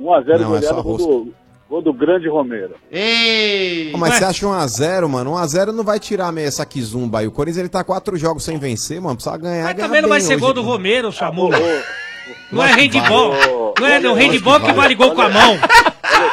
[SPEAKER 16] 1x0
[SPEAKER 10] Não, é só
[SPEAKER 16] goleado, gol Um do, gol do grande Romero.
[SPEAKER 13] Ei!
[SPEAKER 10] Pô,
[SPEAKER 16] É.
[SPEAKER 10] mas você acha 1x0, mano? 1x0 não vai tirar meio essa quizumba aí. O Corinthians ele tá 4 jogos sem vencer, mano. Precisa ganhar.
[SPEAKER 9] Mas também não vai ser gol do Romero, sua mula.
[SPEAKER 16] O
[SPEAKER 9] Não é handball. Não é não, handball que vale gol com a mão.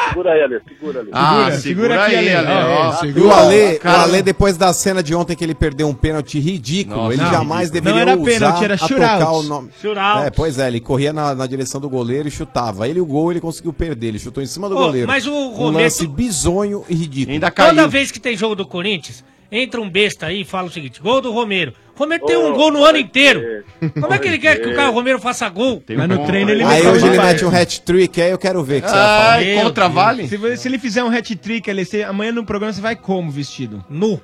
[SPEAKER 16] Segura aí, Ale, segura ali.
[SPEAKER 10] Ah,
[SPEAKER 16] segura,
[SPEAKER 10] segura
[SPEAKER 16] aqui,
[SPEAKER 10] aí,
[SPEAKER 16] Ale. É,
[SPEAKER 10] Ale,
[SPEAKER 16] ó.
[SPEAKER 10] E o Ale, o Ale, depois da cena de ontem que ele perdeu um pênalti ridículo,
[SPEAKER 16] Nossa,
[SPEAKER 10] ele
[SPEAKER 16] não,
[SPEAKER 10] jamais
[SPEAKER 16] ridículo.
[SPEAKER 10] deveria
[SPEAKER 16] Não era
[SPEAKER 10] usar
[SPEAKER 16] pênalti, era
[SPEAKER 10] a
[SPEAKER 16] shootout.
[SPEAKER 10] tocar o nome.
[SPEAKER 9] Shootout.
[SPEAKER 10] É, pois é, ele corria na, na direção do goleiro e chutava. Ele o gol, ele conseguiu perder, ele chutou em cima do
[SPEAKER 9] Ô,
[SPEAKER 10] goleiro.
[SPEAKER 9] mas o
[SPEAKER 10] Um
[SPEAKER 9] Romero-
[SPEAKER 10] lance bizonho e ridículo. Ainda
[SPEAKER 9] Toda vez que tem jogo do Corinthians, entra um besta aí e fala o seguinte: gol do Romero. Romero tem um gol no ano inteiro. Como é que ele quer que o Caio Romero faça gol?
[SPEAKER 11] Mas no treino ele
[SPEAKER 10] Aí
[SPEAKER 11] meteu
[SPEAKER 10] hoje
[SPEAKER 11] uma
[SPEAKER 10] ele
[SPEAKER 11] barra.
[SPEAKER 10] mete um hat-trick, aí eu quero ver. que você vai falar.
[SPEAKER 11] Se, você- se ele fizer um hat-trick, ele- você- amanhã no programa você vai como vestido?
[SPEAKER 9] Nu. é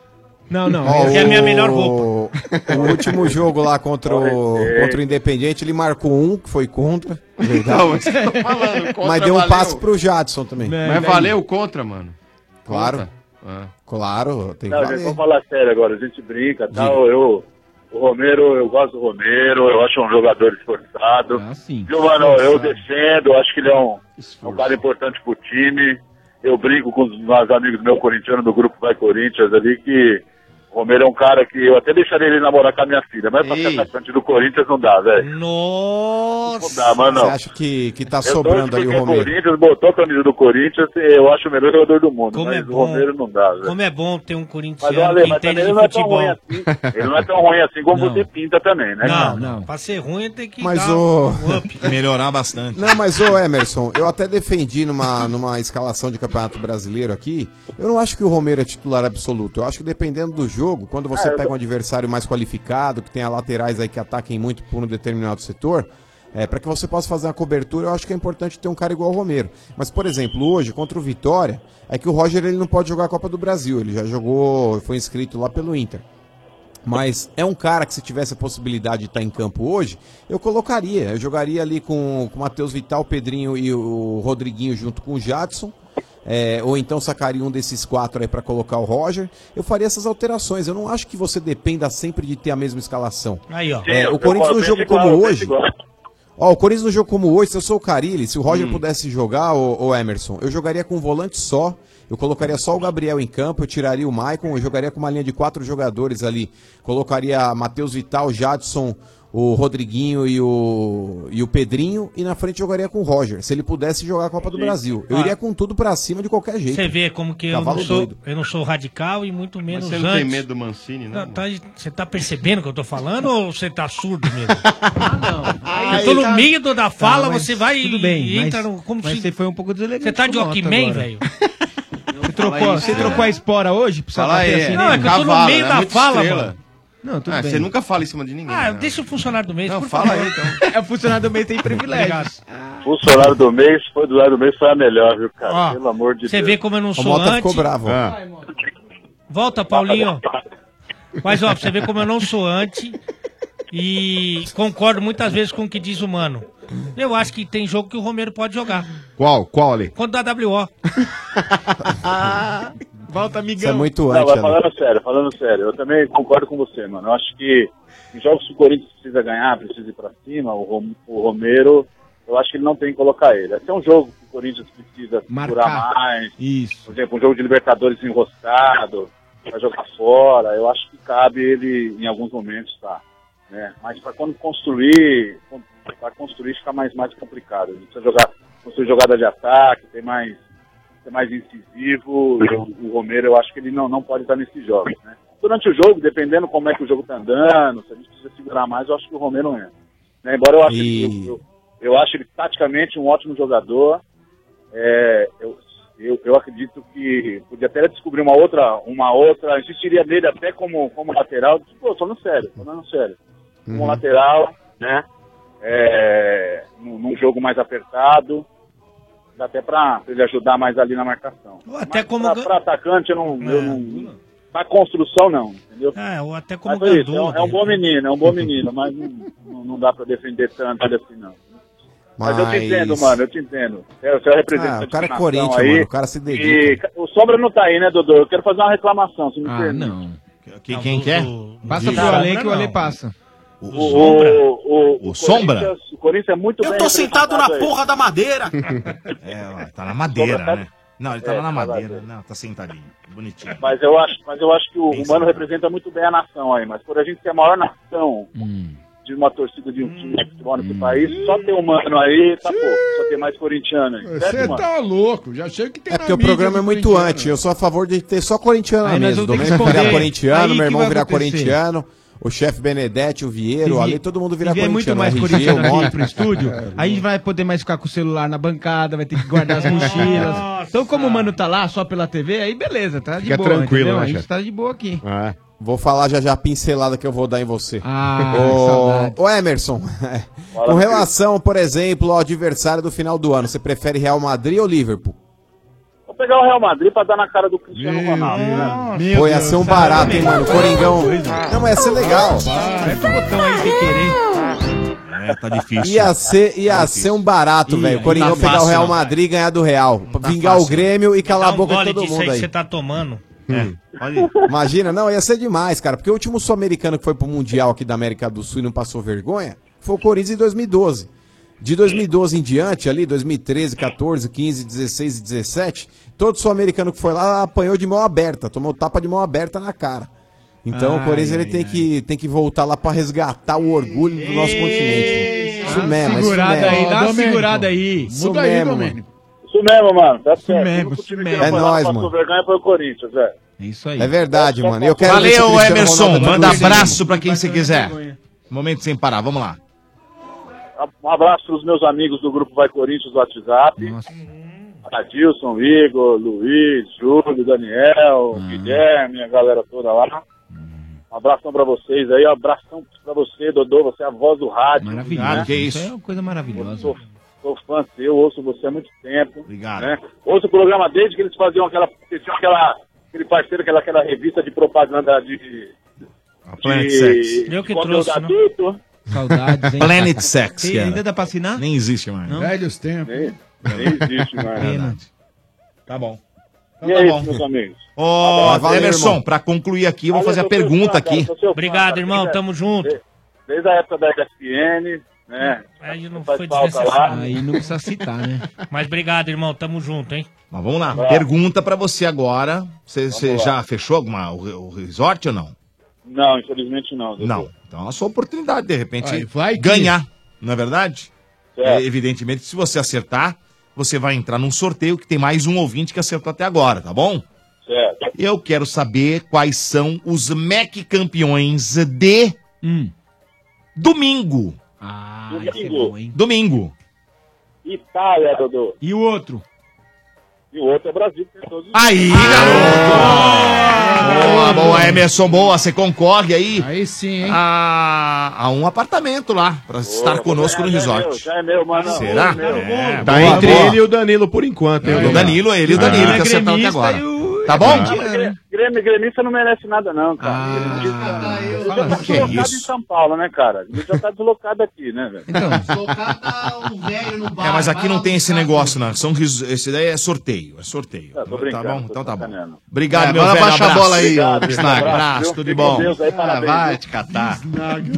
[SPEAKER 11] Não, não.
[SPEAKER 10] Ó,
[SPEAKER 11] essa
[SPEAKER 10] o- O último jogo lá contra o, contra o Independente, ele marcou um, que foi contra. é verdade.
[SPEAKER 18] Não, mas eu tô falando, contra
[SPEAKER 10] mas deu um
[SPEAKER 18] valeu.
[SPEAKER 10] passe pro Jadson também.
[SPEAKER 13] Né,
[SPEAKER 18] Mas valeu Ah. contra, mano.
[SPEAKER 10] Claro.
[SPEAKER 18] Contra.
[SPEAKER 10] Claro, tem que
[SPEAKER 16] Não,
[SPEAKER 10] valer.
[SPEAKER 16] gente, vamos falar sério agora. A gente brinca e tal. Eu, o Romero, eu gosto do Romero. Eu acho um jogador esforçado. Giovano, eu defendo. Acho que ele é um, um cara importante pro time. Eu brinco com os meus amigos meu corintianos do grupo Vai Corinthians ali que o Romero é um cara que eu até deixaria ele namorar com a minha filha, mas pra ser atacante do Corinthians não dá, velho. Nossa! Não dá, mano.
[SPEAKER 10] Você
[SPEAKER 16] não.
[SPEAKER 10] acha que, que tá
[SPEAKER 16] Eu
[SPEAKER 10] sobrando
[SPEAKER 16] torço
[SPEAKER 10] ali o
[SPEAKER 16] porque
[SPEAKER 10] Romero?
[SPEAKER 16] Corinthians botou a camisa do Corinthians, eu acho o melhor jogador do mundo, mas o Romero não dá, né? velho.
[SPEAKER 9] é Como é bom ter um
[SPEAKER 16] Mas
[SPEAKER 9] corintiano
[SPEAKER 16] olha,
[SPEAKER 9] que
[SPEAKER 16] mas também
[SPEAKER 9] entende de
[SPEAKER 16] ele não é tão ruim
[SPEAKER 9] futebol.
[SPEAKER 16] assim. Ele não é tão ruim assim como
[SPEAKER 9] Não.
[SPEAKER 16] você pinta também, né?
[SPEAKER 9] Não,
[SPEAKER 16] cara?
[SPEAKER 9] não. Pra ser ruim tem que
[SPEAKER 10] Mas
[SPEAKER 9] dar
[SPEAKER 10] o-
[SPEAKER 9] um up.
[SPEAKER 5] Melhorar bastante.
[SPEAKER 10] Não, mas ô Emerson, eu até defendi numa, numa escalação de campeonato brasileiro aqui. Eu não acho que o Romero é titular absoluto. Eu acho que dependendo do jogo, quando você
[SPEAKER 24] Ah, eu
[SPEAKER 10] pega
[SPEAKER 24] tô-
[SPEAKER 10] um adversário mais qualificado, que tenha laterais aí que ataquem muito por um determinado setor, é, para que você possa fazer uma cobertura, eu acho que é importante ter um cara igual o Romero. Mas, por exemplo, hoje, contra o Vitória, é que o Roger ele não pode jogar a Copa do Brasil. Ele já jogou, foi inscrito lá pelo Inter. Mas é um cara que se tivesse a possibilidade de estar em campo hoje, eu colocaria. Eu jogaria ali com com o Matheus Vital, Pedrinho e o Rodriguinho junto com o Jadson. É, ou então sacaria um desses quatro aí para colocar o Roger. Eu faria essas alterações. Eu não acho que você dependa sempre de ter a mesma escalação.
[SPEAKER 9] Aí, ó.
[SPEAKER 10] É, o
[SPEAKER 9] Eu
[SPEAKER 10] Corinthians no
[SPEAKER 9] penso
[SPEAKER 10] jogo
[SPEAKER 9] igual,
[SPEAKER 10] como
[SPEAKER 9] eu
[SPEAKER 16] assim,
[SPEAKER 9] penso
[SPEAKER 10] hoje.
[SPEAKER 9] igual.
[SPEAKER 10] Ó, o Corinthians no jogo como hoje, se eu sou o Carilli, se o Roger
[SPEAKER 9] Hum.
[SPEAKER 10] pudesse jogar, o, Emerson, eu jogaria com um volante só. Eu colocaria só o Gabriel em campo, eu tiraria o Maicon, eu jogaria com uma linha de quatro jogadores ali. Colocaria Matheus Vital, Jadson, o Rodriguinho e o, e o Pedrinho. E na frente jogaria com o Roger, se ele pudesse jogar a Copa do Brasil. Eu
[SPEAKER 9] Ó.
[SPEAKER 10] iria com tudo pra cima de qualquer jeito.
[SPEAKER 9] Ah. Você vê como que eu não,
[SPEAKER 10] Cavalo
[SPEAKER 9] sou,
[SPEAKER 10] doido.
[SPEAKER 9] eu não sou radical e muito menos
[SPEAKER 10] você não tem
[SPEAKER 9] antes.
[SPEAKER 10] medo do
[SPEAKER 13] Mancini,
[SPEAKER 9] não? tá- você tá percebendo o que eu tô falando ou você tá surdo mesmo? ah, não.
[SPEAKER 11] Aí
[SPEAKER 9] eu tô no
[SPEAKER 11] tá-
[SPEAKER 9] meio do- da
[SPEAKER 11] Tá,
[SPEAKER 9] fala,
[SPEAKER 11] mas
[SPEAKER 9] você vai
[SPEAKER 11] tudo
[SPEAKER 9] e-
[SPEAKER 11] bem,
[SPEAKER 9] e
[SPEAKER 11] mas-
[SPEAKER 9] entra no... Como
[SPEAKER 11] mas
[SPEAKER 9] se...
[SPEAKER 11] você foi um pouco deselegante
[SPEAKER 9] Você tá de
[SPEAKER 11] com o Mota
[SPEAKER 9] Walkman,
[SPEAKER 11] agora.
[SPEAKER 9] velho?
[SPEAKER 11] Você trocou, você trocou a espora hoje? Pra
[SPEAKER 13] Fala aí,
[SPEAKER 11] bater
[SPEAKER 13] é,
[SPEAKER 11] nele?
[SPEAKER 13] é um cavalo, é muito estrela.
[SPEAKER 11] Não, tudo
[SPEAKER 13] Ah,
[SPEAKER 11] bem.
[SPEAKER 13] Você nunca fala em cima de ninguém.
[SPEAKER 9] Ah,
[SPEAKER 13] né?
[SPEAKER 9] deixa o funcionário do mês,
[SPEAKER 13] Não,
[SPEAKER 9] por
[SPEAKER 13] fala
[SPEAKER 9] favor.
[SPEAKER 13] aí, então.
[SPEAKER 11] É, o funcionário do meio tem privilégios.
[SPEAKER 16] Funcionário do mês, foi do lado do mês, foi a melhor, viu, cara? Pelo amor de
[SPEAKER 9] Você
[SPEAKER 16] Deus.
[SPEAKER 9] vê como eu não sou anti. Ah. Volta, Paulinho. Mas, ó, pra você ver como eu não sou anti e concordo muitas vezes com o que diz o Mano. Eu acho que tem jogo que o Romero pode jogar.
[SPEAKER 4] Qual? Qual, Ale?
[SPEAKER 9] Quando dá WO.
[SPEAKER 11] Volta,
[SPEAKER 10] Isso é muito
[SPEAKER 16] Não, mas
[SPEAKER 10] antes, Ale.
[SPEAKER 16] falando sério, falando sério, eu também concordo com você, mano. Eu acho que em jogos que o Corinthians precisa ganhar, precisa ir pra cima, o, Rom- o Romero, eu acho que ele não tem que colocar ele. Esse é um jogo que o Corinthians precisa segurar mais.
[SPEAKER 11] Isso.
[SPEAKER 16] Por exemplo, um jogo de Libertadores enroscado, pra jogar fora, eu acho que cabe ele em alguns momentos, tá? Né? Mas pra quando construir, para construir fica mais, mais complicado. Ele precisa jogar, construir jogada de ataque, ter mais ser mais incisivo. O, o Romero, eu acho que ele não, não pode estar nesses jogos. Né? Durante o jogo, dependendo como é que o jogo está andando, se a gente precisa segurar mais, eu acho que o Romero entra. Né? Embora eu acho,
[SPEAKER 10] E-
[SPEAKER 16] ele, eu, eu acho ele taticamente um ótimo jogador. É, eu, eu, eu acredito que podia até descobrir uma outra, uma outra. Existiria nele até como, como lateral. Pô, falando sério, falando sério. Como lateral, né? É, num, num jogo mais apertado. Dá até pra pra ele ajudar mais ali na marcação.
[SPEAKER 9] Até como.
[SPEAKER 16] Pra, pra atacante, eu não. Eu não pra construção, não. Entendeu?
[SPEAKER 9] É, ou até como
[SPEAKER 16] Mas é, isso, é,
[SPEAKER 9] Gandula,
[SPEAKER 16] um, é um bom menino, é um bom menino, mas não, não- não dá pra defender tanto ele assim, não. Mas, eu te
[SPEAKER 10] Mas-
[SPEAKER 16] entendo, mano, eu te entendo. Eu- Você é representante
[SPEAKER 10] Ah, o cara é
[SPEAKER 16] de nação
[SPEAKER 10] Corinthians,
[SPEAKER 16] aí.
[SPEAKER 10] mano, o cara se dedica.
[SPEAKER 16] E ca- o Sombra não tá aí, né, Dodô? Eu quero fazer uma reclamação, se me permite.
[SPEAKER 11] não.
[SPEAKER 5] Quem, quem quer?
[SPEAKER 11] Passa
[SPEAKER 5] Diz.
[SPEAKER 11] pro Ale que o
[SPEAKER 5] Sombra,
[SPEAKER 11] Ale
[SPEAKER 5] não.
[SPEAKER 11] passa.
[SPEAKER 5] O,
[SPEAKER 16] Sombra?
[SPEAKER 5] O, Sombra?
[SPEAKER 16] Corinthians- O Corinthians é muito bem representado aí.
[SPEAKER 5] da madeira. é, ó, tá na madeira,
[SPEAKER 16] Sombra tá-
[SPEAKER 5] né? Não, ele
[SPEAKER 16] É,
[SPEAKER 5] tá lá na
[SPEAKER 16] tá lá
[SPEAKER 5] madeira. Não, tá sentadinho. Bonitinho.
[SPEAKER 16] Mas eu acho, mas eu acho que o
[SPEAKER 5] Bem
[SPEAKER 11] Hum.
[SPEAKER 16] humano representa muito bem a nação aí, mas por a gente ser a maior nação de uma torcida de um time de futebol nesse país, só tem um mano aí, tá pouco, só tem mais corintiano aí.
[SPEAKER 15] Você
[SPEAKER 16] Certo, mano?
[SPEAKER 15] tá louco, já sei que tem
[SPEAKER 10] É porque o programa é muito anti. Eu sou a favor de ter só corintiano
[SPEAKER 15] Aí nós
[SPEAKER 10] mesmo.
[SPEAKER 15] vamos ter que
[SPEAKER 10] Domênico virar
[SPEAKER 15] esconder.
[SPEAKER 10] corintiano,
[SPEAKER 15] Aí que
[SPEAKER 10] meu irmão
[SPEAKER 15] vai
[SPEAKER 10] virar
[SPEAKER 15] acontecer.
[SPEAKER 10] corintiano, o chefe Benedetti, o Vieiro, o Ale, todo mundo virar
[SPEAKER 11] E vier
[SPEAKER 10] corintiano.
[SPEAKER 11] é muito mais
[SPEAKER 10] RG,
[SPEAKER 11] corintiano
[SPEAKER 10] o É, Mota.
[SPEAKER 11] aqui pro estúdio. aí a gente vai poder mais ficar com o celular na bancada, vai ter que guardar as mochilas. então, como o mano tá lá só pela TV, aí beleza, tá de
[SPEAKER 10] Fica
[SPEAKER 11] boa.
[SPEAKER 10] tranquilo,
[SPEAKER 11] entendeu?
[SPEAKER 10] né,
[SPEAKER 11] A gente
[SPEAKER 10] chefe?
[SPEAKER 11] tá de boa aqui.
[SPEAKER 10] É. Vou falar já já a pincelada que eu vou dar em você.
[SPEAKER 11] Ah,
[SPEAKER 10] ô, ô Emerson, é.
[SPEAKER 11] Fala,
[SPEAKER 10] com
[SPEAKER 11] meu
[SPEAKER 10] relação, por exemplo, ao adversário do final do ano, você prefere Real Madrid ou Liverpool?
[SPEAKER 16] Vou pegar o Real Madrid pra dar na cara do Cristiano Ronaldo, né?
[SPEAKER 10] Pô, ia ser um barato, hein, mano? Coringão. Não, mas ia ser legal.
[SPEAKER 11] um-
[SPEAKER 5] É, tá difícil.
[SPEAKER 10] Ia ser, ia ser um barato,
[SPEAKER 5] Ih,
[SPEAKER 10] velho.
[SPEAKER 5] não
[SPEAKER 10] Coringão
[SPEAKER 5] tá
[SPEAKER 10] pegar o
[SPEAKER 5] fácil,
[SPEAKER 10] Real
[SPEAKER 5] não,
[SPEAKER 10] Madrid e ganhar do Real. Vingar o
[SPEAKER 9] Tá fácil.
[SPEAKER 10] Grêmio e calar a
[SPEAKER 9] Dá um
[SPEAKER 10] boca de
[SPEAKER 9] gole
[SPEAKER 10] todo
[SPEAKER 9] disso aí
[SPEAKER 10] mundo
[SPEAKER 9] que
[SPEAKER 10] aí.
[SPEAKER 9] você tá tomando. Então
[SPEAKER 10] Hum. Imagina, não, ia ser demais, cara. Porque o último sul-americano que foi pro Mundial aqui da América do Sul e não passou vergonha foi o Corinthians em 2012. De 2012 em diante, ali, 2013, 14, 15, 16 e 17, todo sul-americano que foi lá apanhou de mão aberta, tomou tapa de mão aberta na cara. Então o
[SPEAKER 3] Ai,
[SPEAKER 10] Corinthians ele tem, que, tem que voltar lá pra resgatar o orgulho do nosso continente. Isso mesmo, isso
[SPEAKER 11] segurada
[SPEAKER 10] É, mesmo.
[SPEAKER 11] aí, dá uma segurada aí.
[SPEAKER 10] Isso mesmo, mano.
[SPEAKER 16] Isso mesmo, mano. Tá certo.
[SPEAKER 11] mesmo,
[SPEAKER 16] O único time que
[SPEAKER 10] mesmo.
[SPEAKER 16] não
[SPEAKER 10] É
[SPEAKER 16] foi lá,
[SPEAKER 10] nóis,
[SPEAKER 16] passou
[SPEAKER 10] mano.
[SPEAKER 16] vergonha foi o Corinthians, velho.
[SPEAKER 12] Isso aí.
[SPEAKER 10] É verdade,
[SPEAKER 16] Tá
[SPEAKER 10] mano. Eu quero ver se o
[SPEAKER 5] Valeu,
[SPEAKER 10] Cristiano
[SPEAKER 5] Emerson.
[SPEAKER 10] Ronaldo vai
[SPEAKER 5] Manda
[SPEAKER 10] pro Cruzeiro.
[SPEAKER 5] abraço pra quem você quiser. Momento sem parar, vamos lá.
[SPEAKER 16] Um abraço pros meus amigos do grupo Vai Corinthians do WhatsApp. Adilson, Igor, Luiz, Júlio, Daniel, Guilherme, a galera toda lá. Um abração pra vocês aí, um abração pra você, Dodô, você é a voz do rádio.
[SPEAKER 11] Maravilhoso.
[SPEAKER 16] Né?
[SPEAKER 11] é uma coisa maravilhosa.
[SPEAKER 16] Sou, sou fã seu, ouço você há muito tempo.
[SPEAKER 5] Obrigado.
[SPEAKER 16] Né? Ouço o programa desde que eles faziam aquela, que tinha aquela aquele parceiro, aquela, aquela revista de propaganda de...
[SPEAKER 5] Planet
[SPEAKER 16] de,
[SPEAKER 5] Sex.
[SPEAKER 16] de
[SPEAKER 5] Eu que
[SPEAKER 16] conteúdo
[SPEAKER 5] trouxe, né?
[SPEAKER 16] adulto.
[SPEAKER 11] Saudades, hein?
[SPEAKER 5] Planet Sex,
[SPEAKER 11] Tem-
[SPEAKER 5] que era.
[SPEAKER 11] Ainda dá pra assinar?
[SPEAKER 5] Nem existe mais.
[SPEAKER 15] Velhos tempos.
[SPEAKER 16] Nem existe mais.
[SPEAKER 5] Tá bom.
[SPEAKER 16] E é isso, meus amigos.
[SPEAKER 5] Ó,
[SPEAKER 16] Tá bom, valeu,
[SPEAKER 5] Emerson,
[SPEAKER 16] irmão.
[SPEAKER 5] pra concluir aqui, eu vou
[SPEAKER 16] Olha,
[SPEAKER 5] fazer a
[SPEAKER 16] eu sou seu
[SPEAKER 5] pergunta
[SPEAKER 16] fã, cara,
[SPEAKER 5] aqui.
[SPEAKER 16] sou um seu fã,
[SPEAKER 9] Obrigado,
[SPEAKER 16] cara.
[SPEAKER 9] irmão.
[SPEAKER 16] Desde-
[SPEAKER 9] Tamo junto.
[SPEAKER 16] Desde a época da ESPN, né?
[SPEAKER 9] Aí não
[SPEAKER 16] Faz
[SPEAKER 9] foi
[SPEAKER 16] falta
[SPEAKER 9] desnecessário.
[SPEAKER 16] lá.
[SPEAKER 11] Aí não precisa citar, né?
[SPEAKER 9] Mas obrigado, irmão. Tamo junto, hein?
[SPEAKER 5] Mas vamos lá.
[SPEAKER 9] Vai.
[SPEAKER 5] Pergunta pra você agora. Você você
[SPEAKER 9] lá.
[SPEAKER 5] já fechou alguma o, o resort ou não?
[SPEAKER 16] Não, infelizmente não. doutor.
[SPEAKER 5] Não. Então é a sua oportunidade, de repente,
[SPEAKER 16] Vai, vai que-
[SPEAKER 5] ganhar, não é verdade?
[SPEAKER 16] Certo.
[SPEAKER 5] E, evidentemente, se você acertar, você vai entrar num sorteio que tem mais um ouvinte que acertou até agora, tá bom?
[SPEAKER 16] Certo.
[SPEAKER 5] Eu quero saber quais são os MEC campeões de domingo.
[SPEAKER 11] Ah,
[SPEAKER 16] Ah,
[SPEAKER 5] Ah,
[SPEAKER 16] Domingo,
[SPEAKER 5] Domingo.
[SPEAKER 16] Itália, Dodô.
[SPEAKER 11] E o outro?
[SPEAKER 16] E o outro é Brasil. que tem todos os-
[SPEAKER 5] Aí, garoto! Boa, boa, Emerson, boa. Você concorre aí?
[SPEAKER 11] Aí sim, hein?
[SPEAKER 5] A, a um apartamento lá, pra estar conosco no
[SPEAKER 16] já É meu,
[SPEAKER 5] resort.
[SPEAKER 16] já é meu, mano.
[SPEAKER 5] Será?
[SPEAKER 16] É meu.
[SPEAKER 5] É,
[SPEAKER 4] Tá
[SPEAKER 5] boa,
[SPEAKER 4] entre
[SPEAKER 5] boa.
[SPEAKER 4] ele e o Danilo por enquanto. hein,
[SPEAKER 5] O
[SPEAKER 4] Danilo?
[SPEAKER 5] Danilo, ele e o Danilo,
[SPEAKER 4] Ah.
[SPEAKER 5] que acertaram até agora. Tá
[SPEAKER 16] Ah,
[SPEAKER 5] bom? Ah,
[SPEAKER 16] mas Grêmio, Grêmio, gremista não merece nada, não, cara.
[SPEAKER 5] tá,
[SPEAKER 16] Gremista- eu já tô
[SPEAKER 5] que é
[SPEAKER 16] deslocado
[SPEAKER 5] isso? Então.
[SPEAKER 16] em São Paulo, né, cara? Ele já tá deslocado aqui, né, velho?
[SPEAKER 5] É, mas aqui não tem esse negócio, não. São, ris- esse daí é sorteio, é sorteio.
[SPEAKER 16] Tô brincando.
[SPEAKER 5] bom?
[SPEAKER 16] Então tá bom.
[SPEAKER 5] Obrigado,
[SPEAKER 8] É,
[SPEAKER 5] meu
[SPEAKER 8] agora
[SPEAKER 5] velho.
[SPEAKER 8] baixa a
[SPEAKER 5] abraço.
[SPEAKER 8] bola aí,
[SPEAKER 5] Obrigado,
[SPEAKER 8] ô, Bisnaga.
[SPEAKER 5] Abraço,
[SPEAKER 8] Viu?
[SPEAKER 5] tudo de
[SPEAKER 8] Fique
[SPEAKER 5] bom.
[SPEAKER 8] com Deus aí, parabéns,
[SPEAKER 5] Ah, vai
[SPEAKER 8] viu?
[SPEAKER 5] te catar.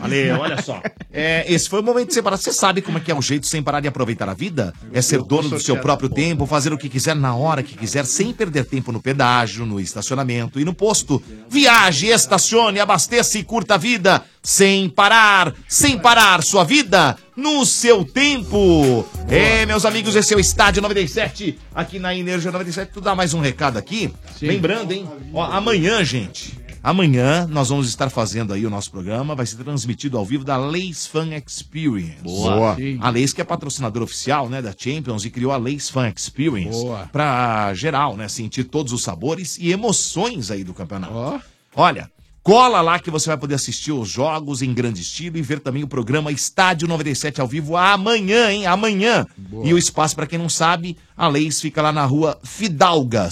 [SPEAKER 5] Valeu, olha só. É, esse foi o momento de separar. Você sabe como é que é o jeito sem parar de aproveitar a vida? É ser dono do seu próprio tempo, fazer o que quiser na hora que quiser, sem perder tempo no pedágio, no estacionamento e no posto. Viaje, estacione, abasteça e curta a vida. Sem parar, sem parar sua vida no seu tempo. É, meus amigos, esse é o Estádio 97, aqui na Energia 97. Tu dá mais um recado aqui. Lembrando, hein? Ó, amanhã, gente. Amanhã nós vamos estar fazendo aí o nosso programa, vai ser transmitido ao vivo da Leis Fan Experience.
[SPEAKER 4] Boa. Sim.
[SPEAKER 5] A Leis que é patrocinadora oficial, né, da Champions e criou a Leis Fan Experience
[SPEAKER 4] Boa.
[SPEAKER 5] para geral, né, sentir todos os sabores e emoções aí do campeonato. Olha, cola lá que você vai poder assistir os jogos em grande estilo e ver também o programa Estádio 97 ao vivo amanhã, hein? Amanhã. E o espaço, pra quem não sabe, a Leis fica lá na rua Fidalga,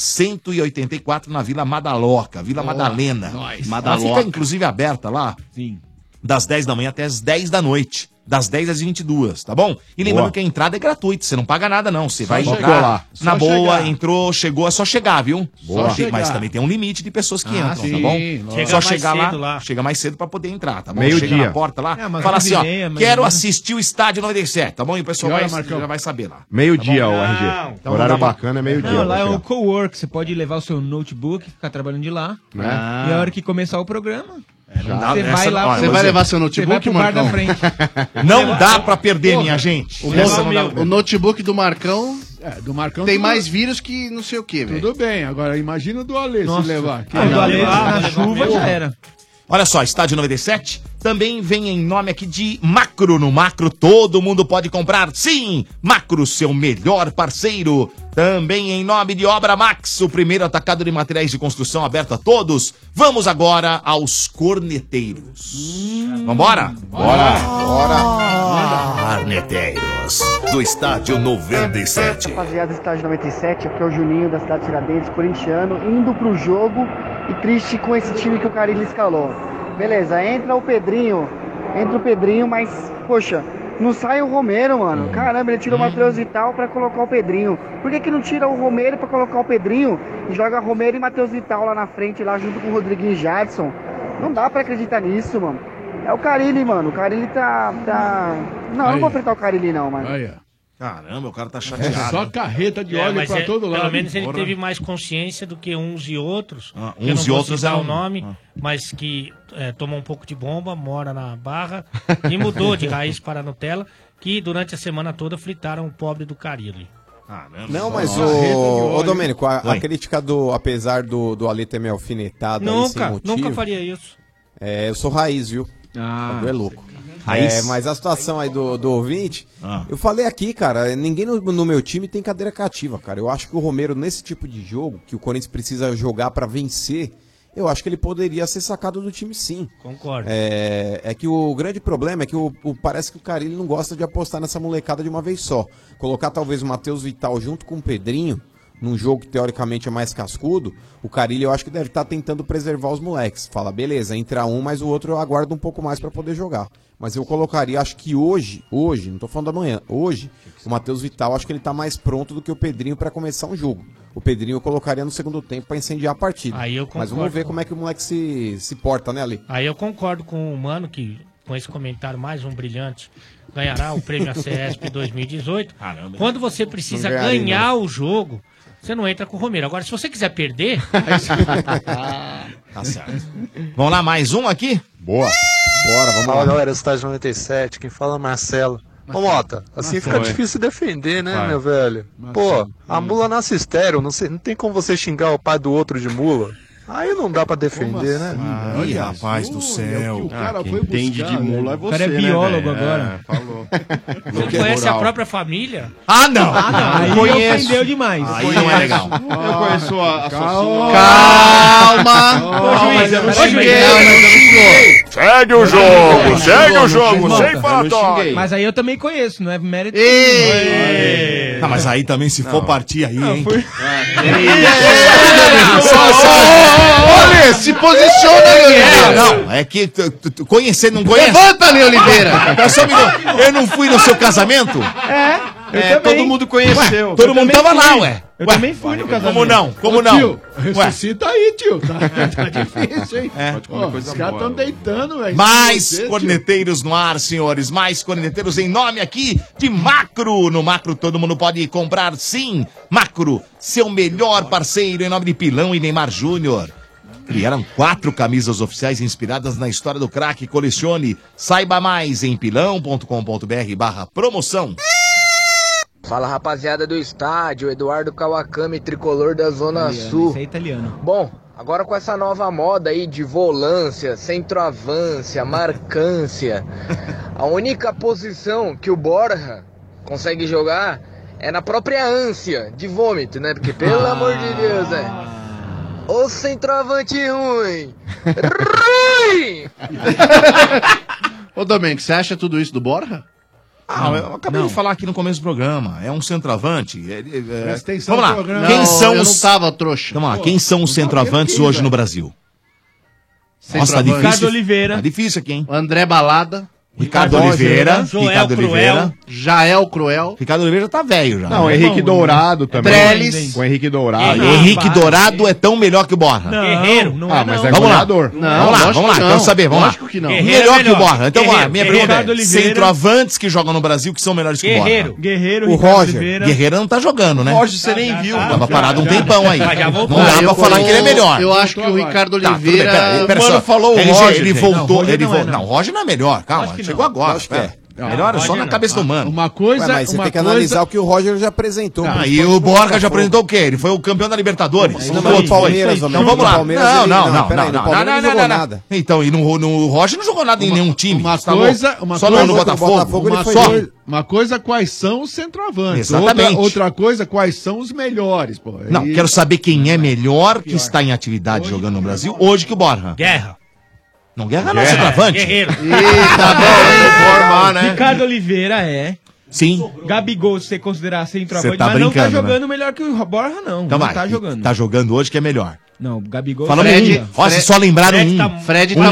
[SPEAKER 5] 184, na Vila Madaloca, Vila Madalena. Madaloca. Ela
[SPEAKER 3] Madaloca.
[SPEAKER 5] fica, inclusive, aberta lá. Sim. Das 10 da manhã até as 10 da noite. Das 10 às 22, tá bom? E lembrando
[SPEAKER 3] Boa.
[SPEAKER 5] que a entrada é gratuita, você não paga nada não. Você
[SPEAKER 3] Só
[SPEAKER 5] vai
[SPEAKER 3] chegar.
[SPEAKER 5] entrar lá.
[SPEAKER 3] Só
[SPEAKER 5] na boa,
[SPEAKER 3] chegar.
[SPEAKER 5] entrou, chegou, é só chegar, viu?
[SPEAKER 3] Boa.
[SPEAKER 5] Só che- Mas
[SPEAKER 3] chegar.
[SPEAKER 5] também tem um limite de pessoas que
[SPEAKER 3] Ah,
[SPEAKER 5] entram, tá
[SPEAKER 3] sim,
[SPEAKER 5] bom?
[SPEAKER 3] lógico.
[SPEAKER 5] só
[SPEAKER 3] Chega mais
[SPEAKER 5] chegar lá,
[SPEAKER 3] cedo
[SPEAKER 5] chega mais cedo pra poder entrar, tá bom?
[SPEAKER 3] Meio
[SPEAKER 5] chega
[SPEAKER 3] dia.
[SPEAKER 5] na porta lá,
[SPEAKER 3] É, umas
[SPEAKER 5] fala assim, ó,
[SPEAKER 3] nove e meia, mais ou
[SPEAKER 5] quero
[SPEAKER 3] menos.
[SPEAKER 5] assistir o estádio 97, tá bom? E o pessoal
[SPEAKER 11] Que
[SPEAKER 5] vai,
[SPEAKER 11] hora, Marcão?
[SPEAKER 5] já vai saber lá.
[SPEAKER 4] Meio-dia, o
[SPEAKER 5] Não.
[SPEAKER 4] RG.
[SPEAKER 5] Então
[SPEAKER 4] Horário
[SPEAKER 5] não dá-
[SPEAKER 4] bacana é meio-dia.
[SPEAKER 11] Não, lá é um
[SPEAKER 4] vou chegar.
[SPEAKER 11] co-work. Você pode levar o seu notebook, ficar trabalhando de lá.
[SPEAKER 4] Né?
[SPEAKER 11] E a hora que começar o programa,
[SPEAKER 5] Ah. É, não
[SPEAKER 8] dá- Você vai
[SPEAKER 5] essa-
[SPEAKER 8] lá-
[SPEAKER 5] olha,
[SPEAKER 8] você
[SPEAKER 5] vou
[SPEAKER 8] vai
[SPEAKER 5] dizer.
[SPEAKER 8] levar seu notebook, Você vai pro bar da Marcão? frente.
[SPEAKER 5] Não dá pra perder, minha gente.
[SPEAKER 8] O,
[SPEAKER 5] Essa não dá
[SPEAKER 8] nosso-
[SPEAKER 5] pra
[SPEAKER 8] o
[SPEAKER 5] perder. É,
[SPEAKER 8] notebook do Marcão,
[SPEAKER 15] do Marcão
[SPEAKER 8] tem
[SPEAKER 15] tudo-
[SPEAKER 8] mais vírus que não sei o que, velho.
[SPEAKER 15] Tudo bem, agora imagina o do Alê se
[SPEAKER 8] Nossa.
[SPEAKER 15] levar. Que
[SPEAKER 8] Ah, o do Alê,
[SPEAKER 15] levar,
[SPEAKER 8] na
[SPEAKER 15] levar
[SPEAKER 8] chuva,
[SPEAKER 15] mesmo.
[SPEAKER 8] já era.
[SPEAKER 5] Olha só, estádio 97 também vem em nome aqui de Macro. No Macro todo mundo pode comprar. Sim, Macro, seu melhor parceiro. Também em nome de Obra Max, o primeiro atacado de materiais de construção aberto a todos. Vamos agora aos corneteiros. Vambora? Hum. Bora! Bora! Corneteiros do estádio 97.
[SPEAKER 3] Rapaziada do estádio 97, aqui é o Juninho da cidade de Tiradentes, corintiano, indo pro jogo e triste com esse time que o Carilho escalou. Beleza, entra o Pedrinho, entra o Pedrinho, mas, poxa, não sai o Romero, mano. Caramba, ele tira o Matheus Vital pra colocar o Pedrinho. Por que, que não tira o Romero pra colocar o Pedrinho e joga Romero e Matheus Vital lá na frente, lá junto com o Rodriguinho e Jadson? Não dá pra acreditar nisso, mano. É o Carilli, mano. O Carilli tá. tá... Não, eu não
[SPEAKER 15] Aí.
[SPEAKER 3] vou apertar o Carilli, não, mano.
[SPEAKER 5] Caramba, o cara tá
[SPEAKER 15] É
[SPEAKER 9] Ah,
[SPEAKER 5] chateado.
[SPEAKER 15] só carreta de
[SPEAKER 3] É,
[SPEAKER 15] óleo
[SPEAKER 3] mas
[SPEAKER 15] pra
[SPEAKER 3] é-
[SPEAKER 15] todo lado.
[SPEAKER 3] pelo
[SPEAKER 9] Pelo menos ele
[SPEAKER 15] Porra.
[SPEAKER 9] teve mais consciência do que uns e outros.
[SPEAKER 5] Ah,
[SPEAKER 9] que eu
[SPEAKER 5] uns
[SPEAKER 9] não
[SPEAKER 5] e
[SPEAKER 9] vou
[SPEAKER 5] outros
[SPEAKER 9] citar
[SPEAKER 5] é
[SPEAKER 9] o
[SPEAKER 5] um-
[SPEAKER 9] nome, mas que é, tomou um pouco de bomba, mora na barra e mudou de raiz para Nutella, que durante a semana toda fritaram o pobre do Carilli.
[SPEAKER 5] Ah,
[SPEAKER 10] Não, mas o. Ô, Domênico, a, a crítica do. Apesar do, do Ali ter me alfinetado aí sem
[SPEAKER 9] Nunca,
[SPEAKER 10] motivo,
[SPEAKER 9] nunca faria isso.
[SPEAKER 10] É, eu sou raiz, viu? Ah. é louco.
[SPEAKER 9] Raiz? Ah.
[SPEAKER 10] É, mas a situação aí do, do ouvinte, eu falei aqui, cara, ninguém no, no meu time tem cadeira cativa, cara. Eu acho que o Romero, nesse tipo de jogo, que o Corinthians precisa jogar pra vencer, eu acho que ele poderia ser sacado do time sim.
[SPEAKER 9] Concordo.
[SPEAKER 10] É, é que o grande problema é que o, o- parece que o Carilli não gosta de apostar nessa molecada de uma vez só. Colocar talvez o Matheus Vital junto com o Pedrinho, num jogo que teoricamente é mais cascudo, o Carilli eu acho que deve estar tentando preservar os moleques. Fala, beleza, entra um, mas o outro eu aguardo um pouco mais pra poder jogar. Mas eu colocaria, acho que hoje, hoje, não tô falando da manhã, hoje, o Matheus Vital, acho que ele tá mais pronto do que o Pedrinho pra começar um jogo. O Pedrinho eu colocaria no segundo tempo pra incendiar a partida.
[SPEAKER 9] Aí eu
[SPEAKER 10] Mas
[SPEAKER 9] concordo
[SPEAKER 10] vamos ver como é que o moleque se, se porta, né, Ali?
[SPEAKER 9] Aí eu concordo com o Mano que, com esse comentário, mais um brilhante, ganhará o prêmio ACESP 2018.
[SPEAKER 5] né?
[SPEAKER 9] Quando você precisa
[SPEAKER 10] Não ganharei,
[SPEAKER 9] ganhar
[SPEAKER 13] né?
[SPEAKER 9] o jogo, você não entra com o Romero. Agora, se você quiser perder.
[SPEAKER 5] Tá certo. Vamos lá, mais um aqui?
[SPEAKER 10] Boa. Bora, vamos
[SPEAKER 25] Fala
[SPEAKER 5] lá.
[SPEAKER 25] galera, Estágio 97, quem fala é o Marcelo. Ô Mota,
[SPEAKER 3] Tá
[SPEAKER 25] assim fica
[SPEAKER 5] Oi.
[SPEAKER 25] difícil defender, né,
[SPEAKER 5] Vai.
[SPEAKER 25] meu velho? Pô,
[SPEAKER 5] Marcelo.
[SPEAKER 15] Hum.
[SPEAKER 25] a mula nasce estéreo, não, sei- não tem como você xingar o pai do outro de mula. Aí não dá pra defender,
[SPEAKER 15] assim,
[SPEAKER 25] né?
[SPEAKER 5] Ai, Ah, rapaz do céu. Ah,
[SPEAKER 25] cara
[SPEAKER 13] Ah, quem
[SPEAKER 25] foi
[SPEAKER 13] entende
[SPEAKER 25] buscar,
[SPEAKER 13] de mula é
[SPEAKER 25] velho.
[SPEAKER 13] você.
[SPEAKER 25] O cara é
[SPEAKER 13] né,
[SPEAKER 25] biólogo
[SPEAKER 13] velho?
[SPEAKER 25] agora.
[SPEAKER 13] É, falou.
[SPEAKER 9] Você não conhece a própria família?
[SPEAKER 5] Ah, não!
[SPEAKER 9] Ah, não.
[SPEAKER 5] Eu
[SPEAKER 9] Aí
[SPEAKER 5] conheço.
[SPEAKER 9] ofendeu demais.
[SPEAKER 5] Aí não é legal.
[SPEAKER 13] Eu conheço a, a
[SPEAKER 5] Calma.
[SPEAKER 17] Calma, mas eu não
[SPEAKER 13] Ô,
[SPEAKER 17] xinguei,
[SPEAKER 13] juiz,
[SPEAKER 17] mas eu não xinguei.
[SPEAKER 11] Segue
[SPEAKER 17] o jogo, segue o jogo,
[SPEAKER 11] sem
[SPEAKER 5] falatório.
[SPEAKER 11] Mas aí eu também conheço, não é mérito. né?
[SPEAKER 5] Tá, mas aí também, se for partir aí, hein?
[SPEAKER 17] Olha, se posiciona aí,
[SPEAKER 5] É, não, é que tu- tu- tu conhecer não conhece.
[SPEAKER 17] Levanta, Lê Oliveira.
[SPEAKER 5] Eu, só me dou- eu não fui no seu casamento?
[SPEAKER 17] É,
[SPEAKER 5] É, todo mundo conheceu. todo mundo tava lá, ué.
[SPEAKER 11] Eu também fui no casamento.
[SPEAKER 5] Como não? Como
[SPEAKER 15] Ô,
[SPEAKER 5] não?
[SPEAKER 15] Tio,
[SPEAKER 5] Ué.
[SPEAKER 15] ressuscita aí, tio. Tá, tá difícil, hein?
[SPEAKER 5] É.
[SPEAKER 15] Pode comer Ó, coisa os caras
[SPEAKER 5] boa,
[SPEAKER 15] estão deitando, velho.
[SPEAKER 5] Mais
[SPEAKER 15] Você, tio.
[SPEAKER 5] corneteiros no ar, senhores. Mais corneteiros em nome aqui de Macro. No Macro todo mundo pode comprar, sim. Macro, seu melhor parceiro em nome de Pilão e Neymar Júnior. Criaram quatro camisas oficiais inspiradas na história do craque. Colecione. Saiba mais em pilão.com.br barra promoção.
[SPEAKER 1] Fala rapaziada do estádio, Eduardo Kawakami, tricolor da Zona Sul.
[SPEAKER 11] Isso é italiano.
[SPEAKER 1] Bom, agora com essa nova moda aí de volância, centroavância, marcância, a única posição que o Borja consegue jogar é na própria ânsia de vômito, né? Porque pelo
[SPEAKER 11] Ah.
[SPEAKER 1] amor de Deus, é. O centroavante ruim! ruim!
[SPEAKER 8] Ô, Domênico, você acha tudo isso do Borja?
[SPEAKER 5] Ah,
[SPEAKER 8] Não.
[SPEAKER 5] eu acabei
[SPEAKER 8] Não.
[SPEAKER 5] de falar aqui no começo do programa. É um centroavante. É, é, é-
[SPEAKER 8] Presta atenção
[SPEAKER 5] Vamos
[SPEAKER 8] no
[SPEAKER 5] lá.
[SPEAKER 8] programa.
[SPEAKER 5] Quem
[SPEAKER 8] Não,
[SPEAKER 5] são
[SPEAKER 8] eu
[SPEAKER 5] os...
[SPEAKER 8] não tava, trouxa.
[SPEAKER 5] Vamos lá.
[SPEAKER 8] Pô,
[SPEAKER 5] Quem são os
[SPEAKER 8] não tava
[SPEAKER 5] centroavantes
[SPEAKER 8] aqui,
[SPEAKER 5] hoje
[SPEAKER 8] velho.
[SPEAKER 5] no Brasil? Nossa, tá
[SPEAKER 8] Centroavante.
[SPEAKER 5] difícil.
[SPEAKER 8] Ricardo Oliveira.
[SPEAKER 5] Tá difícil aqui, hein?
[SPEAKER 8] André Balada.
[SPEAKER 4] Ricardo Oliveira,
[SPEAKER 8] Joel
[SPEAKER 4] Ricardo
[SPEAKER 8] Cruel.
[SPEAKER 4] Oliveira.
[SPEAKER 8] Jael Cruel.
[SPEAKER 5] Ricardo Oliveira já tá velho já.
[SPEAKER 4] Não,
[SPEAKER 8] É
[SPEAKER 4] Henrique
[SPEAKER 8] bom,
[SPEAKER 4] Dourado
[SPEAKER 8] né?
[SPEAKER 4] também.
[SPEAKER 8] Trellis.
[SPEAKER 4] O Henrique Dourado.
[SPEAKER 5] Ah, Henrique Dourado é tão melhor que o Borra.
[SPEAKER 4] Não, Guerreiro, não é
[SPEAKER 5] Ah, mas
[SPEAKER 4] não.
[SPEAKER 5] é
[SPEAKER 4] Vamos lá.
[SPEAKER 5] goleador.
[SPEAKER 4] Não,
[SPEAKER 5] vamos lá,
[SPEAKER 4] lógico
[SPEAKER 5] vamos lá.
[SPEAKER 4] que não.
[SPEAKER 5] Quero saber, vamos
[SPEAKER 4] Lógico
[SPEAKER 5] lá.
[SPEAKER 4] que não.
[SPEAKER 5] Melhor,
[SPEAKER 4] Guerreiro é
[SPEAKER 5] que o
[SPEAKER 4] melhor.
[SPEAKER 5] Borra. Então, vamos lá. Minha
[SPEAKER 4] Guerreiro.
[SPEAKER 5] pergunta é:
[SPEAKER 4] Ricardo Oliveira.
[SPEAKER 5] centroavantes que jogam no Brasil que são melhores que o Borra.
[SPEAKER 11] Guerreiro. Guerreiro,
[SPEAKER 5] O
[SPEAKER 11] Ricardo
[SPEAKER 5] Roger.
[SPEAKER 11] Oliveira.
[SPEAKER 5] Guerreiro não tá jogando, né?
[SPEAKER 19] Roger, você nem
[SPEAKER 13] tá.
[SPEAKER 19] viu.
[SPEAKER 5] Tava parado um tempão aí.
[SPEAKER 19] Mas já
[SPEAKER 5] Não
[SPEAKER 19] voltou.
[SPEAKER 5] dá
[SPEAKER 19] Eu-
[SPEAKER 5] pra falar que ele é melhor.
[SPEAKER 8] Eu acho que o Ricardo
[SPEAKER 5] Tá, tudo bem,
[SPEAKER 8] Oliveira.
[SPEAKER 5] pera- pera só. Ele- Ele voltou. Ele voltou. Não, o Roger não é melhor. Calma, chegou agora.
[SPEAKER 10] Acho que é.
[SPEAKER 5] pera. Melhor é só na cabeça do mano.
[SPEAKER 10] Uma
[SPEAKER 5] coisa-
[SPEAKER 10] mas você
[SPEAKER 5] uma
[SPEAKER 10] tem que
[SPEAKER 5] coisa-
[SPEAKER 10] analisar o que o Roger já apresentou. né?
[SPEAKER 5] Ah, e
[SPEAKER 10] Principalmente
[SPEAKER 5] o
[SPEAKER 10] pro
[SPEAKER 5] Borja já
[SPEAKER 10] Botafogo.
[SPEAKER 5] apresentou o quê? Ele foi o campeão da Libertadores.
[SPEAKER 10] Não,
[SPEAKER 5] O
[SPEAKER 10] mas
[SPEAKER 5] outro foi.
[SPEAKER 10] Palmeiras,
[SPEAKER 5] Então
[SPEAKER 10] Romero,
[SPEAKER 5] vamos
[SPEAKER 10] no
[SPEAKER 5] lá.
[SPEAKER 10] Palmeiras
[SPEAKER 5] Não,
[SPEAKER 10] ele-
[SPEAKER 5] não,
[SPEAKER 10] não,
[SPEAKER 5] não,
[SPEAKER 10] peraí,
[SPEAKER 5] não,
[SPEAKER 10] no
[SPEAKER 5] não,
[SPEAKER 10] Palmeiras
[SPEAKER 5] não,
[SPEAKER 10] ele
[SPEAKER 5] não,
[SPEAKER 10] jogou
[SPEAKER 5] não.
[SPEAKER 10] nada.
[SPEAKER 5] Então, e no, no Roger não jogou nada em nenhum time.
[SPEAKER 15] Uma
[SPEAKER 5] tá bom?
[SPEAKER 15] coisa, uma
[SPEAKER 5] só
[SPEAKER 15] coisa,
[SPEAKER 5] no Botafogo.
[SPEAKER 15] uma,
[SPEAKER 5] só.
[SPEAKER 15] coisa, uma coisa, quais são os centroavantes?
[SPEAKER 5] Exatamente.
[SPEAKER 15] Outra, outra coisa, quais são os melhores, pô.
[SPEAKER 5] Não,
[SPEAKER 15] E-
[SPEAKER 5] quero saber quem é melhor que está em atividade jogando no Brasil hoje que o Borja.
[SPEAKER 9] Guerra.
[SPEAKER 5] Não, Guerra não é
[SPEAKER 9] Guerra.
[SPEAKER 5] centroavante.
[SPEAKER 9] Guerreiro.
[SPEAKER 13] tá
[SPEAKER 11] Eita,
[SPEAKER 5] Tá bom, informar, né?
[SPEAKER 11] Ricardo Oliveira é.
[SPEAKER 5] Sim.
[SPEAKER 11] Gabigol, se você considerar centroavante,
[SPEAKER 5] Você tá
[SPEAKER 11] mas não tá
[SPEAKER 5] brincando,
[SPEAKER 11] jogando melhor que o Borja, não.
[SPEAKER 5] Então
[SPEAKER 11] não
[SPEAKER 5] vai.
[SPEAKER 11] tá jogando.
[SPEAKER 5] Tá jogando hoje que é melhor.
[SPEAKER 11] Não, Gabigol.
[SPEAKER 5] Falamos um. Ó, vocês só lembraram um.
[SPEAKER 11] Fred
[SPEAKER 5] Um.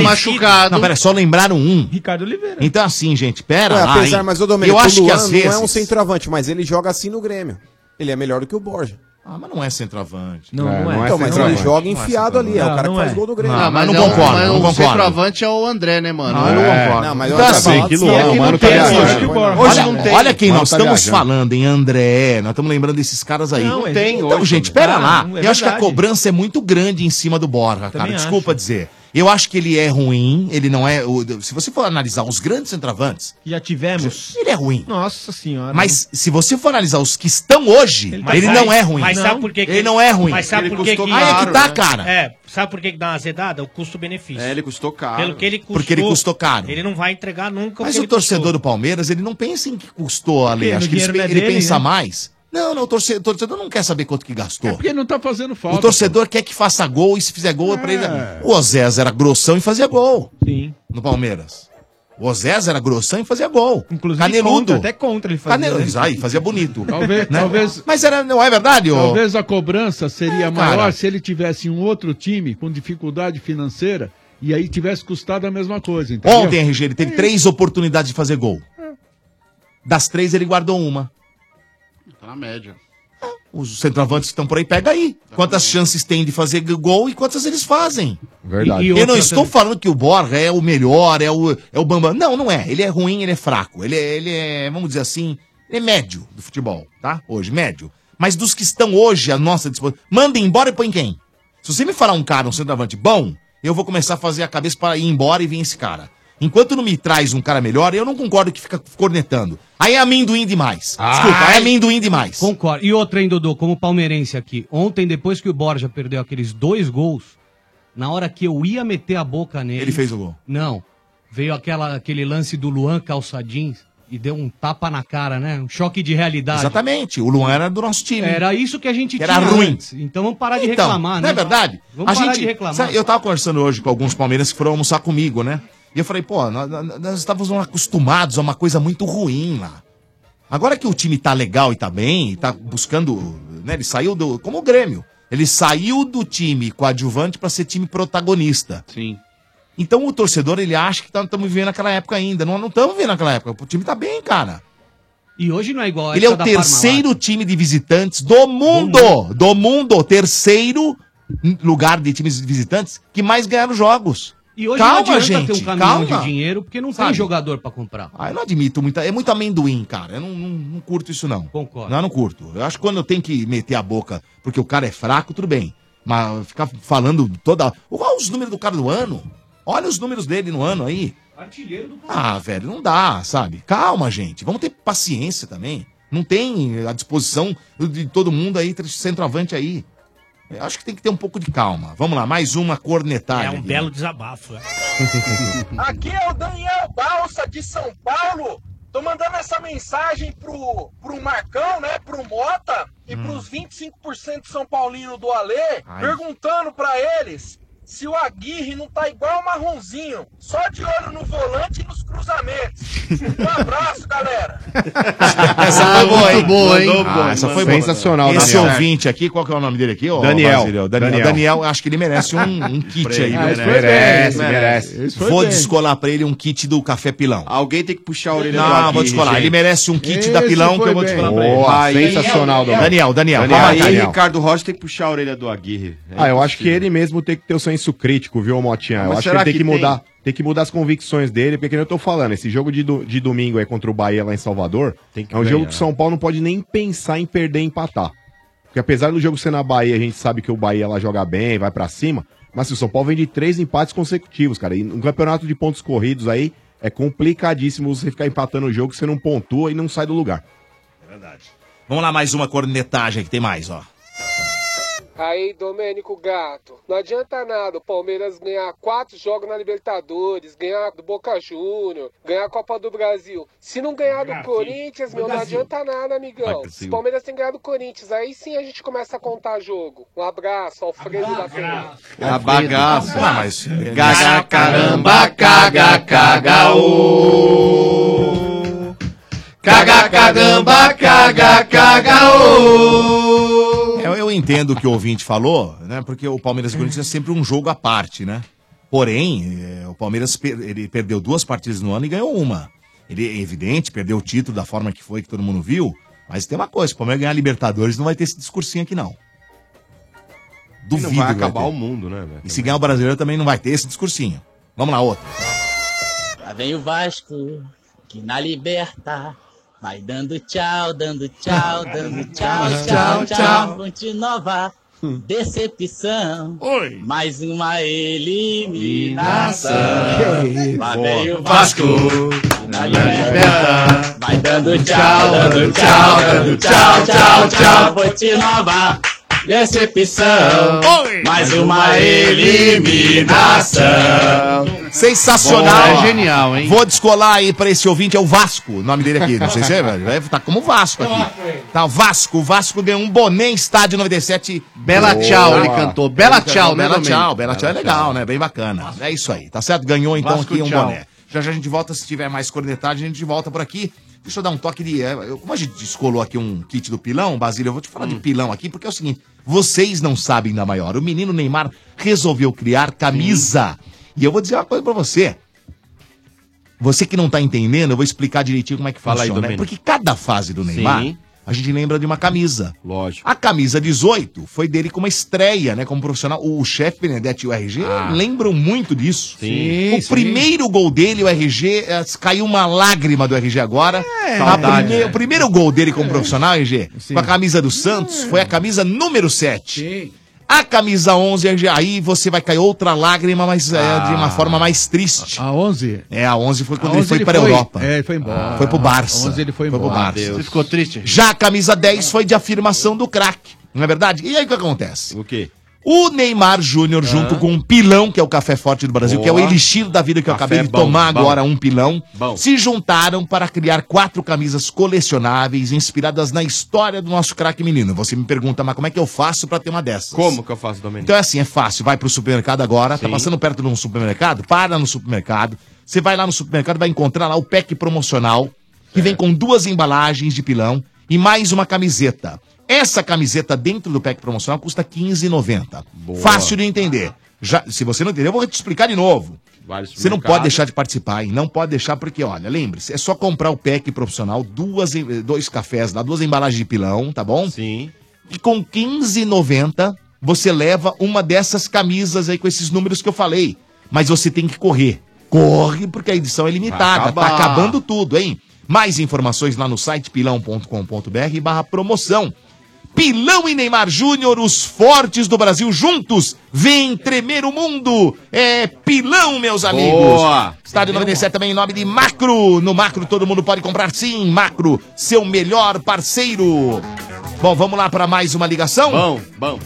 [SPEAKER 5] Não, pera, só lembraram um.
[SPEAKER 11] Ricardo Oliveira.
[SPEAKER 5] Então assim, gente, pera
[SPEAKER 10] Ué,
[SPEAKER 5] lá,
[SPEAKER 10] É, apesar,
[SPEAKER 5] hein.
[SPEAKER 10] mas o Domênico,
[SPEAKER 5] Eu acho
[SPEAKER 10] o
[SPEAKER 5] que
[SPEAKER 10] Luan
[SPEAKER 5] às vezes...
[SPEAKER 10] não é um centroavante, mas ele joga assim no Grêmio. Ele é melhor do que o Borja.
[SPEAKER 5] Ah, mas não é centroavante.
[SPEAKER 10] Não, não é. Então, mas ele joga enfiado ali, é o cara que faz gol do Grêmio.
[SPEAKER 8] Ah, mas, não concordo. Mas o centroavante é o André, né, mano?
[SPEAKER 10] Ah,
[SPEAKER 8] eu
[SPEAKER 10] é. Não,
[SPEAKER 5] Tá
[SPEAKER 10] mas olha, sei
[SPEAKER 5] assim,
[SPEAKER 10] que Luan,
[SPEAKER 8] é que
[SPEAKER 10] mano,
[SPEAKER 8] não
[SPEAKER 10] tá
[SPEAKER 8] tem
[SPEAKER 10] viajando.
[SPEAKER 8] hoje.
[SPEAKER 10] Olha,
[SPEAKER 8] Hoje
[SPEAKER 5] olha,
[SPEAKER 8] não tem.
[SPEAKER 5] olha quem
[SPEAKER 10] Mano,
[SPEAKER 5] nós
[SPEAKER 10] tá
[SPEAKER 5] estamos
[SPEAKER 10] viajando.
[SPEAKER 5] falando, hein, André. Nós estamos lembrando desses caras aí.
[SPEAKER 13] Não, Não tem
[SPEAKER 5] Então,
[SPEAKER 13] hoje,
[SPEAKER 5] gente,
[SPEAKER 13] né?
[SPEAKER 5] pera
[SPEAKER 13] Ah,
[SPEAKER 5] lá.
[SPEAKER 13] não, é
[SPEAKER 5] eu acho que a
[SPEAKER 13] verdade.
[SPEAKER 5] cobrança é muito grande em cima do Borja, cara.
[SPEAKER 13] Também
[SPEAKER 5] Desculpa dizer. Eu acho que ele é ruim, ele não é. o- Se você for analisar os grandes centroavantes,
[SPEAKER 11] Já tivemos.
[SPEAKER 5] Ele é ruim.
[SPEAKER 11] Nossa senhora.
[SPEAKER 5] mas se você for analisar os que estão hoje, ele,
[SPEAKER 9] Mas sabe-
[SPEAKER 5] não é ruim.
[SPEAKER 9] tá Mas sabe por que que
[SPEAKER 5] Ele não é ruim.
[SPEAKER 9] Mas sabe por que que...
[SPEAKER 5] Aí é que tá,
[SPEAKER 10] né?
[SPEAKER 5] cara.
[SPEAKER 9] É, sabe por que que dá uma azedada? O custo-benefício.
[SPEAKER 13] É, ele custou caro.
[SPEAKER 9] Pelo que ele custou.
[SPEAKER 5] Porque ele custou caro.
[SPEAKER 9] Ele não vai entregar nunca
[SPEAKER 5] Mas
[SPEAKER 9] que
[SPEAKER 5] o
[SPEAKER 9] ele custou.
[SPEAKER 5] torcedor do Palmeiras, ele não pensa em que custou a lei.
[SPEAKER 9] Porque
[SPEAKER 5] Acho
[SPEAKER 9] o
[SPEAKER 5] que ele,
[SPEAKER 9] dinheiro não é
[SPEAKER 5] ele
[SPEAKER 9] dele,
[SPEAKER 5] pensa
[SPEAKER 9] né?
[SPEAKER 5] mais. Não, não, o torce- o torcedor, não quer saber quanto que gastou.
[SPEAKER 15] Porque não tá fazendo falta.
[SPEAKER 5] o torcedor quer que faça gol e se fizer gol é pra ele. O Ozés era grossão e fazia gol.
[SPEAKER 11] Sim.
[SPEAKER 5] No Palmeiras. O Ozés era grossão e fazia gol. Inclusive,
[SPEAKER 15] contra,
[SPEAKER 5] Caneludo.
[SPEAKER 15] até
[SPEAKER 11] contra ele
[SPEAKER 15] fazia,
[SPEAKER 5] Caneludo.
[SPEAKER 15] né?
[SPEAKER 5] Aí, fazia bonito.
[SPEAKER 15] Talvez-
[SPEAKER 5] Né?
[SPEAKER 15] talvez-
[SPEAKER 5] Mas era, não é verdade, ô?
[SPEAKER 15] Talvez a cobrança seria maior
[SPEAKER 5] É, cara.
[SPEAKER 15] se ele tivesse um outro time com dificuldade financeira e aí tivesse custado a mesma coisa. entendeu? É
[SPEAKER 5] Ontem, RG, ele teve três oportunidades de fazer gol. Das três, ele guardou uma. É,
[SPEAKER 18] Tá na média.
[SPEAKER 5] Os centroavantes que estão por aí, pega aí. Quantas chances tem de fazer gol e quantas eles fazem.
[SPEAKER 4] Verdade. E- e
[SPEAKER 5] eu não
[SPEAKER 4] outra
[SPEAKER 5] estou
[SPEAKER 4] também.
[SPEAKER 5] falando que o Borja é o melhor, é o, é o Bambam. Não, não é. Ele é ruim, ele é fraco. Ele é, ele é, vamos dizer assim, ele é médio do futebol, tá? Hoje, médio. Mas dos que estão hoje à nossa disposição, manda embora e põe quem? Se você me falar um cara, um centroavante bom, eu vou começar a fazer a cabeça para ir embora e vir esse cara. Enquanto não me traz um cara melhor, eu não concordo que fica cornetando. Aí é amendoim demais.
[SPEAKER 23] Ah,
[SPEAKER 5] Desculpa, é amendoim demais.
[SPEAKER 23] Concordo. E outra, hein, Dodô, como palmeirense aqui. Ontem, depois que o Borja perdeu aqueles dois gols, na hora que eu ia meter a boca nele.
[SPEAKER 5] Ele fez o gol.
[SPEAKER 23] Não. Veio aquela, aquele lance do Luan calça jeans e deu um tapa na cara, né? Um choque de realidade.
[SPEAKER 5] Exatamente. O Luan era do nosso time.
[SPEAKER 23] Era isso que a gente
[SPEAKER 5] Que era ruim.
[SPEAKER 23] antes. Então vamos parar de
[SPEAKER 5] Então,
[SPEAKER 23] reclamar,
[SPEAKER 5] não
[SPEAKER 23] né?
[SPEAKER 5] é verdade?
[SPEAKER 23] Vamos
[SPEAKER 5] a
[SPEAKER 23] parar
[SPEAKER 5] gente,
[SPEAKER 23] de reclamar.
[SPEAKER 5] sabe, eu tava conversando hoje com alguns palmeiras que foram almoçar comigo, né? E eu falei, pô, nós, nós- nós estávamos acostumados a uma coisa muito ruim lá. Agora que o time tá legal e tá bem, e tá buscando, né? Ele saiu do. Como o Grêmio. Ele saiu do time coadjuvante pra ser time protagonista.
[SPEAKER 18] Sim.
[SPEAKER 5] Então o torcedor, ele acha que estamos vivendo aquela época ainda. Não estamos vivendo aquela época. O time tá bem, cara.
[SPEAKER 23] E hoje não é igual. a
[SPEAKER 5] Ele é o
[SPEAKER 23] época da Parmalat.
[SPEAKER 5] terceiro time de visitantes do mundo, do mundo, terceiro lugar de times visitantes que mais ganharam jogos.
[SPEAKER 23] E hoje
[SPEAKER 5] calma,
[SPEAKER 23] não adianta
[SPEAKER 5] gente,
[SPEAKER 23] ter um caminhão
[SPEAKER 5] calma.
[SPEAKER 23] de dinheiro, porque não
[SPEAKER 5] Sabe?
[SPEAKER 23] tem jogador pra comprar.
[SPEAKER 5] Ah, eu não admito muita, é muito amendoim, cara. Eu não, não- não curto isso não.
[SPEAKER 23] Concordo.
[SPEAKER 5] Não, eu não curto. Eu acho que quando eu tenho que meter a boca porque o cara é fraco, tudo bem. Mas ficar falando toda, olha os números do cara do ano. Olha os números dele no ano aí.
[SPEAKER 17] Artilheiro do
[SPEAKER 5] Ah, velho, não dá, sabe? Calma, gente. Vamos ter paciência também. Não tem à disposição de todo mundo aí, tre- centroavante aí. Eu acho que tem que ter um pouco de calma. Vamos lá, mais uma cornetada.
[SPEAKER 9] É um belo desabafo. é.
[SPEAKER 22] Aqui é o Daniel Balsa de São Paulo. Tô mandando essa mensagem pro, pro Marcão, né? Pro Mota e
[SPEAKER 5] Hum.
[SPEAKER 22] pros 25% São Paulino do Alê,
[SPEAKER 17] Ai.
[SPEAKER 22] perguntando pra eles se o Aguirre não tá igual o Marronzinho, só de olho no volante e nos cruzamentos. Um abraço, galera.
[SPEAKER 5] Essa foi boa, hein? Ah, Mandou boa,
[SPEAKER 13] essa foi
[SPEAKER 5] mandou.
[SPEAKER 13] sensacional.
[SPEAKER 5] Esse
[SPEAKER 13] Esse
[SPEAKER 5] ouvinte
[SPEAKER 13] ouvinte aqui, qual que é o nome dele aqui? ô,
[SPEAKER 5] Daniel.
[SPEAKER 13] Basílio? Daniel.
[SPEAKER 5] Daniel.
[SPEAKER 13] Daniel, acho que ele merece um, um kit aí.
[SPEAKER 5] Ah,
[SPEAKER 13] viu?
[SPEAKER 4] né?
[SPEAKER 5] esse foi Merece, bem, merece. merece. Esse foi
[SPEAKER 13] Vou
[SPEAKER 5] bem.
[SPEAKER 13] descolar pra ele um kit do Café Pilão. Alguém tem que puxar a
[SPEAKER 5] orelha do
[SPEAKER 13] Não,
[SPEAKER 5] Aguirre,
[SPEAKER 13] vou descolar.
[SPEAKER 5] gente.
[SPEAKER 13] Ele merece um kit da
[SPEAKER 5] Esse
[SPEAKER 13] Pilão que
[SPEAKER 5] foi
[SPEAKER 13] eu vou
[SPEAKER 5] bem.
[SPEAKER 13] descolar pra ele.
[SPEAKER 5] Boa,
[SPEAKER 13] Vai,
[SPEAKER 5] sensacional,
[SPEAKER 13] Daniel. Daniel, Daniel. Daniel, vai, aí, Daniel. Ricardo
[SPEAKER 19] Rocha tem que puxar a orelha do Aguirre. É
[SPEAKER 4] Ah, eu acho que
[SPEAKER 19] impossível.
[SPEAKER 4] ele mesmo tem que ter o senso crítico, viu, Motinha? Eu
[SPEAKER 19] Mas
[SPEAKER 4] acho que
[SPEAKER 19] será
[SPEAKER 4] ele tem que,
[SPEAKER 19] que tem?
[SPEAKER 4] mudar. Tem que mudar as convicções dele, porque que nem eu tô falando, esse jogo de, do- de domingo aí contra o Bahia lá em Salvador, é um
[SPEAKER 13] ganhar.
[SPEAKER 4] jogo que o São Paulo não pode nem pensar em perder e empatar. Porque apesar do jogo ser na Bahia, a gente sabe que o Bahia lá joga bem, vai pra cima, mas se o São Paulo vem de três empates consecutivos, cara, e um campeonato de pontos corridos aí é complicadíssimo você ficar empatando o jogo, você não pontua e não sai do lugar.
[SPEAKER 5] Vamos lá, mais uma cornetagem que tem mais, ó.
[SPEAKER 21] Aí, Domênico Gato, não adianta nada o Palmeiras ganhar quatro jogos na Libertadores, ganhar do Boca Júnior, ganhar a Copa do Brasil. Se não ganhar do Corinthians, meu, não
[SPEAKER 6] Brasil.
[SPEAKER 21] adianta nada, amigão.
[SPEAKER 6] Brasil.
[SPEAKER 21] Se o Palmeiras tem ganhado do Corinthians, aí sim a gente começa a contar jogo. Um abraço, Alfredo da Penha.
[SPEAKER 8] É
[SPEAKER 13] A bagaça. Ah, mas...
[SPEAKER 17] Caga, caramba, caga, caga, ô. Caga, caramba, caga, caga, ô.
[SPEAKER 5] É, Eu, eu entendo o que o ouvinte falou, né? Porque o Palmeiras e o Corinthians é sempre um jogo à parte, né? Porém, eh, o Palmeiras per- ele perdeu duas partidas no ano e ganhou uma. Ele é evidente, perdeu o título da forma que foi, que todo mundo viu. Mas tem uma coisa, o Palmeiras ganhar a Libertadores não vai ter esse discursinho aqui, não. Duvido.
[SPEAKER 13] vai
[SPEAKER 5] que
[SPEAKER 13] acabar
[SPEAKER 5] ter.
[SPEAKER 13] o mundo, né, velho?
[SPEAKER 5] E se ganhar o brasileiro também não vai ter esse discursinho. Vamos lá, outro.
[SPEAKER 20] Lá vem o Vasco, que na liberta vai dando tchau, dando tchau, dando tchau, tchau, tchau, Fonte Nova. Decepção, Oi. mais uma eliminação. Lá vem o Vasco, que na liberta vai dando tchau, dando tchau, dando tchau, tchau, tchau, Fonte é Nova. Decepção,
[SPEAKER 17] Oi.
[SPEAKER 20] mais uma eliminação.
[SPEAKER 5] Sensacional.
[SPEAKER 20] Bom, é
[SPEAKER 5] genial, hein? Vou descolar aí pra esse ouvinte, é o Vasco, o nome dele aqui. Não sei se é, velho. Vai- Tá como Vasco aqui. Tá Vasco, Vasco ganhou um boné em estádio 97.
[SPEAKER 8] Bela
[SPEAKER 5] Boa.
[SPEAKER 8] Tchau, ele cantou. Bela
[SPEAKER 5] Ele cantou
[SPEAKER 8] Tchau, né,
[SPEAKER 5] Bela
[SPEAKER 8] Domênico?
[SPEAKER 5] Tchau, Bela Tchau é
[SPEAKER 8] Bela
[SPEAKER 5] legal, né? Bem bacana. É isso aí, tá certo? Ganhou então
[SPEAKER 8] Vasco,
[SPEAKER 5] aqui um
[SPEAKER 8] tchau.
[SPEAKER 5] boné. Já já a gente volta, se tiver mais cornetagem, a gente volta por aqui. Deixa eu dar um toque de. eh, eu- Como a gente descolou aqui um kit do pilão, Basílio, eu vou te falar
[SPEAKER 13] Hum.
[SPEAKER 5] de pilão aqui, porque é o seguinte: vocês não sabem da maior. O menino Neymar resolveu criar camisa. E eu vou dizer uma coisa pra você. Você que não tá entendendo, eu vou explicar direitinho como é que
[SPEAKER 13] Fala aí,
[SPEAKER 5] funciona. né?
[SPEAKER 13] Domênico.
[SPEAKER 5] Porque cada fase do Neymar,
[SPEAKER 13] Sim.
[SPEAKER 5] a gente lembra de uma camisa. Lógico. A camisa 18 foi dele com uma estreia, né? Como profissional. O chefe Benedetti e o RG lembram muito disso.
[SPEAKER 13] Ah. Sim,
[SPEAKER 5] o
[SPEAKER 13] sim.
[SPEAKER 5] primeiro gol dele, o RG, eh, caiu uma lágrima do RG agora. A
[SPEAKER 13] saudade,
[SPEAKER 5] prime-
[SPEAKER 13] né?
[SPEAKER 5] O primeiro gol dele como profissional, RG, com a camisa do Santos, foi a camisa número 7. A camisa 11, RG, aí você vai cair outra lágrima, mas eh, de
[SPEAKER 13] Ah.
[SPEAKER 5] uma forma mais triste. A 11? É, a 11 foi quando ele foi para a Europa.
[SPEAKER 15] É, ele foi embora.
[SPEAKER 5] Ah, Foi pro Barça.
[SPEAKER 15] Onde ele foi
[SPEAKER 5] Foi
[SPEAKER 15] embora.
[SPEAKER 5] pro Barça. Você
[SPEAKER 15] ficou triste?
[SPEAKER 5] Já a camisa 10 foi de afirmação do craque, não é verdade? E aí o que acontece? O quê? O Neymar Júnior, junto com o Pilão, que é o café forte do Brasil, que é o
[SPEAKER 13] Boa.
[SPEAKER 5] elixir da vida que eu
[SPEAKER 13] Café
[SPEAKER 5] acabei de
[SPEAKER 13] bom,
[SPEAKER 5] tomar
[SPEAKER 13] bom.
[SPEAKER 5] agora, um pilão,
[SPEAKER 13] Bom.
[SPEAKER 5] se juntaram para criar quatro camisas colecionáveis inspiradas na história do nosso craque menino. Você me pergunta, mas como é que eu faço para ter uma dessas?
[SPEAKER 13] Como que eu faço, Domênico?
[SPEAKER 5] Então é assim, é fácil. Vai pro supermercado agora, tá passando perto de um supermercado, para no supermercado. Você vai lá no supermercado, vai encontrar lá o pack promocional, que vem com duas embalagens de pilão e mais uma camiseta. Essa camiseta dentro do pack promocional custa R$15,90. Fácil de entender. Já, se você não entender, eu vou te explicar de novo. Você não pode deixar de participar, hein? Não pode deixar, porque, olha, lembre-se, é só comprar o pack profissional, duas, em- eh, dois cafés lá, duas embalagens de pilão, tá bom? Sim. E com 15,90 você leva uma dessas camisas aí com esses números que eu falei. Mas você tem que correr. Corre, porque a edição é limitada. Tá
[SPEAKER 13] acabar.
[SPEAKER 5] acabando tudo, hein? Mais informações lá no site pilão.com.br barra promoção. Pilão e Neymar Júnior, os fortes do Brasil juntos, vem tremer o mundo. É Pilão, meus amigos.
[SPEAKER 13] Boa.
[SPEAKER 5] Estádio 97 também em nome de Macro. No Macro todo mundo pode comprar sim. Macro, seu melhor parceiro. Bom, vamos lá para mais uma ligação? Bom, bom.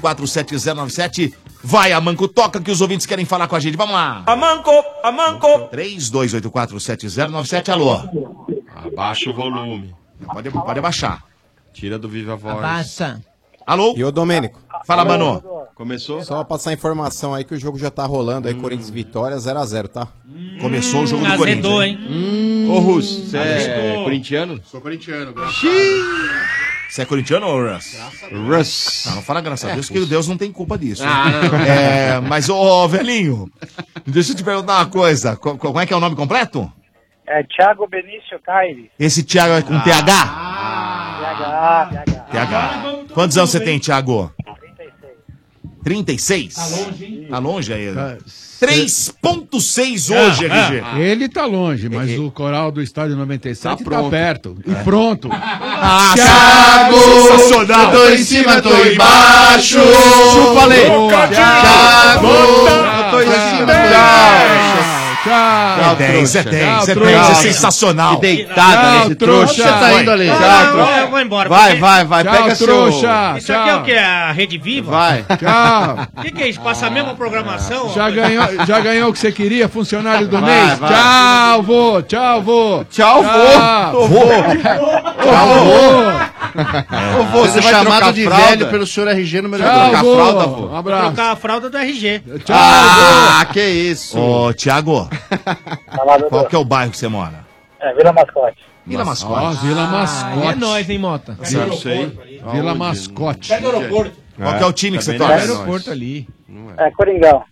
[SPEAKER 5] 32847097. Vai, Amanco, toca que os ouvintes querem falar com a gente. Vamos lá. Amanco, Amanco. 32847097, alô.
[SPEAKER 13] Abaixa o volume.
[SPEAKER 5] Pode, pode abaixar.
[SPEAKER 13] Tira do Viva Voz.
[SPEAKER 10] Abaixa.
[SPEAKER 5] Alô?
[SPEAKER 10] E o Domênico?
[SPEAKER 5] Fala, Mano.
[SPEAKER 13] Começou?
[SPEAKER 10] Só passar informação aí que o jogo já tá rolando aí, Corinthians Vitória 0x0, tá?
[SPEAKER 5] Hum. Começou o jogo
[SPEAKER 18] Hum,
[SPEAKER 13] do azedou,
[SPEAKER 10] Corinthians.
[SPEAKER 8] Hum.
[SPEAKER 13] Ô, Russo, você é
[SPEAKER 10] Azedou.
[SPEAKER 13] corintiano?
[SPEAKER 18] Sou corintiano,
[SPEAKER 5] Você é corintiano ou Russ? Ah,
[SPEAKER 13] Russ.
[SPEAKER 5] Não, não fala graças a
[SPEAKER 18] É,
[SPEAKER 5] Deus, que Deus não tem culpa disso.
[SPEAKER 18] Ah, não, não.
[SPEAKER 5] É, mas, ô, velhinho, deixa eu te perguntar uma coisa. Co- co- Como é que é o nome completo?
[SPEAKER 14] É Thiago Benício Caires.
[SPEAKER 5] Esse Thiago é com TH?
[SPEAKER 14] Ah. BH, BH.
[SPEAKER 5] TH. Quantos anos você tem, Thiago? 36. 36?
[SPEAKER 14] Tá longe, hein?
[SPEAKER 5] Tá longe Tá aí. 3.6 hoje, RG.
[SPEAKER 15] Ah, Ele tá longe, mas o coral do estádio 97 tá,
[SPEAKER 5] pronto.
[SPEAKER 15] perto. E pronto.
[SPEAKER 5] Ah,
[SPEAKER 17] Thiago, eu tô em cima, tô embaixo.
[SPEAKER 15] Chupa, Lê.
[SPEAKER 17] Thiago, eu tô em cima, tô embaixo.
[SPEAKER 5] É 10, é 10, é 10, é sensacional.
[SPEAKER 8] Que deitada nesse trouxa. Você tá indo ali.
[SPEAKER 9] Tchau,
[SPEAKER 8] Tchau,
[SPEAKER 9] trouxa.
[SPEAKER 8] trouxa.
[SPEAKER 9] Eu vou embora.
[SPEAKER 8] Vai,
[SPEAKER 9] porque-
[SPEAKER 8] vai, vai. Pega seu...
[SPEAKER 9] Isso aqui é o que? A Rede Viva?
[SPEAKER 8] Vai.
[SPEAKER 15] Tchau.
[SPEAKER 9] O que, que é isso? Passa a mesma programação?
[SPEAKER 15] Já ganhou, já ganhou o que você queria, funcionário do
[SPEAKER 9] Vai,
[SPEAKER 15] mês?
[SPEAKER 9] vai.
[SPEAKER 15] Tchau, vô. Tchau, vô.
[SPEAKER 8] Tchau,
[SPEAKER 15] vô.
[SPEAKER 8] vô.
[SPEAKER 15] Ô, vô,
[SPEAKER 8] Você vai chamado de velho pelo senhor RG número
[SPEAKER 5] Tá
[SPEAKER 15] Tchau,
[SPEAKER 8] dois.
[SPEAKER 15] vô.
[SPEAKER 8] vô. Ah,
[SPEAKER 15] Um abraço.
[SPEAKER 9] Vou trocar a fralda do RG.
[SPEAKER 5] Ah,
[SPEAKER 8] que isso.
[SPEAKER 5] Ô, Thiago, qual que é o bairro que você mora?
[SPEAKER 14] É, Vila Mascote.
[SPEAKER 5] Vila Mascote.
[SPEAKER 15] Ó, Vila Mascote.
[SPEAKER 11] é nóis, hein, Mota?
[SPEAKER 5] Sabe Tá isso aí?
[SPEAKER 15] Vila
[SPEAKER 5] Aonde?
[SPEAKER 15] Mascote.
[SPEAKER 5] Perto do aeroporto. Qual que é o time que você
[SPEAKER 15] Também
[SPEAKER 5] torce?
[SPEAKER 15] não é aeroporto ali.
[SPEAKER 14] É, Coringão.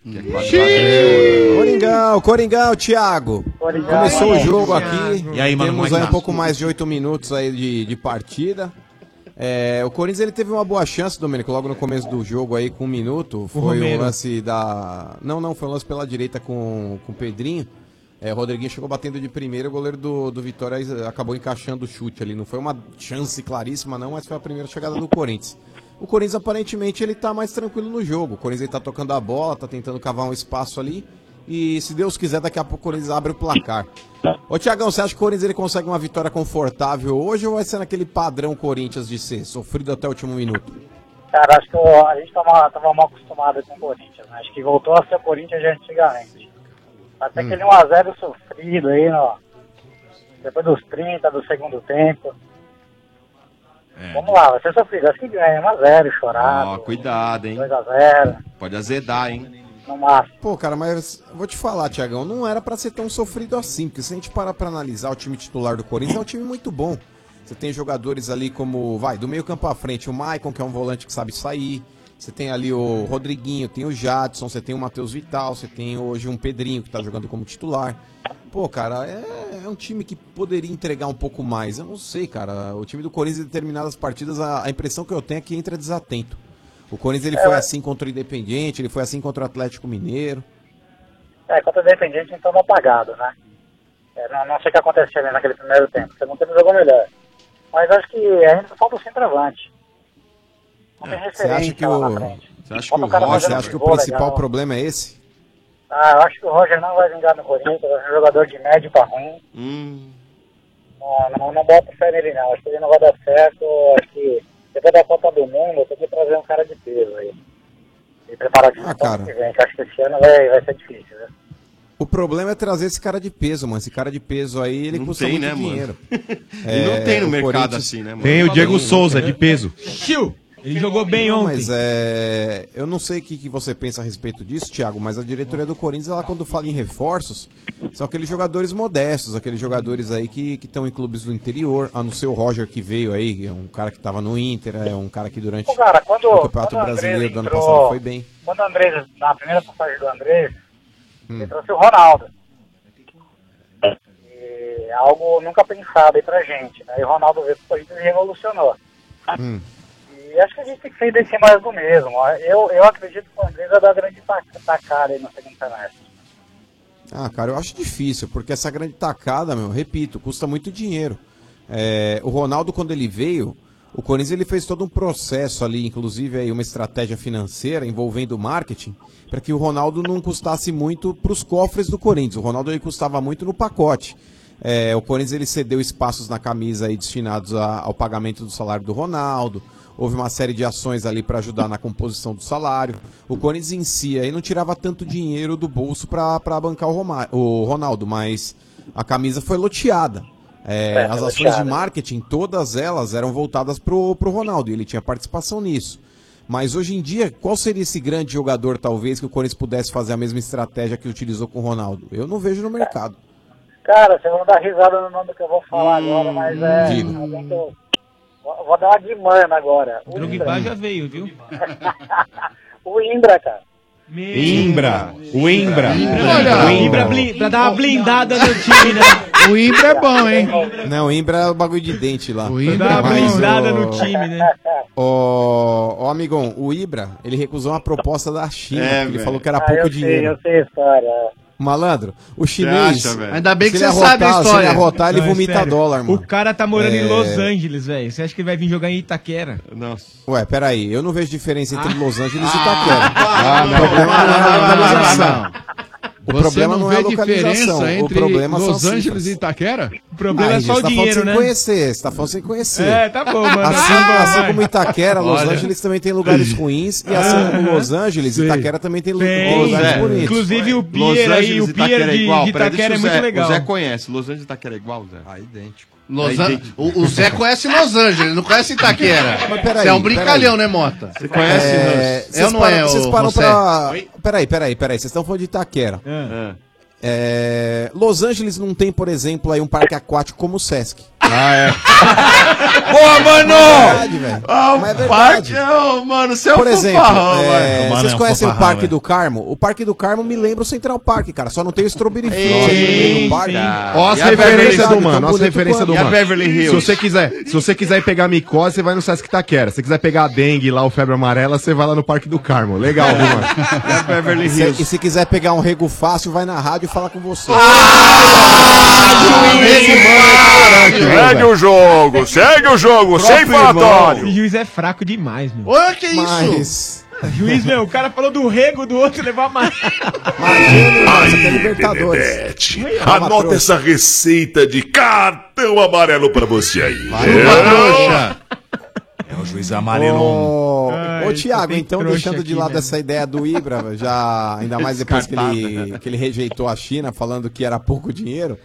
[SPEAKER 10] Coringão, Coringão, Thiago.
[SPEAKER 14] Coringão.
[SPEAKER 10] Começou o
[SPEAKER 14] Thiago.
[SPEAKER 10] jogo aqui.
[SPEAKER 5] E aí, mano, como
[SPEAKER 10] Temos
[SPEAKER 5] é que
[SPEAKER 10] aí um
[SPEAKER 5] tá?
[SPEAKER 10] pouco mais de oito minutos aí de, de partida. É, o Corinthians ele teve uma boa chance, Domênico, logo no começo do jogo aí com um minuto. Foi um
[SPEAKER 11] Romero.
[SPEAKER 10] lance da. Não, não, foi um lance pela direita com, com o Pedrinho. É, o Rodriguinho chegou batendo de primeiro, o goleiro do, do Vitória acabou encaixando o chute ali. Não foi uma chance claríssima, não, mas foi a primeira chegada do Corinthians. O Corinthians aparentemente ele tá mais tranquilo no jogo. O Corinthians ele tá tocando a bola, tá tentando cavar um espaço ali. E se Deus quiser, daqui a pouco o Corinthians abre o placar. Ô Tiagão, você acha que o Corinthians ele consegue uma vitória confortável hoje ou vai ser naquele padrão Corinthians de ser sofrido até o último minuto?
[SPEAKER 14] Cara, acho que eu- a gente tava, tava mal acostumado com o Corinthians, né? Acho que voltou a ser o Corinthians de antigamente. Até
[SPEAKER 10] Hum.
[SPEAKER 14] aquele 1x0 sofrido aí, ó. Depois dos 30 do segundo tempo.
[SPEAKER 10] É.
[SPEAKER 14] Vamos lá, vai ser sofrido. Acho que ganha 1x0, chorado.
[SPEAKER 13] É. Ó, cuidado, hein?
[SPEAKER 14] 2x0,
[SPEAKER 13] Pode azedar, hein?
[SPEAKER 14] no máximo.
[SPEAKER 10] Pô, cara, mas eu vou te falar, Tiagão, não era pra ser tão sofrido assim, porque se a gente parar pra analisar o time titular do Corinthians, é um time muito bom. Você tem jogadores ali como, vai, do meio campo à frente, o Maicon, que é um volante que sabe sair. Você tem ali o Rodriguinho, tem o Jadson, você tem o Matheus Vital, você tem hoje um Pedrinho que tá jogando como titular. Pô, cara, é, é um time que poderia entregar um pouco mais. Eu não sei, cara. O time do Corinthians, em determinadas partidas, a, a impressão que eu tenho é que entra desatento. O Corinthians ele foi assim contra o Independente, ele foi assim contra o Atlético Mineiro.
[SPEAKER 14] É, contra o Independente, então não apagado, né? É, não, não sei o que aconteceu ali naquele primeiro tempo. O segundo tempo jogou melhor. Mas acho que é, ainda falta o centroavante. Não tem
[SPEAKER 10] É, Você acha
[SPEAKER 14] referência
[SPEAKER 10] que
[SPEAKER 14] lá
[SPEAKER 10] o.
[SPEAKER 14] na frente.
[SPEAKER 10] Você acha
[SPEAKER 14] Bota o cara fazendo futebol
[SPEAKER 10] principal
[SPEAKER 14] legal.
[SPEAKER 10] problema é esse?
[SPEAKER 14] Ah, eu acho que o Roger não vai vingar no Corinthians. É um jogador de médio pra ruim. Não, não, não bota fé nele, não. Acho que ele não vai dar certo. Acho que depois da Copa do Mundo, tem que trazer um cara de peso aí. E preparar o time
[SPEAKER 10] Ah,
[SPEAKER 14] pra
[SPEAKER 10] cara.
[SPEAKER 14] ano que vem, que acho que esse ano vai, vai ser difícil, né?
[SPEAKER 10] O problema é trazer esse cara de peso, mano. Esse cara de peso aí, ele custa
[SPEAKER 13] tem,
[SPEAKER 10] muito
[SPEAKER 13] né, mano?
[SPEAKER 10] dinheiro.
[SPEAKER 13] E não tem no
[SPEAKER 10] É, o
[SPEAKER 13] mercado
[SPEAKER 10] Corinthians-
[SPEAKER 13] assim, né, mano?
[SPEAKER 4] Tem o Diego
[SPEAKER 10] Não,
[SPEAKER 4] Souza,
[SPEAKER 10] né?
[SPEAKER 4] de peso.
[SPEAKER 10] Tio, ele jogou
[SPEAKER 11] bem ontem.
[SPEAKER 10] Mas é, eu não sei o que, que você pensa a respeito disso, Thiago, mas a diretoria do Corinthians, ela quando fala em reforços, são aqueles jogadores modestos, aqueles jogadores aí que que estão em clubes do interior, a não ser o Roger que veio aí, que é um cara que tava no Inter, é um cara que durante
[SPEAKER 14] Pô, cara, quando,
[SPEAKER 10] o Campeonato
[SPEAKER 14] quando o Andrés
[SPEAKER 10] Brasileiro do ano
[SPEAKER 14] entrou-
[SPEAKER 10] passado foi bem.
[SPEAKER 14] Quando o Andrés, na primeira passagem do Andrés,
[SPEAKER 10] Hum.
[SPEAKER 14] ele trouxe o Ronaldo. E é algo nunca pensado aí pra gente, né? E o Ronaldo veio pro Corinthians e revolucionou.
[SPEAKER 5] Hum.
[SPEAKER 14] E acho que a gente tem que sair desse mais do mesmo. Eu, eu acredito que o Andrés vai dar grande ta- tacada aí no segundo semestre.
[SPEAKER 10] Ah, cara, eu acho difícil, porque essa grande tacada, meu, repito, custa muito dinheiro. É, o Ronaldo, quando ele veio, o Corinthians ele fez todo um processo ali, inclusive aí uma estratégia financeira envolvendo o marketing, para que o Ronaldo não custasse muito para os cofres do Corinthians. O Ronaldo ele custava muito no pacote. É, o Corinthians ele cedeu espaços na camisa aí destinados a- ao pagamento do salário do Ronaldo. Houve uma série de ações ali para ajudar na composição do salário. O Corinthians em si aí não tirava tanto dinheiro do bolso para bancar o, Roma- o Ronaldo, mas a camisa foi loteada. É,
[SPEAKER 14] É,
[SPEAKER 10] as
[SPEAKER 14] foi
[SPEAKER 10] ações de
[SPEAKER 14] loteada.
[SPEAKER 10] marketing, todas elas eram voltadas pro, pro Ronaldo e ele tinha participação nisso. Mas hoje em dia, qual seria esse grande jogador, talvez, que o Corinthians pudesse fazer a mesma estratégia que utilizou com o Ronaldo? Eu não vejo no mercado.
[SPEAKER 14] Cara, vocês vão dar risada no nome que eu vou falar
[SPEAKER 10] Hum,
[SPEAKER 14] agora, mas é.
[SPEAKER 10] diga.
[SPEAKER 14] alguém que eu- Vou vou dar uma de mano agora. O
[SPEAKER 23] Drogba
[SPEAKER 14] Indra.
[SPEAKER 23] já veio, viu?
[SPEAKER 14] O Indra, cara.
[SPEAKER 5] Imbra. O Imbra.
[SPEAKER 10] Olha,
[SPEAKER 5] O Imbra.
[SPEAKER 11] Pra dar uma blindada no time, né?
[SPEAKER 10] O Imbra é bom, hein? Não, o Imbra é o bagulho de dente lá. O
[SPEAKER 11] Pra dar uma blindada no time, né?
[SPEAKER 10] Ó, ó, amigão, o Ibra, ele recusou uma proposta da China.
[SPEAKER 8] É,
[SPEAKER 10] porque ele
[SPEAKER 8] velho.
[SPEAKER 10] falou que era
[SPEAKER 8] Ah,
[SPEAKER 10] pouco
[SPEAKER 8] eu sei,
[SPEAKER 10] dinheiro.
[SPEAKER 8] eu
[SPEAKER 14] sei a história.
[SPEAKER 10] Malandro, o chinês.
[SPEAKER 8] acha, velho? Ainda bem
[SPEAKER 10] se
[SPEAKER 8] que
[SPEAKER 10] ele
[SPEAKER 8] você sabe a
[SPEAKER 10] arrotar- Se
[SPEAKER 8] história.
[SPEAKER 10] ele arrotar, ele
[SPEAKER 11] Não, é
[SPEAKER 10] vomita
[SPEAKER 11] sério.
[SPEAKER 10] dólar, mano.
[SPEAKER 11] O cara tá morando
[SPEAKER 10] É.
[SPEAKER 11] em Los Angeles, velho. Você acha que ele vai vir jogar em Itaquera?
[SPEAKER 13] Nossa.
[SPEAKER 10] Ué, peraí, eu não vejo diferença entre Los Angeles e Itaquera.
[SPEAKER 11] Ah,
[SPEAKER 10] o
[SPEAKER 11] não,
[SPEAKER 10] problema
[SPEAKER 11] não,
[SPEAKER 10] não é
[SPEAKER 11] não,
[SPEAKER 10] a
[SPEAKER 11] não, não,
[SPEAKER 10] localização. O
[SPEAKER 15] Você
[SPEAKER 10] problema
[SPEAKER 15] não
[SPEAKER 10] não,
[SPEAKER 15] vê
[SPEAKER 10] é a localização.
[SPEAKER 15] diferença
[SPEAKER 10] O
[SPEAKER 15] entre
[SPEAKER 10] problema são
[SPEAKER 15] Los
[SPEAKER 10] as cifras.
[SPEAKER 15] Angeles e Itaquera? O
[SPEAKER 13] é
[SPEAKER 15] né?
[SPEAKER 10] Ah, gente, você tá falando
[SPEAKER 13] né?
[SPEAKER 10] sem conhecer, você tá falando sem conhecer.
[SPEAKER 15] É, tá bom, mano.
[SPEAKER 10] Assim,
[SPEAKER 15] Ah,
[SPEAKER 10] assim
[SPEAKER 15] vai.
[SPEAKER 10] como Itaquera, Los
[SPEAKER 15] Olha.
[SPEAKER 10] Angeles também tem lugares ruins. E assim como Los Angeles, Itaquera também tem, lu-
[SPEAKER 13] Ah, Tem,
[SPEAKER 10] lugares
[SPEAKER 13] Zé.
[SPEAKER 10] bonitos.
[SPEAKER 13] Inclusive o
[SPEAKER 10] Los
[SPEAKER 13] Pier aí,
[SPEAKER 10] Angeles
[SPEAKER 13] o
[SPEAKER 10] e
[SPEAKER 13] Pier
[SPEAKER 10] Itaquera
[SPEAKER 13] de- de
[SPEAKER 10] Peraí,
[SPEAKER 13] Itaquera
[SPEAKER 10] deixa
[SPEAKER 13] é
[SPEAKER 10] o
[SPEAKER 13] muito
[SPEAKER 10] Zé-
[SPEAKER 13] legal.
[SPEAKER 10] o Zé
[SPEAKER 13] conhece. Los Angeles e Itaquera é igual, Zé?
[SPEAKER 19] Ah, idêntico.
[SPEAKER 8] Los
[SPEAKER 13] É
[SPEAKER 8] An-
[SPEAKER 13] idêntico.
[SPEAKER 8] o, o Zé conhece Los Angeles, ele não conhece Itaquera.
[SPEAKER 10] Mas peraí,
[SPEAKER 8] Você é um
[SPEAKER 10] peraí.
[SPEAKER 8] brincalhão, né, Mota? Você
[SPEAKER 10] É,
[SPEAKER 8] É ou
[SPEAKER 10] vocês
[SPEAKER 8] não é,
[SPEAKER 10] param,
[SPEAKER 8] ô,
[SPEAKER 10] vocês param
[SPEAKER 8] José?
[SPEAKER 10] pra... Peraí, peraí, peraí. Vocês estão falando de Itaquera. É, Los Angeles não tem, por exemplo, aí um parque aquático como o Sesc. Ah, é.
[SPEAKER 8] Boa, mano!
[SPEAKER 10] Ah, o
[SPEAKER 8] é parque, ô, mano, você é um
[SPEAKER 10] Por exemplo,
[SPEAKER 8] fanfarrão,
[SPEAKER 10] é,
[SPEAKER 8] mano. Mano,
[SPEAKER 10] vocês
[SPEAKER 8] é um
[SPEAKER 10] conhecem o
[SPEAKER 8] fanfarrão,
[SPEAKER 10] Parque
[SPEAKER 8] é.
[SPEAKER 10] do Carmo? O Parque do Carmo me lembra o Central Park, cara. Só não tem o Strawberry
[SPEAKER 4] Sim,
[SPEAKER 10] Fields.
[SPEAKER 4] sim. Ó as referências do mano, ó as referências do mano. Se você quiser, se você quiser ir pegar micose, você vai no Sesc Itaquera. Se você quiser pegar a dengue lá, o febre amarela, você vai lá no Parque do Carmo. Legal, viu, mano?
[SPEAKER 10] E se, e se quiser pegar um rego fácil, vai na rádio e fala com
[SPEAKER 8] Ah,
[SPEAKER 10] você. é
[SPEAKER 17] Segue o jogo, segue o jogo, sem falatório.
[SPEAKER 11] Esse juiz é fraco demais, meu.
[SPEAKER 8] Ô, que
[SPEAKER 10] isso?
[SPEAKER 11] Juiz, meu, o cara falou do rego do outro levar mais.
[SPEAKER 4] é
[SPEAKER 17] Aí, Dedete, anota essa receita de cartão amarelo pra você aí.
[SPEAKER 10] É o
[SPEAKER 17] juiz
[SPEAKER 10] Ô,
[SPEAKER 17] Ai,
[SPEAKER 10] ô Tiago,
[SPEAKER 17] tem
[SPEAKER 10] então
[SPEAKER 17] trouxa
[SPEAKER 10] deixando de
[SPEAKER 17] aqui,
[SPEAKER 10] lado
[SPEAKER 17] né?
[SPEAKER 10] essa ideia do Ibra, já ainda mais depois que
[SPEAKER 17] Descartado,
[SPEAKER 10] ele,
[SPEAKER 17] né?
[SPEAKER 10] que ele rejeitou a China, falando que era pouco dinheiro.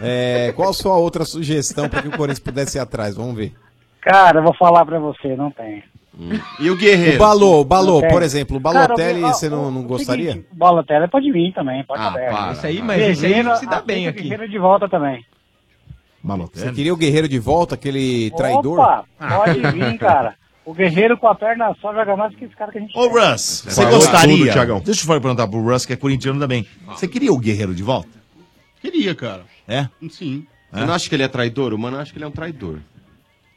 [SPEAKER 10] é, qual a sua outra sugestão para que o Corinthians pudesse ir atrás? Vamos ver.
[SPEAKER 14] Cara, eu vou falar pra você, não tem.
[SPEAKER 17] Hum.
[SPEAKER 13] E o
[SPEAKER 10] O Balô, o Balô,
[SPEAKER 14] Não tem.
[SPEAKER 10] por exemplo, o
[SPEAKER 14] Cara,
[SPEAKER 10] Balotelli,
[SPEAKER 14] ó,
[SPEAKER 10] você não, não
[SPEAKER 14] seguinte,
[SPEAKER 10] gostaria? Ah,
[SPEAKER 14] Balotelli pode vir também, pode até.
[SPEAKER 10] para, Isso aí,
[SPEAKER 11] mas esse aí
[SPEAKER 14] Guerreiro,
[SPEAKER 11] se dá bem
[SPEAKER 14] aceita
[SPEAKER 11] aqui.
[SPEAKER 14] Guerreiro de volta também.
[SPEAKER 10] Você queria o Guerreiro de volta, aquele traidor? Ah.
[SPEAKER 14] Opa, pode vir, cara. O Guerreiro com a perna só joga mais que esse cara que a gente
[SPEAKER 6] Ô,
[SPEAKER 14] tem.
[SPEAKER 6] Russ, você
[SPEAKER 5] Falou
[SPEAKER 6] gostaria?
[SPEAKER 5] tudo, Thiagão.
[SPEAKER 6] Deixa eu falar- perguntar pro Russ, que é corintiano também. Você queria o Guerreiro de volta?
[SPEAKER 18] Queria, cara.
[SPEAKER 6] É?
[SPEAKER 18] Sim.
[SPEAKER 6] É?
[SPEAKER 13] Eu não acho que ele é traidor, o mano acho que ele é um traidor.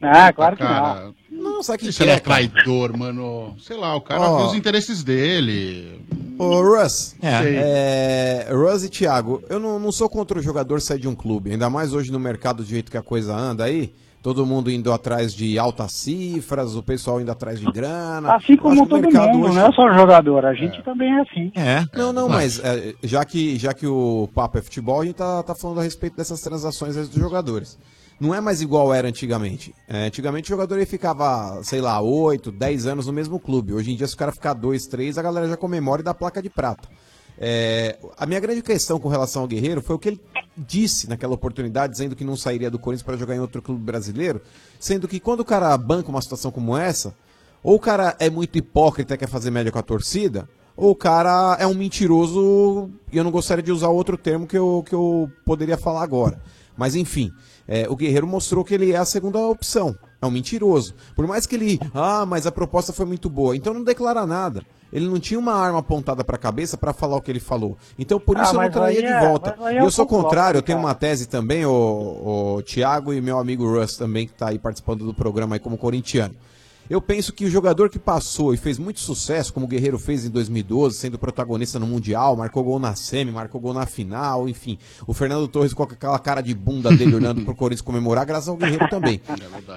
[SPEAKER 14] Ah, claro que
[SPEAKER 18] Cara,
[SPEAKER 10] não. Não, sabe
[SPEAKER 18] Não sei se ele é traidor, mano. Sei lá, o cara
[SPEAKER 10] Ó.
[SPEAKER 18] vê os interesses dele.
[SPEAKER 10] Ô, Russ,
[SPEAKER 18] É.
[SPEAKER 10] é, Russ e Thiago, eu não, não sou contra o jogador sair de um clube, ainda mais hoje no mercado do jeito que a coisa anda aí. Todo mundo indo atrás de altas cifras, o pessoal indo atrás de grana.
[SPEAKER 14] Assim
[SPEAKER 10] Eu
[SPEAKER 14] como
[SPEAKER 10] acho que o
[SPEAKER 14] todo
[SPEAKER 10] mercado
[SPEAKER 14] mundo,
[SPEAKER 10] hoje-
[SPEAKER 14] não é só o jogador, a gente também é assim.
[SPEAKER 10] É. Não, não,
[SPEAKER 14] Vai.
[SPEAKER 10] mas é, já, que, já que o papo é futebol, a gente tá, tá falando a respeito dessas transações aí dos jogadores. Não é mais igual era antigamente. É, antigamente o jogador ele ficava, sei lá, 8, 10 anos no mesmo clube. Hoje em dia, se o cara ficar 2, 3, a galera já comemora e dá placa de prata. É, a minha grande questão com relação ao Guerreiro foi o que ele disse naquela oportunidade, dizendo que não sairia do Corinthians para jogar em outro clube brasileiro, sendo que quando o cara banca uma situação como essa, ou o cara é muito hipócrita e quer fazer média com a torcida, ou o cara é um mentiroso e eu não gostaria de usar outro termo que eu, que eu poderia falar agora. Mas enfim, é, o Guerreiro mostrou que ele é a segunda opção. É um mentiroso. Por mais que ele. Ah, mas a proposta foi muito boa. Então não declara nada. Ele não tinha uma arma apontada pra cabeça pra falar o que ele falou. Então por
[SPEAKER 14] Ah,
[SPEAKER 10] isso eu não
[SPEAKER 14] mas
[SPEAKER 10] traria
[SPEAKER 14] aí
[SPEAKER 10] de
[SPEAKER 14] é-
[SPEAKER 10] volta.
[SPEAKER 14] mas aí
[SPEAKER 10] E
[SPEAKER 14] é
[SPEAKER 10] eu
[SPEAKER 14] um
[SPEAKER 10] sou
[SPEAKER 14] pouco
[SPEAKER 10] contrário,
[SPEAKER 14] lógico,
[SPEAKER 10] eu tenho uma tese também, o, o Thiago e meu amigo Russ também, que tá aí participando do programa aí como corintiano. Eu penso que o jogador que passou e fez muito sucesso, como o Guerreiro fez em 2012, sendo protagonista no Mundial, marcou gol na semi, marcou gol na final, enfim. O Fernando Torres com aquela cara de bunda dele olhando pro Corinthians comemorar, graças ao Guerreiro também.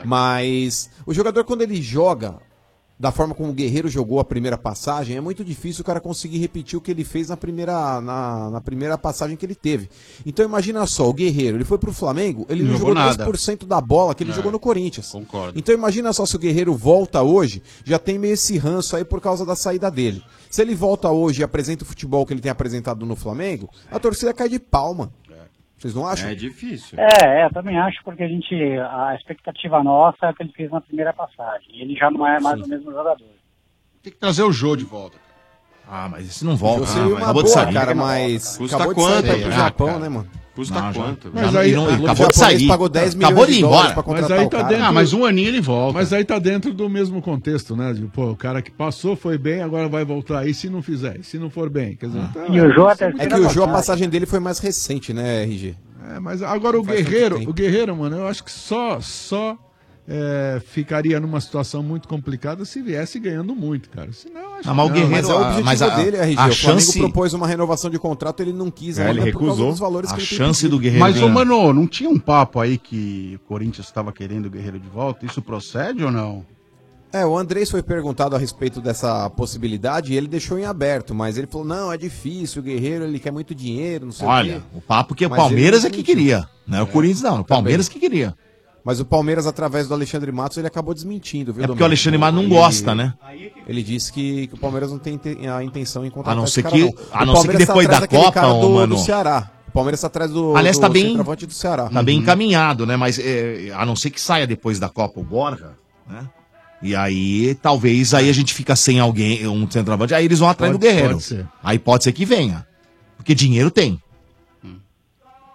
[SPEAKER 10] Mas o jogador, quando ele joga da forma como o Guerreiro jogou a primeira passagem, é muito difícil o cara conseguir repetir o que ele fez na primeira, na, na primeira passagem que ele teve. Então imagina só, o Guerreiro, ele foi pro Flamengo, ele não
[SPEAKER 18] Jogou
[SPEAKER 10] jogou
[SPEAKER 18] nada.
[SPEAKER 10] 10% da bola que ele
[SPEAKER 18] É.
[SPEAKER 10] jogou no Corinthians.
[SPEAKER 18] Concordo.
[SPEAKER 10] Então imagina só se o Guerreiro volta hoje, já tem meio esse ranço aí por causa da saída dele. Se ele volta hoje e apresenta o futebol que ele tem apresentado no Flamengo, a torcida cai de palma. Vocês não acham?
[SPEAKER 13] É difícil.
[SPEAKER 14] É, é, também acho, porque a gente, a expectativa nossa é o que ele fez na primeira passagem. Ele já não é mais o mesmo jogador.
[SPEAKER 18] Tem que trazer o Jô de volta.
[SPEAKER 5] Ah, mas esse não volta.
[SPEAKER 10] é- Seria uma
[SPEAKER 5] acabou de
[SPEAKER 10] boa,
[SPEAKER 5] sair.
[SPEAKER 10] cara, mas
[SPEAKER 5] Custa
[SPEAKER 10] acabou de
[SPEAKER 5] quanto
[SPEAKER 10] sair pro
[SPEAKER 5] aí?
[SPEAKER 10] Japão,
[SPEAKER 5] Ah, cara.
[SPEAKER 10] né, mano?
[SPEAKER 5] Custa
[SPEAKER 10] Não, já.
[SPEAKER 5] quanto?
[SPEAKER 10] Mas
[SPEAKER 5] Já-
[SPEAKER 10] aí-
[SPEAKER 5] e não-
[SPEAKER 10] o
[SPEAKER 5] e
[SPEAKER 10] clube
[SPEAKER 5] acabou de
[SPEAKER 10] japonês
[SPEAKER 5] sair.
[SPEAKER 10] pagou 10 milhões
[SPEAKER 5] Acabou de ir
[SPEAKER 10] de dólares
[SPEAKER 5] embora.
[SPEAKER 10] pra
[SPEAKER 15] Mas
[SPEAKER 10] contratar
[SPEAKER 15] aí
[SPEAKER 10] o
[SPEAKER 15] tá
[SPEAKER 10] cara.
[SPEAKER 15] dentro.
[SPEAKER 10] Ah, mas
[SPEAKER 18] um aninho ele volta.
[SPEAKER 15] Mas aí tá dentro do mesmo contexto, né? De, pô, o cara que passou foi bem, agora vai voltar. E se não fizer? E se não for bem? Quer dizer,
[SPEAKER 5] Ah.
[SPEAKER 15] então, isso é muito
[SPEAKER 10] É que o Jô, a
[SPEAKER 15] ultrapassado.
[SPEAKER 10] passagem dele foi mais recente, né, RG?
[SPEAKER 15] É, mas agora o
[SPEAKER 10] Faz tanto
[SPEAKER 15] Guerreiro,
[SPEAKER 10] tempo.
[SPEAKER 15] o Guerreiro, mano, eu acho que só, só é, ficaria numa situação muito complicada se viesse ganhando muito, cara. Senão, eu acho
[SPEAKER 5] Ah, mas o
[SPEAKER 15] que
[SPEAKER 5] Guerreiro-
[SPEAKER 10] Mas é o
[SPEAKER 5] a-
[SPEAKER 10] objetivo
[SPEAKER 5] mas a-
[SPEAKER 10] dele, RG.
[SPEAKER 5] a
[SPEAKER 10] o Flamengo
[SPEAKER 5] chance-
[SPEAKER 10] propôs uma renovação de contrato, ele não quis.
[SPEAKER 18] É,
[SPEAKER 10] ainda
[SPEAKER 18] ele
[SPEAKER 10] por causa
[SPEAKER 18] recusou.
[SPEAKER 10] dos valores
[SPEAKER 18] A
[SPEAKER 10] que ele tem
[SPEAKER 18] chance
[SPEAKER 10] pedido.
[SPEAKER 18] do Guerreiro Mas, ô, mano, não tinha um papo aí que o Corinthians estava querendo o Guerreiro de volta? Isso procede ou não?
[SPEAKER 10] É, o Andrés foi perguntado a respeito dessa possibilidade e ele deixou em aberto, mas ele falou: não, é difícil, o Guerreiro ele quer muito dinheiro, não sei o
[SPEAKER 5] Olha,
[SPEAKER 10] quê.
[SPEAKER 5] o papo que o
[SPEAKER 10] Mas ele
[SPEAKER 5] Palmeiras é
[SPEAKER 10] não
[SPEAKER 5] que
[SPEAKER 10] mentiu.
[SPEAKER 5] queria. Não é o Corinthians, não. O Palmeiras que queria.
[SPEAKER 10] Mas o Palmeiras, através do Alexandre Matos, ele acabou desmentindo, viu?
[SPEAKER 5] É porque o
[SPEAKER 10] Domingos?
[SPEAKER 5] Alexandre Matos não
[SPEAKER 10] Ele-
[SPEAKER 5] gosta, né?
[SPEAKER 10] Ele disse que, que o Palmeiras não tem inte- a intenção em contratar
[SPEAKER 5] A não
[SPEAKER 10] esse
[SPEAKER 5] ser
[SPEAKER 10] cara,
[SPEAKER 5] que-
[SPEAKER 10] não.
[SPEAKER 5] a
[SPEAKER 10] O
[SPEAKER 5] não ser que
[SPEAKER 10] Palmeiras
[SPEAKER 5] depois
[SPEAKER 10] tá
[SPEAKER 5] da
[SPEAKER 10] atrás daquele
[SPEAKER 5] Copa,
[SPEAKER 10] cara
[SPEAKER 5] ô,
[SPEAKER 10] do,
[SPEAKER 5] mano.
[SPEAKER 10] do Ceará. O Palmeiras tá atrás do,
[SPEAKER 5] Aliás,
[SPEAKER 10] do
[SPEAKER 5] tá bem-
[SPEAKER 10] centroavante do Ceará. Uhum.
[SPEAKER 5] Tá bem encaminhado, né? Mas é, a não ser que saia depois da Copa o Borja,
[SPEAKER 10] É.
[SPEAKER 5] né? E aí, talvez, aí a gente fica sem alguém, um centroavante, aí eles vão atrás do
[SPEAKER 15] Pode-
[SPEAKER 5] Guerreiro.
[SPEAKER 15] pode ser.
[SPEAKER 5] Aí pode ser que venha. Porque dinheiro tem.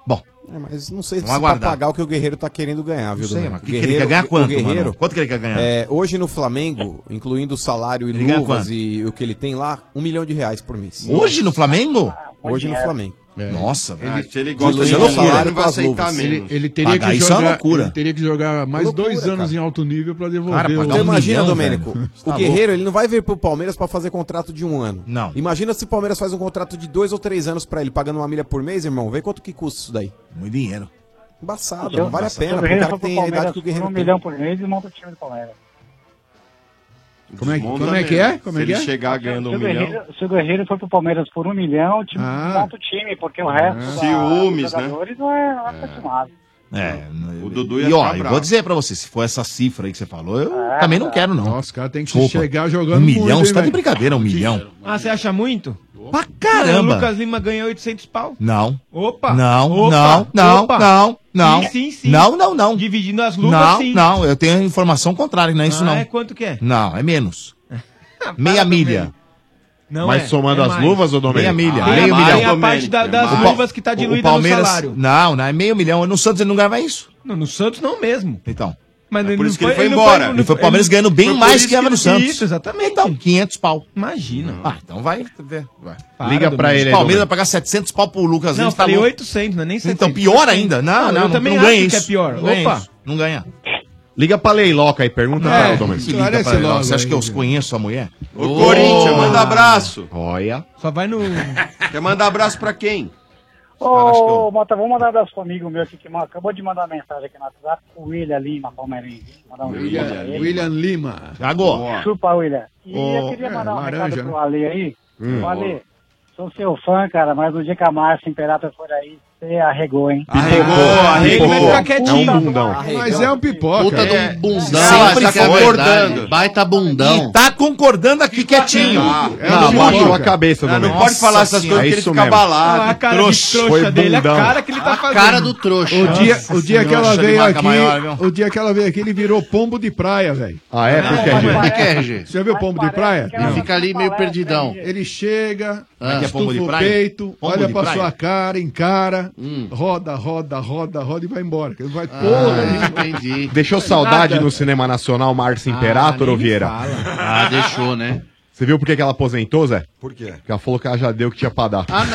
[SPEAKER 5] Bom.
[SPEAKER 10] É, mas não sei
[SPEAKER 5] Vamos
[SPEAKER 10] se
[SPEAKER 5] aguardar.
[SPEAKER 10] pra pagar o que o Guerreiro tá querendo ganhar, viu?
[SPEAKER 5] sei,
[SPEAKER 10] Domingos?
[SPEAKER 5] mas
[SPEAKER 10] O
[SPEAKER 5] que que ele quer ganhar
[SPEAKER 10] o
[SPEAKER 5] quanto, mano? Quanto que ele quer ganhar?
[SPEAKER 10] é, hoje no Flamengo, incluindo o salário e
[SPEAKER 5] Ele ganha
[SPEAKER 10] luvas
[SPEAKER 5] quanto?
[SPEAKER 10] e o que ele tem lá, um milhão de reais por mês.
[SPEAKER 5] Hoje no Flamengo?
[SPEAKER 10] Hoje
[SPEAKER 5] é.
[SPEAKER 10] no Flamengo.
[SPEAKER 15] É.
[SPEAKER 5] Nossa, velho. é
[SPEAKER 15] Ele-
[SPEAKER 13] Ah, se ele
[SPEAKER 10] gosta de é loucura, ele vai aceitar
[SPEAKER 15] Ele,
[SPEAKER 10] menos.
[SPEAKER 15] ele teria
[SPEAKER 10] Pagar
[SPEAKER 15] que
[SPEAKER 10] isso é
[SPEAKER 15] jogar,
[SPEAKER 10] uma loucura.
[SPEAKER 15] Ele teria que jogar mais dois anos em alto nível pra devolver.
[SPEAKER 10] Cara,
[SPEAKER 15] o-
[SPEAKER 8] um
[SPEAKER 10] então imagina, Domênico.
[SPEAKER 15] Tá
[SPEAKER 10] O Guerreiro, ele não vai vir pro Palmeiras pra fazer contrato de um ano.
[SPEAKER 5] Não.
[SPEAKER 10] Imagina se o Palmeiras faz um contrato de dois ou três anos pra ele, pagando uma milha por mês, irmão. Vê quanto que custa isso daí.
[SPEAKER 5] Muito dinheiro.
[SPEAKER 10] Embaçado,
[SPEAKER 14] Se
[SPEAKER 10] não vale a
[SPEAKER 14] se o
[SPEAKER 10] pena. O
[SPEAKER 14] Guerreiro
[SPEAKER 10] cara
[SPEAKER 8] tá
[SPEAKER 14] for pro
[SPEAKER 10] tem a idade
[SPEAKER 14] Palmeiras,
[SPEAKER 10] que o Guerreiro
[SPEAKER 14] um
[SPEAKER 10] tem.
[SPEAKER 14] milhão por mês e monta o time do Palmeiras.
[SPEAKER 15] Como é, que-
[SPEAKER 13] Desmonta
[SPEAKER 15] como é que
[SPEAKER 13] mesmo.
[SPEAKER 15] é? Como é
[SPEAKER 13] Se
[SPEAKER 15] que
[SPEAKER 13] ele
[SPEAKER 15] é?
[SPEAKER 13] chegar ganhando
[SPEAKER 14] Se
[SPEAKER 13] um
[SPEAKER 14] o
[SPEAKER 13] milhão.
[SPEAKER 14] Guerreiro, se o Guerreiro for pro Palmeiras por um milhão, o time
[SPEAKER 13] Ah.
[SPEAKER 14] monta o time, porque Ah. o
[SPEAKER 15] Ah.
[SPEAKER 14] resto da-
[SPEAKER 13] Ciúmes,
[SPEAKER 14] dos
[SPEAKER 13] né?
[SPEAKER 14] jogadores não é, não é acostumado.
[SPEAKER 5] É,
[SPEAKER 13] O Dudu ia
[SPEAKER 5] e ó,
[SPEAKER 13] ficar
[SPEAKER 5] eu
[SPEAKER 13] bravo.
[SPEAKER 5] vou dizer pra você, se for essa cifra aí que você falou, eu
[SPEAKER 11] Ah,
[SPEAKER 15] É,
[SPEAKER 5] também não
[SPEAKER 15] cara.
[SPEAKER 5] quero, não.
[SPEAKER 15] Nossa, o cara tem que chegar
[SPEAKER 5] Um
[SPEAKER 15] jogando muito,
[SPEAKER 5] milhão,
[SPEAKER 15] hein,
[SPEAKER 5] você tá
[SPEAKER 15] velho?
[SPEAKER 5] de brincadeira, um milhão.
[SPEAKER 11] Ah, você acha muito?
[SPEAKER 5] Pra caramba.
[SPEAKER 11] O Lucas Lima ganha 800 pau.
[SPEAKER 5] Não.
[SPEAKER 11] Opa!
[SPEAKER 5] Não,
[SPEAKER 11] Opa!
[SPEAKER 5] não, não,
[SPEAKER 11] Opa!
[SPEAKER 5] não, não.
[SPEAKER 11] Sim, sim, sim.
[SPEAKER 5] Não, não, não.
[SPEAKER 11] Dividindo as luvas,
[SPEAKER 5] Não,
[SPEAKER 11] sim.
[SPEAKER 5] não, eu tenho informação contrária, não é isso
[SPEAKER 11] Ah,
[SPEAKER 5] não.
[SPEAKER 11] é? Quanto que é?
[SPEAKER 5] Não, é menos.
[SPEAKER 15] Ah,
[SPEAKER 5] Meia milha.
[SPEAKER 11] Não
[SPEAKER 5] Mas
[SPEAKER 11] é,
[SPEAKER 5] somando
[SPEAKER 11] é
[SPEAKER 5] as
[SPEAKER 11] mais.
[SPEAKER 5] luvas, ô Domênico?
[SPEAKER 11] Meia milha.
[SPEAKER 5] Ah,
[SPEAKER 11] Tem
[SPEAKER 5] meio
[SPEAKER 11] a-
[SPEAKER 5] milhão.
[SPEAKER 11] tem a parte da-
[SPEAKER 5] Domênico,
[SPEAKER 11] das
[SPEAKER 5] é mais.
[SPEAKER 11] luvas que tá
[SPEAKER 5] O- o
[SPEAKER 11] diluída no
[SPEAKER 5] Palmeiras-
[SPEAKER 11] salário.
[SPEAKER 5] Não, não, é meio milhão. No Santos ele não ganhava isso.
[SPEAKER 11] Não, no Santos não mesmo.
[SPEAKER 5] Então.
[SPEAKER 11] Mas
[SPEAKER 5] Por isso que ele
[SPEAKER 11] foi-
[SPEAKER 5] foi
[SPEAKER 11] ele não
[SPEAKER 5] embora.
[SPEAKER 11] foi-
[SPEAKER 5] ele foi o Palmeiras
[SPEAKER 11] ele-
[SPEAKER 5] ganhando bem
[SPEAKER 11] foi por
[SPEAKER 5] mais
[SPEAKER 11] isso
[SPEAKER 5] que ganhava
[SPEAKER 11] ele-
[SPEAKER 5] no Santos.
[SPEAKER 11] Isso, exatamente.
[SPEAKER 5] Então, 500 pau.
[SPEAKER 11] Imagina.
[SPEAKER 5] Ah, então vai. vê, vai.
[SPEAKER 11] Para,
[SPEAKER 5] Liga pra
[SPEAKER 11] Domênico.
[SPEAKER 5] ele. aí, Palmeiras vai pagar 700 pau pro Lucas
[SPEAKER 11] Não,
[SPEAKER 5] Lima,
[SPEAKER 11] eu
[SPEAKER 5] tá
[SPEAKER 11] falei
[SPEAKER 5] louco.
[SPEAKER 11] 800, não é nem 700.
[SPEAKER 5] Então, pior ainda. Não, não,
[SPEAKER 11] eu
[SPEAKER 5] não,
[SPEAKER 11] também
[SPEAKER 5] não
[SPEAKER 11] acho
[SPEAKER 5] ganha
[SPEAKER 11] que é
[SPEAKER 5] isso.
[SPEAKER 11] pior.
[SPEAKER 5] Não ganha
[SPEAKER 11] Opa!
[SPEAKER 5] isso. Não ganha.
[SPEAKER 4] Liga pra Leiloca aí, pergunta
[SPEAKER 5] Não,
[SPEAKER 4] pra
[SPEAKER 5] é,
[SPEAKER 4] ela, Domênico.
[SPEAKER 5] liga pra ela, Você acha que eu conheço a mulher?
[SPEAKER 4] Ô,
[SPEAKER 13] Corinthians, manda abraço.
[SPEAKER 4] Olha.
[SPEAKER 11] Só vai no.
[SPEAKER 13] Quer mandar abraço pra quem?
[SPEAKER 14] Ô, Mota, vou mandar um abraço pro amigo meu aqui que ma- acabou de mandar uma mensagem aqui no WhatsApp, o William Lima, palmeirense. Mandar um
[SPEAKER 15] William,
[SPEAKER 14] beijo pra ele.
[SPEAKER 15] William Lima.
[SPEAKER 14] Boa. Chupa, William. E eu
[SPEAKER 15] Ô,
[SPEAKER 14] queria
[SPEAKER 15] é,
[SPEAKER 14] mandar um
[SPEAKER 15] laranja,
[SPEAKER 14] recado
[SPEAKER 15] né?
[SPEAKER 14] pro Ale aí.
[SPEAKER 15] Hum.
[SPEAKER 14] Ô, Ale, sou seu fã, cara, mas no dia que a Márcia Imperator for aí, você arregou, hein?
[SPEAKER 15] Arregou,
[SPEAKER 14] Ah, arregou.
[SPEAKER 15] Vai ficar quietinho.
[SPEAKER 14] É um
[SPEAKER 15] bundão. Mas é um pipoca.
[SPEAKER 8] Puta de
[SPEAKER 15] É.
[SPEAKER 8] um bundão.
[SPEAKER 5] Ela
[SPEAKER 8] Sempre
[SPEAKER 5] tá
[SPEAKER 8] que é
[SPEAKER 5] concordando.
[SPEAKER 8] verdade. Baita bundão.
[SPEAKER 5] E tá concordando aqui quietinho.
[SPEAKER 8] Ah,
[SPEAKER 5] É
[SPEAKER 8] não,
[SPEAKER 5] um
[SPEAKER 8] baixou
[SPEAKER 5] pipoca.
[SPEAKER 8] a cabeça,
[SPEAKER 5] Ah, Não
[SPEAKER 8] Domênico.
[SPEAKER 5] pode falar essas
[SPEAKER 8] Nossa
[SPEAKER 5] coisas
[SPEAKER 8] senhora,
[SPEAKER 5] que ele
[SPEAKER 8] é isso
[SPEAKER 5] fica
[SPEAKER 8] mesmo.
[SPEAKER 5] abalado.
[SPEAKER 8] Ah, a cara de trouxa dele, a cara que ele tá fazendo.
[SPEAKER 15] O dia, o
[SPEAKER 8] Nossa
[SPEAKER 15] dia que ela
[SPEAKER 8] senhora,
[SPEAKER 15] veio
[SPEAKER 8] marca
[SPEAKER 15] aqui,
[SPEAKER 8] maior, viu?
[SPEAKER 15] o dia que ela veio aqui, ele virou pombo de praia, velho.
[SPEAKER 4] Ah, é? Por que, RG?
[SPEAKER 15] Por
[SPEAKER 8] que, RG?
[SPEAKER 15] Você já viu pombo de praia?
[SPEAKER 8] Ele fica ali meio perdidão.
[SPEAKER 15] Ele chega,
[SPEAKER 8] Ah.
[SPEAKER 15] ah,
[SPEAKER 8] Aqui é pombo
[SPEAKER 15] estufa
[SPEAKER 8] de
[SPEAKER 15] o
[SPEAKER 8] praia?
[SPEAKER 15] peito,
[SPEAKER 8] Pombo
[SPEAKER 15] olha
[SPEAKER 8] de
[SPEAKER 15] pra
[SPEAKER 8] praia? Hum.
[SPEAKER 15] sua cara, encara, roda, roda, roda, roda e vai embora. Ele vai
[SPEAKER 8] Ah,
[SPEAKER 15] porra nenhuma.
[SPEAKER 8] entendi.
[SPEAKER 4] Deixou saudade
[SPEAKER 15] Nada.
[SPEAKER 4] no cinema nacional Márcio Imperator
[SPEAKER 8] Ah, nem
[SPEAKER 4] ou
[SPEAKER 8] me
[SPEAKER 4] Vieira?
[SPEAKER 8] fala. Ah, deixou, né?
[SPEAKER 4] Você viu por que que ela aposentou, Zé?
[SPEAKER 19] Por quê?
[SPEAKER 4] Porque ela falou que ela já deu o que tinha pra dar. Ah,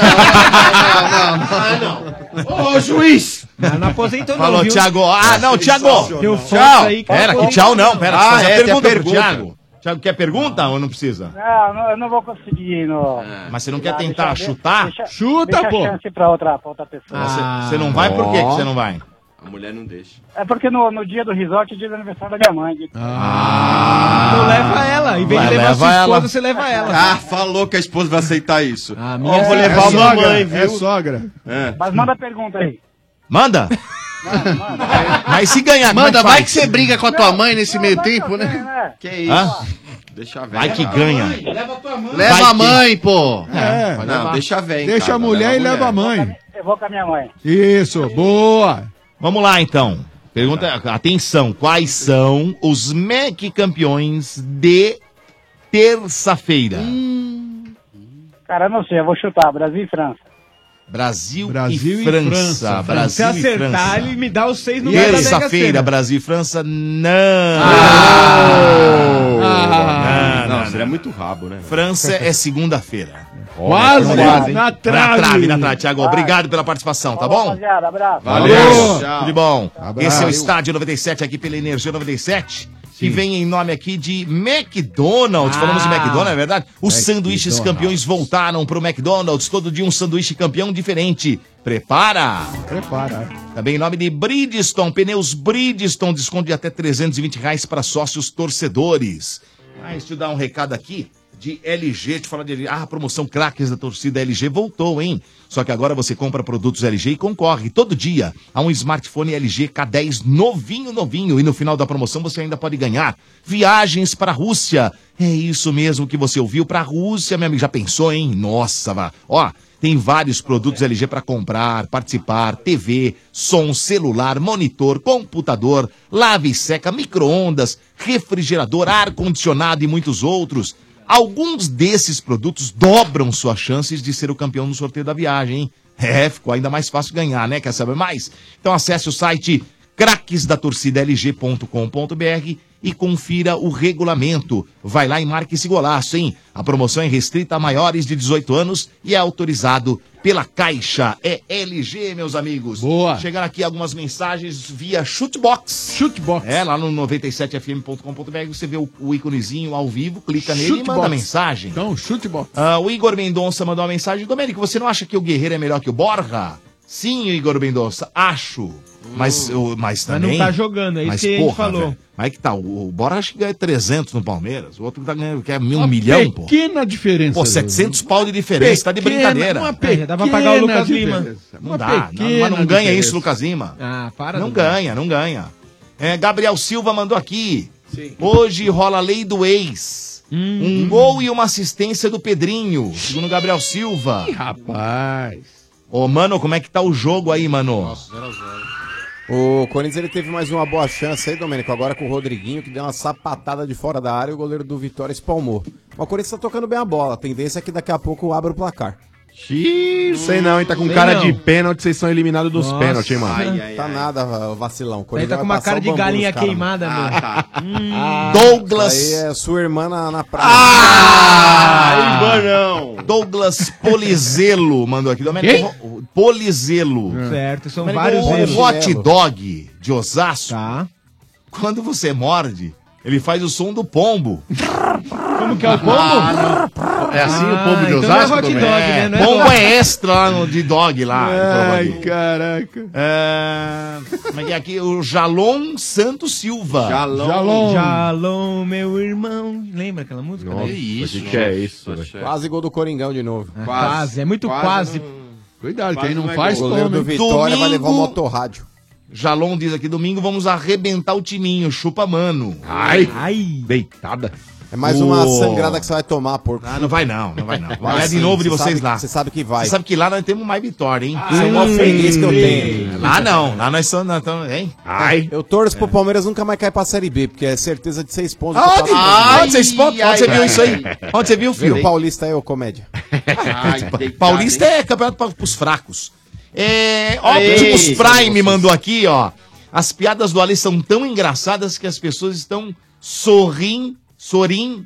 [SPEAKER 8] não, não, não, não. Ô, juiz!
[SPEAKER 11] Não, não aposentou, não.
[SPEAKER 5] Falou,
[SPEAKER 11] viu?
[SPEAKER 5] Thiago. Ah, não, Thiago.
[SPEAKER 11] Tem o Fox
[SPEAKER 5] Tchau.
[SPEAKER 11] aí que
[SPEAKER 5] Pera, que
[SPEAKER 11] aposentou.
[SPEAKER 5] tchau não. Pera,
[SPEAKER 11] Ah,
[SPEAKER 5] você
[SPEAKER 11] é,
[SPEAKER 5] já
[SPEAKER 11] tem a
[SPEAKER 5] pergunta pro
[SPEAKER 11] pergunta.
[SPEAKER 5] Thiago. Thiago, quer pergunta ou não precisa?
[SPEAKER 14] Ah, Não, não, eu não vou conseguir. No...
[SPEAKER 5] É. Mas você não quer
[SPEAKER 14] Ah,
[SPEAKER 5] tentar
[SPEAKER 14] deixa-
[SPEAKER 5] chutar?
[SPEAKER 14] deixa-
[SPEAKER 5] Chuta,
[SPEAKER 14] deixa
[SPEAKER 5] pô. Ah.
[SPEAKER 14] a chance pra outra, pra outra pessoa.
[SPEAKER 5] Você você não vai? Por que que você não vai?
[SPEAKER 13] A mulher não deixa.
[SPEAKER 14] É porque no, no dia do resort é dia do aniversário da minha mãe.
[SPEAKER 5] Ah.
[SPEAKER 11] Então leva ela. Em vez de levar
[SPEAKER 13] Ah. Vai, leva
[SPEAKER 11] sua esposa,
[SPEAKER 13] ela.
[SPEAKER 11] você leva ela.
[SPEAKER 13] Ah, falou que a esposa vai aceitar isso. Ah,
[SPEAKER 11] minha
[SPEAKER 13] vou
[SPEAKER 11] é
[SPEAKER 13] levar a
[SPEAKER 11] sogra,
[SPEAKER 13] mamãe, viu?
[SPEAKER 15] é sogra.
[SPEAKER 13] É.
[SPEAKER 14] Mas manda a pergunta aí.
[SPEAKER 5] Manda. Mas se ganhar, como
[SPEAKER 8] Manda,
[SPEAKER 5] é que
[SPEAKER 8] vai
[SPEAKER 5] faz?
[SPEAKER 8] que você briga com a tua mãe nesse meio tempo, né?
[SPEAKER 14] Que
[SPEAKER 8] isso?
[SPEAKER 5] Hã?
[SPEAKER 13] Deixa a
[SPEAKER 5] Vai
[SPEAKER 13] velha.
[SPEAKER 5] que
[SPEAKER 13] lá.
[SPEAKER 5] ganha.
[SPEAKER 14] Leva tua mãe.
[SPEAKER 8] Leva
[SPEAKER 5] Vai
[SPEAKER 8] a
[SPEAKER 5] que-
[SPEAKER 8] mãe, pô.
[SPEAKER 15] É.
[SPEAKER 13] Não, deixa a velha. em
[SPEAKER 15] Deixa
[SPEAKER 13] casa,
[SPEAKER 15] a mulher e leva a mãe.
[SPEAKER 14] Eu vou com a minha mãe.
[SPEAKER 15] Isso, boa.
[SPEAKER 5] Vamos lá então. Pergunta, atenção, quais são os Mac campeões de terça-feira.
[SPEAKER 16] Cara, não sei, eu vou chutar. Brasil e França.
[SPEAKER 5] Brasil, e França.
[SPEAKER 11] Se
[SPEAKER 5] Brasil e
[SPEAKER 11] acertar,
[SPEAKER 5] França.
[SPEAKER 11] ele me dá os seis no meio da Mega
[SPEAKER 5] Terça-feira,
[SPEAKER 11] Sena.
[SPEAKER 5] Brasil e França, não.
[SPEAKER 13] Ah.
[SPEAKER 5] não,
[SPEAKER 13] Não, seria muito rabo, né?
[SPEAKER 5] França é segunda-feira.
[SPEAKER 13] Quase,
[SPEAKER 5] Olha, quase, hein?
[SPEAKER 13] na
[SPEAKER 5] na
[SPEAKER 13] trave.
[SPEAKER 5] trave. Na trave, Thiago. Obrigado pela participação, tá bom?
[SPEAKER 16] Rapaziada, abraço.
[SPEAKER 5] Valeu.
[SPEAKER 16] Tchau.
[SPEAKER 5] Tudo de bom.
[SPEAKER 16] Abraço.
[SPEAKER 5] Esse é o Estádio 97 aqui pela Energia 97. Que vem em nome aqui de McDonald's.
[SPEAKER 13] Ah.
[SPEAKER 5] Falamos de McDonald's, é verdade? Os
[SPEAKER 13] McDonald's.
[SPEAKER 5] sanduíches campeões voltaram pro McDonald's. Todo dia um sanduíche campeão diferente. Prepara!
[SPEAKER 15] Prepara.
[SPEAKER 5] Também em nome de Bridgestone. Pneus Bridgestone. Desconto de até 320 reais para sócios torcedores. Ah, deixa eu dar um recado aqui de LG, te falar de LG. Ah, a promoção craques da torcida LG voltou, hein? Só que agora você compra produtos LG e concorre todo dia a um smartphone LG K10 novinho, novinho. E no final da promoção você ainda pode ganhar viagens para a Rússia. É isso mesmo que você ouviu para a Rússia, meu amigo. Já pensou, hein? Nossa, vá. Ó, tem vários produtos LG para comprar, participar, TV, som, celular, monitor, computador, lave e seca, micro-ondas, refrigerador, ar-condicionado e muitos outros. Alguns desses produtos dobram suas chances de ser o campeão no sorteio da viagem, hein? É, ficou ainda mais fácil ganhar, né? Quer saber mais? Então acesse o site craquesdatorcidalg.com.br e confira o regulamento. Vai lá e marque esse golaço, hein? A promoção é restrita a maiores de 18 anos e é autorizado pela Caixa. É LG, meus amigos. Boa. Chegaram aqui algumas mensagens via Shootbox.
[SPEAKER 11] Shootbox.
[SPEAKER 5] É, lá no 97fm.com.br você vê o, o íconezinho ao vivo, clica nele e manda
[SPEAKER 15] Shootbox.
[SPEAKER 5] mensagem.
[SPEAKER 15] Então, shootbox.
[SPEAKER 5] Ah, o Igor Mendonça mandou uma mensagem. Domênico, você não acha que o Guerreiro é melhor que o Borja? Sim, Igor Mendonça, acho. Mas, eu- mas
[SPEAKER 11] Mas
[SPEAKER 5] também...
[SPEAKER 11] não tá jogando, é isso
[SPEAKER 5] Mas,
[SPEAKER 11] que a gente
[SPEAKER 5] porra,
[SPEAKER 11] falou.
[SPEAKER 5] velho, Mas que tá, o, o Borja acho que ganha 300 no Palmeiras, o outro tá ganhando, quer mil, um milhão, pô.
[SPEAKER 15] Pequena diferença.
[SPEAKER 5] Pô, 700 pau de diferença, tá de
[SPEAKER 15] Pequena,
[SPEAKER 5] brincadeira.
[SPEAKER 15] uma pequena É, dá pra pagar o Lucas Lima.
[SPEAKER 5] diferença. Não
[SPEAKER 15] Uma
[SPEAKER 5] dá, não,
[SPEAKER 15] pequena
[SPEAKER 5] mas não ganha
[SPEAKER 15] diferença.
[SPEAKER 5] isso, Lucas Lima.
[SPEAKER 11] Ah, para.
[SPEAKER 5] Não
[SPEAKER 11] Dudu.
[SPEAKER 5] ganha, não ganha. É, Gabriel Silva mandou aqui.
[SPEAKER 11] Sim.
[SPEAKER 5] Hoje rola a lei do ex. Um gol e uma assistência do Pedrinho, segundo Gabriel Silva. Ih,
[SPEAKER 15] rapaz.
[SPEAKER 5] Ô, mano, como é que tá o jogo aí, mano?
[SPEAKER 10] O Corinthians ele teve mais uma boa chance aí, Domênico, agora com o Rodriguinho, que deu uma sapatada de fora da área e o goleiro do Vitória espalmou. Mas o Corinthians tá tocando bem a bola, a tendência é que daqui a pouco abra o placar.
[SPEAKER 4] Xiii, sei não, hein? Tá com cara de pênalti, vocês são eliminados dos
[SPEAKER 10] Nossa.
[SPEAKER 4] pênaltis, hein, mano?
[SPEAKER 10] Ai, ai, tá nada, va- vacilão. O
[SPEAKER 4] Ele
[SPEAKER 10] Corinthians
[SPEAKER 4] tá
[SPEAKER 10] vai
[SPEAKER 4] com uma
[SPEAKER 10] passar
[SPEAKER 4] cara
[SPEAKER 10] o
[SPEAKER 4] de
[SPEAKER 10] bambu nos
[SPEAKER 4] galinha
[SPEAKER 10] caras,
[SPEAKER 4] queimada,
[SPEAKER 10] mano.
[SPEAKER 4] meu.
[SPEAKER 10] Ah, tá. Ah,
[SPEAKER 5] Douglas. Ah!
[SPEAKER 10] Isso aí é sua irmã na, na praia.
[SPEAKER 11] Ah,
[SPEAKER 5] Douglas Polizelo mandou aqui.
[SPEAKER 10] Quem?
[SPEAKER 5] Domênico, Ro- Polizelo.
[SPEAKER 11] É. Certo, são
[SPEAKER 5] Domênico,
[SPEAKER 11] vários Tá.
[SPEAKER 5] O
[SPEAKER 11] erros.
[SPEAKER 5] hot dog de Osasco, quando você morde, ele faz o som do pombo.
[SPEAKER 11] Como que é o pombo?
[SPEAKER 5] É assim o pombo de
[SPEAKER 11] então não é
[SPEAKER 5] Osasco?
[SPEAKER 11] hot dog,
[SPEAKER 5] Domênico?
[SPEAKER 11] né? Não é
[SPEAKER 5] pombo
[SPEAKER 11] dog.
[SPEAKER 5] é extra lá no, de dog lá.
[SPEAKER 15] Ai,
[SPEAKER 5] caraca. mas é aqui o Jalon Santos Silva.
[SPEAKER 11] Jalon. Jalon, meu irmão. Lembra aquela música?
[SPEAKER 10] Nossa,
[SPEAKER 11] né?
[SPEAKER 10] que que é isso, Quase gol do Coringão de novo.
[SPEAKER 11] Quase. Quase, é muito quase.
[SPEAKER 15] Cuidado,
[SPEAKER 11] quem
[SPEAKER 5] é
[SPEAKER 11] não
[SPEAKER 10] O goleiro do Vitória vai levar o motorrádio.
[SPEAKER 5] Jalon diz aqui, domingo vamos arrebentar o timinho, chupa mano.
[SPEAKER 10] Ai.
[SPEAKER 5] deitada.
[SPEAKER 10] É mais uma sangrada que você vai tomar, porco.
[SPEAKER 5] Ah, não vai não, não vai não. Vai
[SPEAKER 10] Vai
[SPEAKER 5] de
[SPEAKER 10] sim,
[SPEAKER 5] novo de
[SPEAKER 10] você sabe
[SPEAKER 5] vocês
[SPEAKER 10] que-
[SPEAKER 5] lá.
[SPEAKER 10] você sabe que vai.
[SPEAKER 5] Você sabe que lá nós temos mais vitória, hein?
[SPEAKER 10] isso é uma feliz que eu tenho.
[SPEAKER 5] Lá não, lá nós somos, nós estamos, hein? Ai.
[SPEAKER 10] Eu torço pro Palmeiras nunca mais cair pra Série B, porque é certeza de seis pontos.
[SPEAKER 5] Ah,
[SPEAKER 10] do
[SPEAKER 5] onde-
[SPEAKER 10] Palmeiras.
[SPEAKER 5] onde vocês- onde você viu isso aí? Onde você viu, filho?
[SPEAKER 10] Vê O Paulista é o comédia.
[SPEAKER 5] Paulista é campeonato para os fracos. É, Optimus
[SPEAKER 10] Ei,
[SPEAKER 5] Prime mandou aqui, ó. As piadas do Ale são tão engraçadas que as pessoas estão sorrindo, sorrindo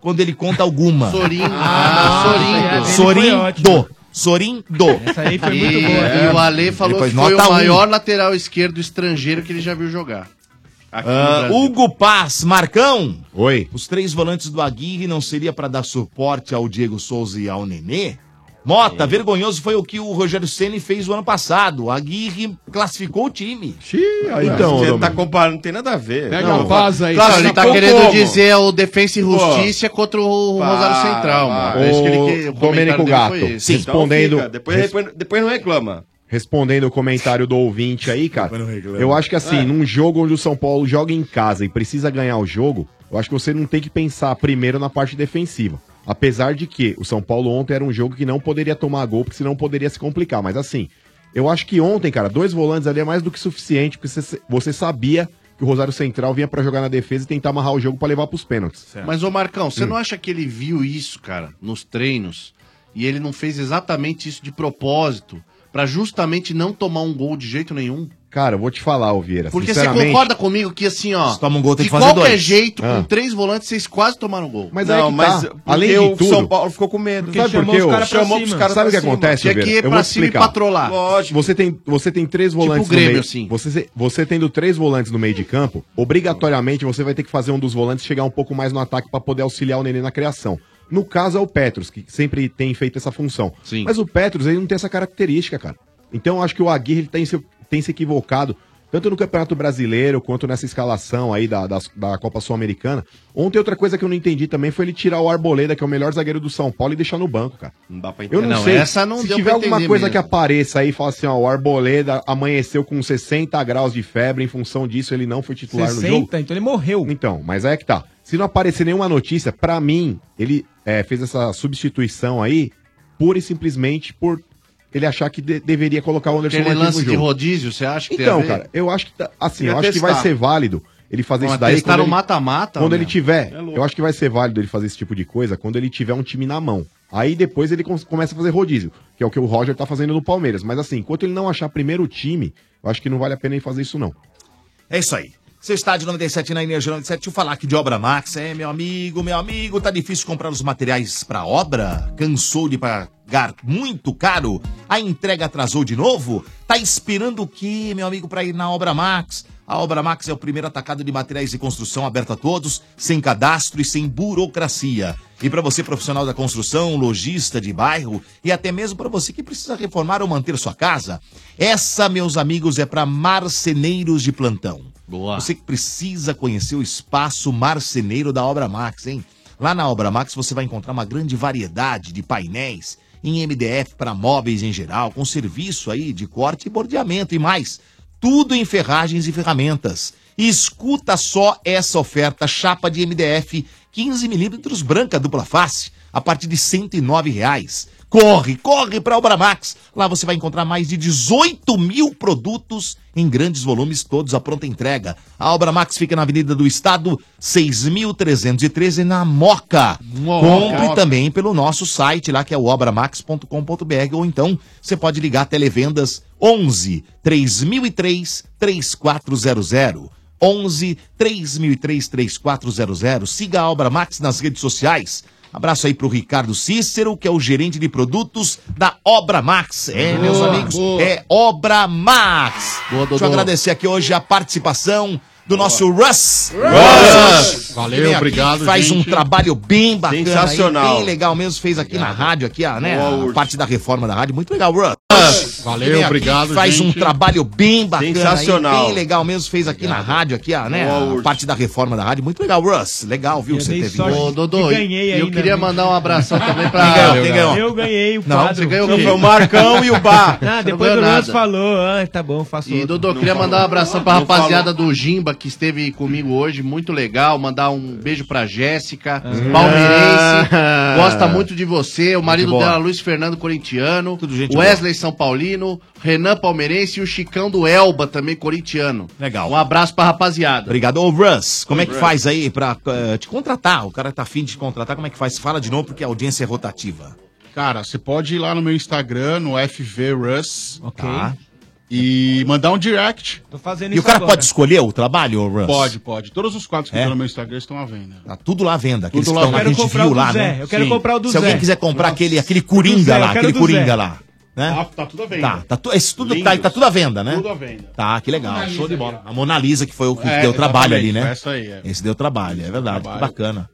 [SPEAKER 5] quando ele conta alguma.
[SPEAKER 8] Sorindo.
[SPEAKER 5] Ah,
[SPEAKER 8] Sorindo.
[SPEAKER 5] Sorindo. Sorindo. Essa aí
[SPEAKER 8] E,
[SPEAKER 5] né?
[SPEAKER 8] e é, o Ale falou que foi
[SPEAKER 5] um.
[SPEAKER 8] o maior lateral esquerdo estrangeiro que ele já viu jogar. Aqui no
[SPEAKER 5] Ah,
[SPEAKER 8] Brasil.
[SPEAKER 5] Hugo Paz, Marcão. Oi. Os três volantes do Aguirre não seria pra dar suporte ao Diego Souza e ao Nenê? Mota, vergonhoso foi o que o Rogério Ceni fez o ano passado. O Aguirre classificou o time.
[SPEAKER 13] então, você tá comparando, não tem nada a ver.
[SPEAKER 8] Pega
[SPEAKER 13] Não,
[SPEAKER 8] a paz
[SPEAKER 13] tá-
[SPEAKER 8] aí. Claro, ele tá querendo dizer o Defensa e Justiça contra o
[SPEAKER 13] Para,
[SPEAKER 8] Rosário Central, mano.
[SPEAKER 13] para.
[SPEAKER 8] É isso que ele que-
[SPEAKER 4] Ô,
[SPEAKER 8] o comentário
[SPEAKER 4] Domênico
[SPEAKER 8] dele foi
[SPEAKER 4] Gato,
[SPEAKER 8] esse. Então
[SPEAKER 4] Sim. respondendo-
[SPEAKER 13] Então, fica, depois,
[SPEAKER 4] res-
[SPEAKER 13] depois- depois não reclama.
[SPEAKER 4] Respondendo o comentário do ouvinte aí, cara, eu acho que assim,
[SPEAKER 13] É.
[SPEAKER 4] num jogo onde o São Paulo joga em casa e precisa ganhar o jogo, eu acho que você não tem que pensar primeiro na parte defensiva. Apesar de que o São Paulo ontem era um jogo que não poderia tomar gol, porque senão poderia se complicar. Mas assim, eu acho que ontem, cara, dois volantes ali é mais do que suficiente, porque você, você sabia que o Rosário Central vinha pra jogar na defesa e tentar amarrar o jogo pra levar pros pênaltis.
[SPEAKER 8] Mas, ô Marcão, você
[SPEAKER 4] Hum.
[SPEAKER 8] não acha que ele viu isso, cara, nos treinos? E ele não fez exatamente isso de propósito, pra justamente não tomar um gol de jeito nenhum?
[SPEAKER 4] Cara, eu vou te falar, ô Vieira.
[SPEAKER 8] Porque você
[SPEAKER 4] sinceramente-
[SPEAKER 8] concorda comigo que assim, ó.
[SPEAKER 4] Se toma um gol, tem
[SPEAKER 8] de
[SPEAKER 4] que fazer
[SPEAKER 8] qualquer
[SPEAKER 4] dois.
[SPEAKER 8] jeito,
[SPEAKER 4] Ah.
[SPEAKER 8] com três volantes, vocês quase tomaram um gol.
[SPEAKER 4] Mas aí que tá. Além de
[SPEAKER 8] o
[SPEAKER 4] tudo,
[SPEAKER 8] ficou com medo.
[SPEAKER 4] Sabe por quê? ô? Sabe o que acontece,
[SPEAKER 8] Tinha
[SPEAKER 4] Oliveira?
[SPEAKER 8] que ir
[SPEAKER 4] Eu vou
[SPEAKER 8] pra
[SPEAKER 4] te
[SPEAKER 8] cima e
[SPEAKER 4] explicar.
[SPEAKER 8] patrolar.
[SPEAKER 4] Você tem, você tem três volantes
[SPEAKER 8] Grêmio,
[SPEAKER 4] no meio.
[SPEAKER 8] assim.
[SPEAKER 4] Você, você tendo três volantes no meio de campo, obrigatoriamente você vai ter que fazer um dos volantes chegar um pouco mais no ataque pra poder auxiliar o Nenê na criação. No caso é o Petros, que sempre tem feito essa função. Mas o Petros, ele não tem essa característica, cara. Então eu acho que o Aguirre ele tem, se, tem se equivocado, tanto no Campeonato Brasileiro quanto nessa escalação aí da, da, da Copa Sul-Americana. Ontem outra coisa que eu não entendi também foi ele tirar o Arboleda, que é o melhor zagueiro do São Paulo, e deixar no banco, cara.
[SPEAKER 13] Não dá pra
[SPEAKER 4] Eu não, sei. Se tiver alguma coisa que apareça aí e fala assim, ó, o Arboleda amanheceu com 60 graus de febre, em função disso ele não foi titular no jogo.
[SPEAKER 11] 60? Então ele morreu.
[SPEAKER 4] Então, mas aí é que tá. Se não aparecer nenhuma notícia, pra mim, ele é, fez essa substituição aí, pura e simplesmente por ele achar que de- deveria colocar o Anderson
[SPEAKER 8] Aquele
[SPEAKER 4] Martins
[SPEAKER 8] lance
[SPEAKER 4] no
[SPEAKER 8] de
[SPEAKER 4] jogo.
[SPEAKER 8] rodízio, você acha que tem a
[SPEAKER 4] Então,
[SPEAKER 8] ver?
[SPEAKER 4] cara, eu acho que tá- assim,
[SPEAKER 8] Ia
[SPEAKER 4] eu acho que
[SPEAKER 8] testar.
[SPEAKER 4] vai ser válido ele fazer
[SPEAKER 8] Não,
[SPEAKER 4] isso daí.
[SPEAKER 8] testaram
[SPEAKER 4] quando ele-
[SPEAKER 8] mata-mata,
[SPEAKER 4] Quando
[SPEAKER 8] né?
[SPEAKER 4] ele tiver,
[SPEAKER 8] É louco.
[SPEAKER 4] eu acho que vai ser válido ele fazer esse tipo de coisa quando ele tiver um time na mão. Aí depois ele com- começa a fazer rodízio, que é o que o Roger tá fazendo no Palmeiras. Mas assim, enquanto ele não achar primeiro time, eu acho que não vale a pena ele fazer isso, não.
[SPEAKER 5] É isso aí. Você está de 97 na Energia 97. Deixa eu falar aqui de Obra Max. É, meu amigo, meu amigo, tá difícil comprar os materiais para obra? Cansou de pagar muito caro? A entrega atrasou de novo? Tá esperando o quê, meu amigo, para ir na Obra Max? A Obra Max é o primeiro atacado de materiais de construção aberto a todos, sem cadastro e sem burocracia. E para você, profissional da construção, lojista de bairro e até mesmo para você que precisa reformar ou manter sua casa, essa, meus amigos, é para marceneiros de plantão. Boa. Você que precisa conhecer o espaço marceneiro da Obra Max, hein? Lá na Obra Max você vai encontrar uma grande variedade de painéis em MDF para móveis em geral, com serviço aí de corte e bordeamento e mais. Tudo em ferragens e ferramentas. E escuta só essa oferta chapa de MDF 15mm branca dupla face a partir de R$ 109 reais. Corre, corre para a Obramax. Lá você vai encontrar mais de 18 mil produtos em grandes volumes, todos à pronta entrega. A Obramax fica na Avenida do Estado, 6.313, na Moca.
[SPEAKER 8] Moca.
[SPEAKER 5] Compre também pelo nosso site lá, que é o obramax.com.br, ou então você pode ligar televendas 11 3003 3400. 11 3003 3400. Siga a Obra Max nas redes sociais. Abraço aí pro Ricardo Cícero, que é o gerente de produtos da Obra Max. É, meus
[SPEAKER 8] Boa,
[SPEAKER 5] amigos,
[SPEAKER 8] boa.
[SPEAKER 5] é Obra Max. Deixa eu
[SPEAKER 8] Dodô.
[SPEAKER 5] agradecer aqui hoje a participação do nosso Russ.
[SPEAKER 8] Russ!
[SPEAKER 5] Ele vem
[SPEAKER 8] Valeu,
[SPEAKER 5] aqui,
[SPEAKER 8] obrigado,
[SPEAKER 5] Faz um
[SPEAKER 8] gente.
[SPEAKER 5] trabalho bem bacana, aí,
[SPEAKER 8] Sensacional.
[SPEAKER 5] bem legal mesmo, fez aqui na rádio, aqui, a, né,
[SPEAKER 8] Boa,
[SPEAKER 5] a
[SPEAKER 8] Urso.
[SPEAKER 5] parte da reforma da rádio, muito legal, Russ.
[SPEAKER 8] Valeu,
[SPEAKER 5] Ele vem aqui,
[SPEAKER 8] obrigado,
[SPEAKER 5] Faz um
[SPEAKER 8] gente.
[SPEAKER 5] trabalho bem bacana,
[SPEAKER 8] Sensacional.
[SPEAKER 5] Aí, bem legal mesmo, fez aqui na rádio, aqui, a, né,
[SPEAKER 8] Boa,
[SPEAKER 5] a
[SPEAKER 8] Urso.
[SPEAKER 5] parte da reforma da rádio, muito legal, Russ. Legal, viu, você teve.
[SPEAKER 8] Ô, Dodô, e eu queria mandar um abração também pra.
[SPEAKER 5] Quem ganhou? Quem ganhou?
[SPEAKER 11] né? Eu ganhei o
[SPEAKER 8] Não,
[SPEAKER 11] quadro.
[SPEAKER 8] você ganhou
[SPEAKER 11] Sim.
[SPEAKER 8] quem? Foi o Marcão e o
[SPEAKER 11] Ah,
[SPEAKER 8] Bar. Você não
[SPEAKER 11] depois do
[SPEAKER 8] ganhou
[SPEAKER 11] Lance
[SPEAKER 8] nada.
[SPEAKER 11] falou, ah, tá bom, faço
[SPEAKER 8] E,
[SPEAKER 11] outro.
[SPEAKER 8] Dodô, eu queria mandar um abração pra rapaziada do Jimba que esteve comigo hoje, muito legal. Mandar um beijo pra Jéssica,
[SPEAKER 11] Ah.
[SPEAKER 8] palmeirense,
[SPEAKER 6] Ah.
[SPEAKER 8] gosta muito de você. O marido
[SPEAKER 6] boa.
[SPEAKER 8] dela, Luiz Fernando Corintiano,
[SPEAKER 6] gente
[SPEAKER 8] Wesley São Paulino, Renan Palmeirense e o Chicão do Elba, também corintiano.
[SPEAKER 5] Legal.
[SPEAKER 8] Um abraço pra rapaziada.
[SPEAKER 5] Obrigado. Ô, Russ, como é que
[SPEAKER 8] Russ.
[SPEAKER 5] faz aí pra eh, te contratar? O cara tá afim de te contratar, como é que faz? Fala de novo, porque a audiência é rotativa.
[SPEAKER 18] Cara, você pode ir lá no meu Instagram, no FVRus.
[SPEAKER 11] Ok.
[SPEAKER 18] tá? E mandar um direct.
[SPEAKER 11] Tô fazendo
[SPEAKER 5] E o cara pode escolher o trabalho, ô, Russ?
[SPEAKER 18] Pode, pode. Todos os quadros que
[SPEAKER 5] É?
[SPEAKER 18] estão no meu Instagram estão à venda.
[SPEAKER 5] Tá tudo lá à venda. Aqueles
[SPEAKER 18] Tudo
[SPEAKER 5] que
[SPEAKER 18] lá
[SPEAKER 5] estão
[SPEAKER 18] à
[SPEAKER 5] lá, que
[SPEAKER 18] venda. Eu quero
[SPEAKER 5] a gente
[SPEAKER 18] comprar
[SPEAKER 5] viu
[SPEAKER 18] o
[SPEAKER 5] lá,
[SPEAKER 18] do
[SPEAKER 5] né?
[SPEAKER 18] Zé, eu quero
[SPEAKER 5] Sim.
[SPEAKER 18] comprar o do
[SPEAKER 5] Se alguém
[SPEAKER 18] Zé.
[SPEAKER 5] quiser comprar
[SPEAKER 18] Nossa.
[SPEAKER 5] aquele, aquele
[SPEAKER 18] Do Zé,
[SPEAKER 5] Coringa
[SPEAKER 18] eu
[SPEAKER 5] lá,
[SPEAKER 18] quero
[SPEAKER 5] aquele
[SPEAKER 18] do Zé.
[SPEAKER 5] Coringa lá. Né?
[SPEAKER 18] Tá, tá tudo à venda.
[SPEAKER 5] Tá, tá, tu- esse tudo,
[SPEAKER 18] Lindos.
[SPEAKER 5] tá, tá tudo à venda, né?
[SPEAKER 18] Tudo à venda.
[SPEAKER 5] Tá, que legal.
[SPEAKER 18] Mona Lisa
[SPEAKER 5] Show de
[SPEAKER 18] aqui,
[SPEAKER 5] bola. A Mona Lisa, que foi o que
[SPEAKER 18] É,
[SPEAKER 5] deu trabalho ali,
[SPEAKER 18] exatamente,
[SPEAKER 5] né?
[SPEAKER 18] foi essa aí, é.
[SPEAKER 5] Esse deu trabalho, é verdade.
[SPEAKER 18] Trabalho.
[SPEAKER 5] Que bacana.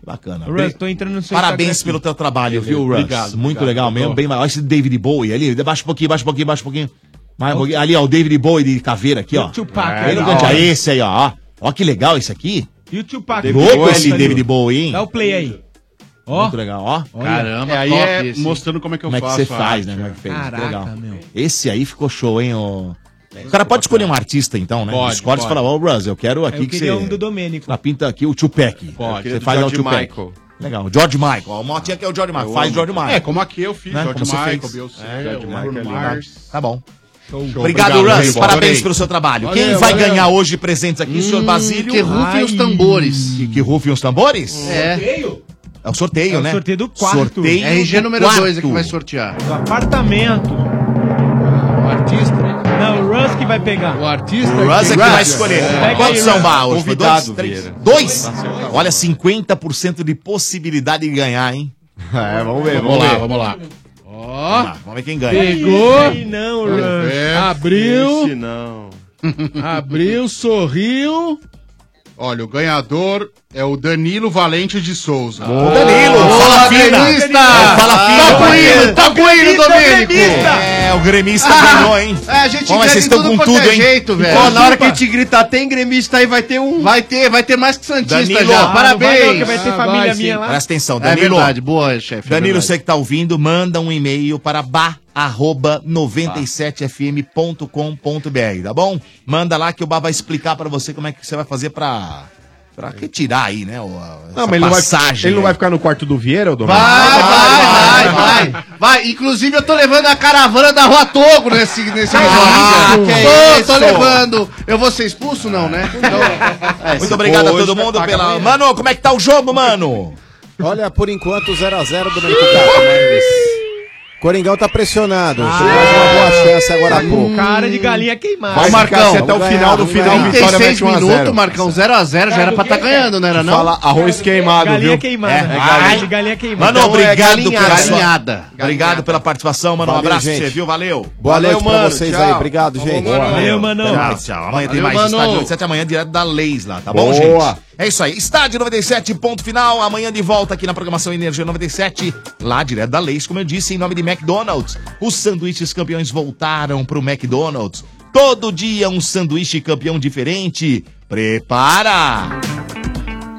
[SPEAKER 5] Que Bacana.
[SPEAKER 11] Russ,
[SPEAKER 5] Bem-
[SPEAKER 11] tô entrando no seu Instagram
[SPEAKER 5] Parabéns
[SPEAKER 11] aqui.
[SPEAKER 5] pelo teu trabalho, viu, Russ?
[SPEAKER 11] Obrigado,
[SPEAKER 5] Muito
[SPEAKER 11] obrigado,
[SPEAKER 5] legal mesmo.
[SPEAKER 11] doutor.
[SPEAKER 5] Bem maior. Esse David Bowie ali. Baixa um pouquinho, baixa um pouquinho, baixa um pouquinho. Mais um pouquinho. Ali, ó, o David Bowie de caveira aqui, ó.
[SPEAKER 11] Tupac.
[SPEAKER 5] Bem
[SPEAKER 18] É,
[SPEAKER 5] no
[SPEAKER 11] Ó,
[SPEAKER 5] cantinho. Ó, esse aí, ó. Ó que legal esse aqui.
[SPEAKER 11] E o Tupac.
[SPEAKER 5] Louco
[SPEAKER 11] Bowie,
[SPEAKER 5] esse
[SPEAKER 11] tá
[SPEAKER 5] David
[SPEAKER 11] ali.
[SPEAKER 5] Bowie, hein?
[SPEAKER 11] Dá o play aí. Ó.
[SPEAKER 5] Muito legal, ó.
[SPEAKER 11] Olha. Caramba,
[SPEAKER 18] É, aí top é esse. mostrando como é que eu
[SPEAKER 5] Como é
[SPEAKER 18] faço
[SPEAKER 5] que você
[SPEAKER 18] a
[SPEAKER 5] faz,
[SPEAKER 18] arte,
[SPEAKER 5] né? Como é que fez.
[SPEAKER 11] Caraca,
[SPEAKER 5] legal.
[SPEAKER 11] meu.
[SPEAKER 5] Esse aí ficou show, hein? O, o cara pode escolher um artista, então, né?
[SPEAKER 11] Pode,
[SPEAKER 5] Escolhe e
[SPEAKER 11] pode.
[SPEAKER 5] fala, ô, Russ, eu quero aqui
[SPEAKER 11] Eu
[SPEAKER 5] que
[SPEAKER 11] queria
[SPEAKER 5] você...
[SPEAKER 11] um do Domênico.
[SPEAKER 5] Ela pinta aqui o Tupac.
[SPEAKER 18] Pode.
[SPEAKER 5] Você
[SPEAKER 18] Queria do
[SPEAKER 5] faz lá o
[SPEAKER 18] George
[SPEAKER 5] Tupac.
[SPEAKER 18] Michael.
[SPEAKER 5] Legal, George Michael. Ó, A motinha aqui é o George Michael.
[SPEAKER 18] Eu
[SPEAKER 5] Faz
[SPEAKER 18] amo.
[SPEAKER 5] George Michael.
[SPEAKER 18] É, como aqui eu fiz, George
[SPEAKER 5] Como você
[SPEAKER 18] Michael,
[SPEAKER 5] fez.
[SPEAKER 18] Beyoncé,
[SPEAKER 5] É, George
[SPEAKER 18] Bruno
[SPEAKER 5] Michael,
[SPEAKER 18] Mars.
[SPEAKER 5] legal. Tá bom. Obrigado, Russ. Parabéns pelo seu trabalho. Quem vai ganhar hoje presentes aqui, senhor Basílio?
[SPEAKER 8] que rufem os tambores.
[SPEAKER 5] Que, que rufem os tambores?
[SPEAKER 8] É.
[SPEAKER 5] É o sorteio,
[SPEAKER 8] É o
[SPEAKER 5] né?
[SPEAKER 8] sorteio do quarto.
[SPEAKER 5] Sorteio
[SPEAKER 8] É RG
[SPEAKER 5] do
[SPEAKER 8] número
[SPEAKER 5] quarto.
[SPEAKER 8] dois é que vai sortear.
[SPEAKER 11] Do apartamento. O artista? Não, o Russ que vai pegar. O artista?
[SPEAKER 5] O Russ é que vai escolher. Quantos são baús?
[SPEAKER 13] Convidado,
[SPEAKER 5] dois? Três?
[SPEAKER 13] Vieira.
[SPEAKER 5] Dois? Olha, 50% de possibilidade de ganhar, hein? É, vamos
[SPEAKER 13] ver,
[SPEAKER 5] Vamos
[SPEAKER 13] vamos
[SPEAKER 5] lá,
[SPEAKER 13] ver.
[SPEAKER 5] vamos lá. Vamos lá, vamos ver quem ganha.
[SPEAKER 15] Pegou.
[SPEAKER 11] Não,
[SPEAKER 18] é
[SPEAKER 15] Abriu.
[SPEAKER 13] Esse não.
[SPEAKER 15] Abriu, sorriu.
[SPEAKER 18] Olha, o ganhador é o Danilo Valente de Souza.
[SPEAKER 5] Ô, Danilo, fala Tá fina. Fala fina.
[SPEAKER 18] Tapuíno, Tapuíno,
[SPEAKER 5] Gremista,
[SPEAKER 18] Tá Domênico.
[SPEAKER 5] gremista. É, o gremista ganhou, hein?
[SPEAKER 8] É, a gente
[SPEAKER 5] Ó, mas
[SPEAKER 8] ganha
[SPEAKER 5] vocês
[SPEAKER 8] de
[SPEAKER 5] estão
[SPEAKER 8] tudo
[SPEAKER 5] com
[SPEAKER 8] quanto
[SPEAKER 5] tudo,
[SPEAKER 8] é
[SPEAKER 5] hein?
[SPEAKER 8] jeito, velho.
[SPEAKER 5] Ó, na hora que
[SPEAKER 8] Chupa.
[SPEAKER 5] a gente gritar, tem gremista aí, vai ter um.
[SPEAKER 8] Vai ter, vai ter mais que Santista
[SPEAKER 5] Danilo,
[SPEAKER 8] já.
[SPEAKER 5] ah,
[SPEAKER 8] Parabéns.
[SPEAKER 5] não vai não, que vai ter família minha lá. Presta atenção, Danilo.
[SPEAKER 8] É verdade, boa, chefe. é
[SPEAKER 5] Danilo,
[SPEAKER 8] verdade.
[SPEAKER 5] você que tá ouvindo, manda um e-mail para ba@97fm.com.br, tá bom? Manda lá que o Bá vai explicar pra você como é que você vai fazer pra para retirar aí, né? o- a- essa
[SPEAKER 4] Não, mas ele não, vai,
[SPEAKER 5] passagem. né?
[SPEAKER 4] ele não vai ficar no quarto do Vieira, ô Domênico?
[SPEAKER 8] Vai, inclusive eu tô levando a caravana da Rua Togo nesse nesse Ah,
[SPEAKER 5] que
[SPEAKER 8] tô,
[SPEAKER 5] isso?
[SPEAKER 8] tô levando. Eu vou ser expulso não, né? Então, é,
[SPEAKER 5] Muito
[SPEAKER 8] se
[SPEAKER 5] obrigado
[SPEAKER 8] for
[SPEAKER 5] a
[SPEAKER 8] hoje,
[SPEAKER 5] todo
[SPEAKER 8] vai
[SPEAKER 5] mundo
[SPEAKER 8] pagar
[SPEAKER 5] pela.
[SPEAKER 8] amanhã.
[SPEAKER 5] Mano, como é que tá o jogo, mano?
[SPEAKER 10] Olha, por enquanto, 0x0 do Mercado, mas... Coringão tá pressionado.
[SPEAKER 5] Ah.
[SPEAKER 10] Chegou mais uma boa chance agora há pouco.
[SPEAKER 11] Cara de galinha queimada.
[SPEAKER 10] Vai, Marcão,
[SPEAKER 11] até o
[SPEAKER 10] vamos
[SPEAKER 11] final
[SPEAKER 10] ganhar,
[SPEAKER 11] do
[SPEAKER 10] vamos
[SPEAKER 11] final,
[SPEAKER 10] ganhar.
[SPEAKER 11] Vitória mete
[SPEAKER 8] 36
[SPEAKER 11] um a zero.
[SPEAKER 8] minutos, Marcão, 0x0, já era pra tá ganhando, não era não?
[SPEAKER 4] Fala arroz queimado,
[SPEAKER 8] Galinha
[SPEAKER 4] viu?
[SPEAKER 8] queimada.
[SPEAKER 4] É, é galinha.
[SPEAKER 8] Ai.
[SPEAKER 11] Galinha queimada.
[SPEAKER 5] Mano,
[SPEAKER 8] Então é
[SPEAKER 5] obrigado
[SPEAKER 8] galinhada.
[SPEAKER 5] pela sua-
[SPEAKER 8] Galinhada.
[SPEAKER 5] Obrigado pela participação, mano. Um
[SPEAKER 4] Valeu,
[SPEAKER 5] abraço pra
[SPEAKER 4] gente.
[SPEAKER 5] você, viu? Valeu.
[SPEAKER 4] Boa
[SPEAKER 5] Valeu,
[SPEAKER 4] noite pra vocês aí. Obrigado, gente. Boa.
[SPEAKER 5] Valeu, mano. Tchau, tchau. Amanhã tem mais Estádio 97 amanhã direto da Leis lá, tá bom,
[SPEAKER 4] Boa.
[SPEAKER 5] gente? É isso aí. Estádio 97, ponto final. Amanhã de volta aqui na programação Energia 97, lá direto da Leis, como eu disse, em nome de McDonald's. Os sanduíches campeões voltaram pro McDonald's. Todo dia um sanduíche campeão diferente. Prepara!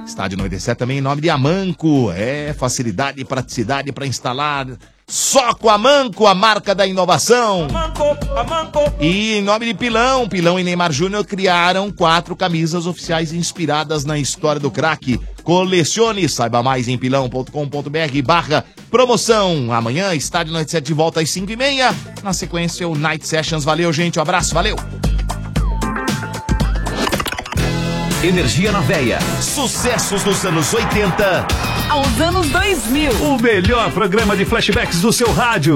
[SPEAKER 5] Estádio 97 também em nome de Amanco. É facilidade e praticidade para instalar. Só com a Amanco, a marca da inovação. E em nome de Pilão, Pilão e Neymar Júnior criaram quatro camisas oficiais inspiradas na história do craque. Colecione, saiba mais em pilão.com.br barra promoção. Amanhã, Estádio 97 de volta às 5h30. Na sequência, o Night Sessions. Valeu, gente. Um abraço, valeu. Energia na veia. Sucessos dos anos 80.
[SPEAKER 24] Aos anos 2000.
[SPEAKER 12] O melhor programa de flashbacks do seu rádio.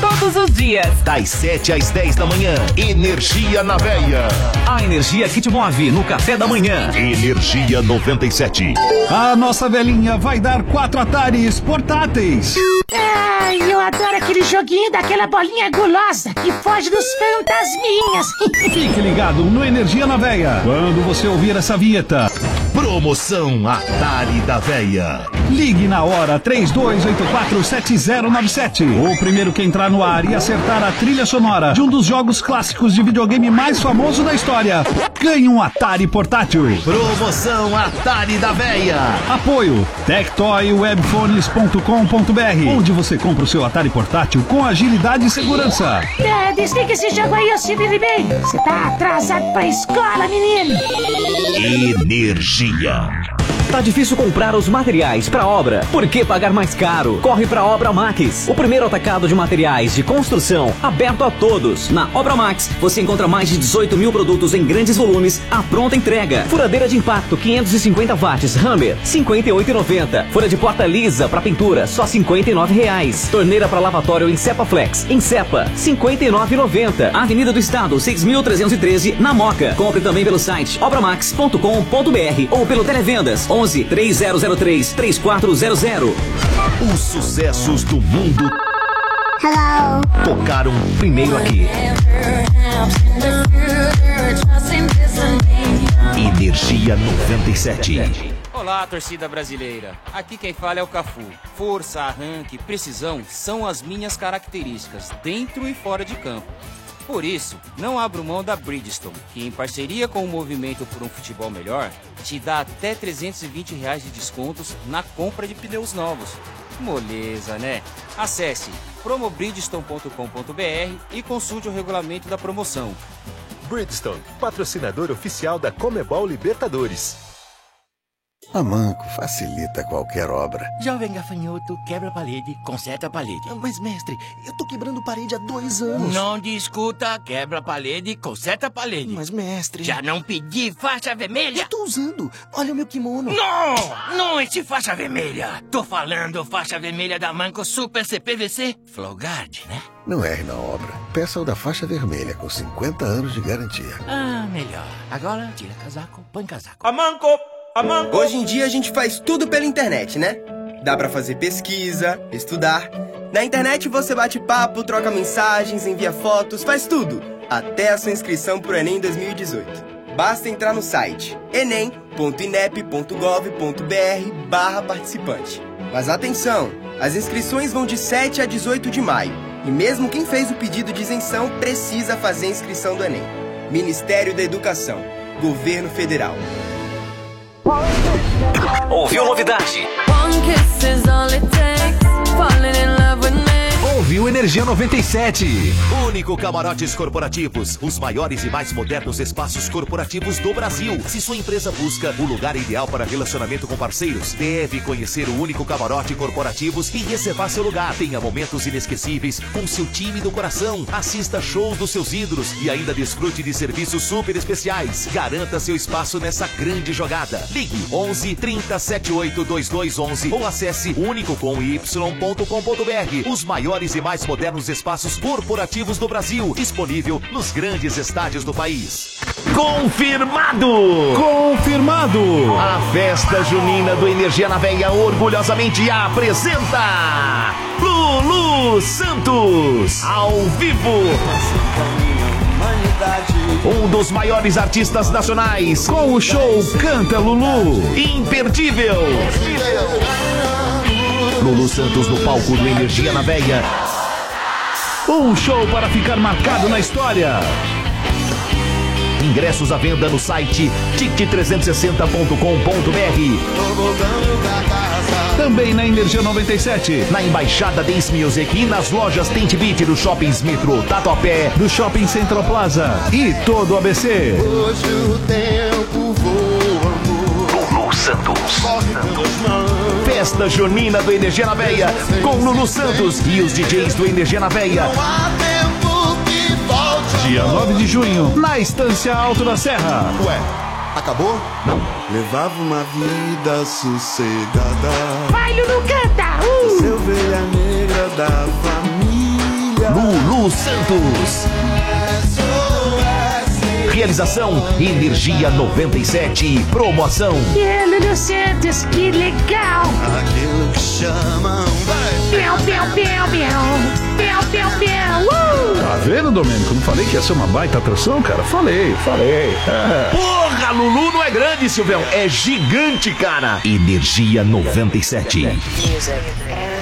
[SPEAKER 24] Todos os dias.
[SPEAKER 12] Das 7 às 10 da manhã. Energia na veia. A energia que te move no café da manhã. Energia 97. A nossa velhinha vai dar quatro atares portáteis.
[SPEAKER 3] Ai, eu adoro aquele joguinho daquela bolinha gulosa que foge dos fantasminhas.
[SPEAKER 12] Fique ligado no Energia na Veia. Quando você ouvir essa vinheta.
[SPEAKER 5] Promoção Atari da Veia.
[SPEAKER 12] Ligue na hora 32847097. O primeiro que entrar no ar e acertar a trilha sonora de um dos jogos clássicos de videogame mais famoso da história, ganha um Atari portátil.
[SPEAKER 5] Promoção Atari da Veia.
[SPEAKER 12] Apoio tectoywebphones.com.br, onde você compra o seu Atari portátil com agilidade e segurança.
[SPEAKER 3] É, desliga esse jogo aí, eu se vire bem. Você tá atrasado pra escola, menino.
[SPEAKER 12] Energia.
[SPEAKER 26] Tá difícil comprar os materiais para obra. Por que pagar mais caro? Corre para Obra Max, o primeiro atacado de materiais de construção aberto a todos. Na Obra Max, você encontra mais de 18 mil produtos em grandes volumes à pronta entrega. Furadeira de impacto 550 watts Hammer 58,90. Folha de porta lisa para pintura só 59 reais. Torneira para lavatório em Cepa Flex em Cepa 59,90. Avenida do Estado 6.313 na Moca. Compre também pelo site obramax.com.br ou pelo televendas 11 3003 3400.
[SPEAKER 12] Os sucessos do mundo
[SPEAKER 3] Hello.
[SPEAKER 12] tocaram primeiro aqui. Energia 97.
[SPEAKER 27] Olá, torcida brasileira. Aqui quem fala é o Cafu. Força, arranque, precisão são as minhas características, dentro e fora de campo. Por isso, não abro mão da Bridgestone, que em parceria com o Movimento por um Futebol Melhor, te dá até 320 reais de descontos na compra de pneus novos. Moleza, né? Acesse promobridgestone.com.br e consulte o regulamento da promoção.
[SPEAKER 12] Bridgestone, patrocinador oficial da Comebol Libertadores.
[SPEAKER 23] A Manco facilita qualquer obra.
[SPEAKER 2] Jovem gafanhoto, quebra a parede, conserta a parede.
[SPEAKER 23] Mas, mestre, eu tô quebrando parede há dois anos.
[SPEAKER 2] Não discuta, quebra a parede, conserta a parede.
[SPEAKER 23] Mas, mestre.
[SPEAKER 2] Já não pedi faixa vermelha?
[SPEAKER 23] Eu tô usando. Olha o meu kimono.
[SPEAKER 2] Não! Não esse faixa vermelha. Tô falando faixa vermelha da Manco Super CPVC Flowguard, né?
[SPEAKER 23] Não erre na obra. Peça o da faixa vermelha com 50 anos de garantia.
[SPEAKER 2] Ah, melhor. Agora, tira casaco, põe casaco.
[SPEAKER 20] A Manco! A Manco! Hoje em dia a gente faz tudo pela internet, né? Dá pra fazer pesquisa, estudar. Na internet você bate papo, troca mensagens, envia fotos, faz tudo. Até a sua inscrição pro Enem 2018. Basta entrar no site enem.inep.gov.br barra participante. Mas atenção! As inscrições vão de 7 a 18 de maio. E mesmo quem fez o pedido de isenção precisa fazer a inscrição do Enem. Ministério da Educação. Governo Federal.
[SPEAKER 26] Ouviu novidade?
[SPEAKER 6] Ouviu Energia 97.
[SPEAKER 5] Único Camarotes Corporativos, os maiores e mais modernos espaços corporativos do Brasil. Se sua empresa busca o lugar ideal para relacionamento com parceiros, deve conhecer o Único Camarote Corporativos e reservar seu lugar. Tenha momentos inesquecíveis com seu time do coração. Assista shows dos seus ídolos e ainda desfrute de serviços super especiais. Garanta seu espaço nessa grande jogada. Ligue 11 30 78 2211 ou acesse unicocomy.com.br. Os maiores e mais modernos espaços corporativos do Brasil, disponível nos grandes estádios do país.
[SPEAKER 6] Confirmado!
[SPEAKER 5] Confirmado! A festa junina do Energia na Veia orgulhosamente apresenta Lulu Santos ao vivo. Um dos maiores artistas nacionais com o show Canta Lulu. Imperdível. Lulu Santos no palco do Energia na Veia. Um show para ficar marcado na história. Ingressos à venda no site tic360.com.br. Também na Energia 97, na Embaixada Dance Music e nas lojas Tente Beat do Shopping Smitro,
[SPEAKER 12] É
[SPEAKER 5] Tatuapé, do Shopping Central Plaza e todo o ABC.
[SPEAKER 13] Hoje o tempo voa, amor.
[SPEAKER 5] Santos. Festa Junina do Energia na Veia, com Lulu Santos e os DJs do Energia na Veia. Dia 9 de junho, na Estância Alto da Serra.
[SPEAKER 23] Ué, acabou?
[SPEAKER 5] Não.
[SPEAKER 23] Levava uma vida sossegada.
[SPEAKER 28] Vai, Lulu, canta! Uh!
[SPEAKER 23] Seu velha negra da família.
[SPEAKER 5] Lulu Santos. Realização Energia 97. Promoção.
[SPEAKER 28] E Lulu Santos, que legal!
[SPEAKER 23] Aquilo que chamam.
[SPEAKER 28] Piau, piau, piau, piau. Piau, piau, piau. Uh!
[SPEAKER 12] Tá vendo, Domênico? Não falei que ia ser uma baita atração, cara? Falei, falei.
[SPEAKER 5] Porra, Lulu não é grande, Silvão. É gigante, cara. Energia 97. Music.